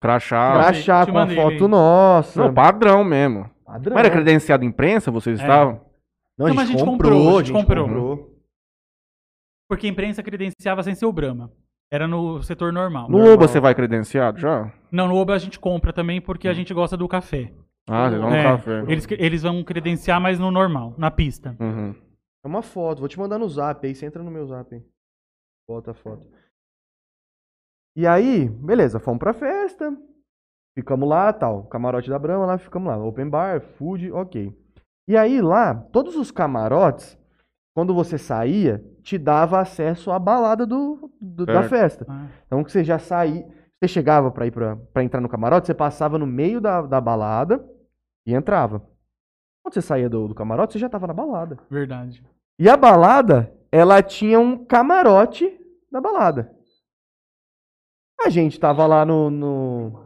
[SPEAKER 1] Crachá.
[SPEAKER 3] Crachá.
[SPEAKER 2] crachá
[SPEAKER 3] te
[SPEAKER 2] com a
[SPEAKER 3] mandei,
[SPEAKER 2] foto
[SPEAKER 3] hein?
[SPEAKER 2] nossa.
[SPEAKER 1] Não, padrão mesmo.
[SPEAKER 2] Padrão.
[SPEAKER 1] Mas era credenciado imprensa, vocês
[SPEAKER 3] É.
[SPEAKER 1] estavam?
[SPEAKER 2] Não,
[SPEAKER 3] Não,
[SPEAKER 2] a gente,
[SPEAKER 3] mas a gente
[SPEAKER 2] comprou,
[SPEAKER 3] comprou,
[SPEAKER 2] a gente comprou.
[SPEAKER 3] comprou. Porque a imprensa credenciava sem ser o Brahma. Era no setor normal.
[SPEAKER 1] No
[SPEAKER 2] Normal.
[SPEAKER 1] Oba você vai credenciado já?
[SPEAKER 3] Não, no Oba a gente compra também porque a gente gosta do café.
[SPEAKER 1] Ah, vocês vão no
[SPEAKER 3] É,
[SPEAKER 1] café.
[SPEAKER 3] Eles, eles vão credenciar, mas no normal, na pista.
[SPEAKER 1] Uhum.
[SPEAKER 2] É uma foto, vou te mandar no zap aí, você entra no meu zap aí. Bota a foto. E aí, beleza, fomos pra festa. Ficamos lá, tal. Camarote da Brahma lá, ficamos lá. Open bar, food, ok. E aí lá, todos os camarotes, quando você saía, te dava acesso à balada do, do- da
[SPEAKER 1] Certo.
[SPEAKER 2] festa.
[SPEAKER 3] Ah,
[SPEAKER 2] Então que você já saía, você chegava pra ir para entrar no camarote, você passava no meio da, da balada e entrava. Quando você saía do, do camarote, você já tava na balada.
[SPEAKER 3] verdade.
[SPEAKER 2] E a balada, ela tinha um camarote na balada. A gente tava lá no. no-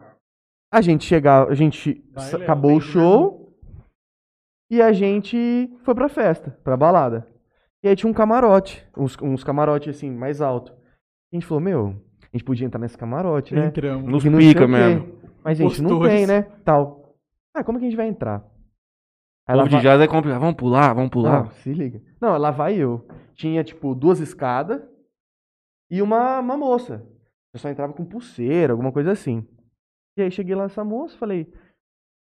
[SPEAKER 2] A gente chegava. A gente
[SPEAKER 3] Vai,
[SPEAKER 2] sa-
[SPEAKER 3] Léo,
[SPEAKER 2] acabou
[SPEAKER 3] vem,
[SPEAKER 2] o show. E a gente foi pra festa, pra balada. E aí tinha um camarote, uns, uns camarotes assim, mais alto. A gente falou, meu, a gente podia entrar nesse camarote, né?
[SPEAKER 3] Entramos. <laughs>
[SPEAKER 1] Nos
[SPEAKER 2] E não
[SPEAKER 1] pica
[SPEAKER 2] sei o quê.
[SPEAKER 1] mesmo.
[SPEAKER 2] Mas, gente, não
[SPEAKER 3] Gostoso.
[SPEAKER 2] tem, né? Tal. Ah, como que a gente vai entrar?
[SPEAKER 1] O
[SPEAKER 2] Aí lá
[SPEAKER 1] povo de
[SPEAKER 2] vai-
[SPEAKER 1] jazz é complicado. Vamos pular, vamos pular.
[SPEAKER 2] Não, se liga. Não, lá vai eu. Tinha, tipo, duas escadas e uma, uma moça. Eu só entrava com pulseira, alguma coisa assim. E aí cheguei lá essa moça, falei,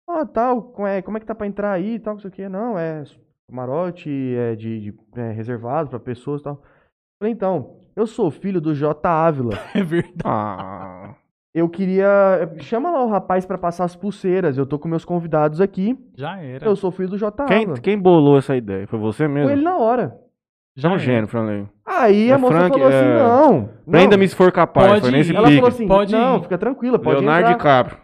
[SPEAKER 2] ó, tal, como é, como é que tá pra entrar aí e tal, não sei o quê. Não, é camarote, é de, de- é reservado pra pessoas e tal. Falei, então, eu sou filho do J. Ávila.
[SPEAKER 3] É verdade.
[SPEAKER 1] Ah,
[SPEAKER 2] Eu queria. Chama lá o rapaz pra passar as pulseiras. Eu tô com meus convidados aqui.
[SPEAKER 3] Já era.
[SPEAKER 2] Eu sou filho do J.
[SPEAKER 1] Tá. quem,
[SPEAKER 2] Ávila.
[SPEAKER 1] quem bolou essa ideia? Foi você mesmo?
[SPEAKER 2] Foi ele na hora.
[SPEAKER 1] Já é um
[SPEAKER 3] era.
[SPEAKER 1] gênio, Franley.
[SPEAKER 2] Aí
[SPEAKER 1] É
[SPEAKER 2] a moça
[SPEAKER 1] Frank,
[SPEAKER 2] falou assim:
[SPEAKER 1] é,
[SPEAKER 2] não. não.
[SPEAKER 1] Prenda-me se for capaz.
[SPEAKER 3] Pode
[SPEAKER 1] foi
[SPEAKER 3] ir.
[SPEAKER 1] nesse
[SPEAKER 2] Ela
[SPEAKER 1] pique.
[SPEAKER 2] falou assim:
[SPEAKER 3] Pode
[SPEAKER 2] não,
[SPEAKER 3] ir.
[SPEAKER 2] fica tranquila, pode
[SPEAKER 1] Leonardo
[SPEAKER 2] entrar.
[SPEAKER 1] DiCaprio.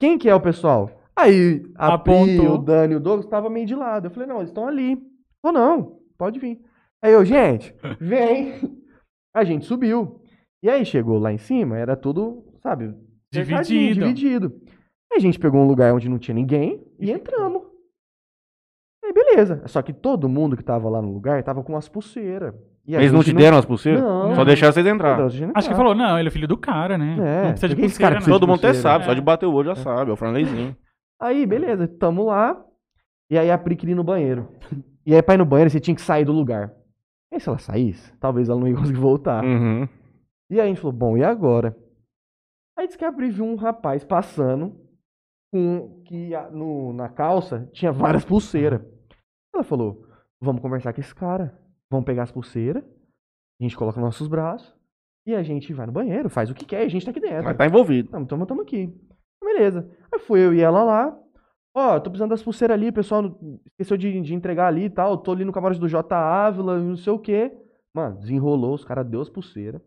[SPEAKER 2] Quem que é o pessoal? Aí a Pri,
[SPEAKER 3] Apontou.
[SPEAKER 2] o Dani e o Douglas estavam meio de lado. Eu falei: não, eles estão ali. Ou não, pode vir. Aí eu, gente,
[SPEAKER 3] <laughs>
[SPEAKER 2] vem. A gente subiu. E aí chegou lá em cima, era tudo, sabe, cercadinho,
[SPEAKER 3] Dividido.
[SPEAKER 2] dividido. Aí a gente pegou um lugar onde não tinha ninguém e entramos. Aí beleza. Só que todo mundo que tava lá no lugar tava com umas pulseiras. E a
[SPEAKER 1] Eles não
[SPEAKER 2] gente
[SPEAKER 1] te deram as pulseiras?
[SPEAKER 2] Não.
[SPEAKER 1] Só deixaram vocês entrar.
[SPEAKER 2] Não, a gente não
[SPEAKER 3] Tá. Acho que
[SPEAKER 2] tava.
[SPEAKER 3] falou, não, ele é filho do cara, né?
[SPEAKER 2] É,
[SPEAKER 3] não precisa de
[SPEAKER 2] por que esse
[SPEAKER 3] pulseira,
[SPEAKER 2] cara
[SPEAKER 3] não.
[SPEAKER 2] precisa
[SPEAKER 1] Todo mundo até
[SPEAKER 2] pulseira. né?
[SPEAKER 1] sabe, só
[SPEAKER 3] É.
[SPEAKER 1] de bater o olho já sabe. É o Franleizinho.
[SPEAKER 2] Aí, beleza, tamo lá. E aí a Pri queria ir no banheiro. <laughs> E aí, pra ir no banheiro, você tinha que sair do lugar. E se ela saísse, talvez ela não ia conseguir voltar.
[SPEAKER 3] Hum.
[SPEAKER 1] Uhum.
[SPEAKER 2] E aí a gente falou, bom, e agora? Aí disse que a Pri viu um rapaz passando com que a- no- na calça tinha várias pulseiras.
[SPEAKER 3] Hum.
[SPEAKER 2] Ela falou, vamos conversar com esse cara. Vamos pegar as pulseiras, a gente coloca nos nossos braços e a gente vai no banheiro, faz o que quer, e a gente tá aqui dentro.
[SPEAKER 1] Mas tá envolvido.
[SPEAKER 2] Não, então estamos aqui. Beleza. Aí fui eu e ela lá. Ó, tô precisando das pulseiras ali, o pessoal não- esqueceu de, de entregar ali e tal. Tô ali no camarote do J. Ávila, não sei o quê. Mano, desenrolou, os caras deu as pulseiras.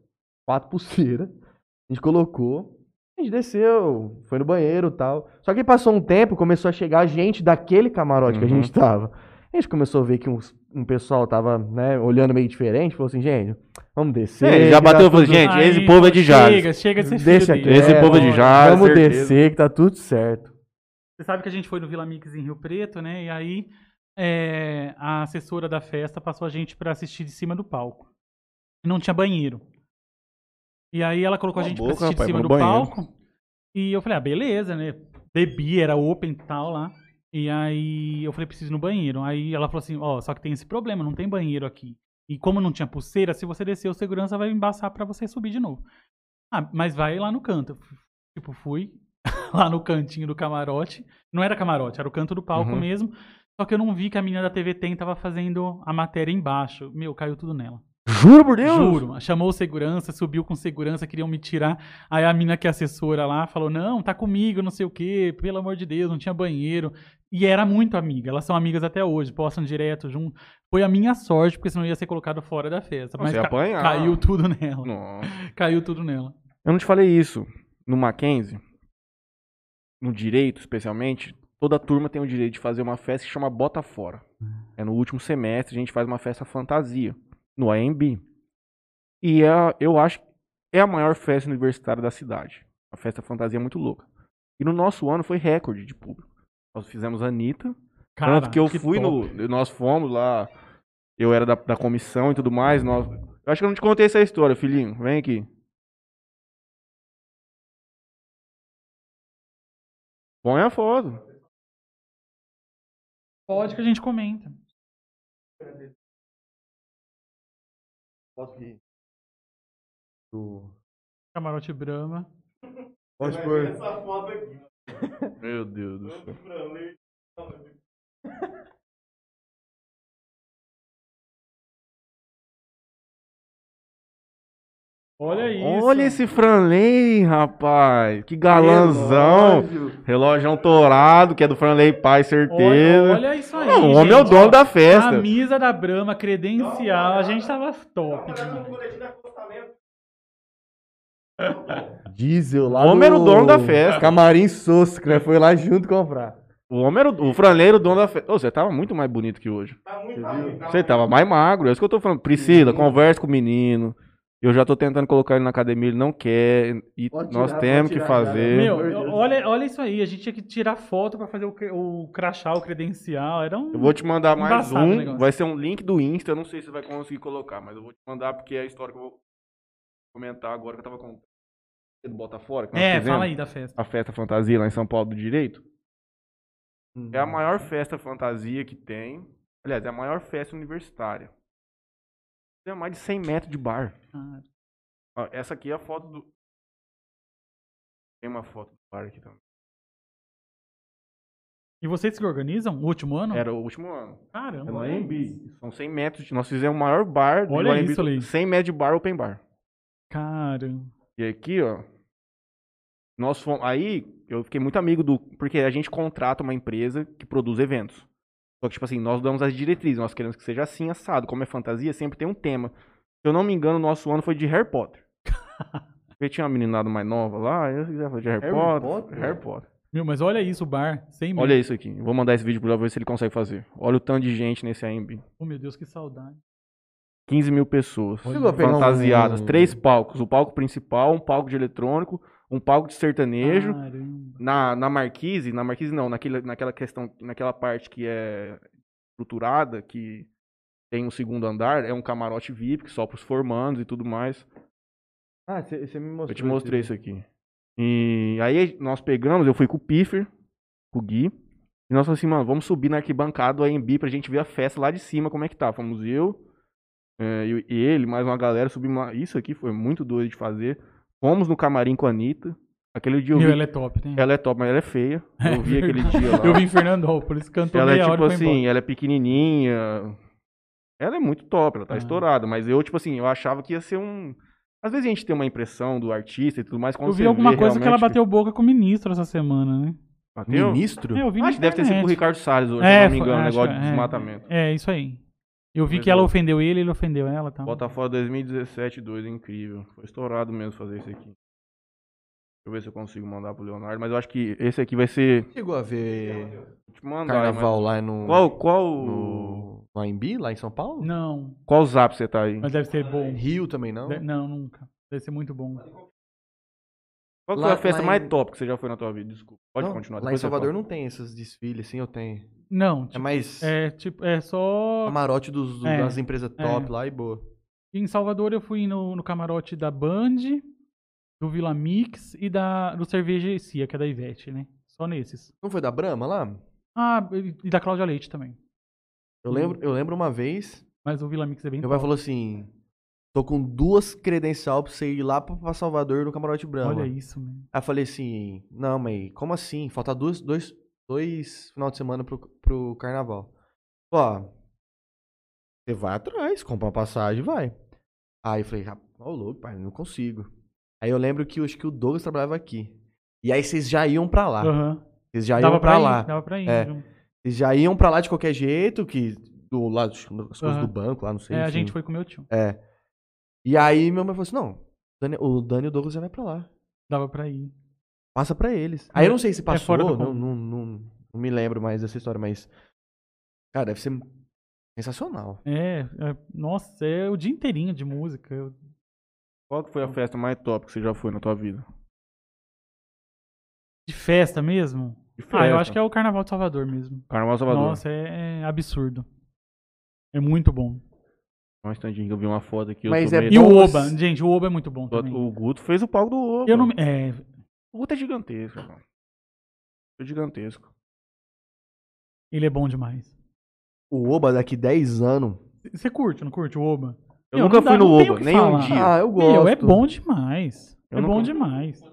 [SPEAKER 2] Quatro <laughs> pulseiras. A gente colocou. A gente desceu, foi no banheiro e tal. Só que aí passou um tempo, começou a chegar gente daquele camarote que a
[SPEAKER 1] Uhum.
[SPEAKER 2] gente tava. A gente começou a ver que uns- um pessoal tava, né, olhando meio diferente. Falou assim, gente, vamos descer.
[SPEAKER 1] É, ele já
[SPEAKER 2] que dá
[SPEAKER 1] bateu e falou,
[SPEAKER 2] tudo
[SPEAKER 1] gente, esse
[SPEAKER 3] Aí,
[SPEAKER 1] povo é de Jales.
[SPEAKER 3] Chega, chega de ser filho
[SPEAKER 2] Deixa
[SPEAKER 3] dele.
[SPEAKER 2] quieto.
[SPEAKER 1] Esse povo é de Jales.
[SPEAKER 2] Vamos
[SPEAKER 1] certeza.
[SPEAKER 2] descer que tá tudo certo.
[SPEAKER 3] Você sabe que a gente foi no Vila Mix em Rio Preto, né? E aí é, a assessora da festa passou a gente pra assistir de cima do palco. E Não tinha banheiro. E aí ela colocou a
[SPEAKER 1] Cala a
[SPEAKER 3] gente
[SPEAKER 1] boca,
[SPEAKER 3] pra assistir
[SPEAKER 1] rapaz,
[SPEAKER 3] de cima do
[SPEAKER 1] vamos ao banheiro.
[SPEAKER 3] palco. E eu falei, ah, beleza, né? Bebi, era open e tal lá. E aí eu falei, preciso ir no banheiro. Aí ela falou assim, ó, só que tem esse problema, não tem banheiro aqui. E como não tinha pulseira, se você descer, o segurança vai embaçar pra você subir de novo. Ah, mas vai lá no canto. Eu fui- Tipo, fui <laughs> lá no cantinho do camarote. Não era camarote, era o canto do palco
[SPEAKER 1] Uhum.
[SPEAKER 3] mesmo. Só que eu não vi que a menina da TV Tem tava fazendo a matéria embaixo. Meu, caiu tudo nela.
[SPEAKER 2] Juro por
[SPEAKER 3] Juro. Chamou o segurança, subiu com segurança, queriam me tirar. Aí a mina que é assessora lá falou: Não, tá comigo, não sei o quê, pelo amor de Deus, não tinha banheiro. E era muito amiga, elas são amigas até hoje, postam direto junto. Foi a minha sorte, porque senão eu ia ser colocado fora da festa.
[SPEAKER 1] Você
[SPEAKER 3] Mas
[SPEAKER 1] ia
[SPEAKER 3] ca-
[SPEAKER 1] apanhar.
[SPEAKER 3] caiu tudo nela. <laughs>
[SPEAKER 1] Nossa.
[SPEAKER 3] Caiu tudo nela.
[SPEAKER 1] Eu não te falei isso. No Mackenzie, no direito especialmente, toda turma tem o direito de fazer uma festa que chama Bota Fora. É no último semestre, a gente faz uma festa fantasia, no AMB. E é, eu acho que é a maior festa universitária da cidade. Uma festa fantasia muito louca. E no nosso ano foi recorde de público. Nós fizemos Anitta,
[SPEAKER 3] Cara,
[SPEAKER 1] tanto que eu fui
[SPEAKER 3] top.
[SPEAKER 1] no. Nós fomos lá. Eu era da, da comissão e tudo mais. Nós, eu acho que eu não te contei essa história, filhinho. Vem aqui. Põe a foto.
[SPEAKER 3] Pode que a gente comenta. Camarote Brahma.
[SPEAKER 2] Pode pôr.
[SPEAKER 1] Meu Deus do céu.
[SPEAKER 3] Olha isso.
[SPEAKER 1] Olha esse Franley, rapaz. Que galanzão.
[SPEAKER 2] Relógio.
[SPEAKER 1] Relógio dourado, que é do Franley Pai, certeza.
[SPEAKER 3] Olha, olha isso aí.
[SPEAKER 1] Não, o homem é o
[SPEAKER 3] gente,
[SPEAKER 1] dono
[SPEAKER 3] ó.
[SPEAKER 1] da festa.
[SPEAKER 3] Camisa da Brahma, credencial. A gente tava top. demais.
[SPEAKER 2] Diesel lá.
[SPEAKER 1] O homem era o
[SPEAKER 2] do-
[SPEAKER 1] dono da festa.
[SPEAKER 2] Camarim Sosso, né? Foi lá junto comprar.
[SPEAKER 1] O homem era o, o Franley era o dono da festa. Ô, você tava muito mais bonito que hoje.
[SPEAKER 2] Você viu?
[SPEAKER 1] então.
[SPEAKER 3] Uhum.
[SPEAKER 1] Você tava mais magro, é isso que eu tô falando. Priscila, conversa com o menino. Eu já tô tentando colocar ele na academia, ele não quer. E
[SPEAKER 6] Pode
[SPEAKER 1] nós
[SPEAKER 6] tirar,
[SPEAKER 1] temos
[SPEAKER 6] pode
[SPEAKER 1] que
[SPEAKER 6] tirar, cara.
[SPEAKER 1] fazer.
[SPEAKER 3] Meu,
[SPEAKER 6] amor de
[SPEAKER 3] eu-
[SPEAKER 6] Deus.
[SPEAKER 3] olha, olha isso aí. A gente tinha que tirar foto pra fazer o, cre- o crachá, o credencial. Era um.
[SPEAKER 1] Eu vou te mandar mais
[SPEAKER 3] Embaçado o
[SPEAKER 1] um.
[SPEAKER 3] negócio.
[SPEAKER 1] Vai ser um link do Insta. Eu não sei se você vai conseguir colocar, mas eu vou te mandar porque é a história que eu vou comentar agora que eu tava contando. Do Botafogo, que nós
[SPEAKER 3] É,
[SPEAKER 1] fizemos.
[SPEAKER 3] fala aí da festa.
[SPEAKER 1] A festa fantasia lá em São Paulo do Direito.
[SPEAKER 6] Hum.
[SPEAKER 3] Uhum.
[SPEAKER 1] É a maior festa fantasia que tem. Aliás, é a maior festa universitária. Tem mais de 100 metros de bar.
[SPEAKER 3] Cara.
[SPEAKER 1] Ó, Essa aqui é a foto do. Tem uma foto do bar aqui também.
[SPEAKER 3] E vocês que organizam? O último ano?
[SPEAKER 1] Era o último ano.
[SPEAKER 3] Caramba.
[SPEAKER 1] É no
[SPEAKER 3] olha
[SPEAKER 1] AMB.
[SPEAKER 3] isso.
[SPEAKER 1] São 100 metros. de- Nós fizemos o maior bar do
[SPEAKER 3] Olha
[SPEAKER 1] AMB,
[SPEAKER 3] isso, Lei.
[SPEAKER 1] 100 metros de bar, open bar.
[SPEAKER 3] Caramba.
[SPEAKER 1] E aqui, ó. Nós fomos. Aí, eu fiquei muito amigo do. Porque a gente contrata uma empresa que produz eventos. Só que, tipo assim, nós damos as diretrizes. Nós queremos que seja assim, assado. Como é fantasia, sempre tem um tema. Se eu não me engano, o nosso ano foi de Harry Potter. Porque tinha uma meninada mais nova lá. Eu já falei de Harry,
[SPEAKER 6] Harry
[SPEAKER 1] Potter,
[SPEAKER 6] Potter?
[SPEAKER 1] Harry Potter.
[SPEAKER 3] Meu, mas olha isso, o bar. Sem
[SPEAKER 1] Olha isso aqui. Eu Vou mandar esse vídeo pro Léo ver se ele consegue fazer. Olha o tanto de gente nesse AMB.
[SPEAKER 3] Oh, meu Deus, que saudade.
[SPEAKER 1] 15 mil pessoas.
[SPEAKER 6] Chegou a pegar um-
[SPEAKER 1] Fantasiadas. Três palcos. O palco principal, um palco de eletrônico, um palco de
[SPEAKER 3] Ah.
[SPEAKER 1] sertanejo.
[SPEAKER 3] Caramba.
[SPEAKER 1] Na, na Marquise, na Marquise não, naquela, naquela questão, naquela parte que é estruturada, que tem um segundo andar, é um camarote VIP, que só pros formandos e tudo mais.
[SPEAKER 6] Ah, você você me mostrou.
[SPEAKER 1] Eu te mostrei isso aqui. E aí nós pegamos, eu fui com o Piffer, com o Gui, e nós falamos assim, mano, vamos subir na arquibancada do AMB pra gente ver a festa lá de cima, como é que tá. Fomos eu, é, eu e ele, mais uma galera, subimos lá. Isso aqui foi muito doido de fazer. Fomos no camarim com a Anitta. Aquele dia eu
[SPEAKER 3] Meu,
[SPEAKER 1] vi
[SPEAKER 3] ela é top, né?
[SPEAKER 1] ela é top, mas ela é
[SPEAKER 3] <laughs>
[SPEAKER 1] feia. Eu vi aquele dia lá.
[SPEAKER 3] Eu vim em Fernandópolis, cantou
[SPEAKER 1] Ela
[SPEAKER 3] meia
[SPEAKER 1] é tipo
[SPEAKER 3] hora e foi embora.
[SPEAKER 1] assim, ela é pequenininha. Ela é muito top, ela tá
[SPEAKER 3] Ah.
[SPEAKER 1] estourada. Mas eu, tipo assim, eu achava que ia ser um... Às vezes a gente tem uma impressão do artista e tudo mais. Quando
[SPEAKER 3] Eu vi
[SPEAKER 1] você
[SPEAKER 3] alguma
[SPEAKER 1] vê
[SPEAKER 3] coisa que ela
[SPEAKER 1] realmente-
[SPEAKER 3] bateu boca com o ministro essa semana, né? É,
[SPEAKER 1] Bateu?
[SPEAKER 2] Ministro?
[SPEAKER 3] Eu vi na
[SPEAKER 1] Acho que deve ter sido com o
[SPEAKER 3] internet.
[SPEAKER 1] Ricardo Salles hoje, se eu não me
[SPEAKER 3] foi-
[SPEAKER 1] engano.
[SPEAKER 3] acho-
[SPEAKER 1] Negócio de
[SPEAKER 3] é.
[SPEAKER 1] desmatamento.
[SPEAKER 3] É, isso aí. Eu vi
[SPEAKER 1] Pois
[SPEAKER 3] que ela
[SPEAKER 1] é.
[SPEAKER 3] ofendeu ele, ele ofendeu ela, tá?
[SPEAKER 1] Botafogo 2017 2, incrível. Foi estourado mesmo fazer isso aqui. Deixa eu ver se eu consigo mandar pro Leonardo. Mas eu acho que esse aqui vai ser...
[SPEAKER 2] Chegou a ver
[SPEAKER 1] Vou te mandar,
[SPEAKER 2] carnaval lá no.
[SPEAKER 1] mas- Qual, qual,
[SPEAKER 2] No, no AMB, lá em São Paulo?
[SPEAKER 3] Não,
[SPEAKER 1] qual zap você tá aí?
[SPEAKER 3] mas deve ser bom.
[SPEAKER 2] Rio também não?
[SPEAKER 3] De- Não, nunca. Deve ser muito bom.
[SPEAKER 1] Qual que
[SPEAKER 2] Lá-
[SPEAKER 1] foi a festa
[SPEAKER 2] lá em-
[SPEAKER 1] mais top que você já foi na tua vida? Desculpa. Pode
[SPEAKER 2] Não,
[SPEAKER 1] continuar.
[SPEAKER 2] Lá em
[SPEAKER 1] depois você
[SPEAKER 2] Salvador
[SPEAKER 1] fala.
[SPEAKER 2] não tem esses desfiles, assim, eu tenho.
[SPEAKER 3] Não,
[SPEAKER 2] É
[SPEAKER 3] tipo,
[SPEAKER 2] mais
[SPEAKER 3] é, tipo, é só.
[SPEAKER 2] camarote dos, do-
[SPEAKER 3] É,
[SPEAKER 2] das empresas top
[SPEAKER 3] é.
[SPEAKER 2] lá e boa.
[SPEAKER 3] Em Salvador eu fui no, no camarote da Band, do Vila Mix e da, do Cerveja Cia, que é da Ivete, né? Só nesses.
[SPEAKER 2] Não foi da Brahma lá?
[SPEAKER 3] Ah, e e da Cláudia Leite também.
[SPEAKER 2] Eu lembro, eu lembro uma vez,
[SPEAKER 3] Mas o Vila Mix é bem.
[SPEAKER 2] meu pai falou assim: tô com duas credencial pra você ir lá pra pra Salvador no camarote Brahma.
[SPEAKER 3] Olha isso, mano.
[SPEAKER 2] Aí eu falei assim, não, mas como assim? Falta duas, dois, dois final de semana pro, pro carnaval. Ó, você vai atrás, compra uma passagem e vai. Aí eu falei, "Rap- ô louco, pai, não consigo. Aí eu lembro que eu acho que o Douglas trabalhava aqui. E aí vocês já iam pra lá.
[SPEAKER 3] Aham.
[SPEAKER 2] Vocês já
[SPEAKER 3] Dava
[SPEAKER 2] iam pra
[SPEAKER 3] pra ir,
[SPEAKER 2] lá.
[SPEAKER 3] dava pra ir.
[SPEAKER 2] É.
[SPEAKER 3] viu?
[SPEAKER 2] Vocês já iam pra lá de qualquer jeito, que do lado, as coisas
[SPEAKER 3] Aham.
[SPEAKER 2] do banco lá, não sei.
[SPEAKER 3] É, a
[SPEAKER 2] enfim.
[SPEAKER 3] gente foi com o meu tio.
[SPEAKER 2] É. E aí meu pai falou assim, não, o Dani- o Dani e o Douglas já vai pra lá.
[SPEAKER 3] Dava pra ir.
[SPEAKER 2] Passa pra eles. Aí eu não sei se passou,
[SPEAKER 3] É fora do
[SPEAKER 2] não,
[SPEAKER 3] comum.
[SPEAKER 2] não, não- não me lembro mais dessa história, mas. Cara, deve ser sensacional.
[SPEAKER 3] É, é, nossa, é o dia inteirinho de música. Eu-
[SPEAKER 1] Qual que foi a festa mais top que você já foi na tua vida?
[SPEAKER 3] De festa mesmo? Ah, eu acho que é o Carnaval de Salvador mesmo.
[SPEAKER 1] Carnaval Salvador. Nossa.
[SPEAKER 3] Nossa, é, é absurdo. É muito bom.
[SPEAKER 1] Um instantinho que eu vi uma foto aqui.
[SPEAKER 2] Mas
[SPEAKER 1] eu tô
[SPEAKER 2] é
[SPEAKER 1] meio-
[SPEAKER 3] E o
[SPEAKER 2] Nossa.
[SPEAKER 3] Oba, gente, o Oba é muito bom também.
[SPEAKER 1] um O Guto fez o palco do Ovo.
[SPEAKER 3] Eu não me- é,
[SPEAKER 1] O Guto é gigantesco, mano. É gigantesco.
[SPEAKER 3] ele é bom demais.
[SPEAKER 2] O Oba daqui 10 anos.
[SPEAKER 3] Você curte, não curte o Oba?
[SPEAKER 1] Eu
[SPEAKER 3] Meu,
[SPEAKER 1] nunca
[SPEAKER 3] não dá-
[SPEAKER 1] fui no
[SPEAKER 3] não tem o
[SPEAKER 1] Oba,
[SPEAKER 3] que
[SPEAKER 1] nem um
[SPEAKER 3] falar.
[SPEAKER 1] dia.
[SPEAKER 2] ah, eu
[SPEAKER 3] Meu, é bom demais.
[SPEAKER 1] Eu
[SPEAKER 3] é
[SPEAKER 1] nunca-
[SPEAKER 3] bom demais.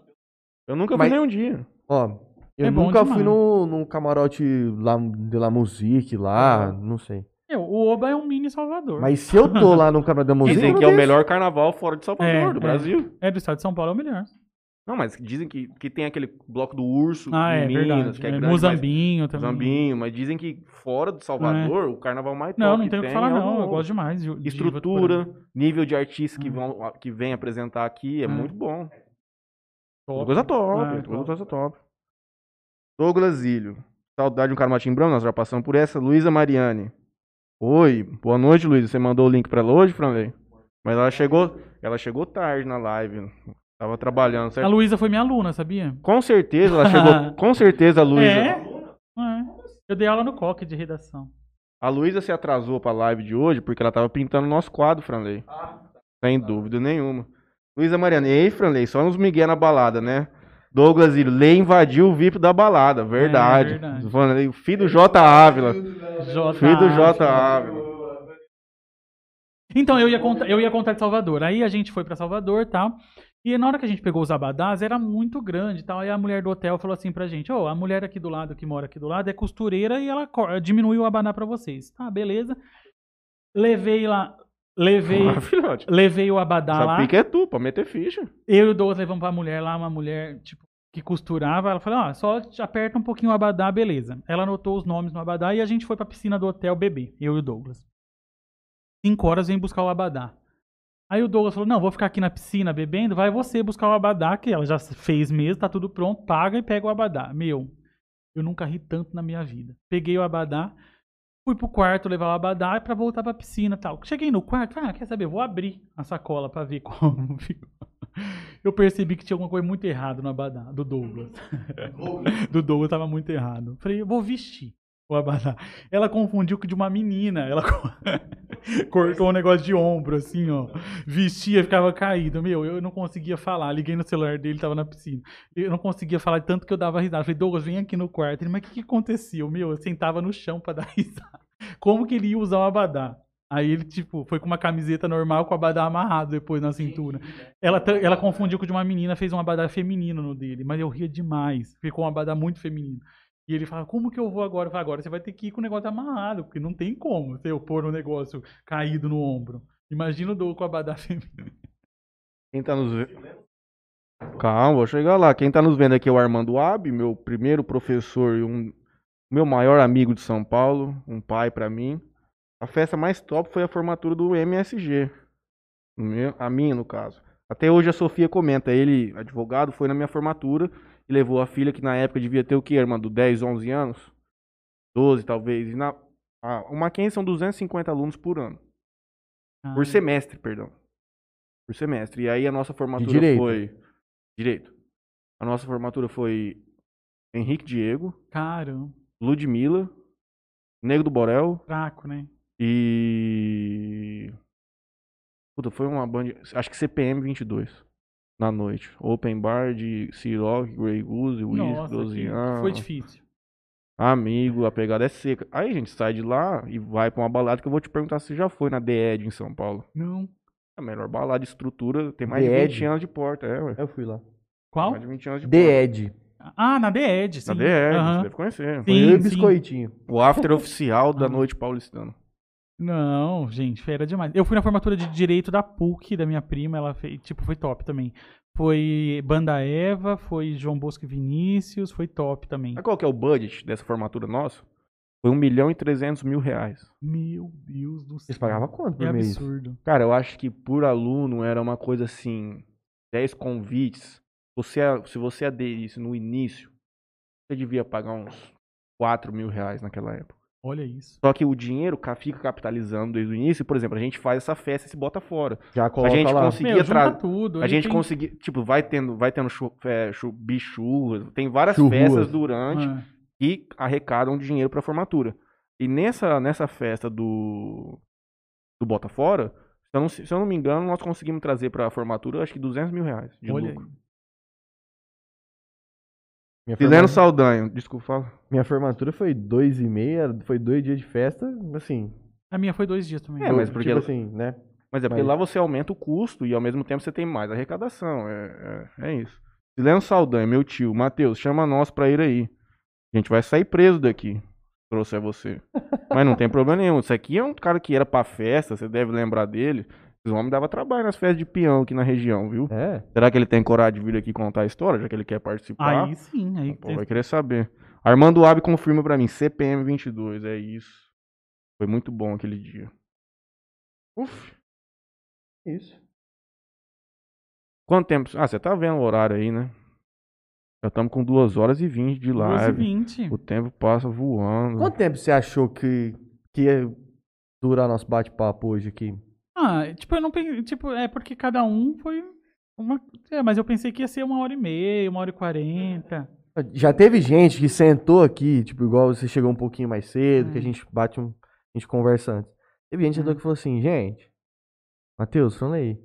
[SPEAKER 1] Eu nunca
[SPEAKER 2] Mas-
[SPEAKER 1] fui nem um dia.
[SPEAKER 2] Ó, eu
[SPEAKER 3] É bom
[SPEAKER 2] nunca fui
[SPEAKER 3] demais.
[SPEAKER 2] no, num camarote lá, de La Musique
[SPEAKER 3] É.
[SPEAKER 2] lá, não sei.
[SPEAKER 3] Meu, o Oba é um mini Salvador.
[SPEAKER 2] Mas se eu tô lá no camarote da Musique.
[SPEAKER 1] Dizem
[SPEAKER 2] eu
[SPEAKER 1] que é o
[SPEAKER 2] desço.
[SPEAKER 1] melhor carnaval fora de Salvador,
[SPEAKER 3] É,
[SPEAKER 1] do
[SPEAKER 3] é.
[SPEAKER 1] Brasil.
[SPEAKER 3] É do estado de São Paulo, é o melhor.
[SPEAKER 1] Não, mas dizem que, que tem aquele bloco do urso
[SPEAKER 3] Ah,
[SPEAKER 1] em
[SPEAKER 3] é
[SPEAKER 1] Minas,
[SPEAKER 3] verdade.
[SPEAKER 1] que é,
[SPEAKER 3] É,
[SPEAKER 1] grande, mas-
[SPEAKER 3] Mozambinho também. É.
[SPEAKER 1] Zambinho, mas dizem que fora do Salvador, o carnaval mais top
[SPEAKER 3] Não, não
[SPEAKER 1] que
[SPEAKER 3] tenho o
[SPEAKER 1] tem
[SPEAKER 3] que falar,
[SPEAKER 1] é o
[SPEAKER 3] não. Eu
[SPEAKER 1] Ovo.
[SPEAKER 3] gosto demais. de- de
[SPEAKER 1] Estrutura,
[SPEAKER 3] Votuporã.
[SPEAKER 1] nível de artista que,
[SPEAKER 3] Ah.
[SPEAKER 1] vão, que vem apresentar aqui é
[SPEAKER 3] Ah.
[SPEAKER 1] muito bom.
[SPEAKER 3] Top.
[SPEAKER 1] Coisa é top,
[SPEAKER 3] Ah,
[SPEAKER 1] tudo
[SPEAKER 3] top.
[SPEAKER 1] coisa top. Douglas Ilho. Saudade de um Carmatim Brão, nós já passamos por essa. Luísa Mariani. Oi, boa noite, Luísa. Você mandou o link pra ela hoje, Franley? Mas ela chegou, ela chegou tarde na live. Tava trabalhando,
[SPEAKER 3] A
[SPEAKER 1] certo?
[SPEAKER 3] Luísa foi minha aluna, sabia?
[SPEAKER 1] Com certeza, ela chegou.
[SPEAKER 3] <laughs>
[SPEAKER 1] com certeza, a Luísa.
[SPEAKER 3] É. é. Eu dei aula no coque de redação.
[SPEAKER 1] A Luísa se atrasou pra live de hoje porque ela tava pintando o nosso quadro, Franley. Sem dúvida nenhuma. Luísa Mariana, ei, Franley, só nos Miguel na balada, né? Douglas Irley invadiu o VIP da balada, verdade.
[SPEAKER 3] É, verdade.
[SPEAKER 1] Franley, o filho do J. Ávila.
[SPEAKER 3] J.
[SPEAKER 1] Filho do J. Ávila.
[SPEAKER 3] Então, eu ia, contar, eu ia contar de Salvador. Aí a gente foi pra Salvador e tal. E na hora que a gente pegou os abadás, era muito grande e tal. Aí a mulher do hotel falou assim pra gente: Ô, a mulher aqui do lado, que mora aqui do lado, é costureira e ela co- diminui o abadá pra vocês. Tá, beleza. Levei lá.
[SPEAKER 1] <laughs>
[SPEAKER 3] Levei,
[SPEAKER 1] Ah, filhote.
[SPEAKER 3] levei o abadá
[SPEAKER 1] Essa
[SPEAKER 3] Tá lá.
[SPEAKER 1] pica é tu, pra meter ficha.
[SPEAKER 3] Eu e o Douglas levamos pra mulher lá, uma mulher, tipo, que costurava. Ela falou, ó, só te aperta um pouquinho o abadá, beleza. Ela anotou os nomes no abadá e a gente foi pra piscina do hotel beber, eu e o Douglas. Cinco horas vem buscar o abadá. Aí o Douglas falou, não, vou ficar aqui na piscina bebendo, vai você buscar o abadá, que ela já fez mesmo, tá tudo pronto, paga e pega o abadá. Meu, eu nunca ri tanto na minha vida. Peguei o abadá, fui pro quarto levar o abadá pra voltar pra piscina e tal. Cheguei no quarto, ah, quer saber, eu vou abrir a sacola pra ver <laughs> como ficou. Eu percebi que tinha alguma coisa muito errada no abadá do Douglas. <laughs> do Douglas tava muito errado. Falei, eu vou vestir o abadá. Ela confundiu com de uma menina. Ela co- <laughs> cortou um negócio de ombro, assim, ó. Vestia, ficava caído. Meu, eu não conseguia falar. Liguei no celular dele, tava na piscina. Eu não conseguia falar, tanto que eu dava risada. Falei, Douglas, vem aqui no quarto. Ele, mas o que, que aconteceu? Meu, eu sentava no chão pra <laughs> dar risada. Como que ele ia usar o abadá? Aí ele, tipo, foi com uma camiseta normal com o abadá amarrado depois na cintura. Ela, ta- ela confundiu com o de uma menina, fez um abadá feminino no dele, mas eu ria demais. Ficou um abadá muito feminino. E ele fala, como que eu vou agora? Eu falo, agora você vai ter que ir com o negócio amarrado, porque não tem como você eu pôr um negócio caído no ombro. Imagina o Dou com o abadá <laughs> feminino.
[SPEAKER 1] Quem tá nos vendo. Calma, vou chegar lá. Quem tá nos vendo aqui é o Armando Ab, meu primeiro professor e um meu maior amigo de São Paulo, um pai pra mim. A festa mais top foi a formatura do MSG. O meu- a minha, no caso. Até hoje a Sofia comenta, ele, advogado, foi na minha formatura e levou a filha que na época devia ter o quê, Armando? 10, 11 anos? 12 talvez. E na, ah, o Mackenzie são 250 alunos por ano. Por semestre, perdão. Por semestre. E aí a nossa formatura
[SPEAKER 2] direito?
[SPEAKER 1] foi. Direito. A nossa formatura foi Henrique Diego,
[SPEAKER 3] Caro,
[SPEAKER 1] Ludmilla, Nego do Borel
[SPEAKER 3] fraco, né?
[SPEAKER 1] e. Puta, foi uma banda. Acho que CPM 22. Na noite. Open Bar de Ciroc, Grey Goose, Whisky,
[SPEAKER 3] Nossa, que-
[SPEAKER 1] 12
[SPEAKER 3] que
[SPEAKER 1] anos.
[SPEAKER 3] foi difícil.
[SPEAKER 1] Amigo, a pegada é seca. Aí a gente sai de lá e vai pra uma balada que eu vou te perguntar se você já foi na The Edge em São Paulo.
[SPEAKER 3] Não.
[SPEAKER 1] A melhor balada, estrutura, tem mais
[SPEAKER 2] The
[SPEAKER 1] de 20
[SPEAKER 2] Edge?
[SPEAKER 1] anos de porta, é, ué.
[SPEAKER 2] Eu fui lá.
[SPEAKER 3] Qual?
[SPEAKER 1] Mais de 20
[SPEAKER 3] Tipo,
[SPEAKER 1] anos de porta.
[SPEAKER 2] The Ed.
[SPEAKER 3] Ah, na The Edge, sim.
[SPEAKER 1] Na The Edge,
[SPEAKER 3] Aham.
[SPEAKER 1] você deve conhecer. né?
[SPEAKER 2] Foi eu e
[SPEAKER 3] Sim, sim.
[SPEAKER 2] Biscoitinho.
[SPEAKER 1] O after oficial da
[SPEAKER 3] Ah.
[SPEAKER 1] noite paulistana.
[SPEAKER 3] Não, gente, fera demais. Eu fui na formatura de direito da PUC, da minha prima, ela fez, tipo, foi top também. Foi Banda Eva, foi João Bosco e Vinícius, foi top também.
[SPEAKER 1] Sabe qual que é o budget dessa formatura nossa? Foi 1 milhão e 300 mil reais.
[SPEAKER 3] Meu Deus do céu.
[SPEAKER 2] Eles pagavam quanto por
[SPEAKER 3] É
[SPEAKER 2] mês?
[SPEAKER 3] absurdo.
[SPEAKER 1] Cara, eu acho que por aluno era uma coisa assim, 10 convites. Você, se você aderisse no início, você devia pagar uns 4 mil reais naquela época.
[SPEAKER 3] Olha isso.
[SPEAKER 1] Só que o dinheiro ca- fica capitalizando desde o início. Por exemplo, a gente faz essa festa e se bota fora.
[SPEAKER 2] Já coloca
[SPEAKER 1] gente
[SPEAKER 2] lá.
[SPEAKER 1] conseguia
[SPEAKER 3] Meu, junta
[SPEAKER 1] tra-
[SPEAKER 3] tudo.
[SPEAKER 1] A
[SPEAKER 3] ele
[SPEAKER 1] gente
[SPEAKER 3] tem-
[SPEAKER 1] conseguiu, tipo, vai tendo, vai tendo chu, é, chu, bichurras, tem várias
[SPEAKER 2] Churruas.
[SPEAKER 1] festas durante
[SPEAKER 3] Ah,
[SPEAKER 1] que arrecadam dinheiro pra formatura. E nessa, nessa festa do, do Bota Fora, se eu, não, se eu não me engano, nós conseguimos trazer pra formatura, acho que 200 mil reais de
[SPEAKER 3] olha
[SPEAKER 1] lucro.
[SPEAKER 3] aí.
[SPEAKER 2] Minha,
[SPEAKER 1] Fileno
[SPEAKER 2] formatura,
[SPEAKER 1] Saldanha, desculpa, fala.
[SPEAKER 2] minha formatura foi dois e meia, foi dois dias de festa, assim.
[SPEAKER 3] A minha foi dois dias também.
[SPEAKER 1] É, mas porque-
[SPEAKER 2] Tipo assim, né?
[SPEAKER 1] Mas é porque
[SPEAKER 2] Mas-
[SPEAKER 1] lá você aumenta o custo e ao mesmo tempo você tem mais arrecadação. É, é, é isso. Sileno Saldanha, meu tio, Matheus, chama nós pra ir aí. A gente vai sair preso daqui. Trouxe é
[SPEAKER 3] <laughs>
[SPEAKER 1] você. Mas não tem problema nenhum. Isso aqui é um cara que era pra festa, você deve lembrar dele. Esse homem dava trabalho nas festas de peão aqui na região, viu?
[SPEAKER 2] É.
[SPEAKER 1] Será que ele tem coragem de vir aqui contar a história, já que ele quer participar?
[SPEAKER 3] Aí sim, aí
[SPEAKER 1] O povo vai querer saber. Armando Abe confirma pra mim, CPM 22, é isso. Foi muito bom aquele dia. Uf.
[SPEAKER 2] Isso.
[SPEAKER 1] Quanto tempo? Ah, você tá vendo o horário aí, né? Já estamos com 2 horas e 20 de
[SPEAKER 3] 12 e
[SPEAKER 1] live.
[SPEAKER 3] 20.
[SPEAKER 1] O tempo passa voando.
[SPEAKER 2] Hum. Quanto tempo você achou que, que ia durar nosso bate-papo hoje aqui?
[SPEAKER 4] Ah, tipo, eu não pensei. Tipo, é porque cada um foi uma. É, mas eu pensei que ia ser uma hora e meia, uma hora e quarenta.
[SPEAKER 2] Já teve gente que sentou aqui, tipo, igual você chegou um pouquinho mais cedo, que a gente bate um. A gente conversa antes. Teve gente sentou que falou assim, gente, Matheus, fala aí.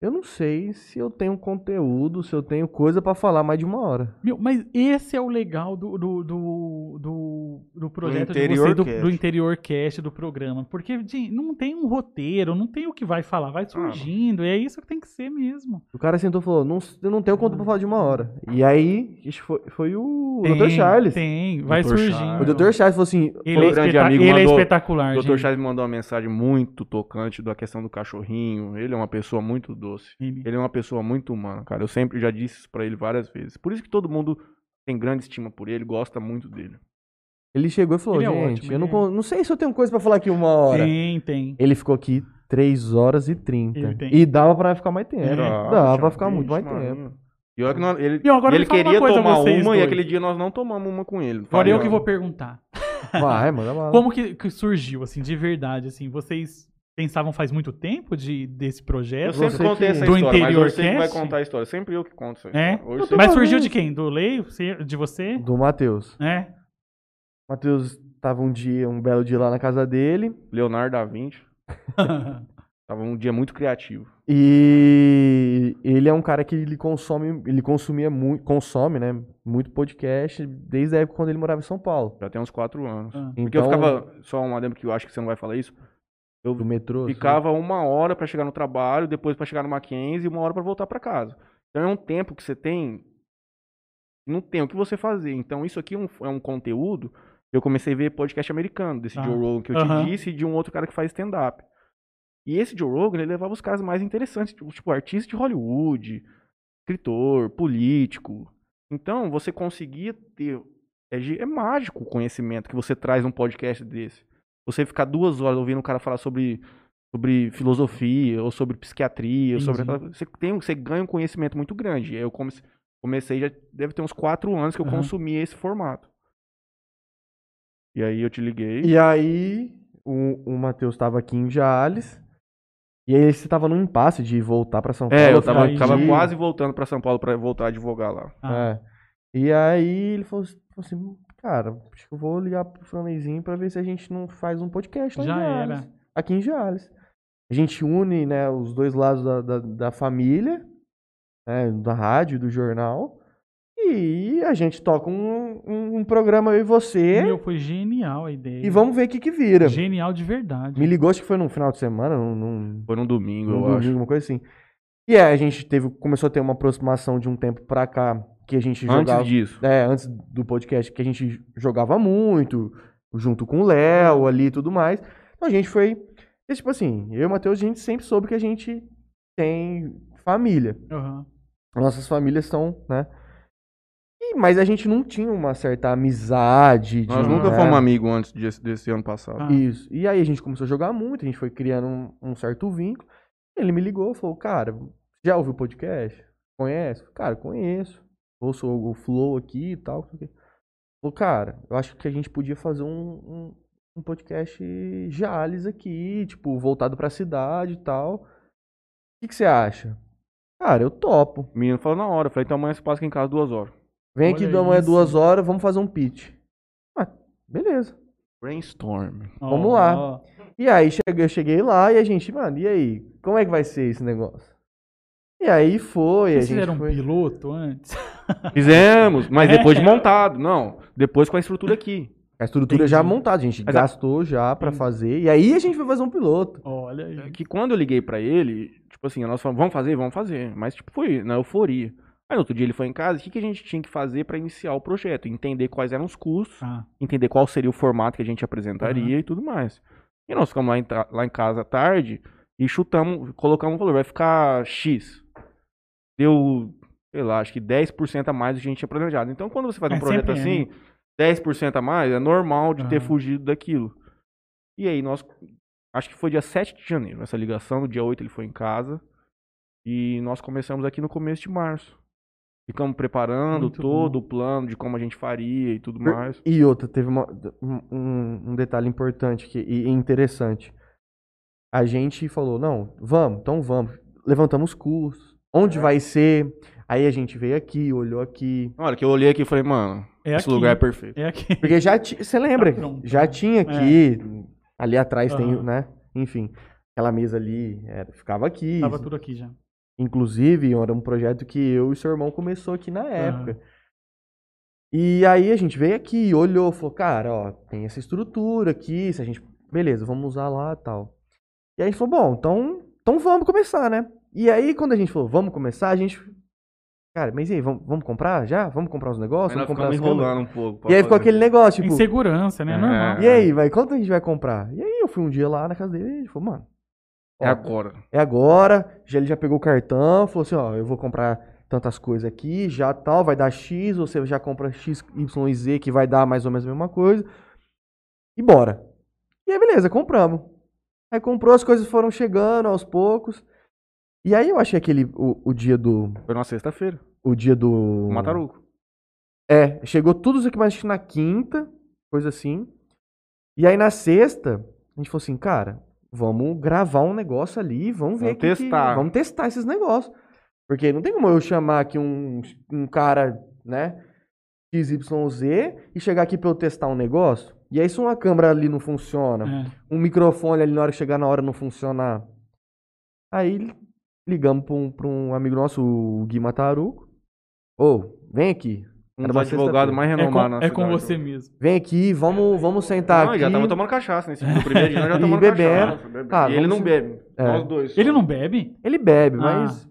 [SPEAKER 2] Eu não sei se eu tenho conteúdo, se eu tenho coisa pra falar mais de uma hora.
[SPEAKER 4] Meu, mas esse é o legal do, do, do, do, do projeto de
[SPEAKER 1] interior
[SPEAKER 4] vocês, do,
[SPEAKER 1] cast.
[SPEAKER 4] do interior cast do programa. Porque, gente, não tem um roteiro, não tem o que vai falar,
[SPEAKER 1] Ah.
[SPEAKER 4] vai surgindo, e é isso que tem que ser mesmo.
[SPEAKER 2] O cara sentou e falou, não, eu não tenho conteúdo
[SPEAKER 4] Hum.
[SPEAKER 2] pra falar de uma hora. E aí, isso foi, foi o
[SPEAKER 4] Tem,
[SPEAKER 2] Dr. Charles.
[SPEAKER 4] Tem, vai
[SPEAKER 1] Dr.
[SPEAKER 4] surgindo.
[SPEAKER 1] Charles.
[SPEAKER 2] O Dr. Charles falou assim,
[SPEAKER 4] Ele, é,
[SPEAKER 1] Meu grande
[SPEAKER 4] espeta-
[SPEAKER 1] amigo
[SPEAKER 4] ele é
[SPEAKER 1] mandou-
[SPEAKER 4] espetacular,
[SPEAKER 1] O Dr.
[SPEAKER 4] gente.
[SPEAKER 1] Charles me mandou uma mensagem muito tocante da questão do cachorrinho. Ele é uma pessoa muito doce.
[SPEAKER 4] Ele-
[SPEAKER 1] Ele é uma pessoa muito humana, cara. Eu sempre já disse isso pra ele várias vezes. Por isso que todo mundo tem grande estima por ele, gosta muito dele.
[SPEAKER 2] ele chegou e falou,
[SPEAKER 4] Ele é
[SPEAKER 2] gente,
[SPEAKER 4] ótimo,
[SPEAKER 2] eu não,
[SPEAKER 4] ele é-
[SPEAKER 2] con- não sei se eu tenho coisa pra falar aqui uma hora.
[SPEAKER 4] Tem, tem.
[SPEAKER 2] Ele ficou aqui 3 horas e 30.
[SPEAKER 4] Ele tem.
[SPEAKER 2] E dava pra ficar mais tempo.
[SPEAKER 4] É.
[SPEAKER 2] dava pra ficar muito mais tempo.
[SPEAKER 1] E olha que nós- ele,
[SPEAKER 4] E agora
[SPEAKER 1] ele
[SPEAKER 4] me fala uma
[SPEAKER 1] queria
[SPEAKER 4] coisa,
[SPEAKER 1] tomar
[SPEAKER 4] vocês
[SPEAKER 1] uma e
[SPEAKER 4] dois.
[SPEAKER 1] aquele dia nós não tomamos uma com ele.
[SPEAKER 4] Agora eu
[SPEAKER 1] Falei,
[SPEAKER 4] que
[SPEAKER 1] ó,
[SPEAKER 4] vou perguntar.
[SPEAKER 2] Vai, manda bala.
[SPEAKER 4] Como que, que surgiu, assim, de verdade, assim? Vocês pensavam faz muito tempo de, desse
[SPEAKER 1] Eu
[SPEAKER 4] projeto?
[SPEAKER 2] Você
[SPEAKER 1] sempre contei
[SPEAKER 2] que-
[SPEAKER 1] essa
[SPEAKER 4] do
[SPEAKER 1] história, mas
[SPEAKER 4] interior
[SPEAKER 1] hoje sempre vai
[SPEAKER 4] cast?
[SPEAKER 1] contar a história. Sempre eu que conto essa
[SPEAKER 4] É?
[SPEAKER 1] história. Hoje
[SPEAKER 2] Eu tô
[SPEAKER 1] sempre-
[SPEAKER 4] Mas
[SPEAKER 2] Toda
[SPEAKER 4] surgiu
[SPEAKER 2] vez.
[SPEAKER 4] de quem? Do Lei? Você- De <laughs> você?
[SPEAKER 2] Do Matheus.
[SPEAKER 4] <laughs> É.
[SPEAKER 2] O Matheus tava um dia, um belo dia lá na casa dele.
[SPEAKER 1] Leonardo da Vinci. Tava um dia muito criativo.
[SPEAKER 2] E ele é um cara que ele consome, ele consumia muito, consome, né? Muito podcast desde a época quando ele morava em São Paulo.
[SPEAKER 1] Já tem uns quatro anos.
[SPEAKER 4] Ah.
[SPEAKER 1] Porque
[SPEAKER 2] Então,
[SPEAKER 1] eu ficava. Só um adendo que eu acho que você não vai falar isso. Eu
[SPEAKER 2] do metrô.
[SPEAKER 4] né?
[SPEAKER 2] assim.
[SPEAKER 1] ficava uma hora pra chegar no trabalho, depois pra chegar no Mackenzie e uma hora pra voltar pra casa. Então é um tempo que você tem. Não tem o que você fazer. Então isso aqui é um, é um conteúdo. Eu comecei a ver podcast americano, desse
[SPEAKER 4] Tá.
[SPEAKER 1] Joe Rogan que eu
[SPEAKER 4] Aham.
[SPEAKER 1] te disse e de um outro cara que faz stand-up. E esse Joe Rogan, ele levava os caras mais interessantes, tipo, tipo artista de Hollywood, escritor, político. Então você conseguia ter. É, gi- é mágico o conhecimento que você traz num podcast desse. Você ficar duas horas ouvindo um cara falar sobre, sobre filosofia, ou sobre psiquiatria, ou sobre.
[SPEAKER 4] Entendi.
[SPEAKER 1] aquela- Você, tem, um- você ganha um conhecimento muito grande. Eu comecei, comecei já deve ter uns quatro anos que eu
[SPEAKER 4] Aham.
[SPEAKER 1] consumi esse formato. E aí eu te liguei.
[SPEAKER 2] E aí o, o Matheus tava aqui em Jales. E aí você tava num impasse de voltar pra São Paulo.
[SPEAKER 1] É, eu
[SPEAKER 2] ficar
[SPEAKER 1] tava,
[SPEAKER 4] Entendi.
[SPEAKER 1] tava
[SPEAKER 2] aqui.
[SPEAKER 1] quase voltando pra São Paulo pra voltar a advogar lá.
[SPEAKER 4] Ah,
[SPEAKER 2] É. E aí ele falou assim, falou assim, cara, acho que eu vou ligar pro Franleizinho pra ver se a gente não faz um podcast lá
[SPEAKER 4] Já
[SPEAKER 2] em Jales.
[SPEAKER 4] era.
[SPEAKER 2] Aqui em Jales. A gente une né, os dois lados da, da, da família, né, da rádio, do jornal, e a gente toca um, um, um programa eu e você,
[SPEAKER 4] Meu, foi genial a ideia.
[SPEAKER 2] e vamos ver o que que vira.
[SPEAKER 4] Genial de verdade.
[SPEAKER 2] Me ligou, acho que foi num final de semana, num, num,
[SPEAKER 1] Foi num domingo,
[SPEAKER 2] num
[SPEAKER 1] eu
[SPEAKER 2] domingo,
[SPEAKER 1] acho.
[SPEAKER 2] alguma coisa assim. E aí a gente teve, começou a ter uma aproximação de um tempo pra cá, que a gente
[SPEAKER 1] Antes
[SPEAKER 2] jogava...
[SPEAKER 1] disso.
[SPEAKER 2] É, antes do podcast, que a gente jogava muito, junto com o Léo ali e tudo mais. Então a gente foi. e, tipo assim, eu e o Matheus, a gente sempre soube que a gente tem família.
[SPEAKER 4] Aham.
[SPEAKER 2] Nossas famílias são, né? E- mas a gente não tinha uma certa amizade. de,
[SPEAKER 1] Nós nunca
[SPEAKER 2] né?
[SPEAKER 1] fomos amigos antes desse, desse ano passado.
[SPEAKER 4] Ah.
[SPEAKER 2] Isso. E aí a gente começou a jogar muito, a gente foi criando um, um certo vínculo. Ele me ligou falou, cara, já ouviu o podcast? Conhece? Cara, conheço. Ouço o o Flow aqui e tal. não sei o quê. Falou, cara, eu acho que a gente podia fazer um, um, um podcast Jales aqui, tipo, voltado pra cidade e tal. O que, que você acha? Cara, eu topo.
[SPEAKER 1] O menino falou na hora. Eu falei, então amanhã você passa aqui em casa duas horas.
[SPEAKER 2] Vem
[SPEAKER 4] Olha
[SPEAKER 2] aqui da manhã
[SPEAKER 4] isso.
[SPEAKER 2] duas horas, vamos fazer um pitch. Ah, beleza.
[SPEAKER 1] Brainstorm.
[SPEAKER 4] Ó,
[SPEAKER 2] Vamos lá.
[SPEAKER 4] ó.
[SPEAKER 2] E aí che- eu cheguei lá e a gente, mano, e aí? Como é que vai ser esse negócio? E aí foi, a
[SPEAKER 4] Vocês
[SPEAKER 2] gente
[SPEAKER 4] fizeram um
[SPEAKER 2] foi-
[SPEAKER 4] piloto antes? <laughs>
[SPEAKER 1] Fizemos, mas depois de montado. Não, depois com a estrutura aqui.
[SPEAKER 2] a estrutura é já
[SPEAKER 4] Entendi.
[SPEAKER 2] montada, a gente
[SPEAKER 1] Mas a- Hum.
[SPEAKER 2] gastou já pra
[SPEAKER 4] Entendi.
[SPEAKER 2] fazer. E aí a gente foi fazer um piloto.
[SPEAKER 4] Olha aí.
[SPEAKER 1] Que quando eu liguei pra ele, tipo assim, nós falamos, vamos fazer, vamos fazer. Mas tipo, foi na euforia. Aí no outro dia ele foi em casa, o que, que a gente tinha que fazer pra iniciar o projeto? É, Entender quais eram os custos,
[SPEAKER 4] Ah,
[SPEAKER 1] entender qual seria o formato que a gente apresentaria
[SPEAKER 4] Uhum.
[SPEAKER 1] e tudo mais. E nós ficamos lá em, ta- lá em casa à tarde e chutamos, colocamos um valor, vai ficar X. Deu, sei lá, acho que 10% a mais do que a gente tinha planejado. Então quando você faz um
[SPEAKER 4] É,
[SPEAKER 1] projeto
[SPEAKER 4] sempre é,
[SPEAKER 1] assim, 10% a mais, é normal de ter
[SPEAKER 4] Aham.
[SPEAKER 1] fugido daquilo. E aí nós, acho que foi dia 7 de janeiro essa ligação, no dia 8 ele foi em casa. E nós começamos aqui no começo de março. Ficamos preparando
[SPEAKER 4] Muito
[SPEAKER 1] todo o plano de como a gente faria e tudo mais.
[SPEAKER 2] um E outra, teve uma- um, um detalhe importante que, e e interessante. a gente falou, não, vamos, então vamos. Levantamos cursos.
[SPEAKER 4] É.
[SPEAKER 2] Onde vai ser? Aí a gente veio aqui, olhou aqui.
[SPEAKER 1] Na hora que eu olhei aqui, eu falei, mano,
[SPEAKER 4] É
[SPEAKER 1] esse
[SPEAKER 4] aqui.
[SPEAKER 1] lugar é perfeito.
[SPEAKER 4] É aqui.
[SPEAKER 2] Porque já ti- Você lembra?
[SPEAKER 4] Tá pronto.
[SPEAKER 2] já tinha aqui. Ali atrás tem,
[SPEAKER 4] Aham.
[SPEAKER 2] né? Enfim. Aquela mesa ali era- ficava aqui.
[SPEAKER 4] Tava tudo aqui já.
[SPEAKER 2] Inclusive, era um projeto que eu e seu irmão começou aqui na época.
[SPEAKER 4] Aham.
[SPEAKER 2] E aí a gente veio aqui, olhou, falou, cara, ó, tem essa estrutura aqui, se a gente. Beleza, vamos usar lá e tal. E aí a gente falou, bom, então, então vamos começar, né? E aí, quando a gente falou, vamos começar, a gente. Cara, mas e aí, vamos, vamos comprar já? Vamos comprar os negócios?
[SPEAKER 1] Aí nós
[SPEAKER 2] Vamos comprar
[SPEAKER 1] ficamos
[SPEAKER 2] as câmeras?"
[SPEAKER 1] enrolando um pouco. pra
[SPEAKER 2] E aí ficou
[SPEAKER 1] fazer.
[SPEAKER 2] aquele negócio, tipo.
[SPEAKER 4] Insegurança, né?
[SPEAKER 1] É.
[SPEAKER 4] Normal.
[SPEAKER 2] E aí, vai, quanto a gente vai comprar? E aí eu fui um dia lá na casa dele e ele falou, mano.
[SPEAKER 1] É
[SPEAKER 2] ó,
[SPEAKER 1] agora.
[SPEAKER 2] é agora. Já, ele já pegou o cartão, falou assim, ó, eu vou comprar tantas coisas aqui, já tal, vai dar X, você já compra X, Y e Z, que vai dar mais ou menos a mesma coisa. E bora. E aí, beleza, compramos. Aí comprou, as coisas foram chegando aos poucos. E aí eu achei aquele, o, o dia do,
[SPEAKER 1] Foi numa sexta-feira.
[SPEAKER 2] o dia do...
[SPEAKER 1] O Mataruco.
[SPEAKER 2] É, chegou tudo isso aqui, mas acho que na quinta, coisa assim. E aí na sexta, a gente falou assim, cara, vamos gravar um negócio ali, vamos ver.
[SPEAKER 1] Vamos
[SPEAKER 2] que que-
[SPEAKER 1] testar.
[SPEAKER 2] vamos testar esses negócios. Porque não tem como eu chamar aqui um, um cara, né, XYZ, e chegar aqui pra eu testar um negócio. E aí se uma câmera ali não funciona,
[SPEAKER 4] É.
[SPEAKER 2] um microfone ali na hora que chegar na hora não funcionar. Aí ligamos pra um, pra um amigo nosso, o Gui Mataruco. Ô, vem aqui,
[SPEAKER 1] Um
[SPEAKER 2] Era
[SPEAKER 1] dos
[SPEAKER 2] uma
[SPEAKER 1] advogados
[SPEAKER 2] sexta-feira.
[SPEAKER 1] mais
[SPEAKER 4] É com,
[SPEAKER 1] renomados na
[SPEAKER 4] é com
[SPEAKER 1] cidade.
[SPEAKER 4] você mesmo.
[SPEAKER 2] Vem aqui, vamos, vamos sentar
[SPEAKER 1] não,
[SPEAKER 2] Tá aqui.
[SPEAKER 1] já tava tomando cachaça né? nesse dia. O primeiro dia nós já
[SPEAKER 2] <laughs> E
[SPEAKER 1] tomamos
[SPEAKER 2] beberam.
[SPEAKER 1] cachaça. bebendo.
[SPEAKER 2] Ah,
[SPEAKER 1] e ele
[SPEAKER 2] vamos
[SPEAKER 1] não
[SPEAKER 2] se-
[SPEAKER 1] bebe.
[SPEAKER 2] É.
[SPEAKER 1] Nós dois. só.
[SPEAKER 4] Ele não bebe?
[SPEAKER 2] Ele bebe,
[SPEAKER 4] Ah.
[SPEAKER 2] mas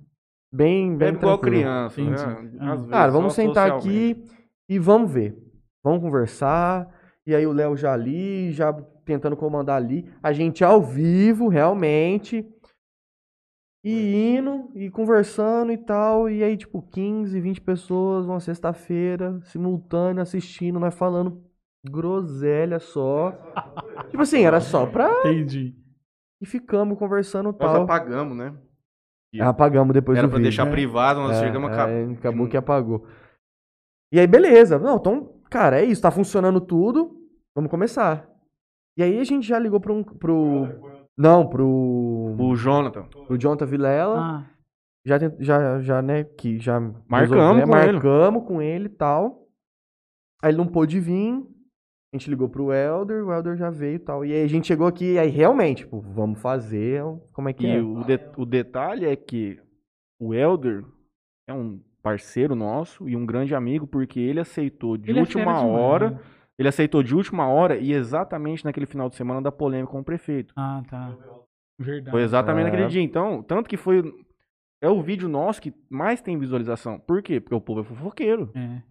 [SPEAKER 2] bem, bem
[SPEAKER 1] bebe igual
[SPEAKER 2] tranquilo.
[SPEAKER 1] criança. Né?
[SPEAKER 4] Entendi.
[SPEAKER 1] Às vezes,
[SPEAKER 2] Cara, vamos
[SPEAKER 1] só
[SPEAKER 2] sentar
[SPEAKER 1] socialmente.
[SPEAKER 2] aqui e vamos ver. Vamos conversar. E aí o Léo já ali, já tentando comandar ali. A gente ao vivo, realmente. E indo, e conversando e tal. E aí, tipo, 15, 20 pessoas, uma sexta-feira, simultânea, assistindo, nós falando groselha
[SPEAKER 1] <laughs>
[SPEAKER 2] só. tipo assim, era só pra...
[SPEAKER 4] Entendi.
[SPEAKER 2] E ficamos conversando e
[SPEAKER 1] Nós
[SPEAKER 2] tal.
[SPEAKER 1] apagamos, né?
[SPEAKER 2] Ah, Apagamos depois
[SPEAKER 1] Era
[SPEAKER 2] do
[SPEAKER 1] pra
[SPEAKER 2] vídeo.
[SPEAKER 1] deixar privado, nós chegamos a
[SPEAKER 2] é,
[SPEAKER 1] cap-
[SPEAKER 2] aí acabou que apagou. E aí, beleza. Não, então, cara, é isso. Tá funcionando tudo. Vamos começar. E aí a gente já ligou pro... um- pro... Não, pro...
[SPEAKER 1] O Jonathan.
[SPEAKER 2] Pro Jonathan Vilela.
[SPEAKER 4] Ah,
[SPEAKER 2] Já, tent- já, já, né, que já... né,
[SPEAKER 1] Marcamos com ele.
[SPEAKER 2] Marcamos com ele e tal. Aí ele não pôde vir. A gente ligou pro Helder. O Helder já veio e tal. E aí a gente chegou aqui. E aí, realmente, tipo, vamos fazer... Como é que
[SPEAKER 1] E
[SPEAKER 2] é?
[SPEAKER 1] o, de- o detalhe é que o Elder é um parceiro nosso e um grande amigo, porque ele aceitou de
[SPEAKER 4] ele é fera
[SPEAKER 1] última
[SPEAKER 4] demais,
[SPEAKER 1] hora.
[SPEAKER 4] né?
[SPEAKER 1] Ele aceitou de última hora e exatamente naquele final de semana da polêmica com o prefeito.
[SPEAKER 4] Ah, tá. Verdade.
[SPEAKER 1] Foi exatamente
[SPEAKER 2] É.
[SPEAKER 1] naquele dia. Então, tanto que foi. É o vídeo nosso que mais tem visualização. Por quê? Porque o povo é fofoqueiro.
[SPEAKER 4] É.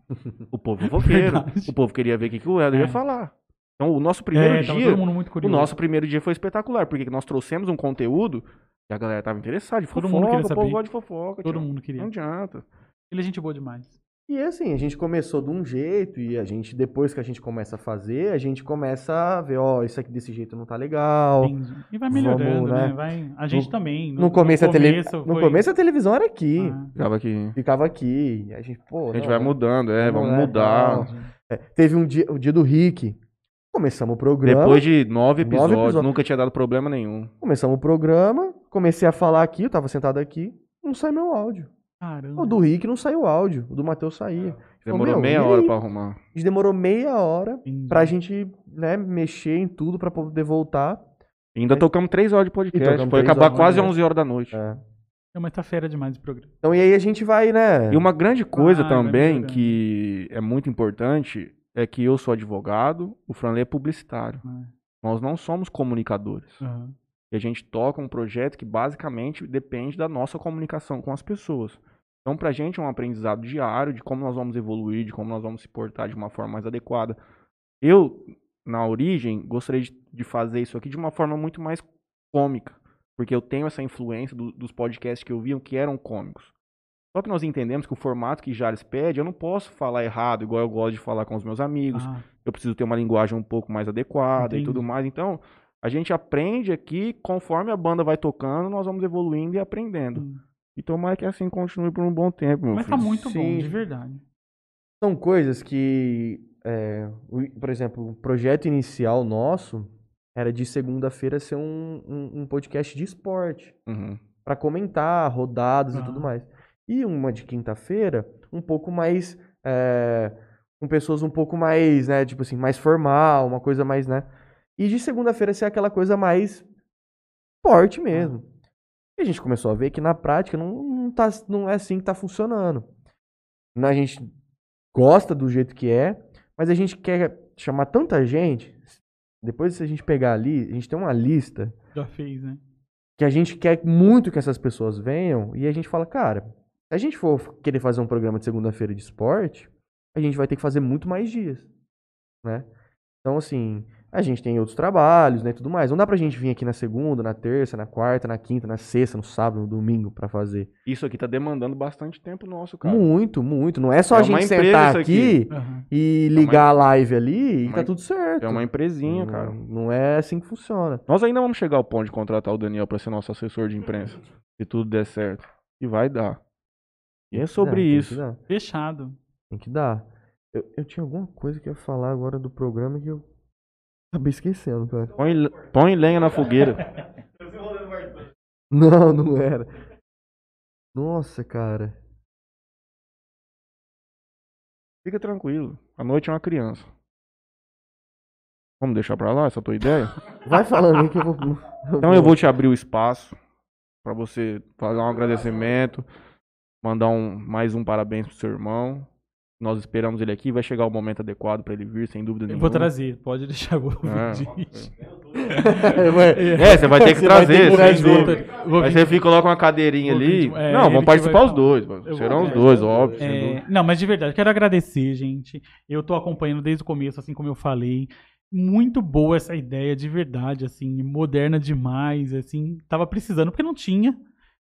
[SPEAKER 1] O
[SPEAKER 4] <laughs>
[SPEAKER 1] povo é fofoqueiro.
[SPEAKER 4] Verdade.
[SPEAKER 1] o povo queria ver o que, que o Helder
[SPEAKER 4] É.
[SPEAKER 1] ia falar. Então, o nosso primeiro
[SPEAKER 4] É, tava
[SPEAKER 1] dia.
[SPEAKER 4] todo mundo muito
[SPEAKER 1] O
[SPEAKER 4] curioso.
[SPEAKER 1] nosso primeiro dia foi espetacular, porque nós trouxemos um conteúdo que a galera tava interessada. De
[SPEAKER 4] Todo
[SPEAKER 1] fofoca,
[SPEAKER 4] mundo queria
[SPEAKER 1] o povo
[SPEAKER 4] saber.
[SPEAKER 1] gosta de fofoca.
[SPEAKER 4] Todo
[SPEAKER 1] tio.
[SPEAKER 4] mundo queria.
[SPEAKER 1] Não adianta.
[SPEAKER 4] Ele é gente boa demais.
[SPEAKER 2] E assim, a gente começou de um jeito e a gente, depois que a gente começa a fazer, a gente começa a ver, ó, isso aqui desse jeito não tá legal.
[SPEAKER 4] Entendi. E vai melhorando,
[SPEAKER 2] Vamos,
[SPEAKER 4] né?
[SPEAKER 2] né?
[SPEAKER 4] Vai... A gente também.
[SPEAKER 2] No, começo, a tele... no
[SPEAKER 4] foi-
[SPEAKER 2] começo é a televisão era aqui.
[SPEAKER 4] Ah,
[SPEAKER 1] Acaba que
[SPEAKER 2] Ficava aqui. E a gente, pô.
[SPEAKER 1] a gente
[SPEAKER 2] não,
[SPEAKER 1] vai mudando, é,
[SPEAKER 2] Não
[SPEAKER 1] vamos
[SPEAKER 2] é,
[SPEAKER 1] mudar.
[SPEAKER 2] não. Teve um dia, o dia do Rick. Começamos o programa.
[SPEAKER 1] Depois de nove
[SPEAKER 2] Nove
[SPEAKER 1] episódios,
[SPEAKER 2] episódios.
[SPEAKER 1] nunca tinha dado problema nenhum.
[SPEAKER 2] Começamos o programa. Comecei a falar aqui, eu tava sentado aqui. Não sai meu áudio.
[SPEAKER 4] Caramba.
[SPEAKER 1] Uhum.
[SPEAKER 2] O do Rick não saiu o áudio. O do Matheus saía. Falou,
[SPEAKER 1] Demorou
[SPEAKER 2] meu,
[SPEAKER 1] meia
[SPEAKER 2] e
[SPEAKER 1] hora
[SPEAKER 2] aí?
[SPEAKER 1] pra arrumar.
[SPEAKER 2] A gente demorou meia hora
[SPEAKER 4] Entendi.
[SPEAKER 2] pra gente, né, mexer em tudo pra poder voltar.
[SPEAKER 1] Ainda tocamos três horas de
[SPEAKER 2] E
[SPEAKER 1] podcast.
[SPEAKER 2] tocamos
[SPEAKER 1] Foi
[SPEAKER 2] três
[SPEAKER 1] acabar
[SPEAKER 2] horas,
[SPEAKER 1] quase
[SPEAKER 2] né?
[SPEAKER 1] 11 horas da noite.
[SPEAKER 2] É.
[SPEAKER 4] É, mas tá fera demais o programa.
[SPEAKER 2] Então, e aí a gente vai, né?
[SPEAKER 1] E uma grande coisa
[SPEAKER 4] Ah, vai
[SPEAKER 1] também
[SPEAKER 4] melhorando.
[SPEAKER 1] que é muito importante é que eu sou advogado, o Franley é publicitário.
[SPEAKER 4] Ah.
[SPEAKER 1] Nós não somos comunicadores.
[SPEAKER 4] Aham.
[SPEAKER 1] E a gente toca um projeto que basicamente depende da nossa comunicação com as pessoas. Então, pra gente é um aprendizado diário de como nós vamos evoluir, de como nós vamos se portar de uma forma mais adequada. Eu, na origem, gostaria de, de fazer isso aqui de uma forma muito mais cômica, porque eu tenho essa influência do- dos podcasts que eu via que eram cômicos. Só que nós entendemos que o formato que Jales pede, eu não posso falar errado, igual eu gosto de falar com os meus amigos
[SPEAKER 4] Ah,
[SPEAKER 1] eu preciso ter uma linguagem um pouco mais adequada e
[SPEAKER 4] Entendi.
[SPEAKER 1] tudo mais. Então, a gente aprende aqui, conforme a banda vai tocando, nós vamos evoluindo e aprendendo.
[SPEAKER 4] Hum.
[SPEAKER 1] E tomara que assim continue por um bom tempo, meu
[SPEAKER 4] mas tá
[SPEAKER 1] filho.
[SPEAKER 4] muito bom,
[SPEAKER 2] Sim.
[SPEAKER 4] de verdade.
[SPEAKER 2] São coisas que, é, o- por exemplo, o projeto inicial nosso Era de segunda-feira ser um, um, um podcast de esporte.
[SPEAKER 1] Uhum.
[SPEAKER 2] Pra comentar rodadas
[SPEAKER 3] Ah.
[SPEAKER 2] e tudo mais. E uma de quinta-feira, um pouco mais. é, com pessoas um pouco mais, né? Tipo assim, mais formal, uma coisa mais, né? E de segunda-feira ser aquela coisa mais forte mesmo. E a gente começou a ver que na prática não, não, tá, não é assim que tá funcionando. A gente gosta do jeito que é, mas a gente quer chamar tanta gente. Depois, se a gente pegar ali, a gente tem uma lista
[SPEAKER 3] Já fez, né?
[SPEAKER 2] que a gente quer muito que essas pessoas venham e a gente fala, cara, se a gente for querer fazer um programa de segunda-feira de esporte, a gente vai ter que fazer muito mais dias, né? Então, assim, a gente tem outros trabalhos, né, e tudo mais. Não dá pra gente vir aqui na segunda, na terça, na quarta, na quinta, na sexta, no sábado, no domingo pra fazer.
[SPEAKER 1] Isso aqui tá demandando bastante tempo nosso, cara.
[SPEAKER 2] Muito, muito. Não é só
[SPEAKER 1] É
[SPEAKER 2] a
[SPEAKER 1] uma
[SPEAKER 2] gente
[SPEAKER 1] empresa
[SPEAKER 2] sentar
[SPEAKER 1] isso
[SPEAKER 2] aqui,
[SPEAKER 1] aqui.
[SPEAKER 3] Aham.
[SPEAKER 2] e ligar a live ali e
[SPEAKER 1] uma
[SPEAKER 2] tá
[SPEAKER 1] em-
[SPEAKER 2] tudo certo.
[SPEAKER 1] É uma empresinha,
[SPEAKER 2] não,
[SPEAKER 1] cara.
[SPEAKER 2] Não é assim que funciona.
[SPEAKER 1] Nós ainda vamos chegar ao ponto de contratar o Daniel pra ser nosso assessor de imprensa. Se tudo der certo. E vai dar. E é sobre
[SPEAKER 2] Tem que
[SPEAKER 1] isso.
[SPEAKER 2] dar,
[SPEAKER 3] Fechado.
[SPEAKER 2] Tem que dar. Eu, eu tinha alguma coisa que eu ia falar agora do programa que eu acabei esquecendo, cara. <laughs>
[SPEAKER 1] Põe, le- põe lenha na fogueira.
[SPEAKER 2] Não, não era. Nossa, cara.
[SPEAKER 1] Fica tranquilo. A noite é uma criança. Vamos deixar pra lá essa tua ideia?
[SPEAKER 2] Vai falando aí que eu vou.
[SPEAKER 1] Então eu vou te abrir o espaço pra você fazer um agradecimento, mandar um mais um parabéns pro seu irmão. Nós esperamos ele aqui, vai chegar o momento adequado pra ele vir, sem dúvida
[SPEAKER 3] Eu
[SPEAKER 1] nenhuma.
[SPEAKER 3] vou trazer, pode deixar. Vou
[SPEAKER 1] É.
[SPEAKER 2] <laughs>
[SPEAKER 3] vir.
[SPEAKER 1] É, <laughs> você vai ter que
[SPEAKER 2] Você
[SPEAKER 1] trazer,
[SPEAKER 2] vai ter que
[SPEAKER 1] sem
[SPEAKER 2] trazer.
[SPEAKER 1] dúvida.
[SPEAKER 3] Vou
[SPEAKER 1] Mas
[SPEAKER 3] vir.
[SPEAKER 1] você fica, coloca uma cadeirinha
[SPEAKER 3] Vou
[SPEAKER 1] ali.
[SPEAKER 3] vir de- é,
[SPEAKER 1] não,
[SPEAKER 3] ele
[SPEAKER 1] vão
[SPEAKER 3] que
[SPEAKER 1] participar
[SPEAKER 3] vai
[SPEAKER 1] os dois. Serão os
[SPEAKER 3] participar.
[SPEAKER 1] dois, óbvio. sem dúvida.
[SPEAKER 3] É, não, mas de verdade, quero agradecer, gente. Eu tô acompanhando desde o começo, assim como eu falei. Muito boa essa ideia, de verdade, assim, moderna demais, assim. Tava precisando porque não tinha.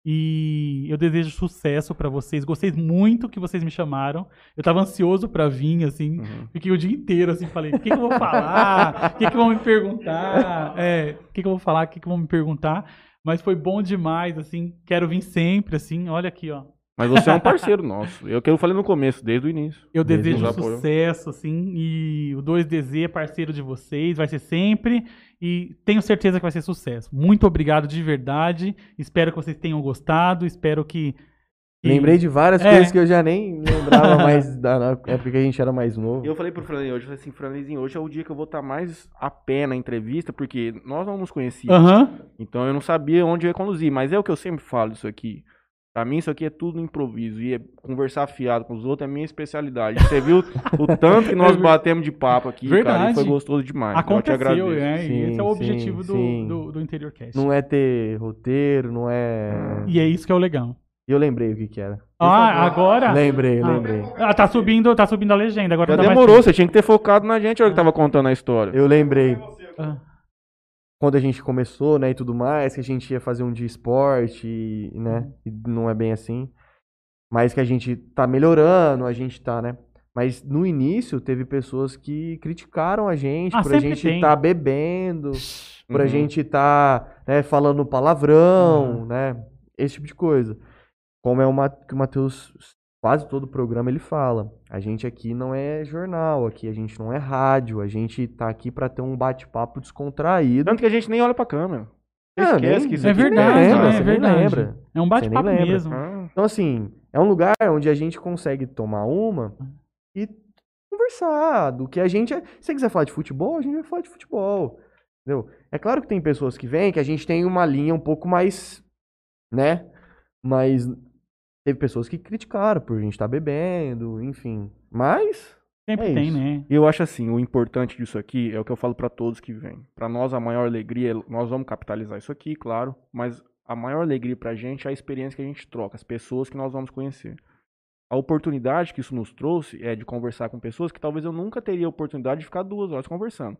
[SPEAKER 3] E eu desejo sucesso pra vocês. Gostei muito que vocês me chamaram. Eu tava ansioso pra vir, assim.
[SPEAKER 1] Uhum.
[SPEAKER 3] Fiquei o dia inteiro assim, falei, o que, que eu vou falar? O que, que vão me perguntar? É, o que, que eu vou falar? O que, que vão me perguntar? Mas foi bom demais, assim. Quero vir sempre, assim. Olha aqui, ó.
[SPEAKER 1] Mas você é um parceiro <laughs> nosso. Eu que eu falei no começo, desde o início.
[SPEAKER 3] Eu
[SPEAKER 2] Desde
[SPEAKER 3] desejo
[SPEAKER 1] já apoiou.
[SPEAKER 3] sucesso, assim, e o 2DZ é parceiro de vocês, vai ser sempre, e tenho certeza que vai ser sucesso. Muito obrigado de verdade, espero que vocês tenham gostado, espero que... que-
[SPEAKER 2] Lembrei de várias
[SPEAKER 3] É.
[SPEAKER 2] coisas que eu já nem <laughs> lembrava mais da na época que a gente era mais novo.
[SPEAKER 1] Eu falei pro Franley hoje, eu falei assim, Franleizinho, hoje é o dia que eu vou estar mais a pé na entrevista, porque nós não nos conhecíamos.
[SPEAKER 3] Aham,
[SPEAKER 1] Então eu não sabia onde eu ia conduzir, mas é o que eu sempre falo isso aqui. Pra mim isso aqui é tudo improviso e é conversar fiado com os outros é minha especialidade. Você
[SPEAKER 3] <laughs>
[SPEAKER 1] viu o tanto que nós batemos de papo aqui, cara,
[SPEAKER 3] É Verdade.
[SPEAKER 1] e foi gostoso demais. Ah, então eu te
[SPEAKER 3] aconteceu,
[SPEAKER 1] agradeço.
[SPEAKER 3] né? E esse é o
[SPEAKER 2] Sim,
[SPEAKER 3] objetivo do,
[SPEAKER 2] sim, sim.
[SPEAKER 3] Do, do Interior Cast.
[SPEAKER 2] Não é ter roteiro, não é.
[SPEAKER 3] E é isso que é o legal.
[SPEAKER 2] E eu lembrei o que que era.
[SPEAKER 3] Ah, agora...
[SPEAKER 2] Lembrei,
[SPEAKER 3] Ah.
[SPEAKER 2] lembrei.
[SPEAKER 3] Ah, tá subindo, tá subindo a legenda, agora
[SPEAKER 1] Já
[SPEAKER 3] não dá mais É.
[SPEAKER 1] demorou, você tinha que ter focado na gente na hora que tava contando a história.
[SPEAKER 2] Eu lembrei.
[SPEAKER 3] tempo. Ah.
[SPEAKER 2] quando a gente começou, né, e tudo mais, que a gente ia fazer um dia esporte, e,
[SPEAKER 3] Uhum.
[SPEAKER 2] né, e não é bem assim, mas que a gente tá melhorando, a gente tá, né, mas no início teve pessoas que criticaram a gente
[SPEAKER 3] Ah,
[SPEAKER 2] por a
[SPEAKER 3] sempre
[SPEAKER 2] gente
[SPEAKER 3] tem.
[SPEAKER 2] tá bebendo, por a
[SPEAKER 1] Uhum.
[SPEAKER 2] gente tá, né, falando palavrão,
[SPEAKER 3] Uhum.
[SPEAKER 2] né, esse tipo de coisa. Como é o Ma- que o Matheus, quase todo programa ele fala, a gente aqui não é jornal, aqui a gente não é rádio, a gente tá aqui pra ter um bate-papo descontraído.
[SPEAKER 1] Tanto que a gente nem olha pra câmera. Você
[SPEAKER 2] Ah,
[SPEAKER 1] esquece
[SPEAKER 2] nem-
[SPEAKER 1] que isso
[SPEAKER 3] É
[SPEAKER 1] aqui nem
[SPEAKER 3] verdade,
[SPEAKER 1] é,
[SPEAKER 2] lembra,
[SPEAKER 3] né?
[SPEAKER 1] cara.
[SPEAKER 3] É
[SPEAKER 2] você nem
[SPEAKER 3] verdade.
[SPEAKER 2] lembra.
[SPEAKER 3] É um bate-papo
[SPEAKER 2] lembra.
[SPEAKER 3] mesmo.
[SPEAKER 1] Ah,
[SPEAKER 2] Então, assim, é um lugar onde a gente consegue tomar uma e conversar do que a gente... é- Se você quiser falar de futebol, a gente vai falar de futebol, entendeu? É claro que tem pessoas que vêm, que a gente tem uma linha um pouco mais, né? Mas teve pessoas que criticaram por a gente estar bebendo, enfim. Mas...
[SPEAKER 3] Sempre
[SPEAKER 2] É
[SPEAKER 3] tem,
[SPEAKER 2] isso.
[SPEAKER 3] né?
[SPEAKER 1] E eu acho assim, o importante disso aqui é o que eu falo pra todos que vêm. Pra nós a maior alegria, é- nós vamos capitalizar isso aqui, claro, mas a maior alegria pra gente é a experiência que a gente troca, as pessoas que nós vamos conhecer. A oportunidade que isso nos trouxe é de conversar com pessoas que talvez eu nunca teria a oportunidade de ficar duas horas conversando.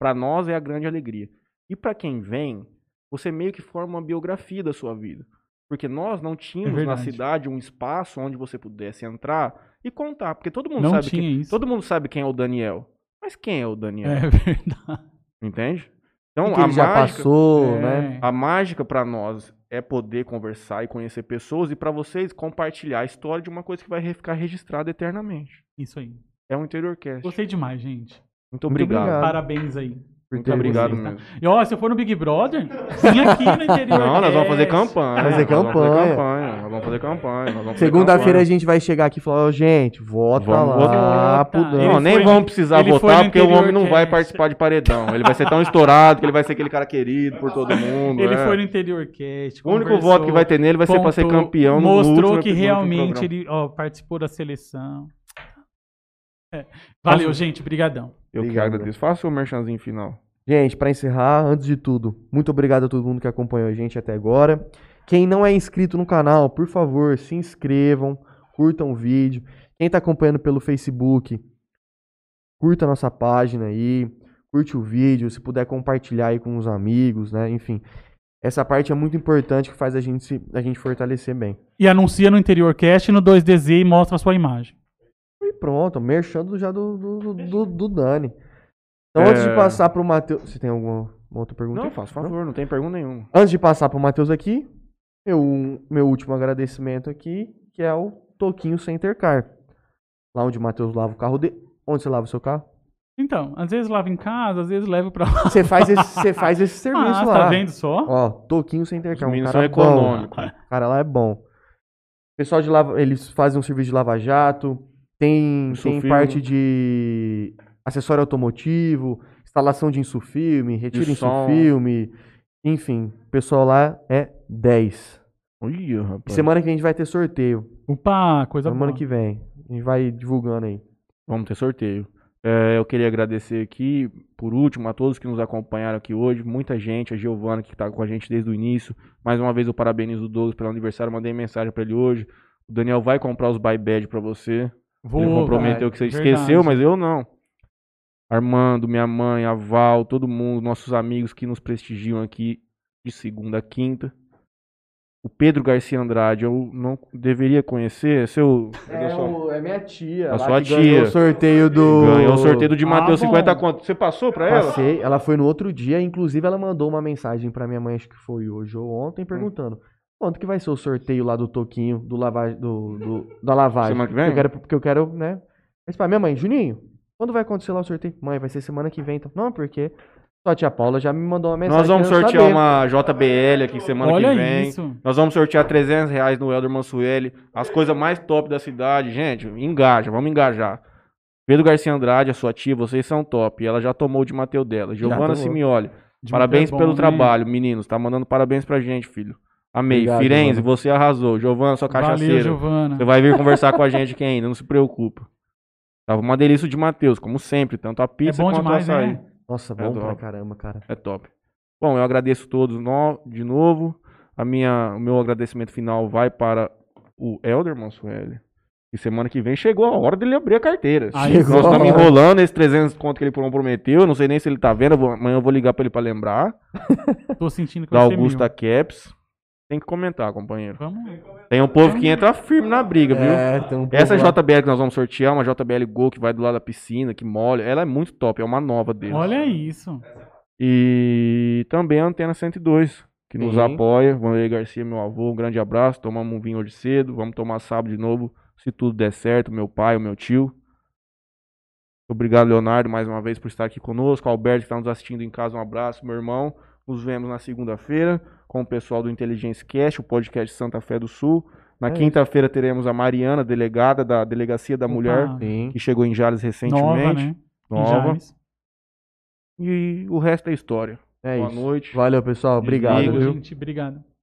[SPEAKER 1] Pra nós é a grande alegria. E pra quem vem, você meio que forma uma biografia da sua vida. Porque nós não tínhamos na
[SPEAKER 3] É verdade.
[SPEAKER 1] cidade um espaço onde você pudesse entrar e contar. Porque todo mundo
[SPEAKER 3] Não
[SPEAKER 1] sabe que
[SPEAKER 3] tinha isso.
[SPEAKER 1] Todo mundo sabe quem é o Daniel. Mas quem é o Daniel?
[SPEAKER 3] É <laughs> verdade.
[SPEAKER 1] Entende?
[SPEAKER 2] o
[SPEAKER 1] Então,
[SPEAKER 2] que
[SPEAKER 1] a
[SPEAKER 2] ele já
[SPEAKER 1] mágica,
[SPEAKER 2] passou,
[SPEAKER 3] É.
[SPEAKER 2] né?
[SPEAKER 1] a mágica para nós é poder conversar e conhecer pessoas e para vocês compartilhar a história de uma coisa que vai re- ficar registrada eternamente.
[SPEAKER 3] Isso aí.
[SPEAKER 1] É um interior cast.
[SPEAKER 3] Gostei demais, gente.
[SPEAKER 1] Muito obrigado.
[SPEAKER 2] obrigado. Claro.
[SPEAKER 3] Parabéns aí.
[SPEAKER 2] por
[SPEAKER 1] Muito
[SPEAKER 2] ter
[SPEAKER 1] obrigado
[SPEAKER 2] vindo.
[SPEAKER 1] mesmo.
[SPEAKER 4] E ó, se eu for no Big Brother, vim aqui no interior.
[SPEAKER 1] Não, nós vamos fazer
[SPEAKER 4] Cast.
[SPEAKER 1] campanha.
[SPEAKER 2] Fazer
[SPEAKER 1] nós vamos
[SPEAKER 2] campanha.
[SPEAKER 1] campanha, Nós vamos fazer campanha. nós vamos fazer
[SPEAKER 2] Segunda-feira a
[SPEAKER 1] campanha.
[SPEAKER 2] gente vai chegar aqui e falar, ó, gente, vota
[SPEAKER 1] Vamos
[SPEAKER 4] votar.
[SPEAKER 2] lá pro Dan.
[SPEAKER 4] Ele
[SPEAKER 1] Não, nem
[SPEAKER 4] foi-
[SPEAKER 1] vamos precisar
[SPEAKER 4] ele foi
[SPEAKER 1] votar,
[SPEAKER 4] no
[SPEAKER 1] porque o homem não
[SPEAKER 4] interior
[SPEAKER 1] vai
[SPEAKER 4] cast.
[SPEAKER 1] participar de paredão. Ele vai ser tão estourado que ele vai ser aquele cara querido por todo mundo.
[SPEAKER 4] Ele
[SPEAKER 1] é.
[SPEAKER 4] foi no interior cast.
[SPEAKER 1] O único voto que vai ter nele vai ser pra ser campeão no
[SPEAKER 4] Mostrou
[SPEAKER 1] último
[SPEAKER 4] que
[SPEAKER 1] epi- no último
[SPEAKER 4] realmente
[SPEAKER 1] um programa.
[SPEAKER 4] ele ó, participou da seleção. É. Valeu, gente. Brigadão.
[SPEAKER 1] Eu que
[SPEAKER 2] Obrigado.
[SPEAKER 1] agradeço. Faça o merchanzinho final.
[SPEAKER 2] Gente, pra encerrar, antes de tudo, muito obrigado a todo mundo que acompanhou a gente até agora. Quem não é inscrito no canal, por favor, se inscrevam, curtam o vídeo. Quem tá acompanhando pelo Facebook, curta a nossa página aí, curte o vídeo, se puder compartilhar aí com os amigos, né? Enfim, essa parte é muito importante que faz a gente se, a gente fortalecer bem.
[SPEAKER 4] E anuncia no interior cast no 2DZ e mostra a sua imagem.
[SPEAKER 2] E pronto, merchando já do, do, do, do- do Dani. Então,
[SPEAKER 1] É.
[SPEAKER 2] antes de passar pro Matheus... Você tem alguma outra pergunta?
[SPEAKER 1] Não, faça favor, não tem pergunta nenhuma.
[SPEAKER 2] Antes de passar pro Matheus aqui, meu, um, meu último agradecimento aqui, que é o Toquinho Center Car. Lá onde o Matheus lava o carro dele. Onde você lava o seu carro?
[SPEAKER 4] Então, às vezes lava em casa, às vezes leva pra
[SPEAKER 2] Você faz esse, você
[SPEAKER 4] <laughs>
[SPEAKER 2] faz esse serviço
[SPEAKER 4] lá. Ah,
[SPEAKER 2] lá.
[SPEAKER 4] tá vendo só?
[SPEAKER 2] Ó, Toquinho Center
[SPEAKER 1] Os
[SPEAKER 2] Car. Um
[SPEAKER 1] meninos
[SPEAKER 2] cara
[SPEAKER 1] são
[SPEAKER 2] bom.
[SPEAKER 1] econômicos.
[SPEAKER 2] O cara lá é bom. O pessoal de lava, eles fazem um serviço de lava-jato, tem, tem
[SPEAKER 1] Um Insufilme.
[SPEAKER 2] parte de acessório automotivo, instalação de insufilme, retiro
[SPEAKER 1] De som.
[SPEAKER 2] insufilme, enfim, o pessoal lá é 10.
[SPEAKER 1] Ih,
[SPEAKER 2] E
[SPEAKER 1] rapaz.
[SPEAKER 2] semana que vem a gente vai ter sorteio.
[SPEAKER 4] Opa, coisa
[SPEAKER 2] Semana
[SPEAKER 4] boa.
[SPEAKER 2] que vem. A gente vai divulgando aí.
[SPEAKER 1] Vamos ter sorteio. É, eu queria agradecer aqui, por último, a todos que nos acompanharam aqui hoje. Muita gente, a Giovana que está com a gente desde o início. Mais uma vez eu parabenizo o Douglas pelo aniversário. Mandei mensagem para ele hoje. O Daniel vai comprar os buy bad para você. ele
[SPEAKER 4] Vou, vai,
[SPEAKER 1] comprometeu que você
[SPEAKER 4] verdade.
[SPEAKER 1] esqueceu, mas eu não. Armando, minha mãe, a Val, todo mundo, nossos amigos que nos prestigiam aqui de segunda a quinta. O Pedro Garcia Andrade, eu não deveria conhecer, é seu.
[SPEAKER 2] é minha tia.
[SPEAKER 1] A
[SPEAKER 2] lá
[SPEAKER 1] sua
[SPEAKER 2] que Ganhou o
[SPEAKER 1] tia.
[SPEAKER 2] sorteio do.
[SPEAKER 1] Ganhou o sorteio do de
[SPEAKER 4] Ah,
[SPEAKER 1] Mateus
[SPEAKER 4] bom.
[SPEAKER 1] 50 conto. Você passou pra ela?
[SPEAKER 2] Passei, ela foi no outro dia, inclusive ela mandou uma mensagem pra minha mãe, acho que foi hoje ou
[SPEAKER 1] Hum.
[SPEAKER 2] ontem, perguntando: quanto que vai ser o sorteio lá do Toquinho, do lava, do, do- da lavagem?
[SPEAKER 1] Semana que vem?
[SPEAKER 2] Eu quero, porque eu quero, né? Mas pra minha mãe, Juninho, quando vai acontecer lá o sorteio? Mãe, vai ser semana que vem, então. Não, porque só a tia Paula já me mandou uma
[SPEAKER 4] é
[SPEAKER 2] mensagem.
[SPEAKER 1] Nós vamos
[SPEAKER 2] querendo
[SPEAKER 1] sortear
[SPEAKER 2] saber.
[SPEAKER 1] uma JBL aqui semana
[SPEAKER 4] Olha
[SPEAKER 1] que vem.
[SPEAKER 4] isso.
[SPEAKER 1] Nós vamos sortear 300 reais no Elder Mansueli. As coisas mais top da cidade. Gente, engaja, vamos engajar. Pedro Garcia Andrade, a sua tia, vocês são top. Ela já tomou o de Mateu dela. Giovana
[SPEAKER 2] tomou.
[SPEAKER 1] Simioli,
[SPEAKER 4] De
[SPEAKER 1] parabéns
[SPEAKER 4] Mateus é
[SPEAKER 1] pelo
[SPEAKER 4] bom, né?
[SPEAKER 1] trabalho, meninos. Tá mandando parabéns pra gente, filho. Amei.
[SPEAKER 2] Obrigado,
[SPEAKER 1] Firenze, você arrasou. Giovana, sua
[SPEAKER 4] Valeu,
[SPEAKER 1] cachaceira.
[SPEAKER 4] Giovana.
[SPEAKER 1] Você vai vir conversar com a gente aqui ainda, não se preocupa. Tava uma delícia o de Matheus, como sempre. Tanto a
[SPEAKER 4] É
[SPEAKER 1] pizza
[SPEAKER 4] bom
[SPEAKER 1] quanto
[SPEAKER 4] demais,
[SPEAKER 1] o açaí.
[SPEAKER 4] né?
[SPEAKER 2] Nossa, bom pra
[SPEAKER 1] Adoro.
[SPEAKER 2] caramba, cara.
[SPEAKER 1] É top. Bom, eu agradeço todos no- de novo. A minha, o meu agradecimento final vai para o Elder Mansueli. E semana que vem chegou a hora dele abrir a carteira.
[SPEAKER 4] Aí
[SPEAKER 2] Chegou
[SPEAKER 1] Nós
[SPEAKER 2] a
[SPEAKER 1] estamos
[SPEAKER 2] hora.
[SPEAKER 1] enrolando esse 300 conto que ele um prometeu. eu Não sei nem se ele tá vendo. eu vou- Amanhã eu vou ligar para ele para lembrar.
[SPEAKER 4] Tô sentindo que
[SPEAKER 1] Da
[SPEAKER 4] vai ser
[SPEAKER 1] Augusta Caps. Tem que comentar, companheiro.
[SPEAKER 4] mil. Vamos.
[SPEAKER 1] Tem um povo que entra firme na briga, viu?
[SPEAKER 2] É, tem um
[SPEAKER 1] Essa
[SPEAKER 2] povo lá.
[SPEAKER 1] JBL que nós vamos sortear, uma JBL Gol que vai do lado da piscina, que molha. Ela é muito top, é uma nova dele.
[SPEAKER 4] Olha isso.
[SPEAKER 1] E também a Antena 102, que nos
[SPEAKER 2] Sim.
[SPEAKER 1] apoia. Vanderlei Garcia, meu avô, um grande abraço. Tomamos um vinho hoje cedo. Vamos tomar sábado de novo, se tudo der certo. Meu pai, o meu tio. Obrigado, Leonardo, mais uma vez por estar aqui conosco. Alberto, que está nos assistindo em casa, um abraço, meu irmão. Nos vemos na segunda-feira com o pessoal do Inteligência Cast, o podcast Santa Fé do Sul. Na
[SPEAKER 2] É isso.
[SPEAKER 1] quinta-feira teremos a Mariana, delegada da Delegacia da
[SPEAKER 4] Opa,
[SPEAKER 1] Mulher,
[SPEAKER 2] Sim.
[SPEAKER 1] que chegou em Jales recentemente.
[SPEAKER 4] Nova, né? Em
[SPEAKER 1] Nova.
[SPEAKER 4] Jales.
[SPEAKER 1] E o resto é história.
[SPEAKER 2] É
[SPEAKER 1] Boa
[SPEAKER 2] isso.
[SPEAKER 1] noite.
[SPEAKER 2] É Valeu, pessoal. Obrigado,
[SPEAKER 1] Desliga.
[SPEAKER 2] viu?
[SPEAKER 4] Gente, obrigado.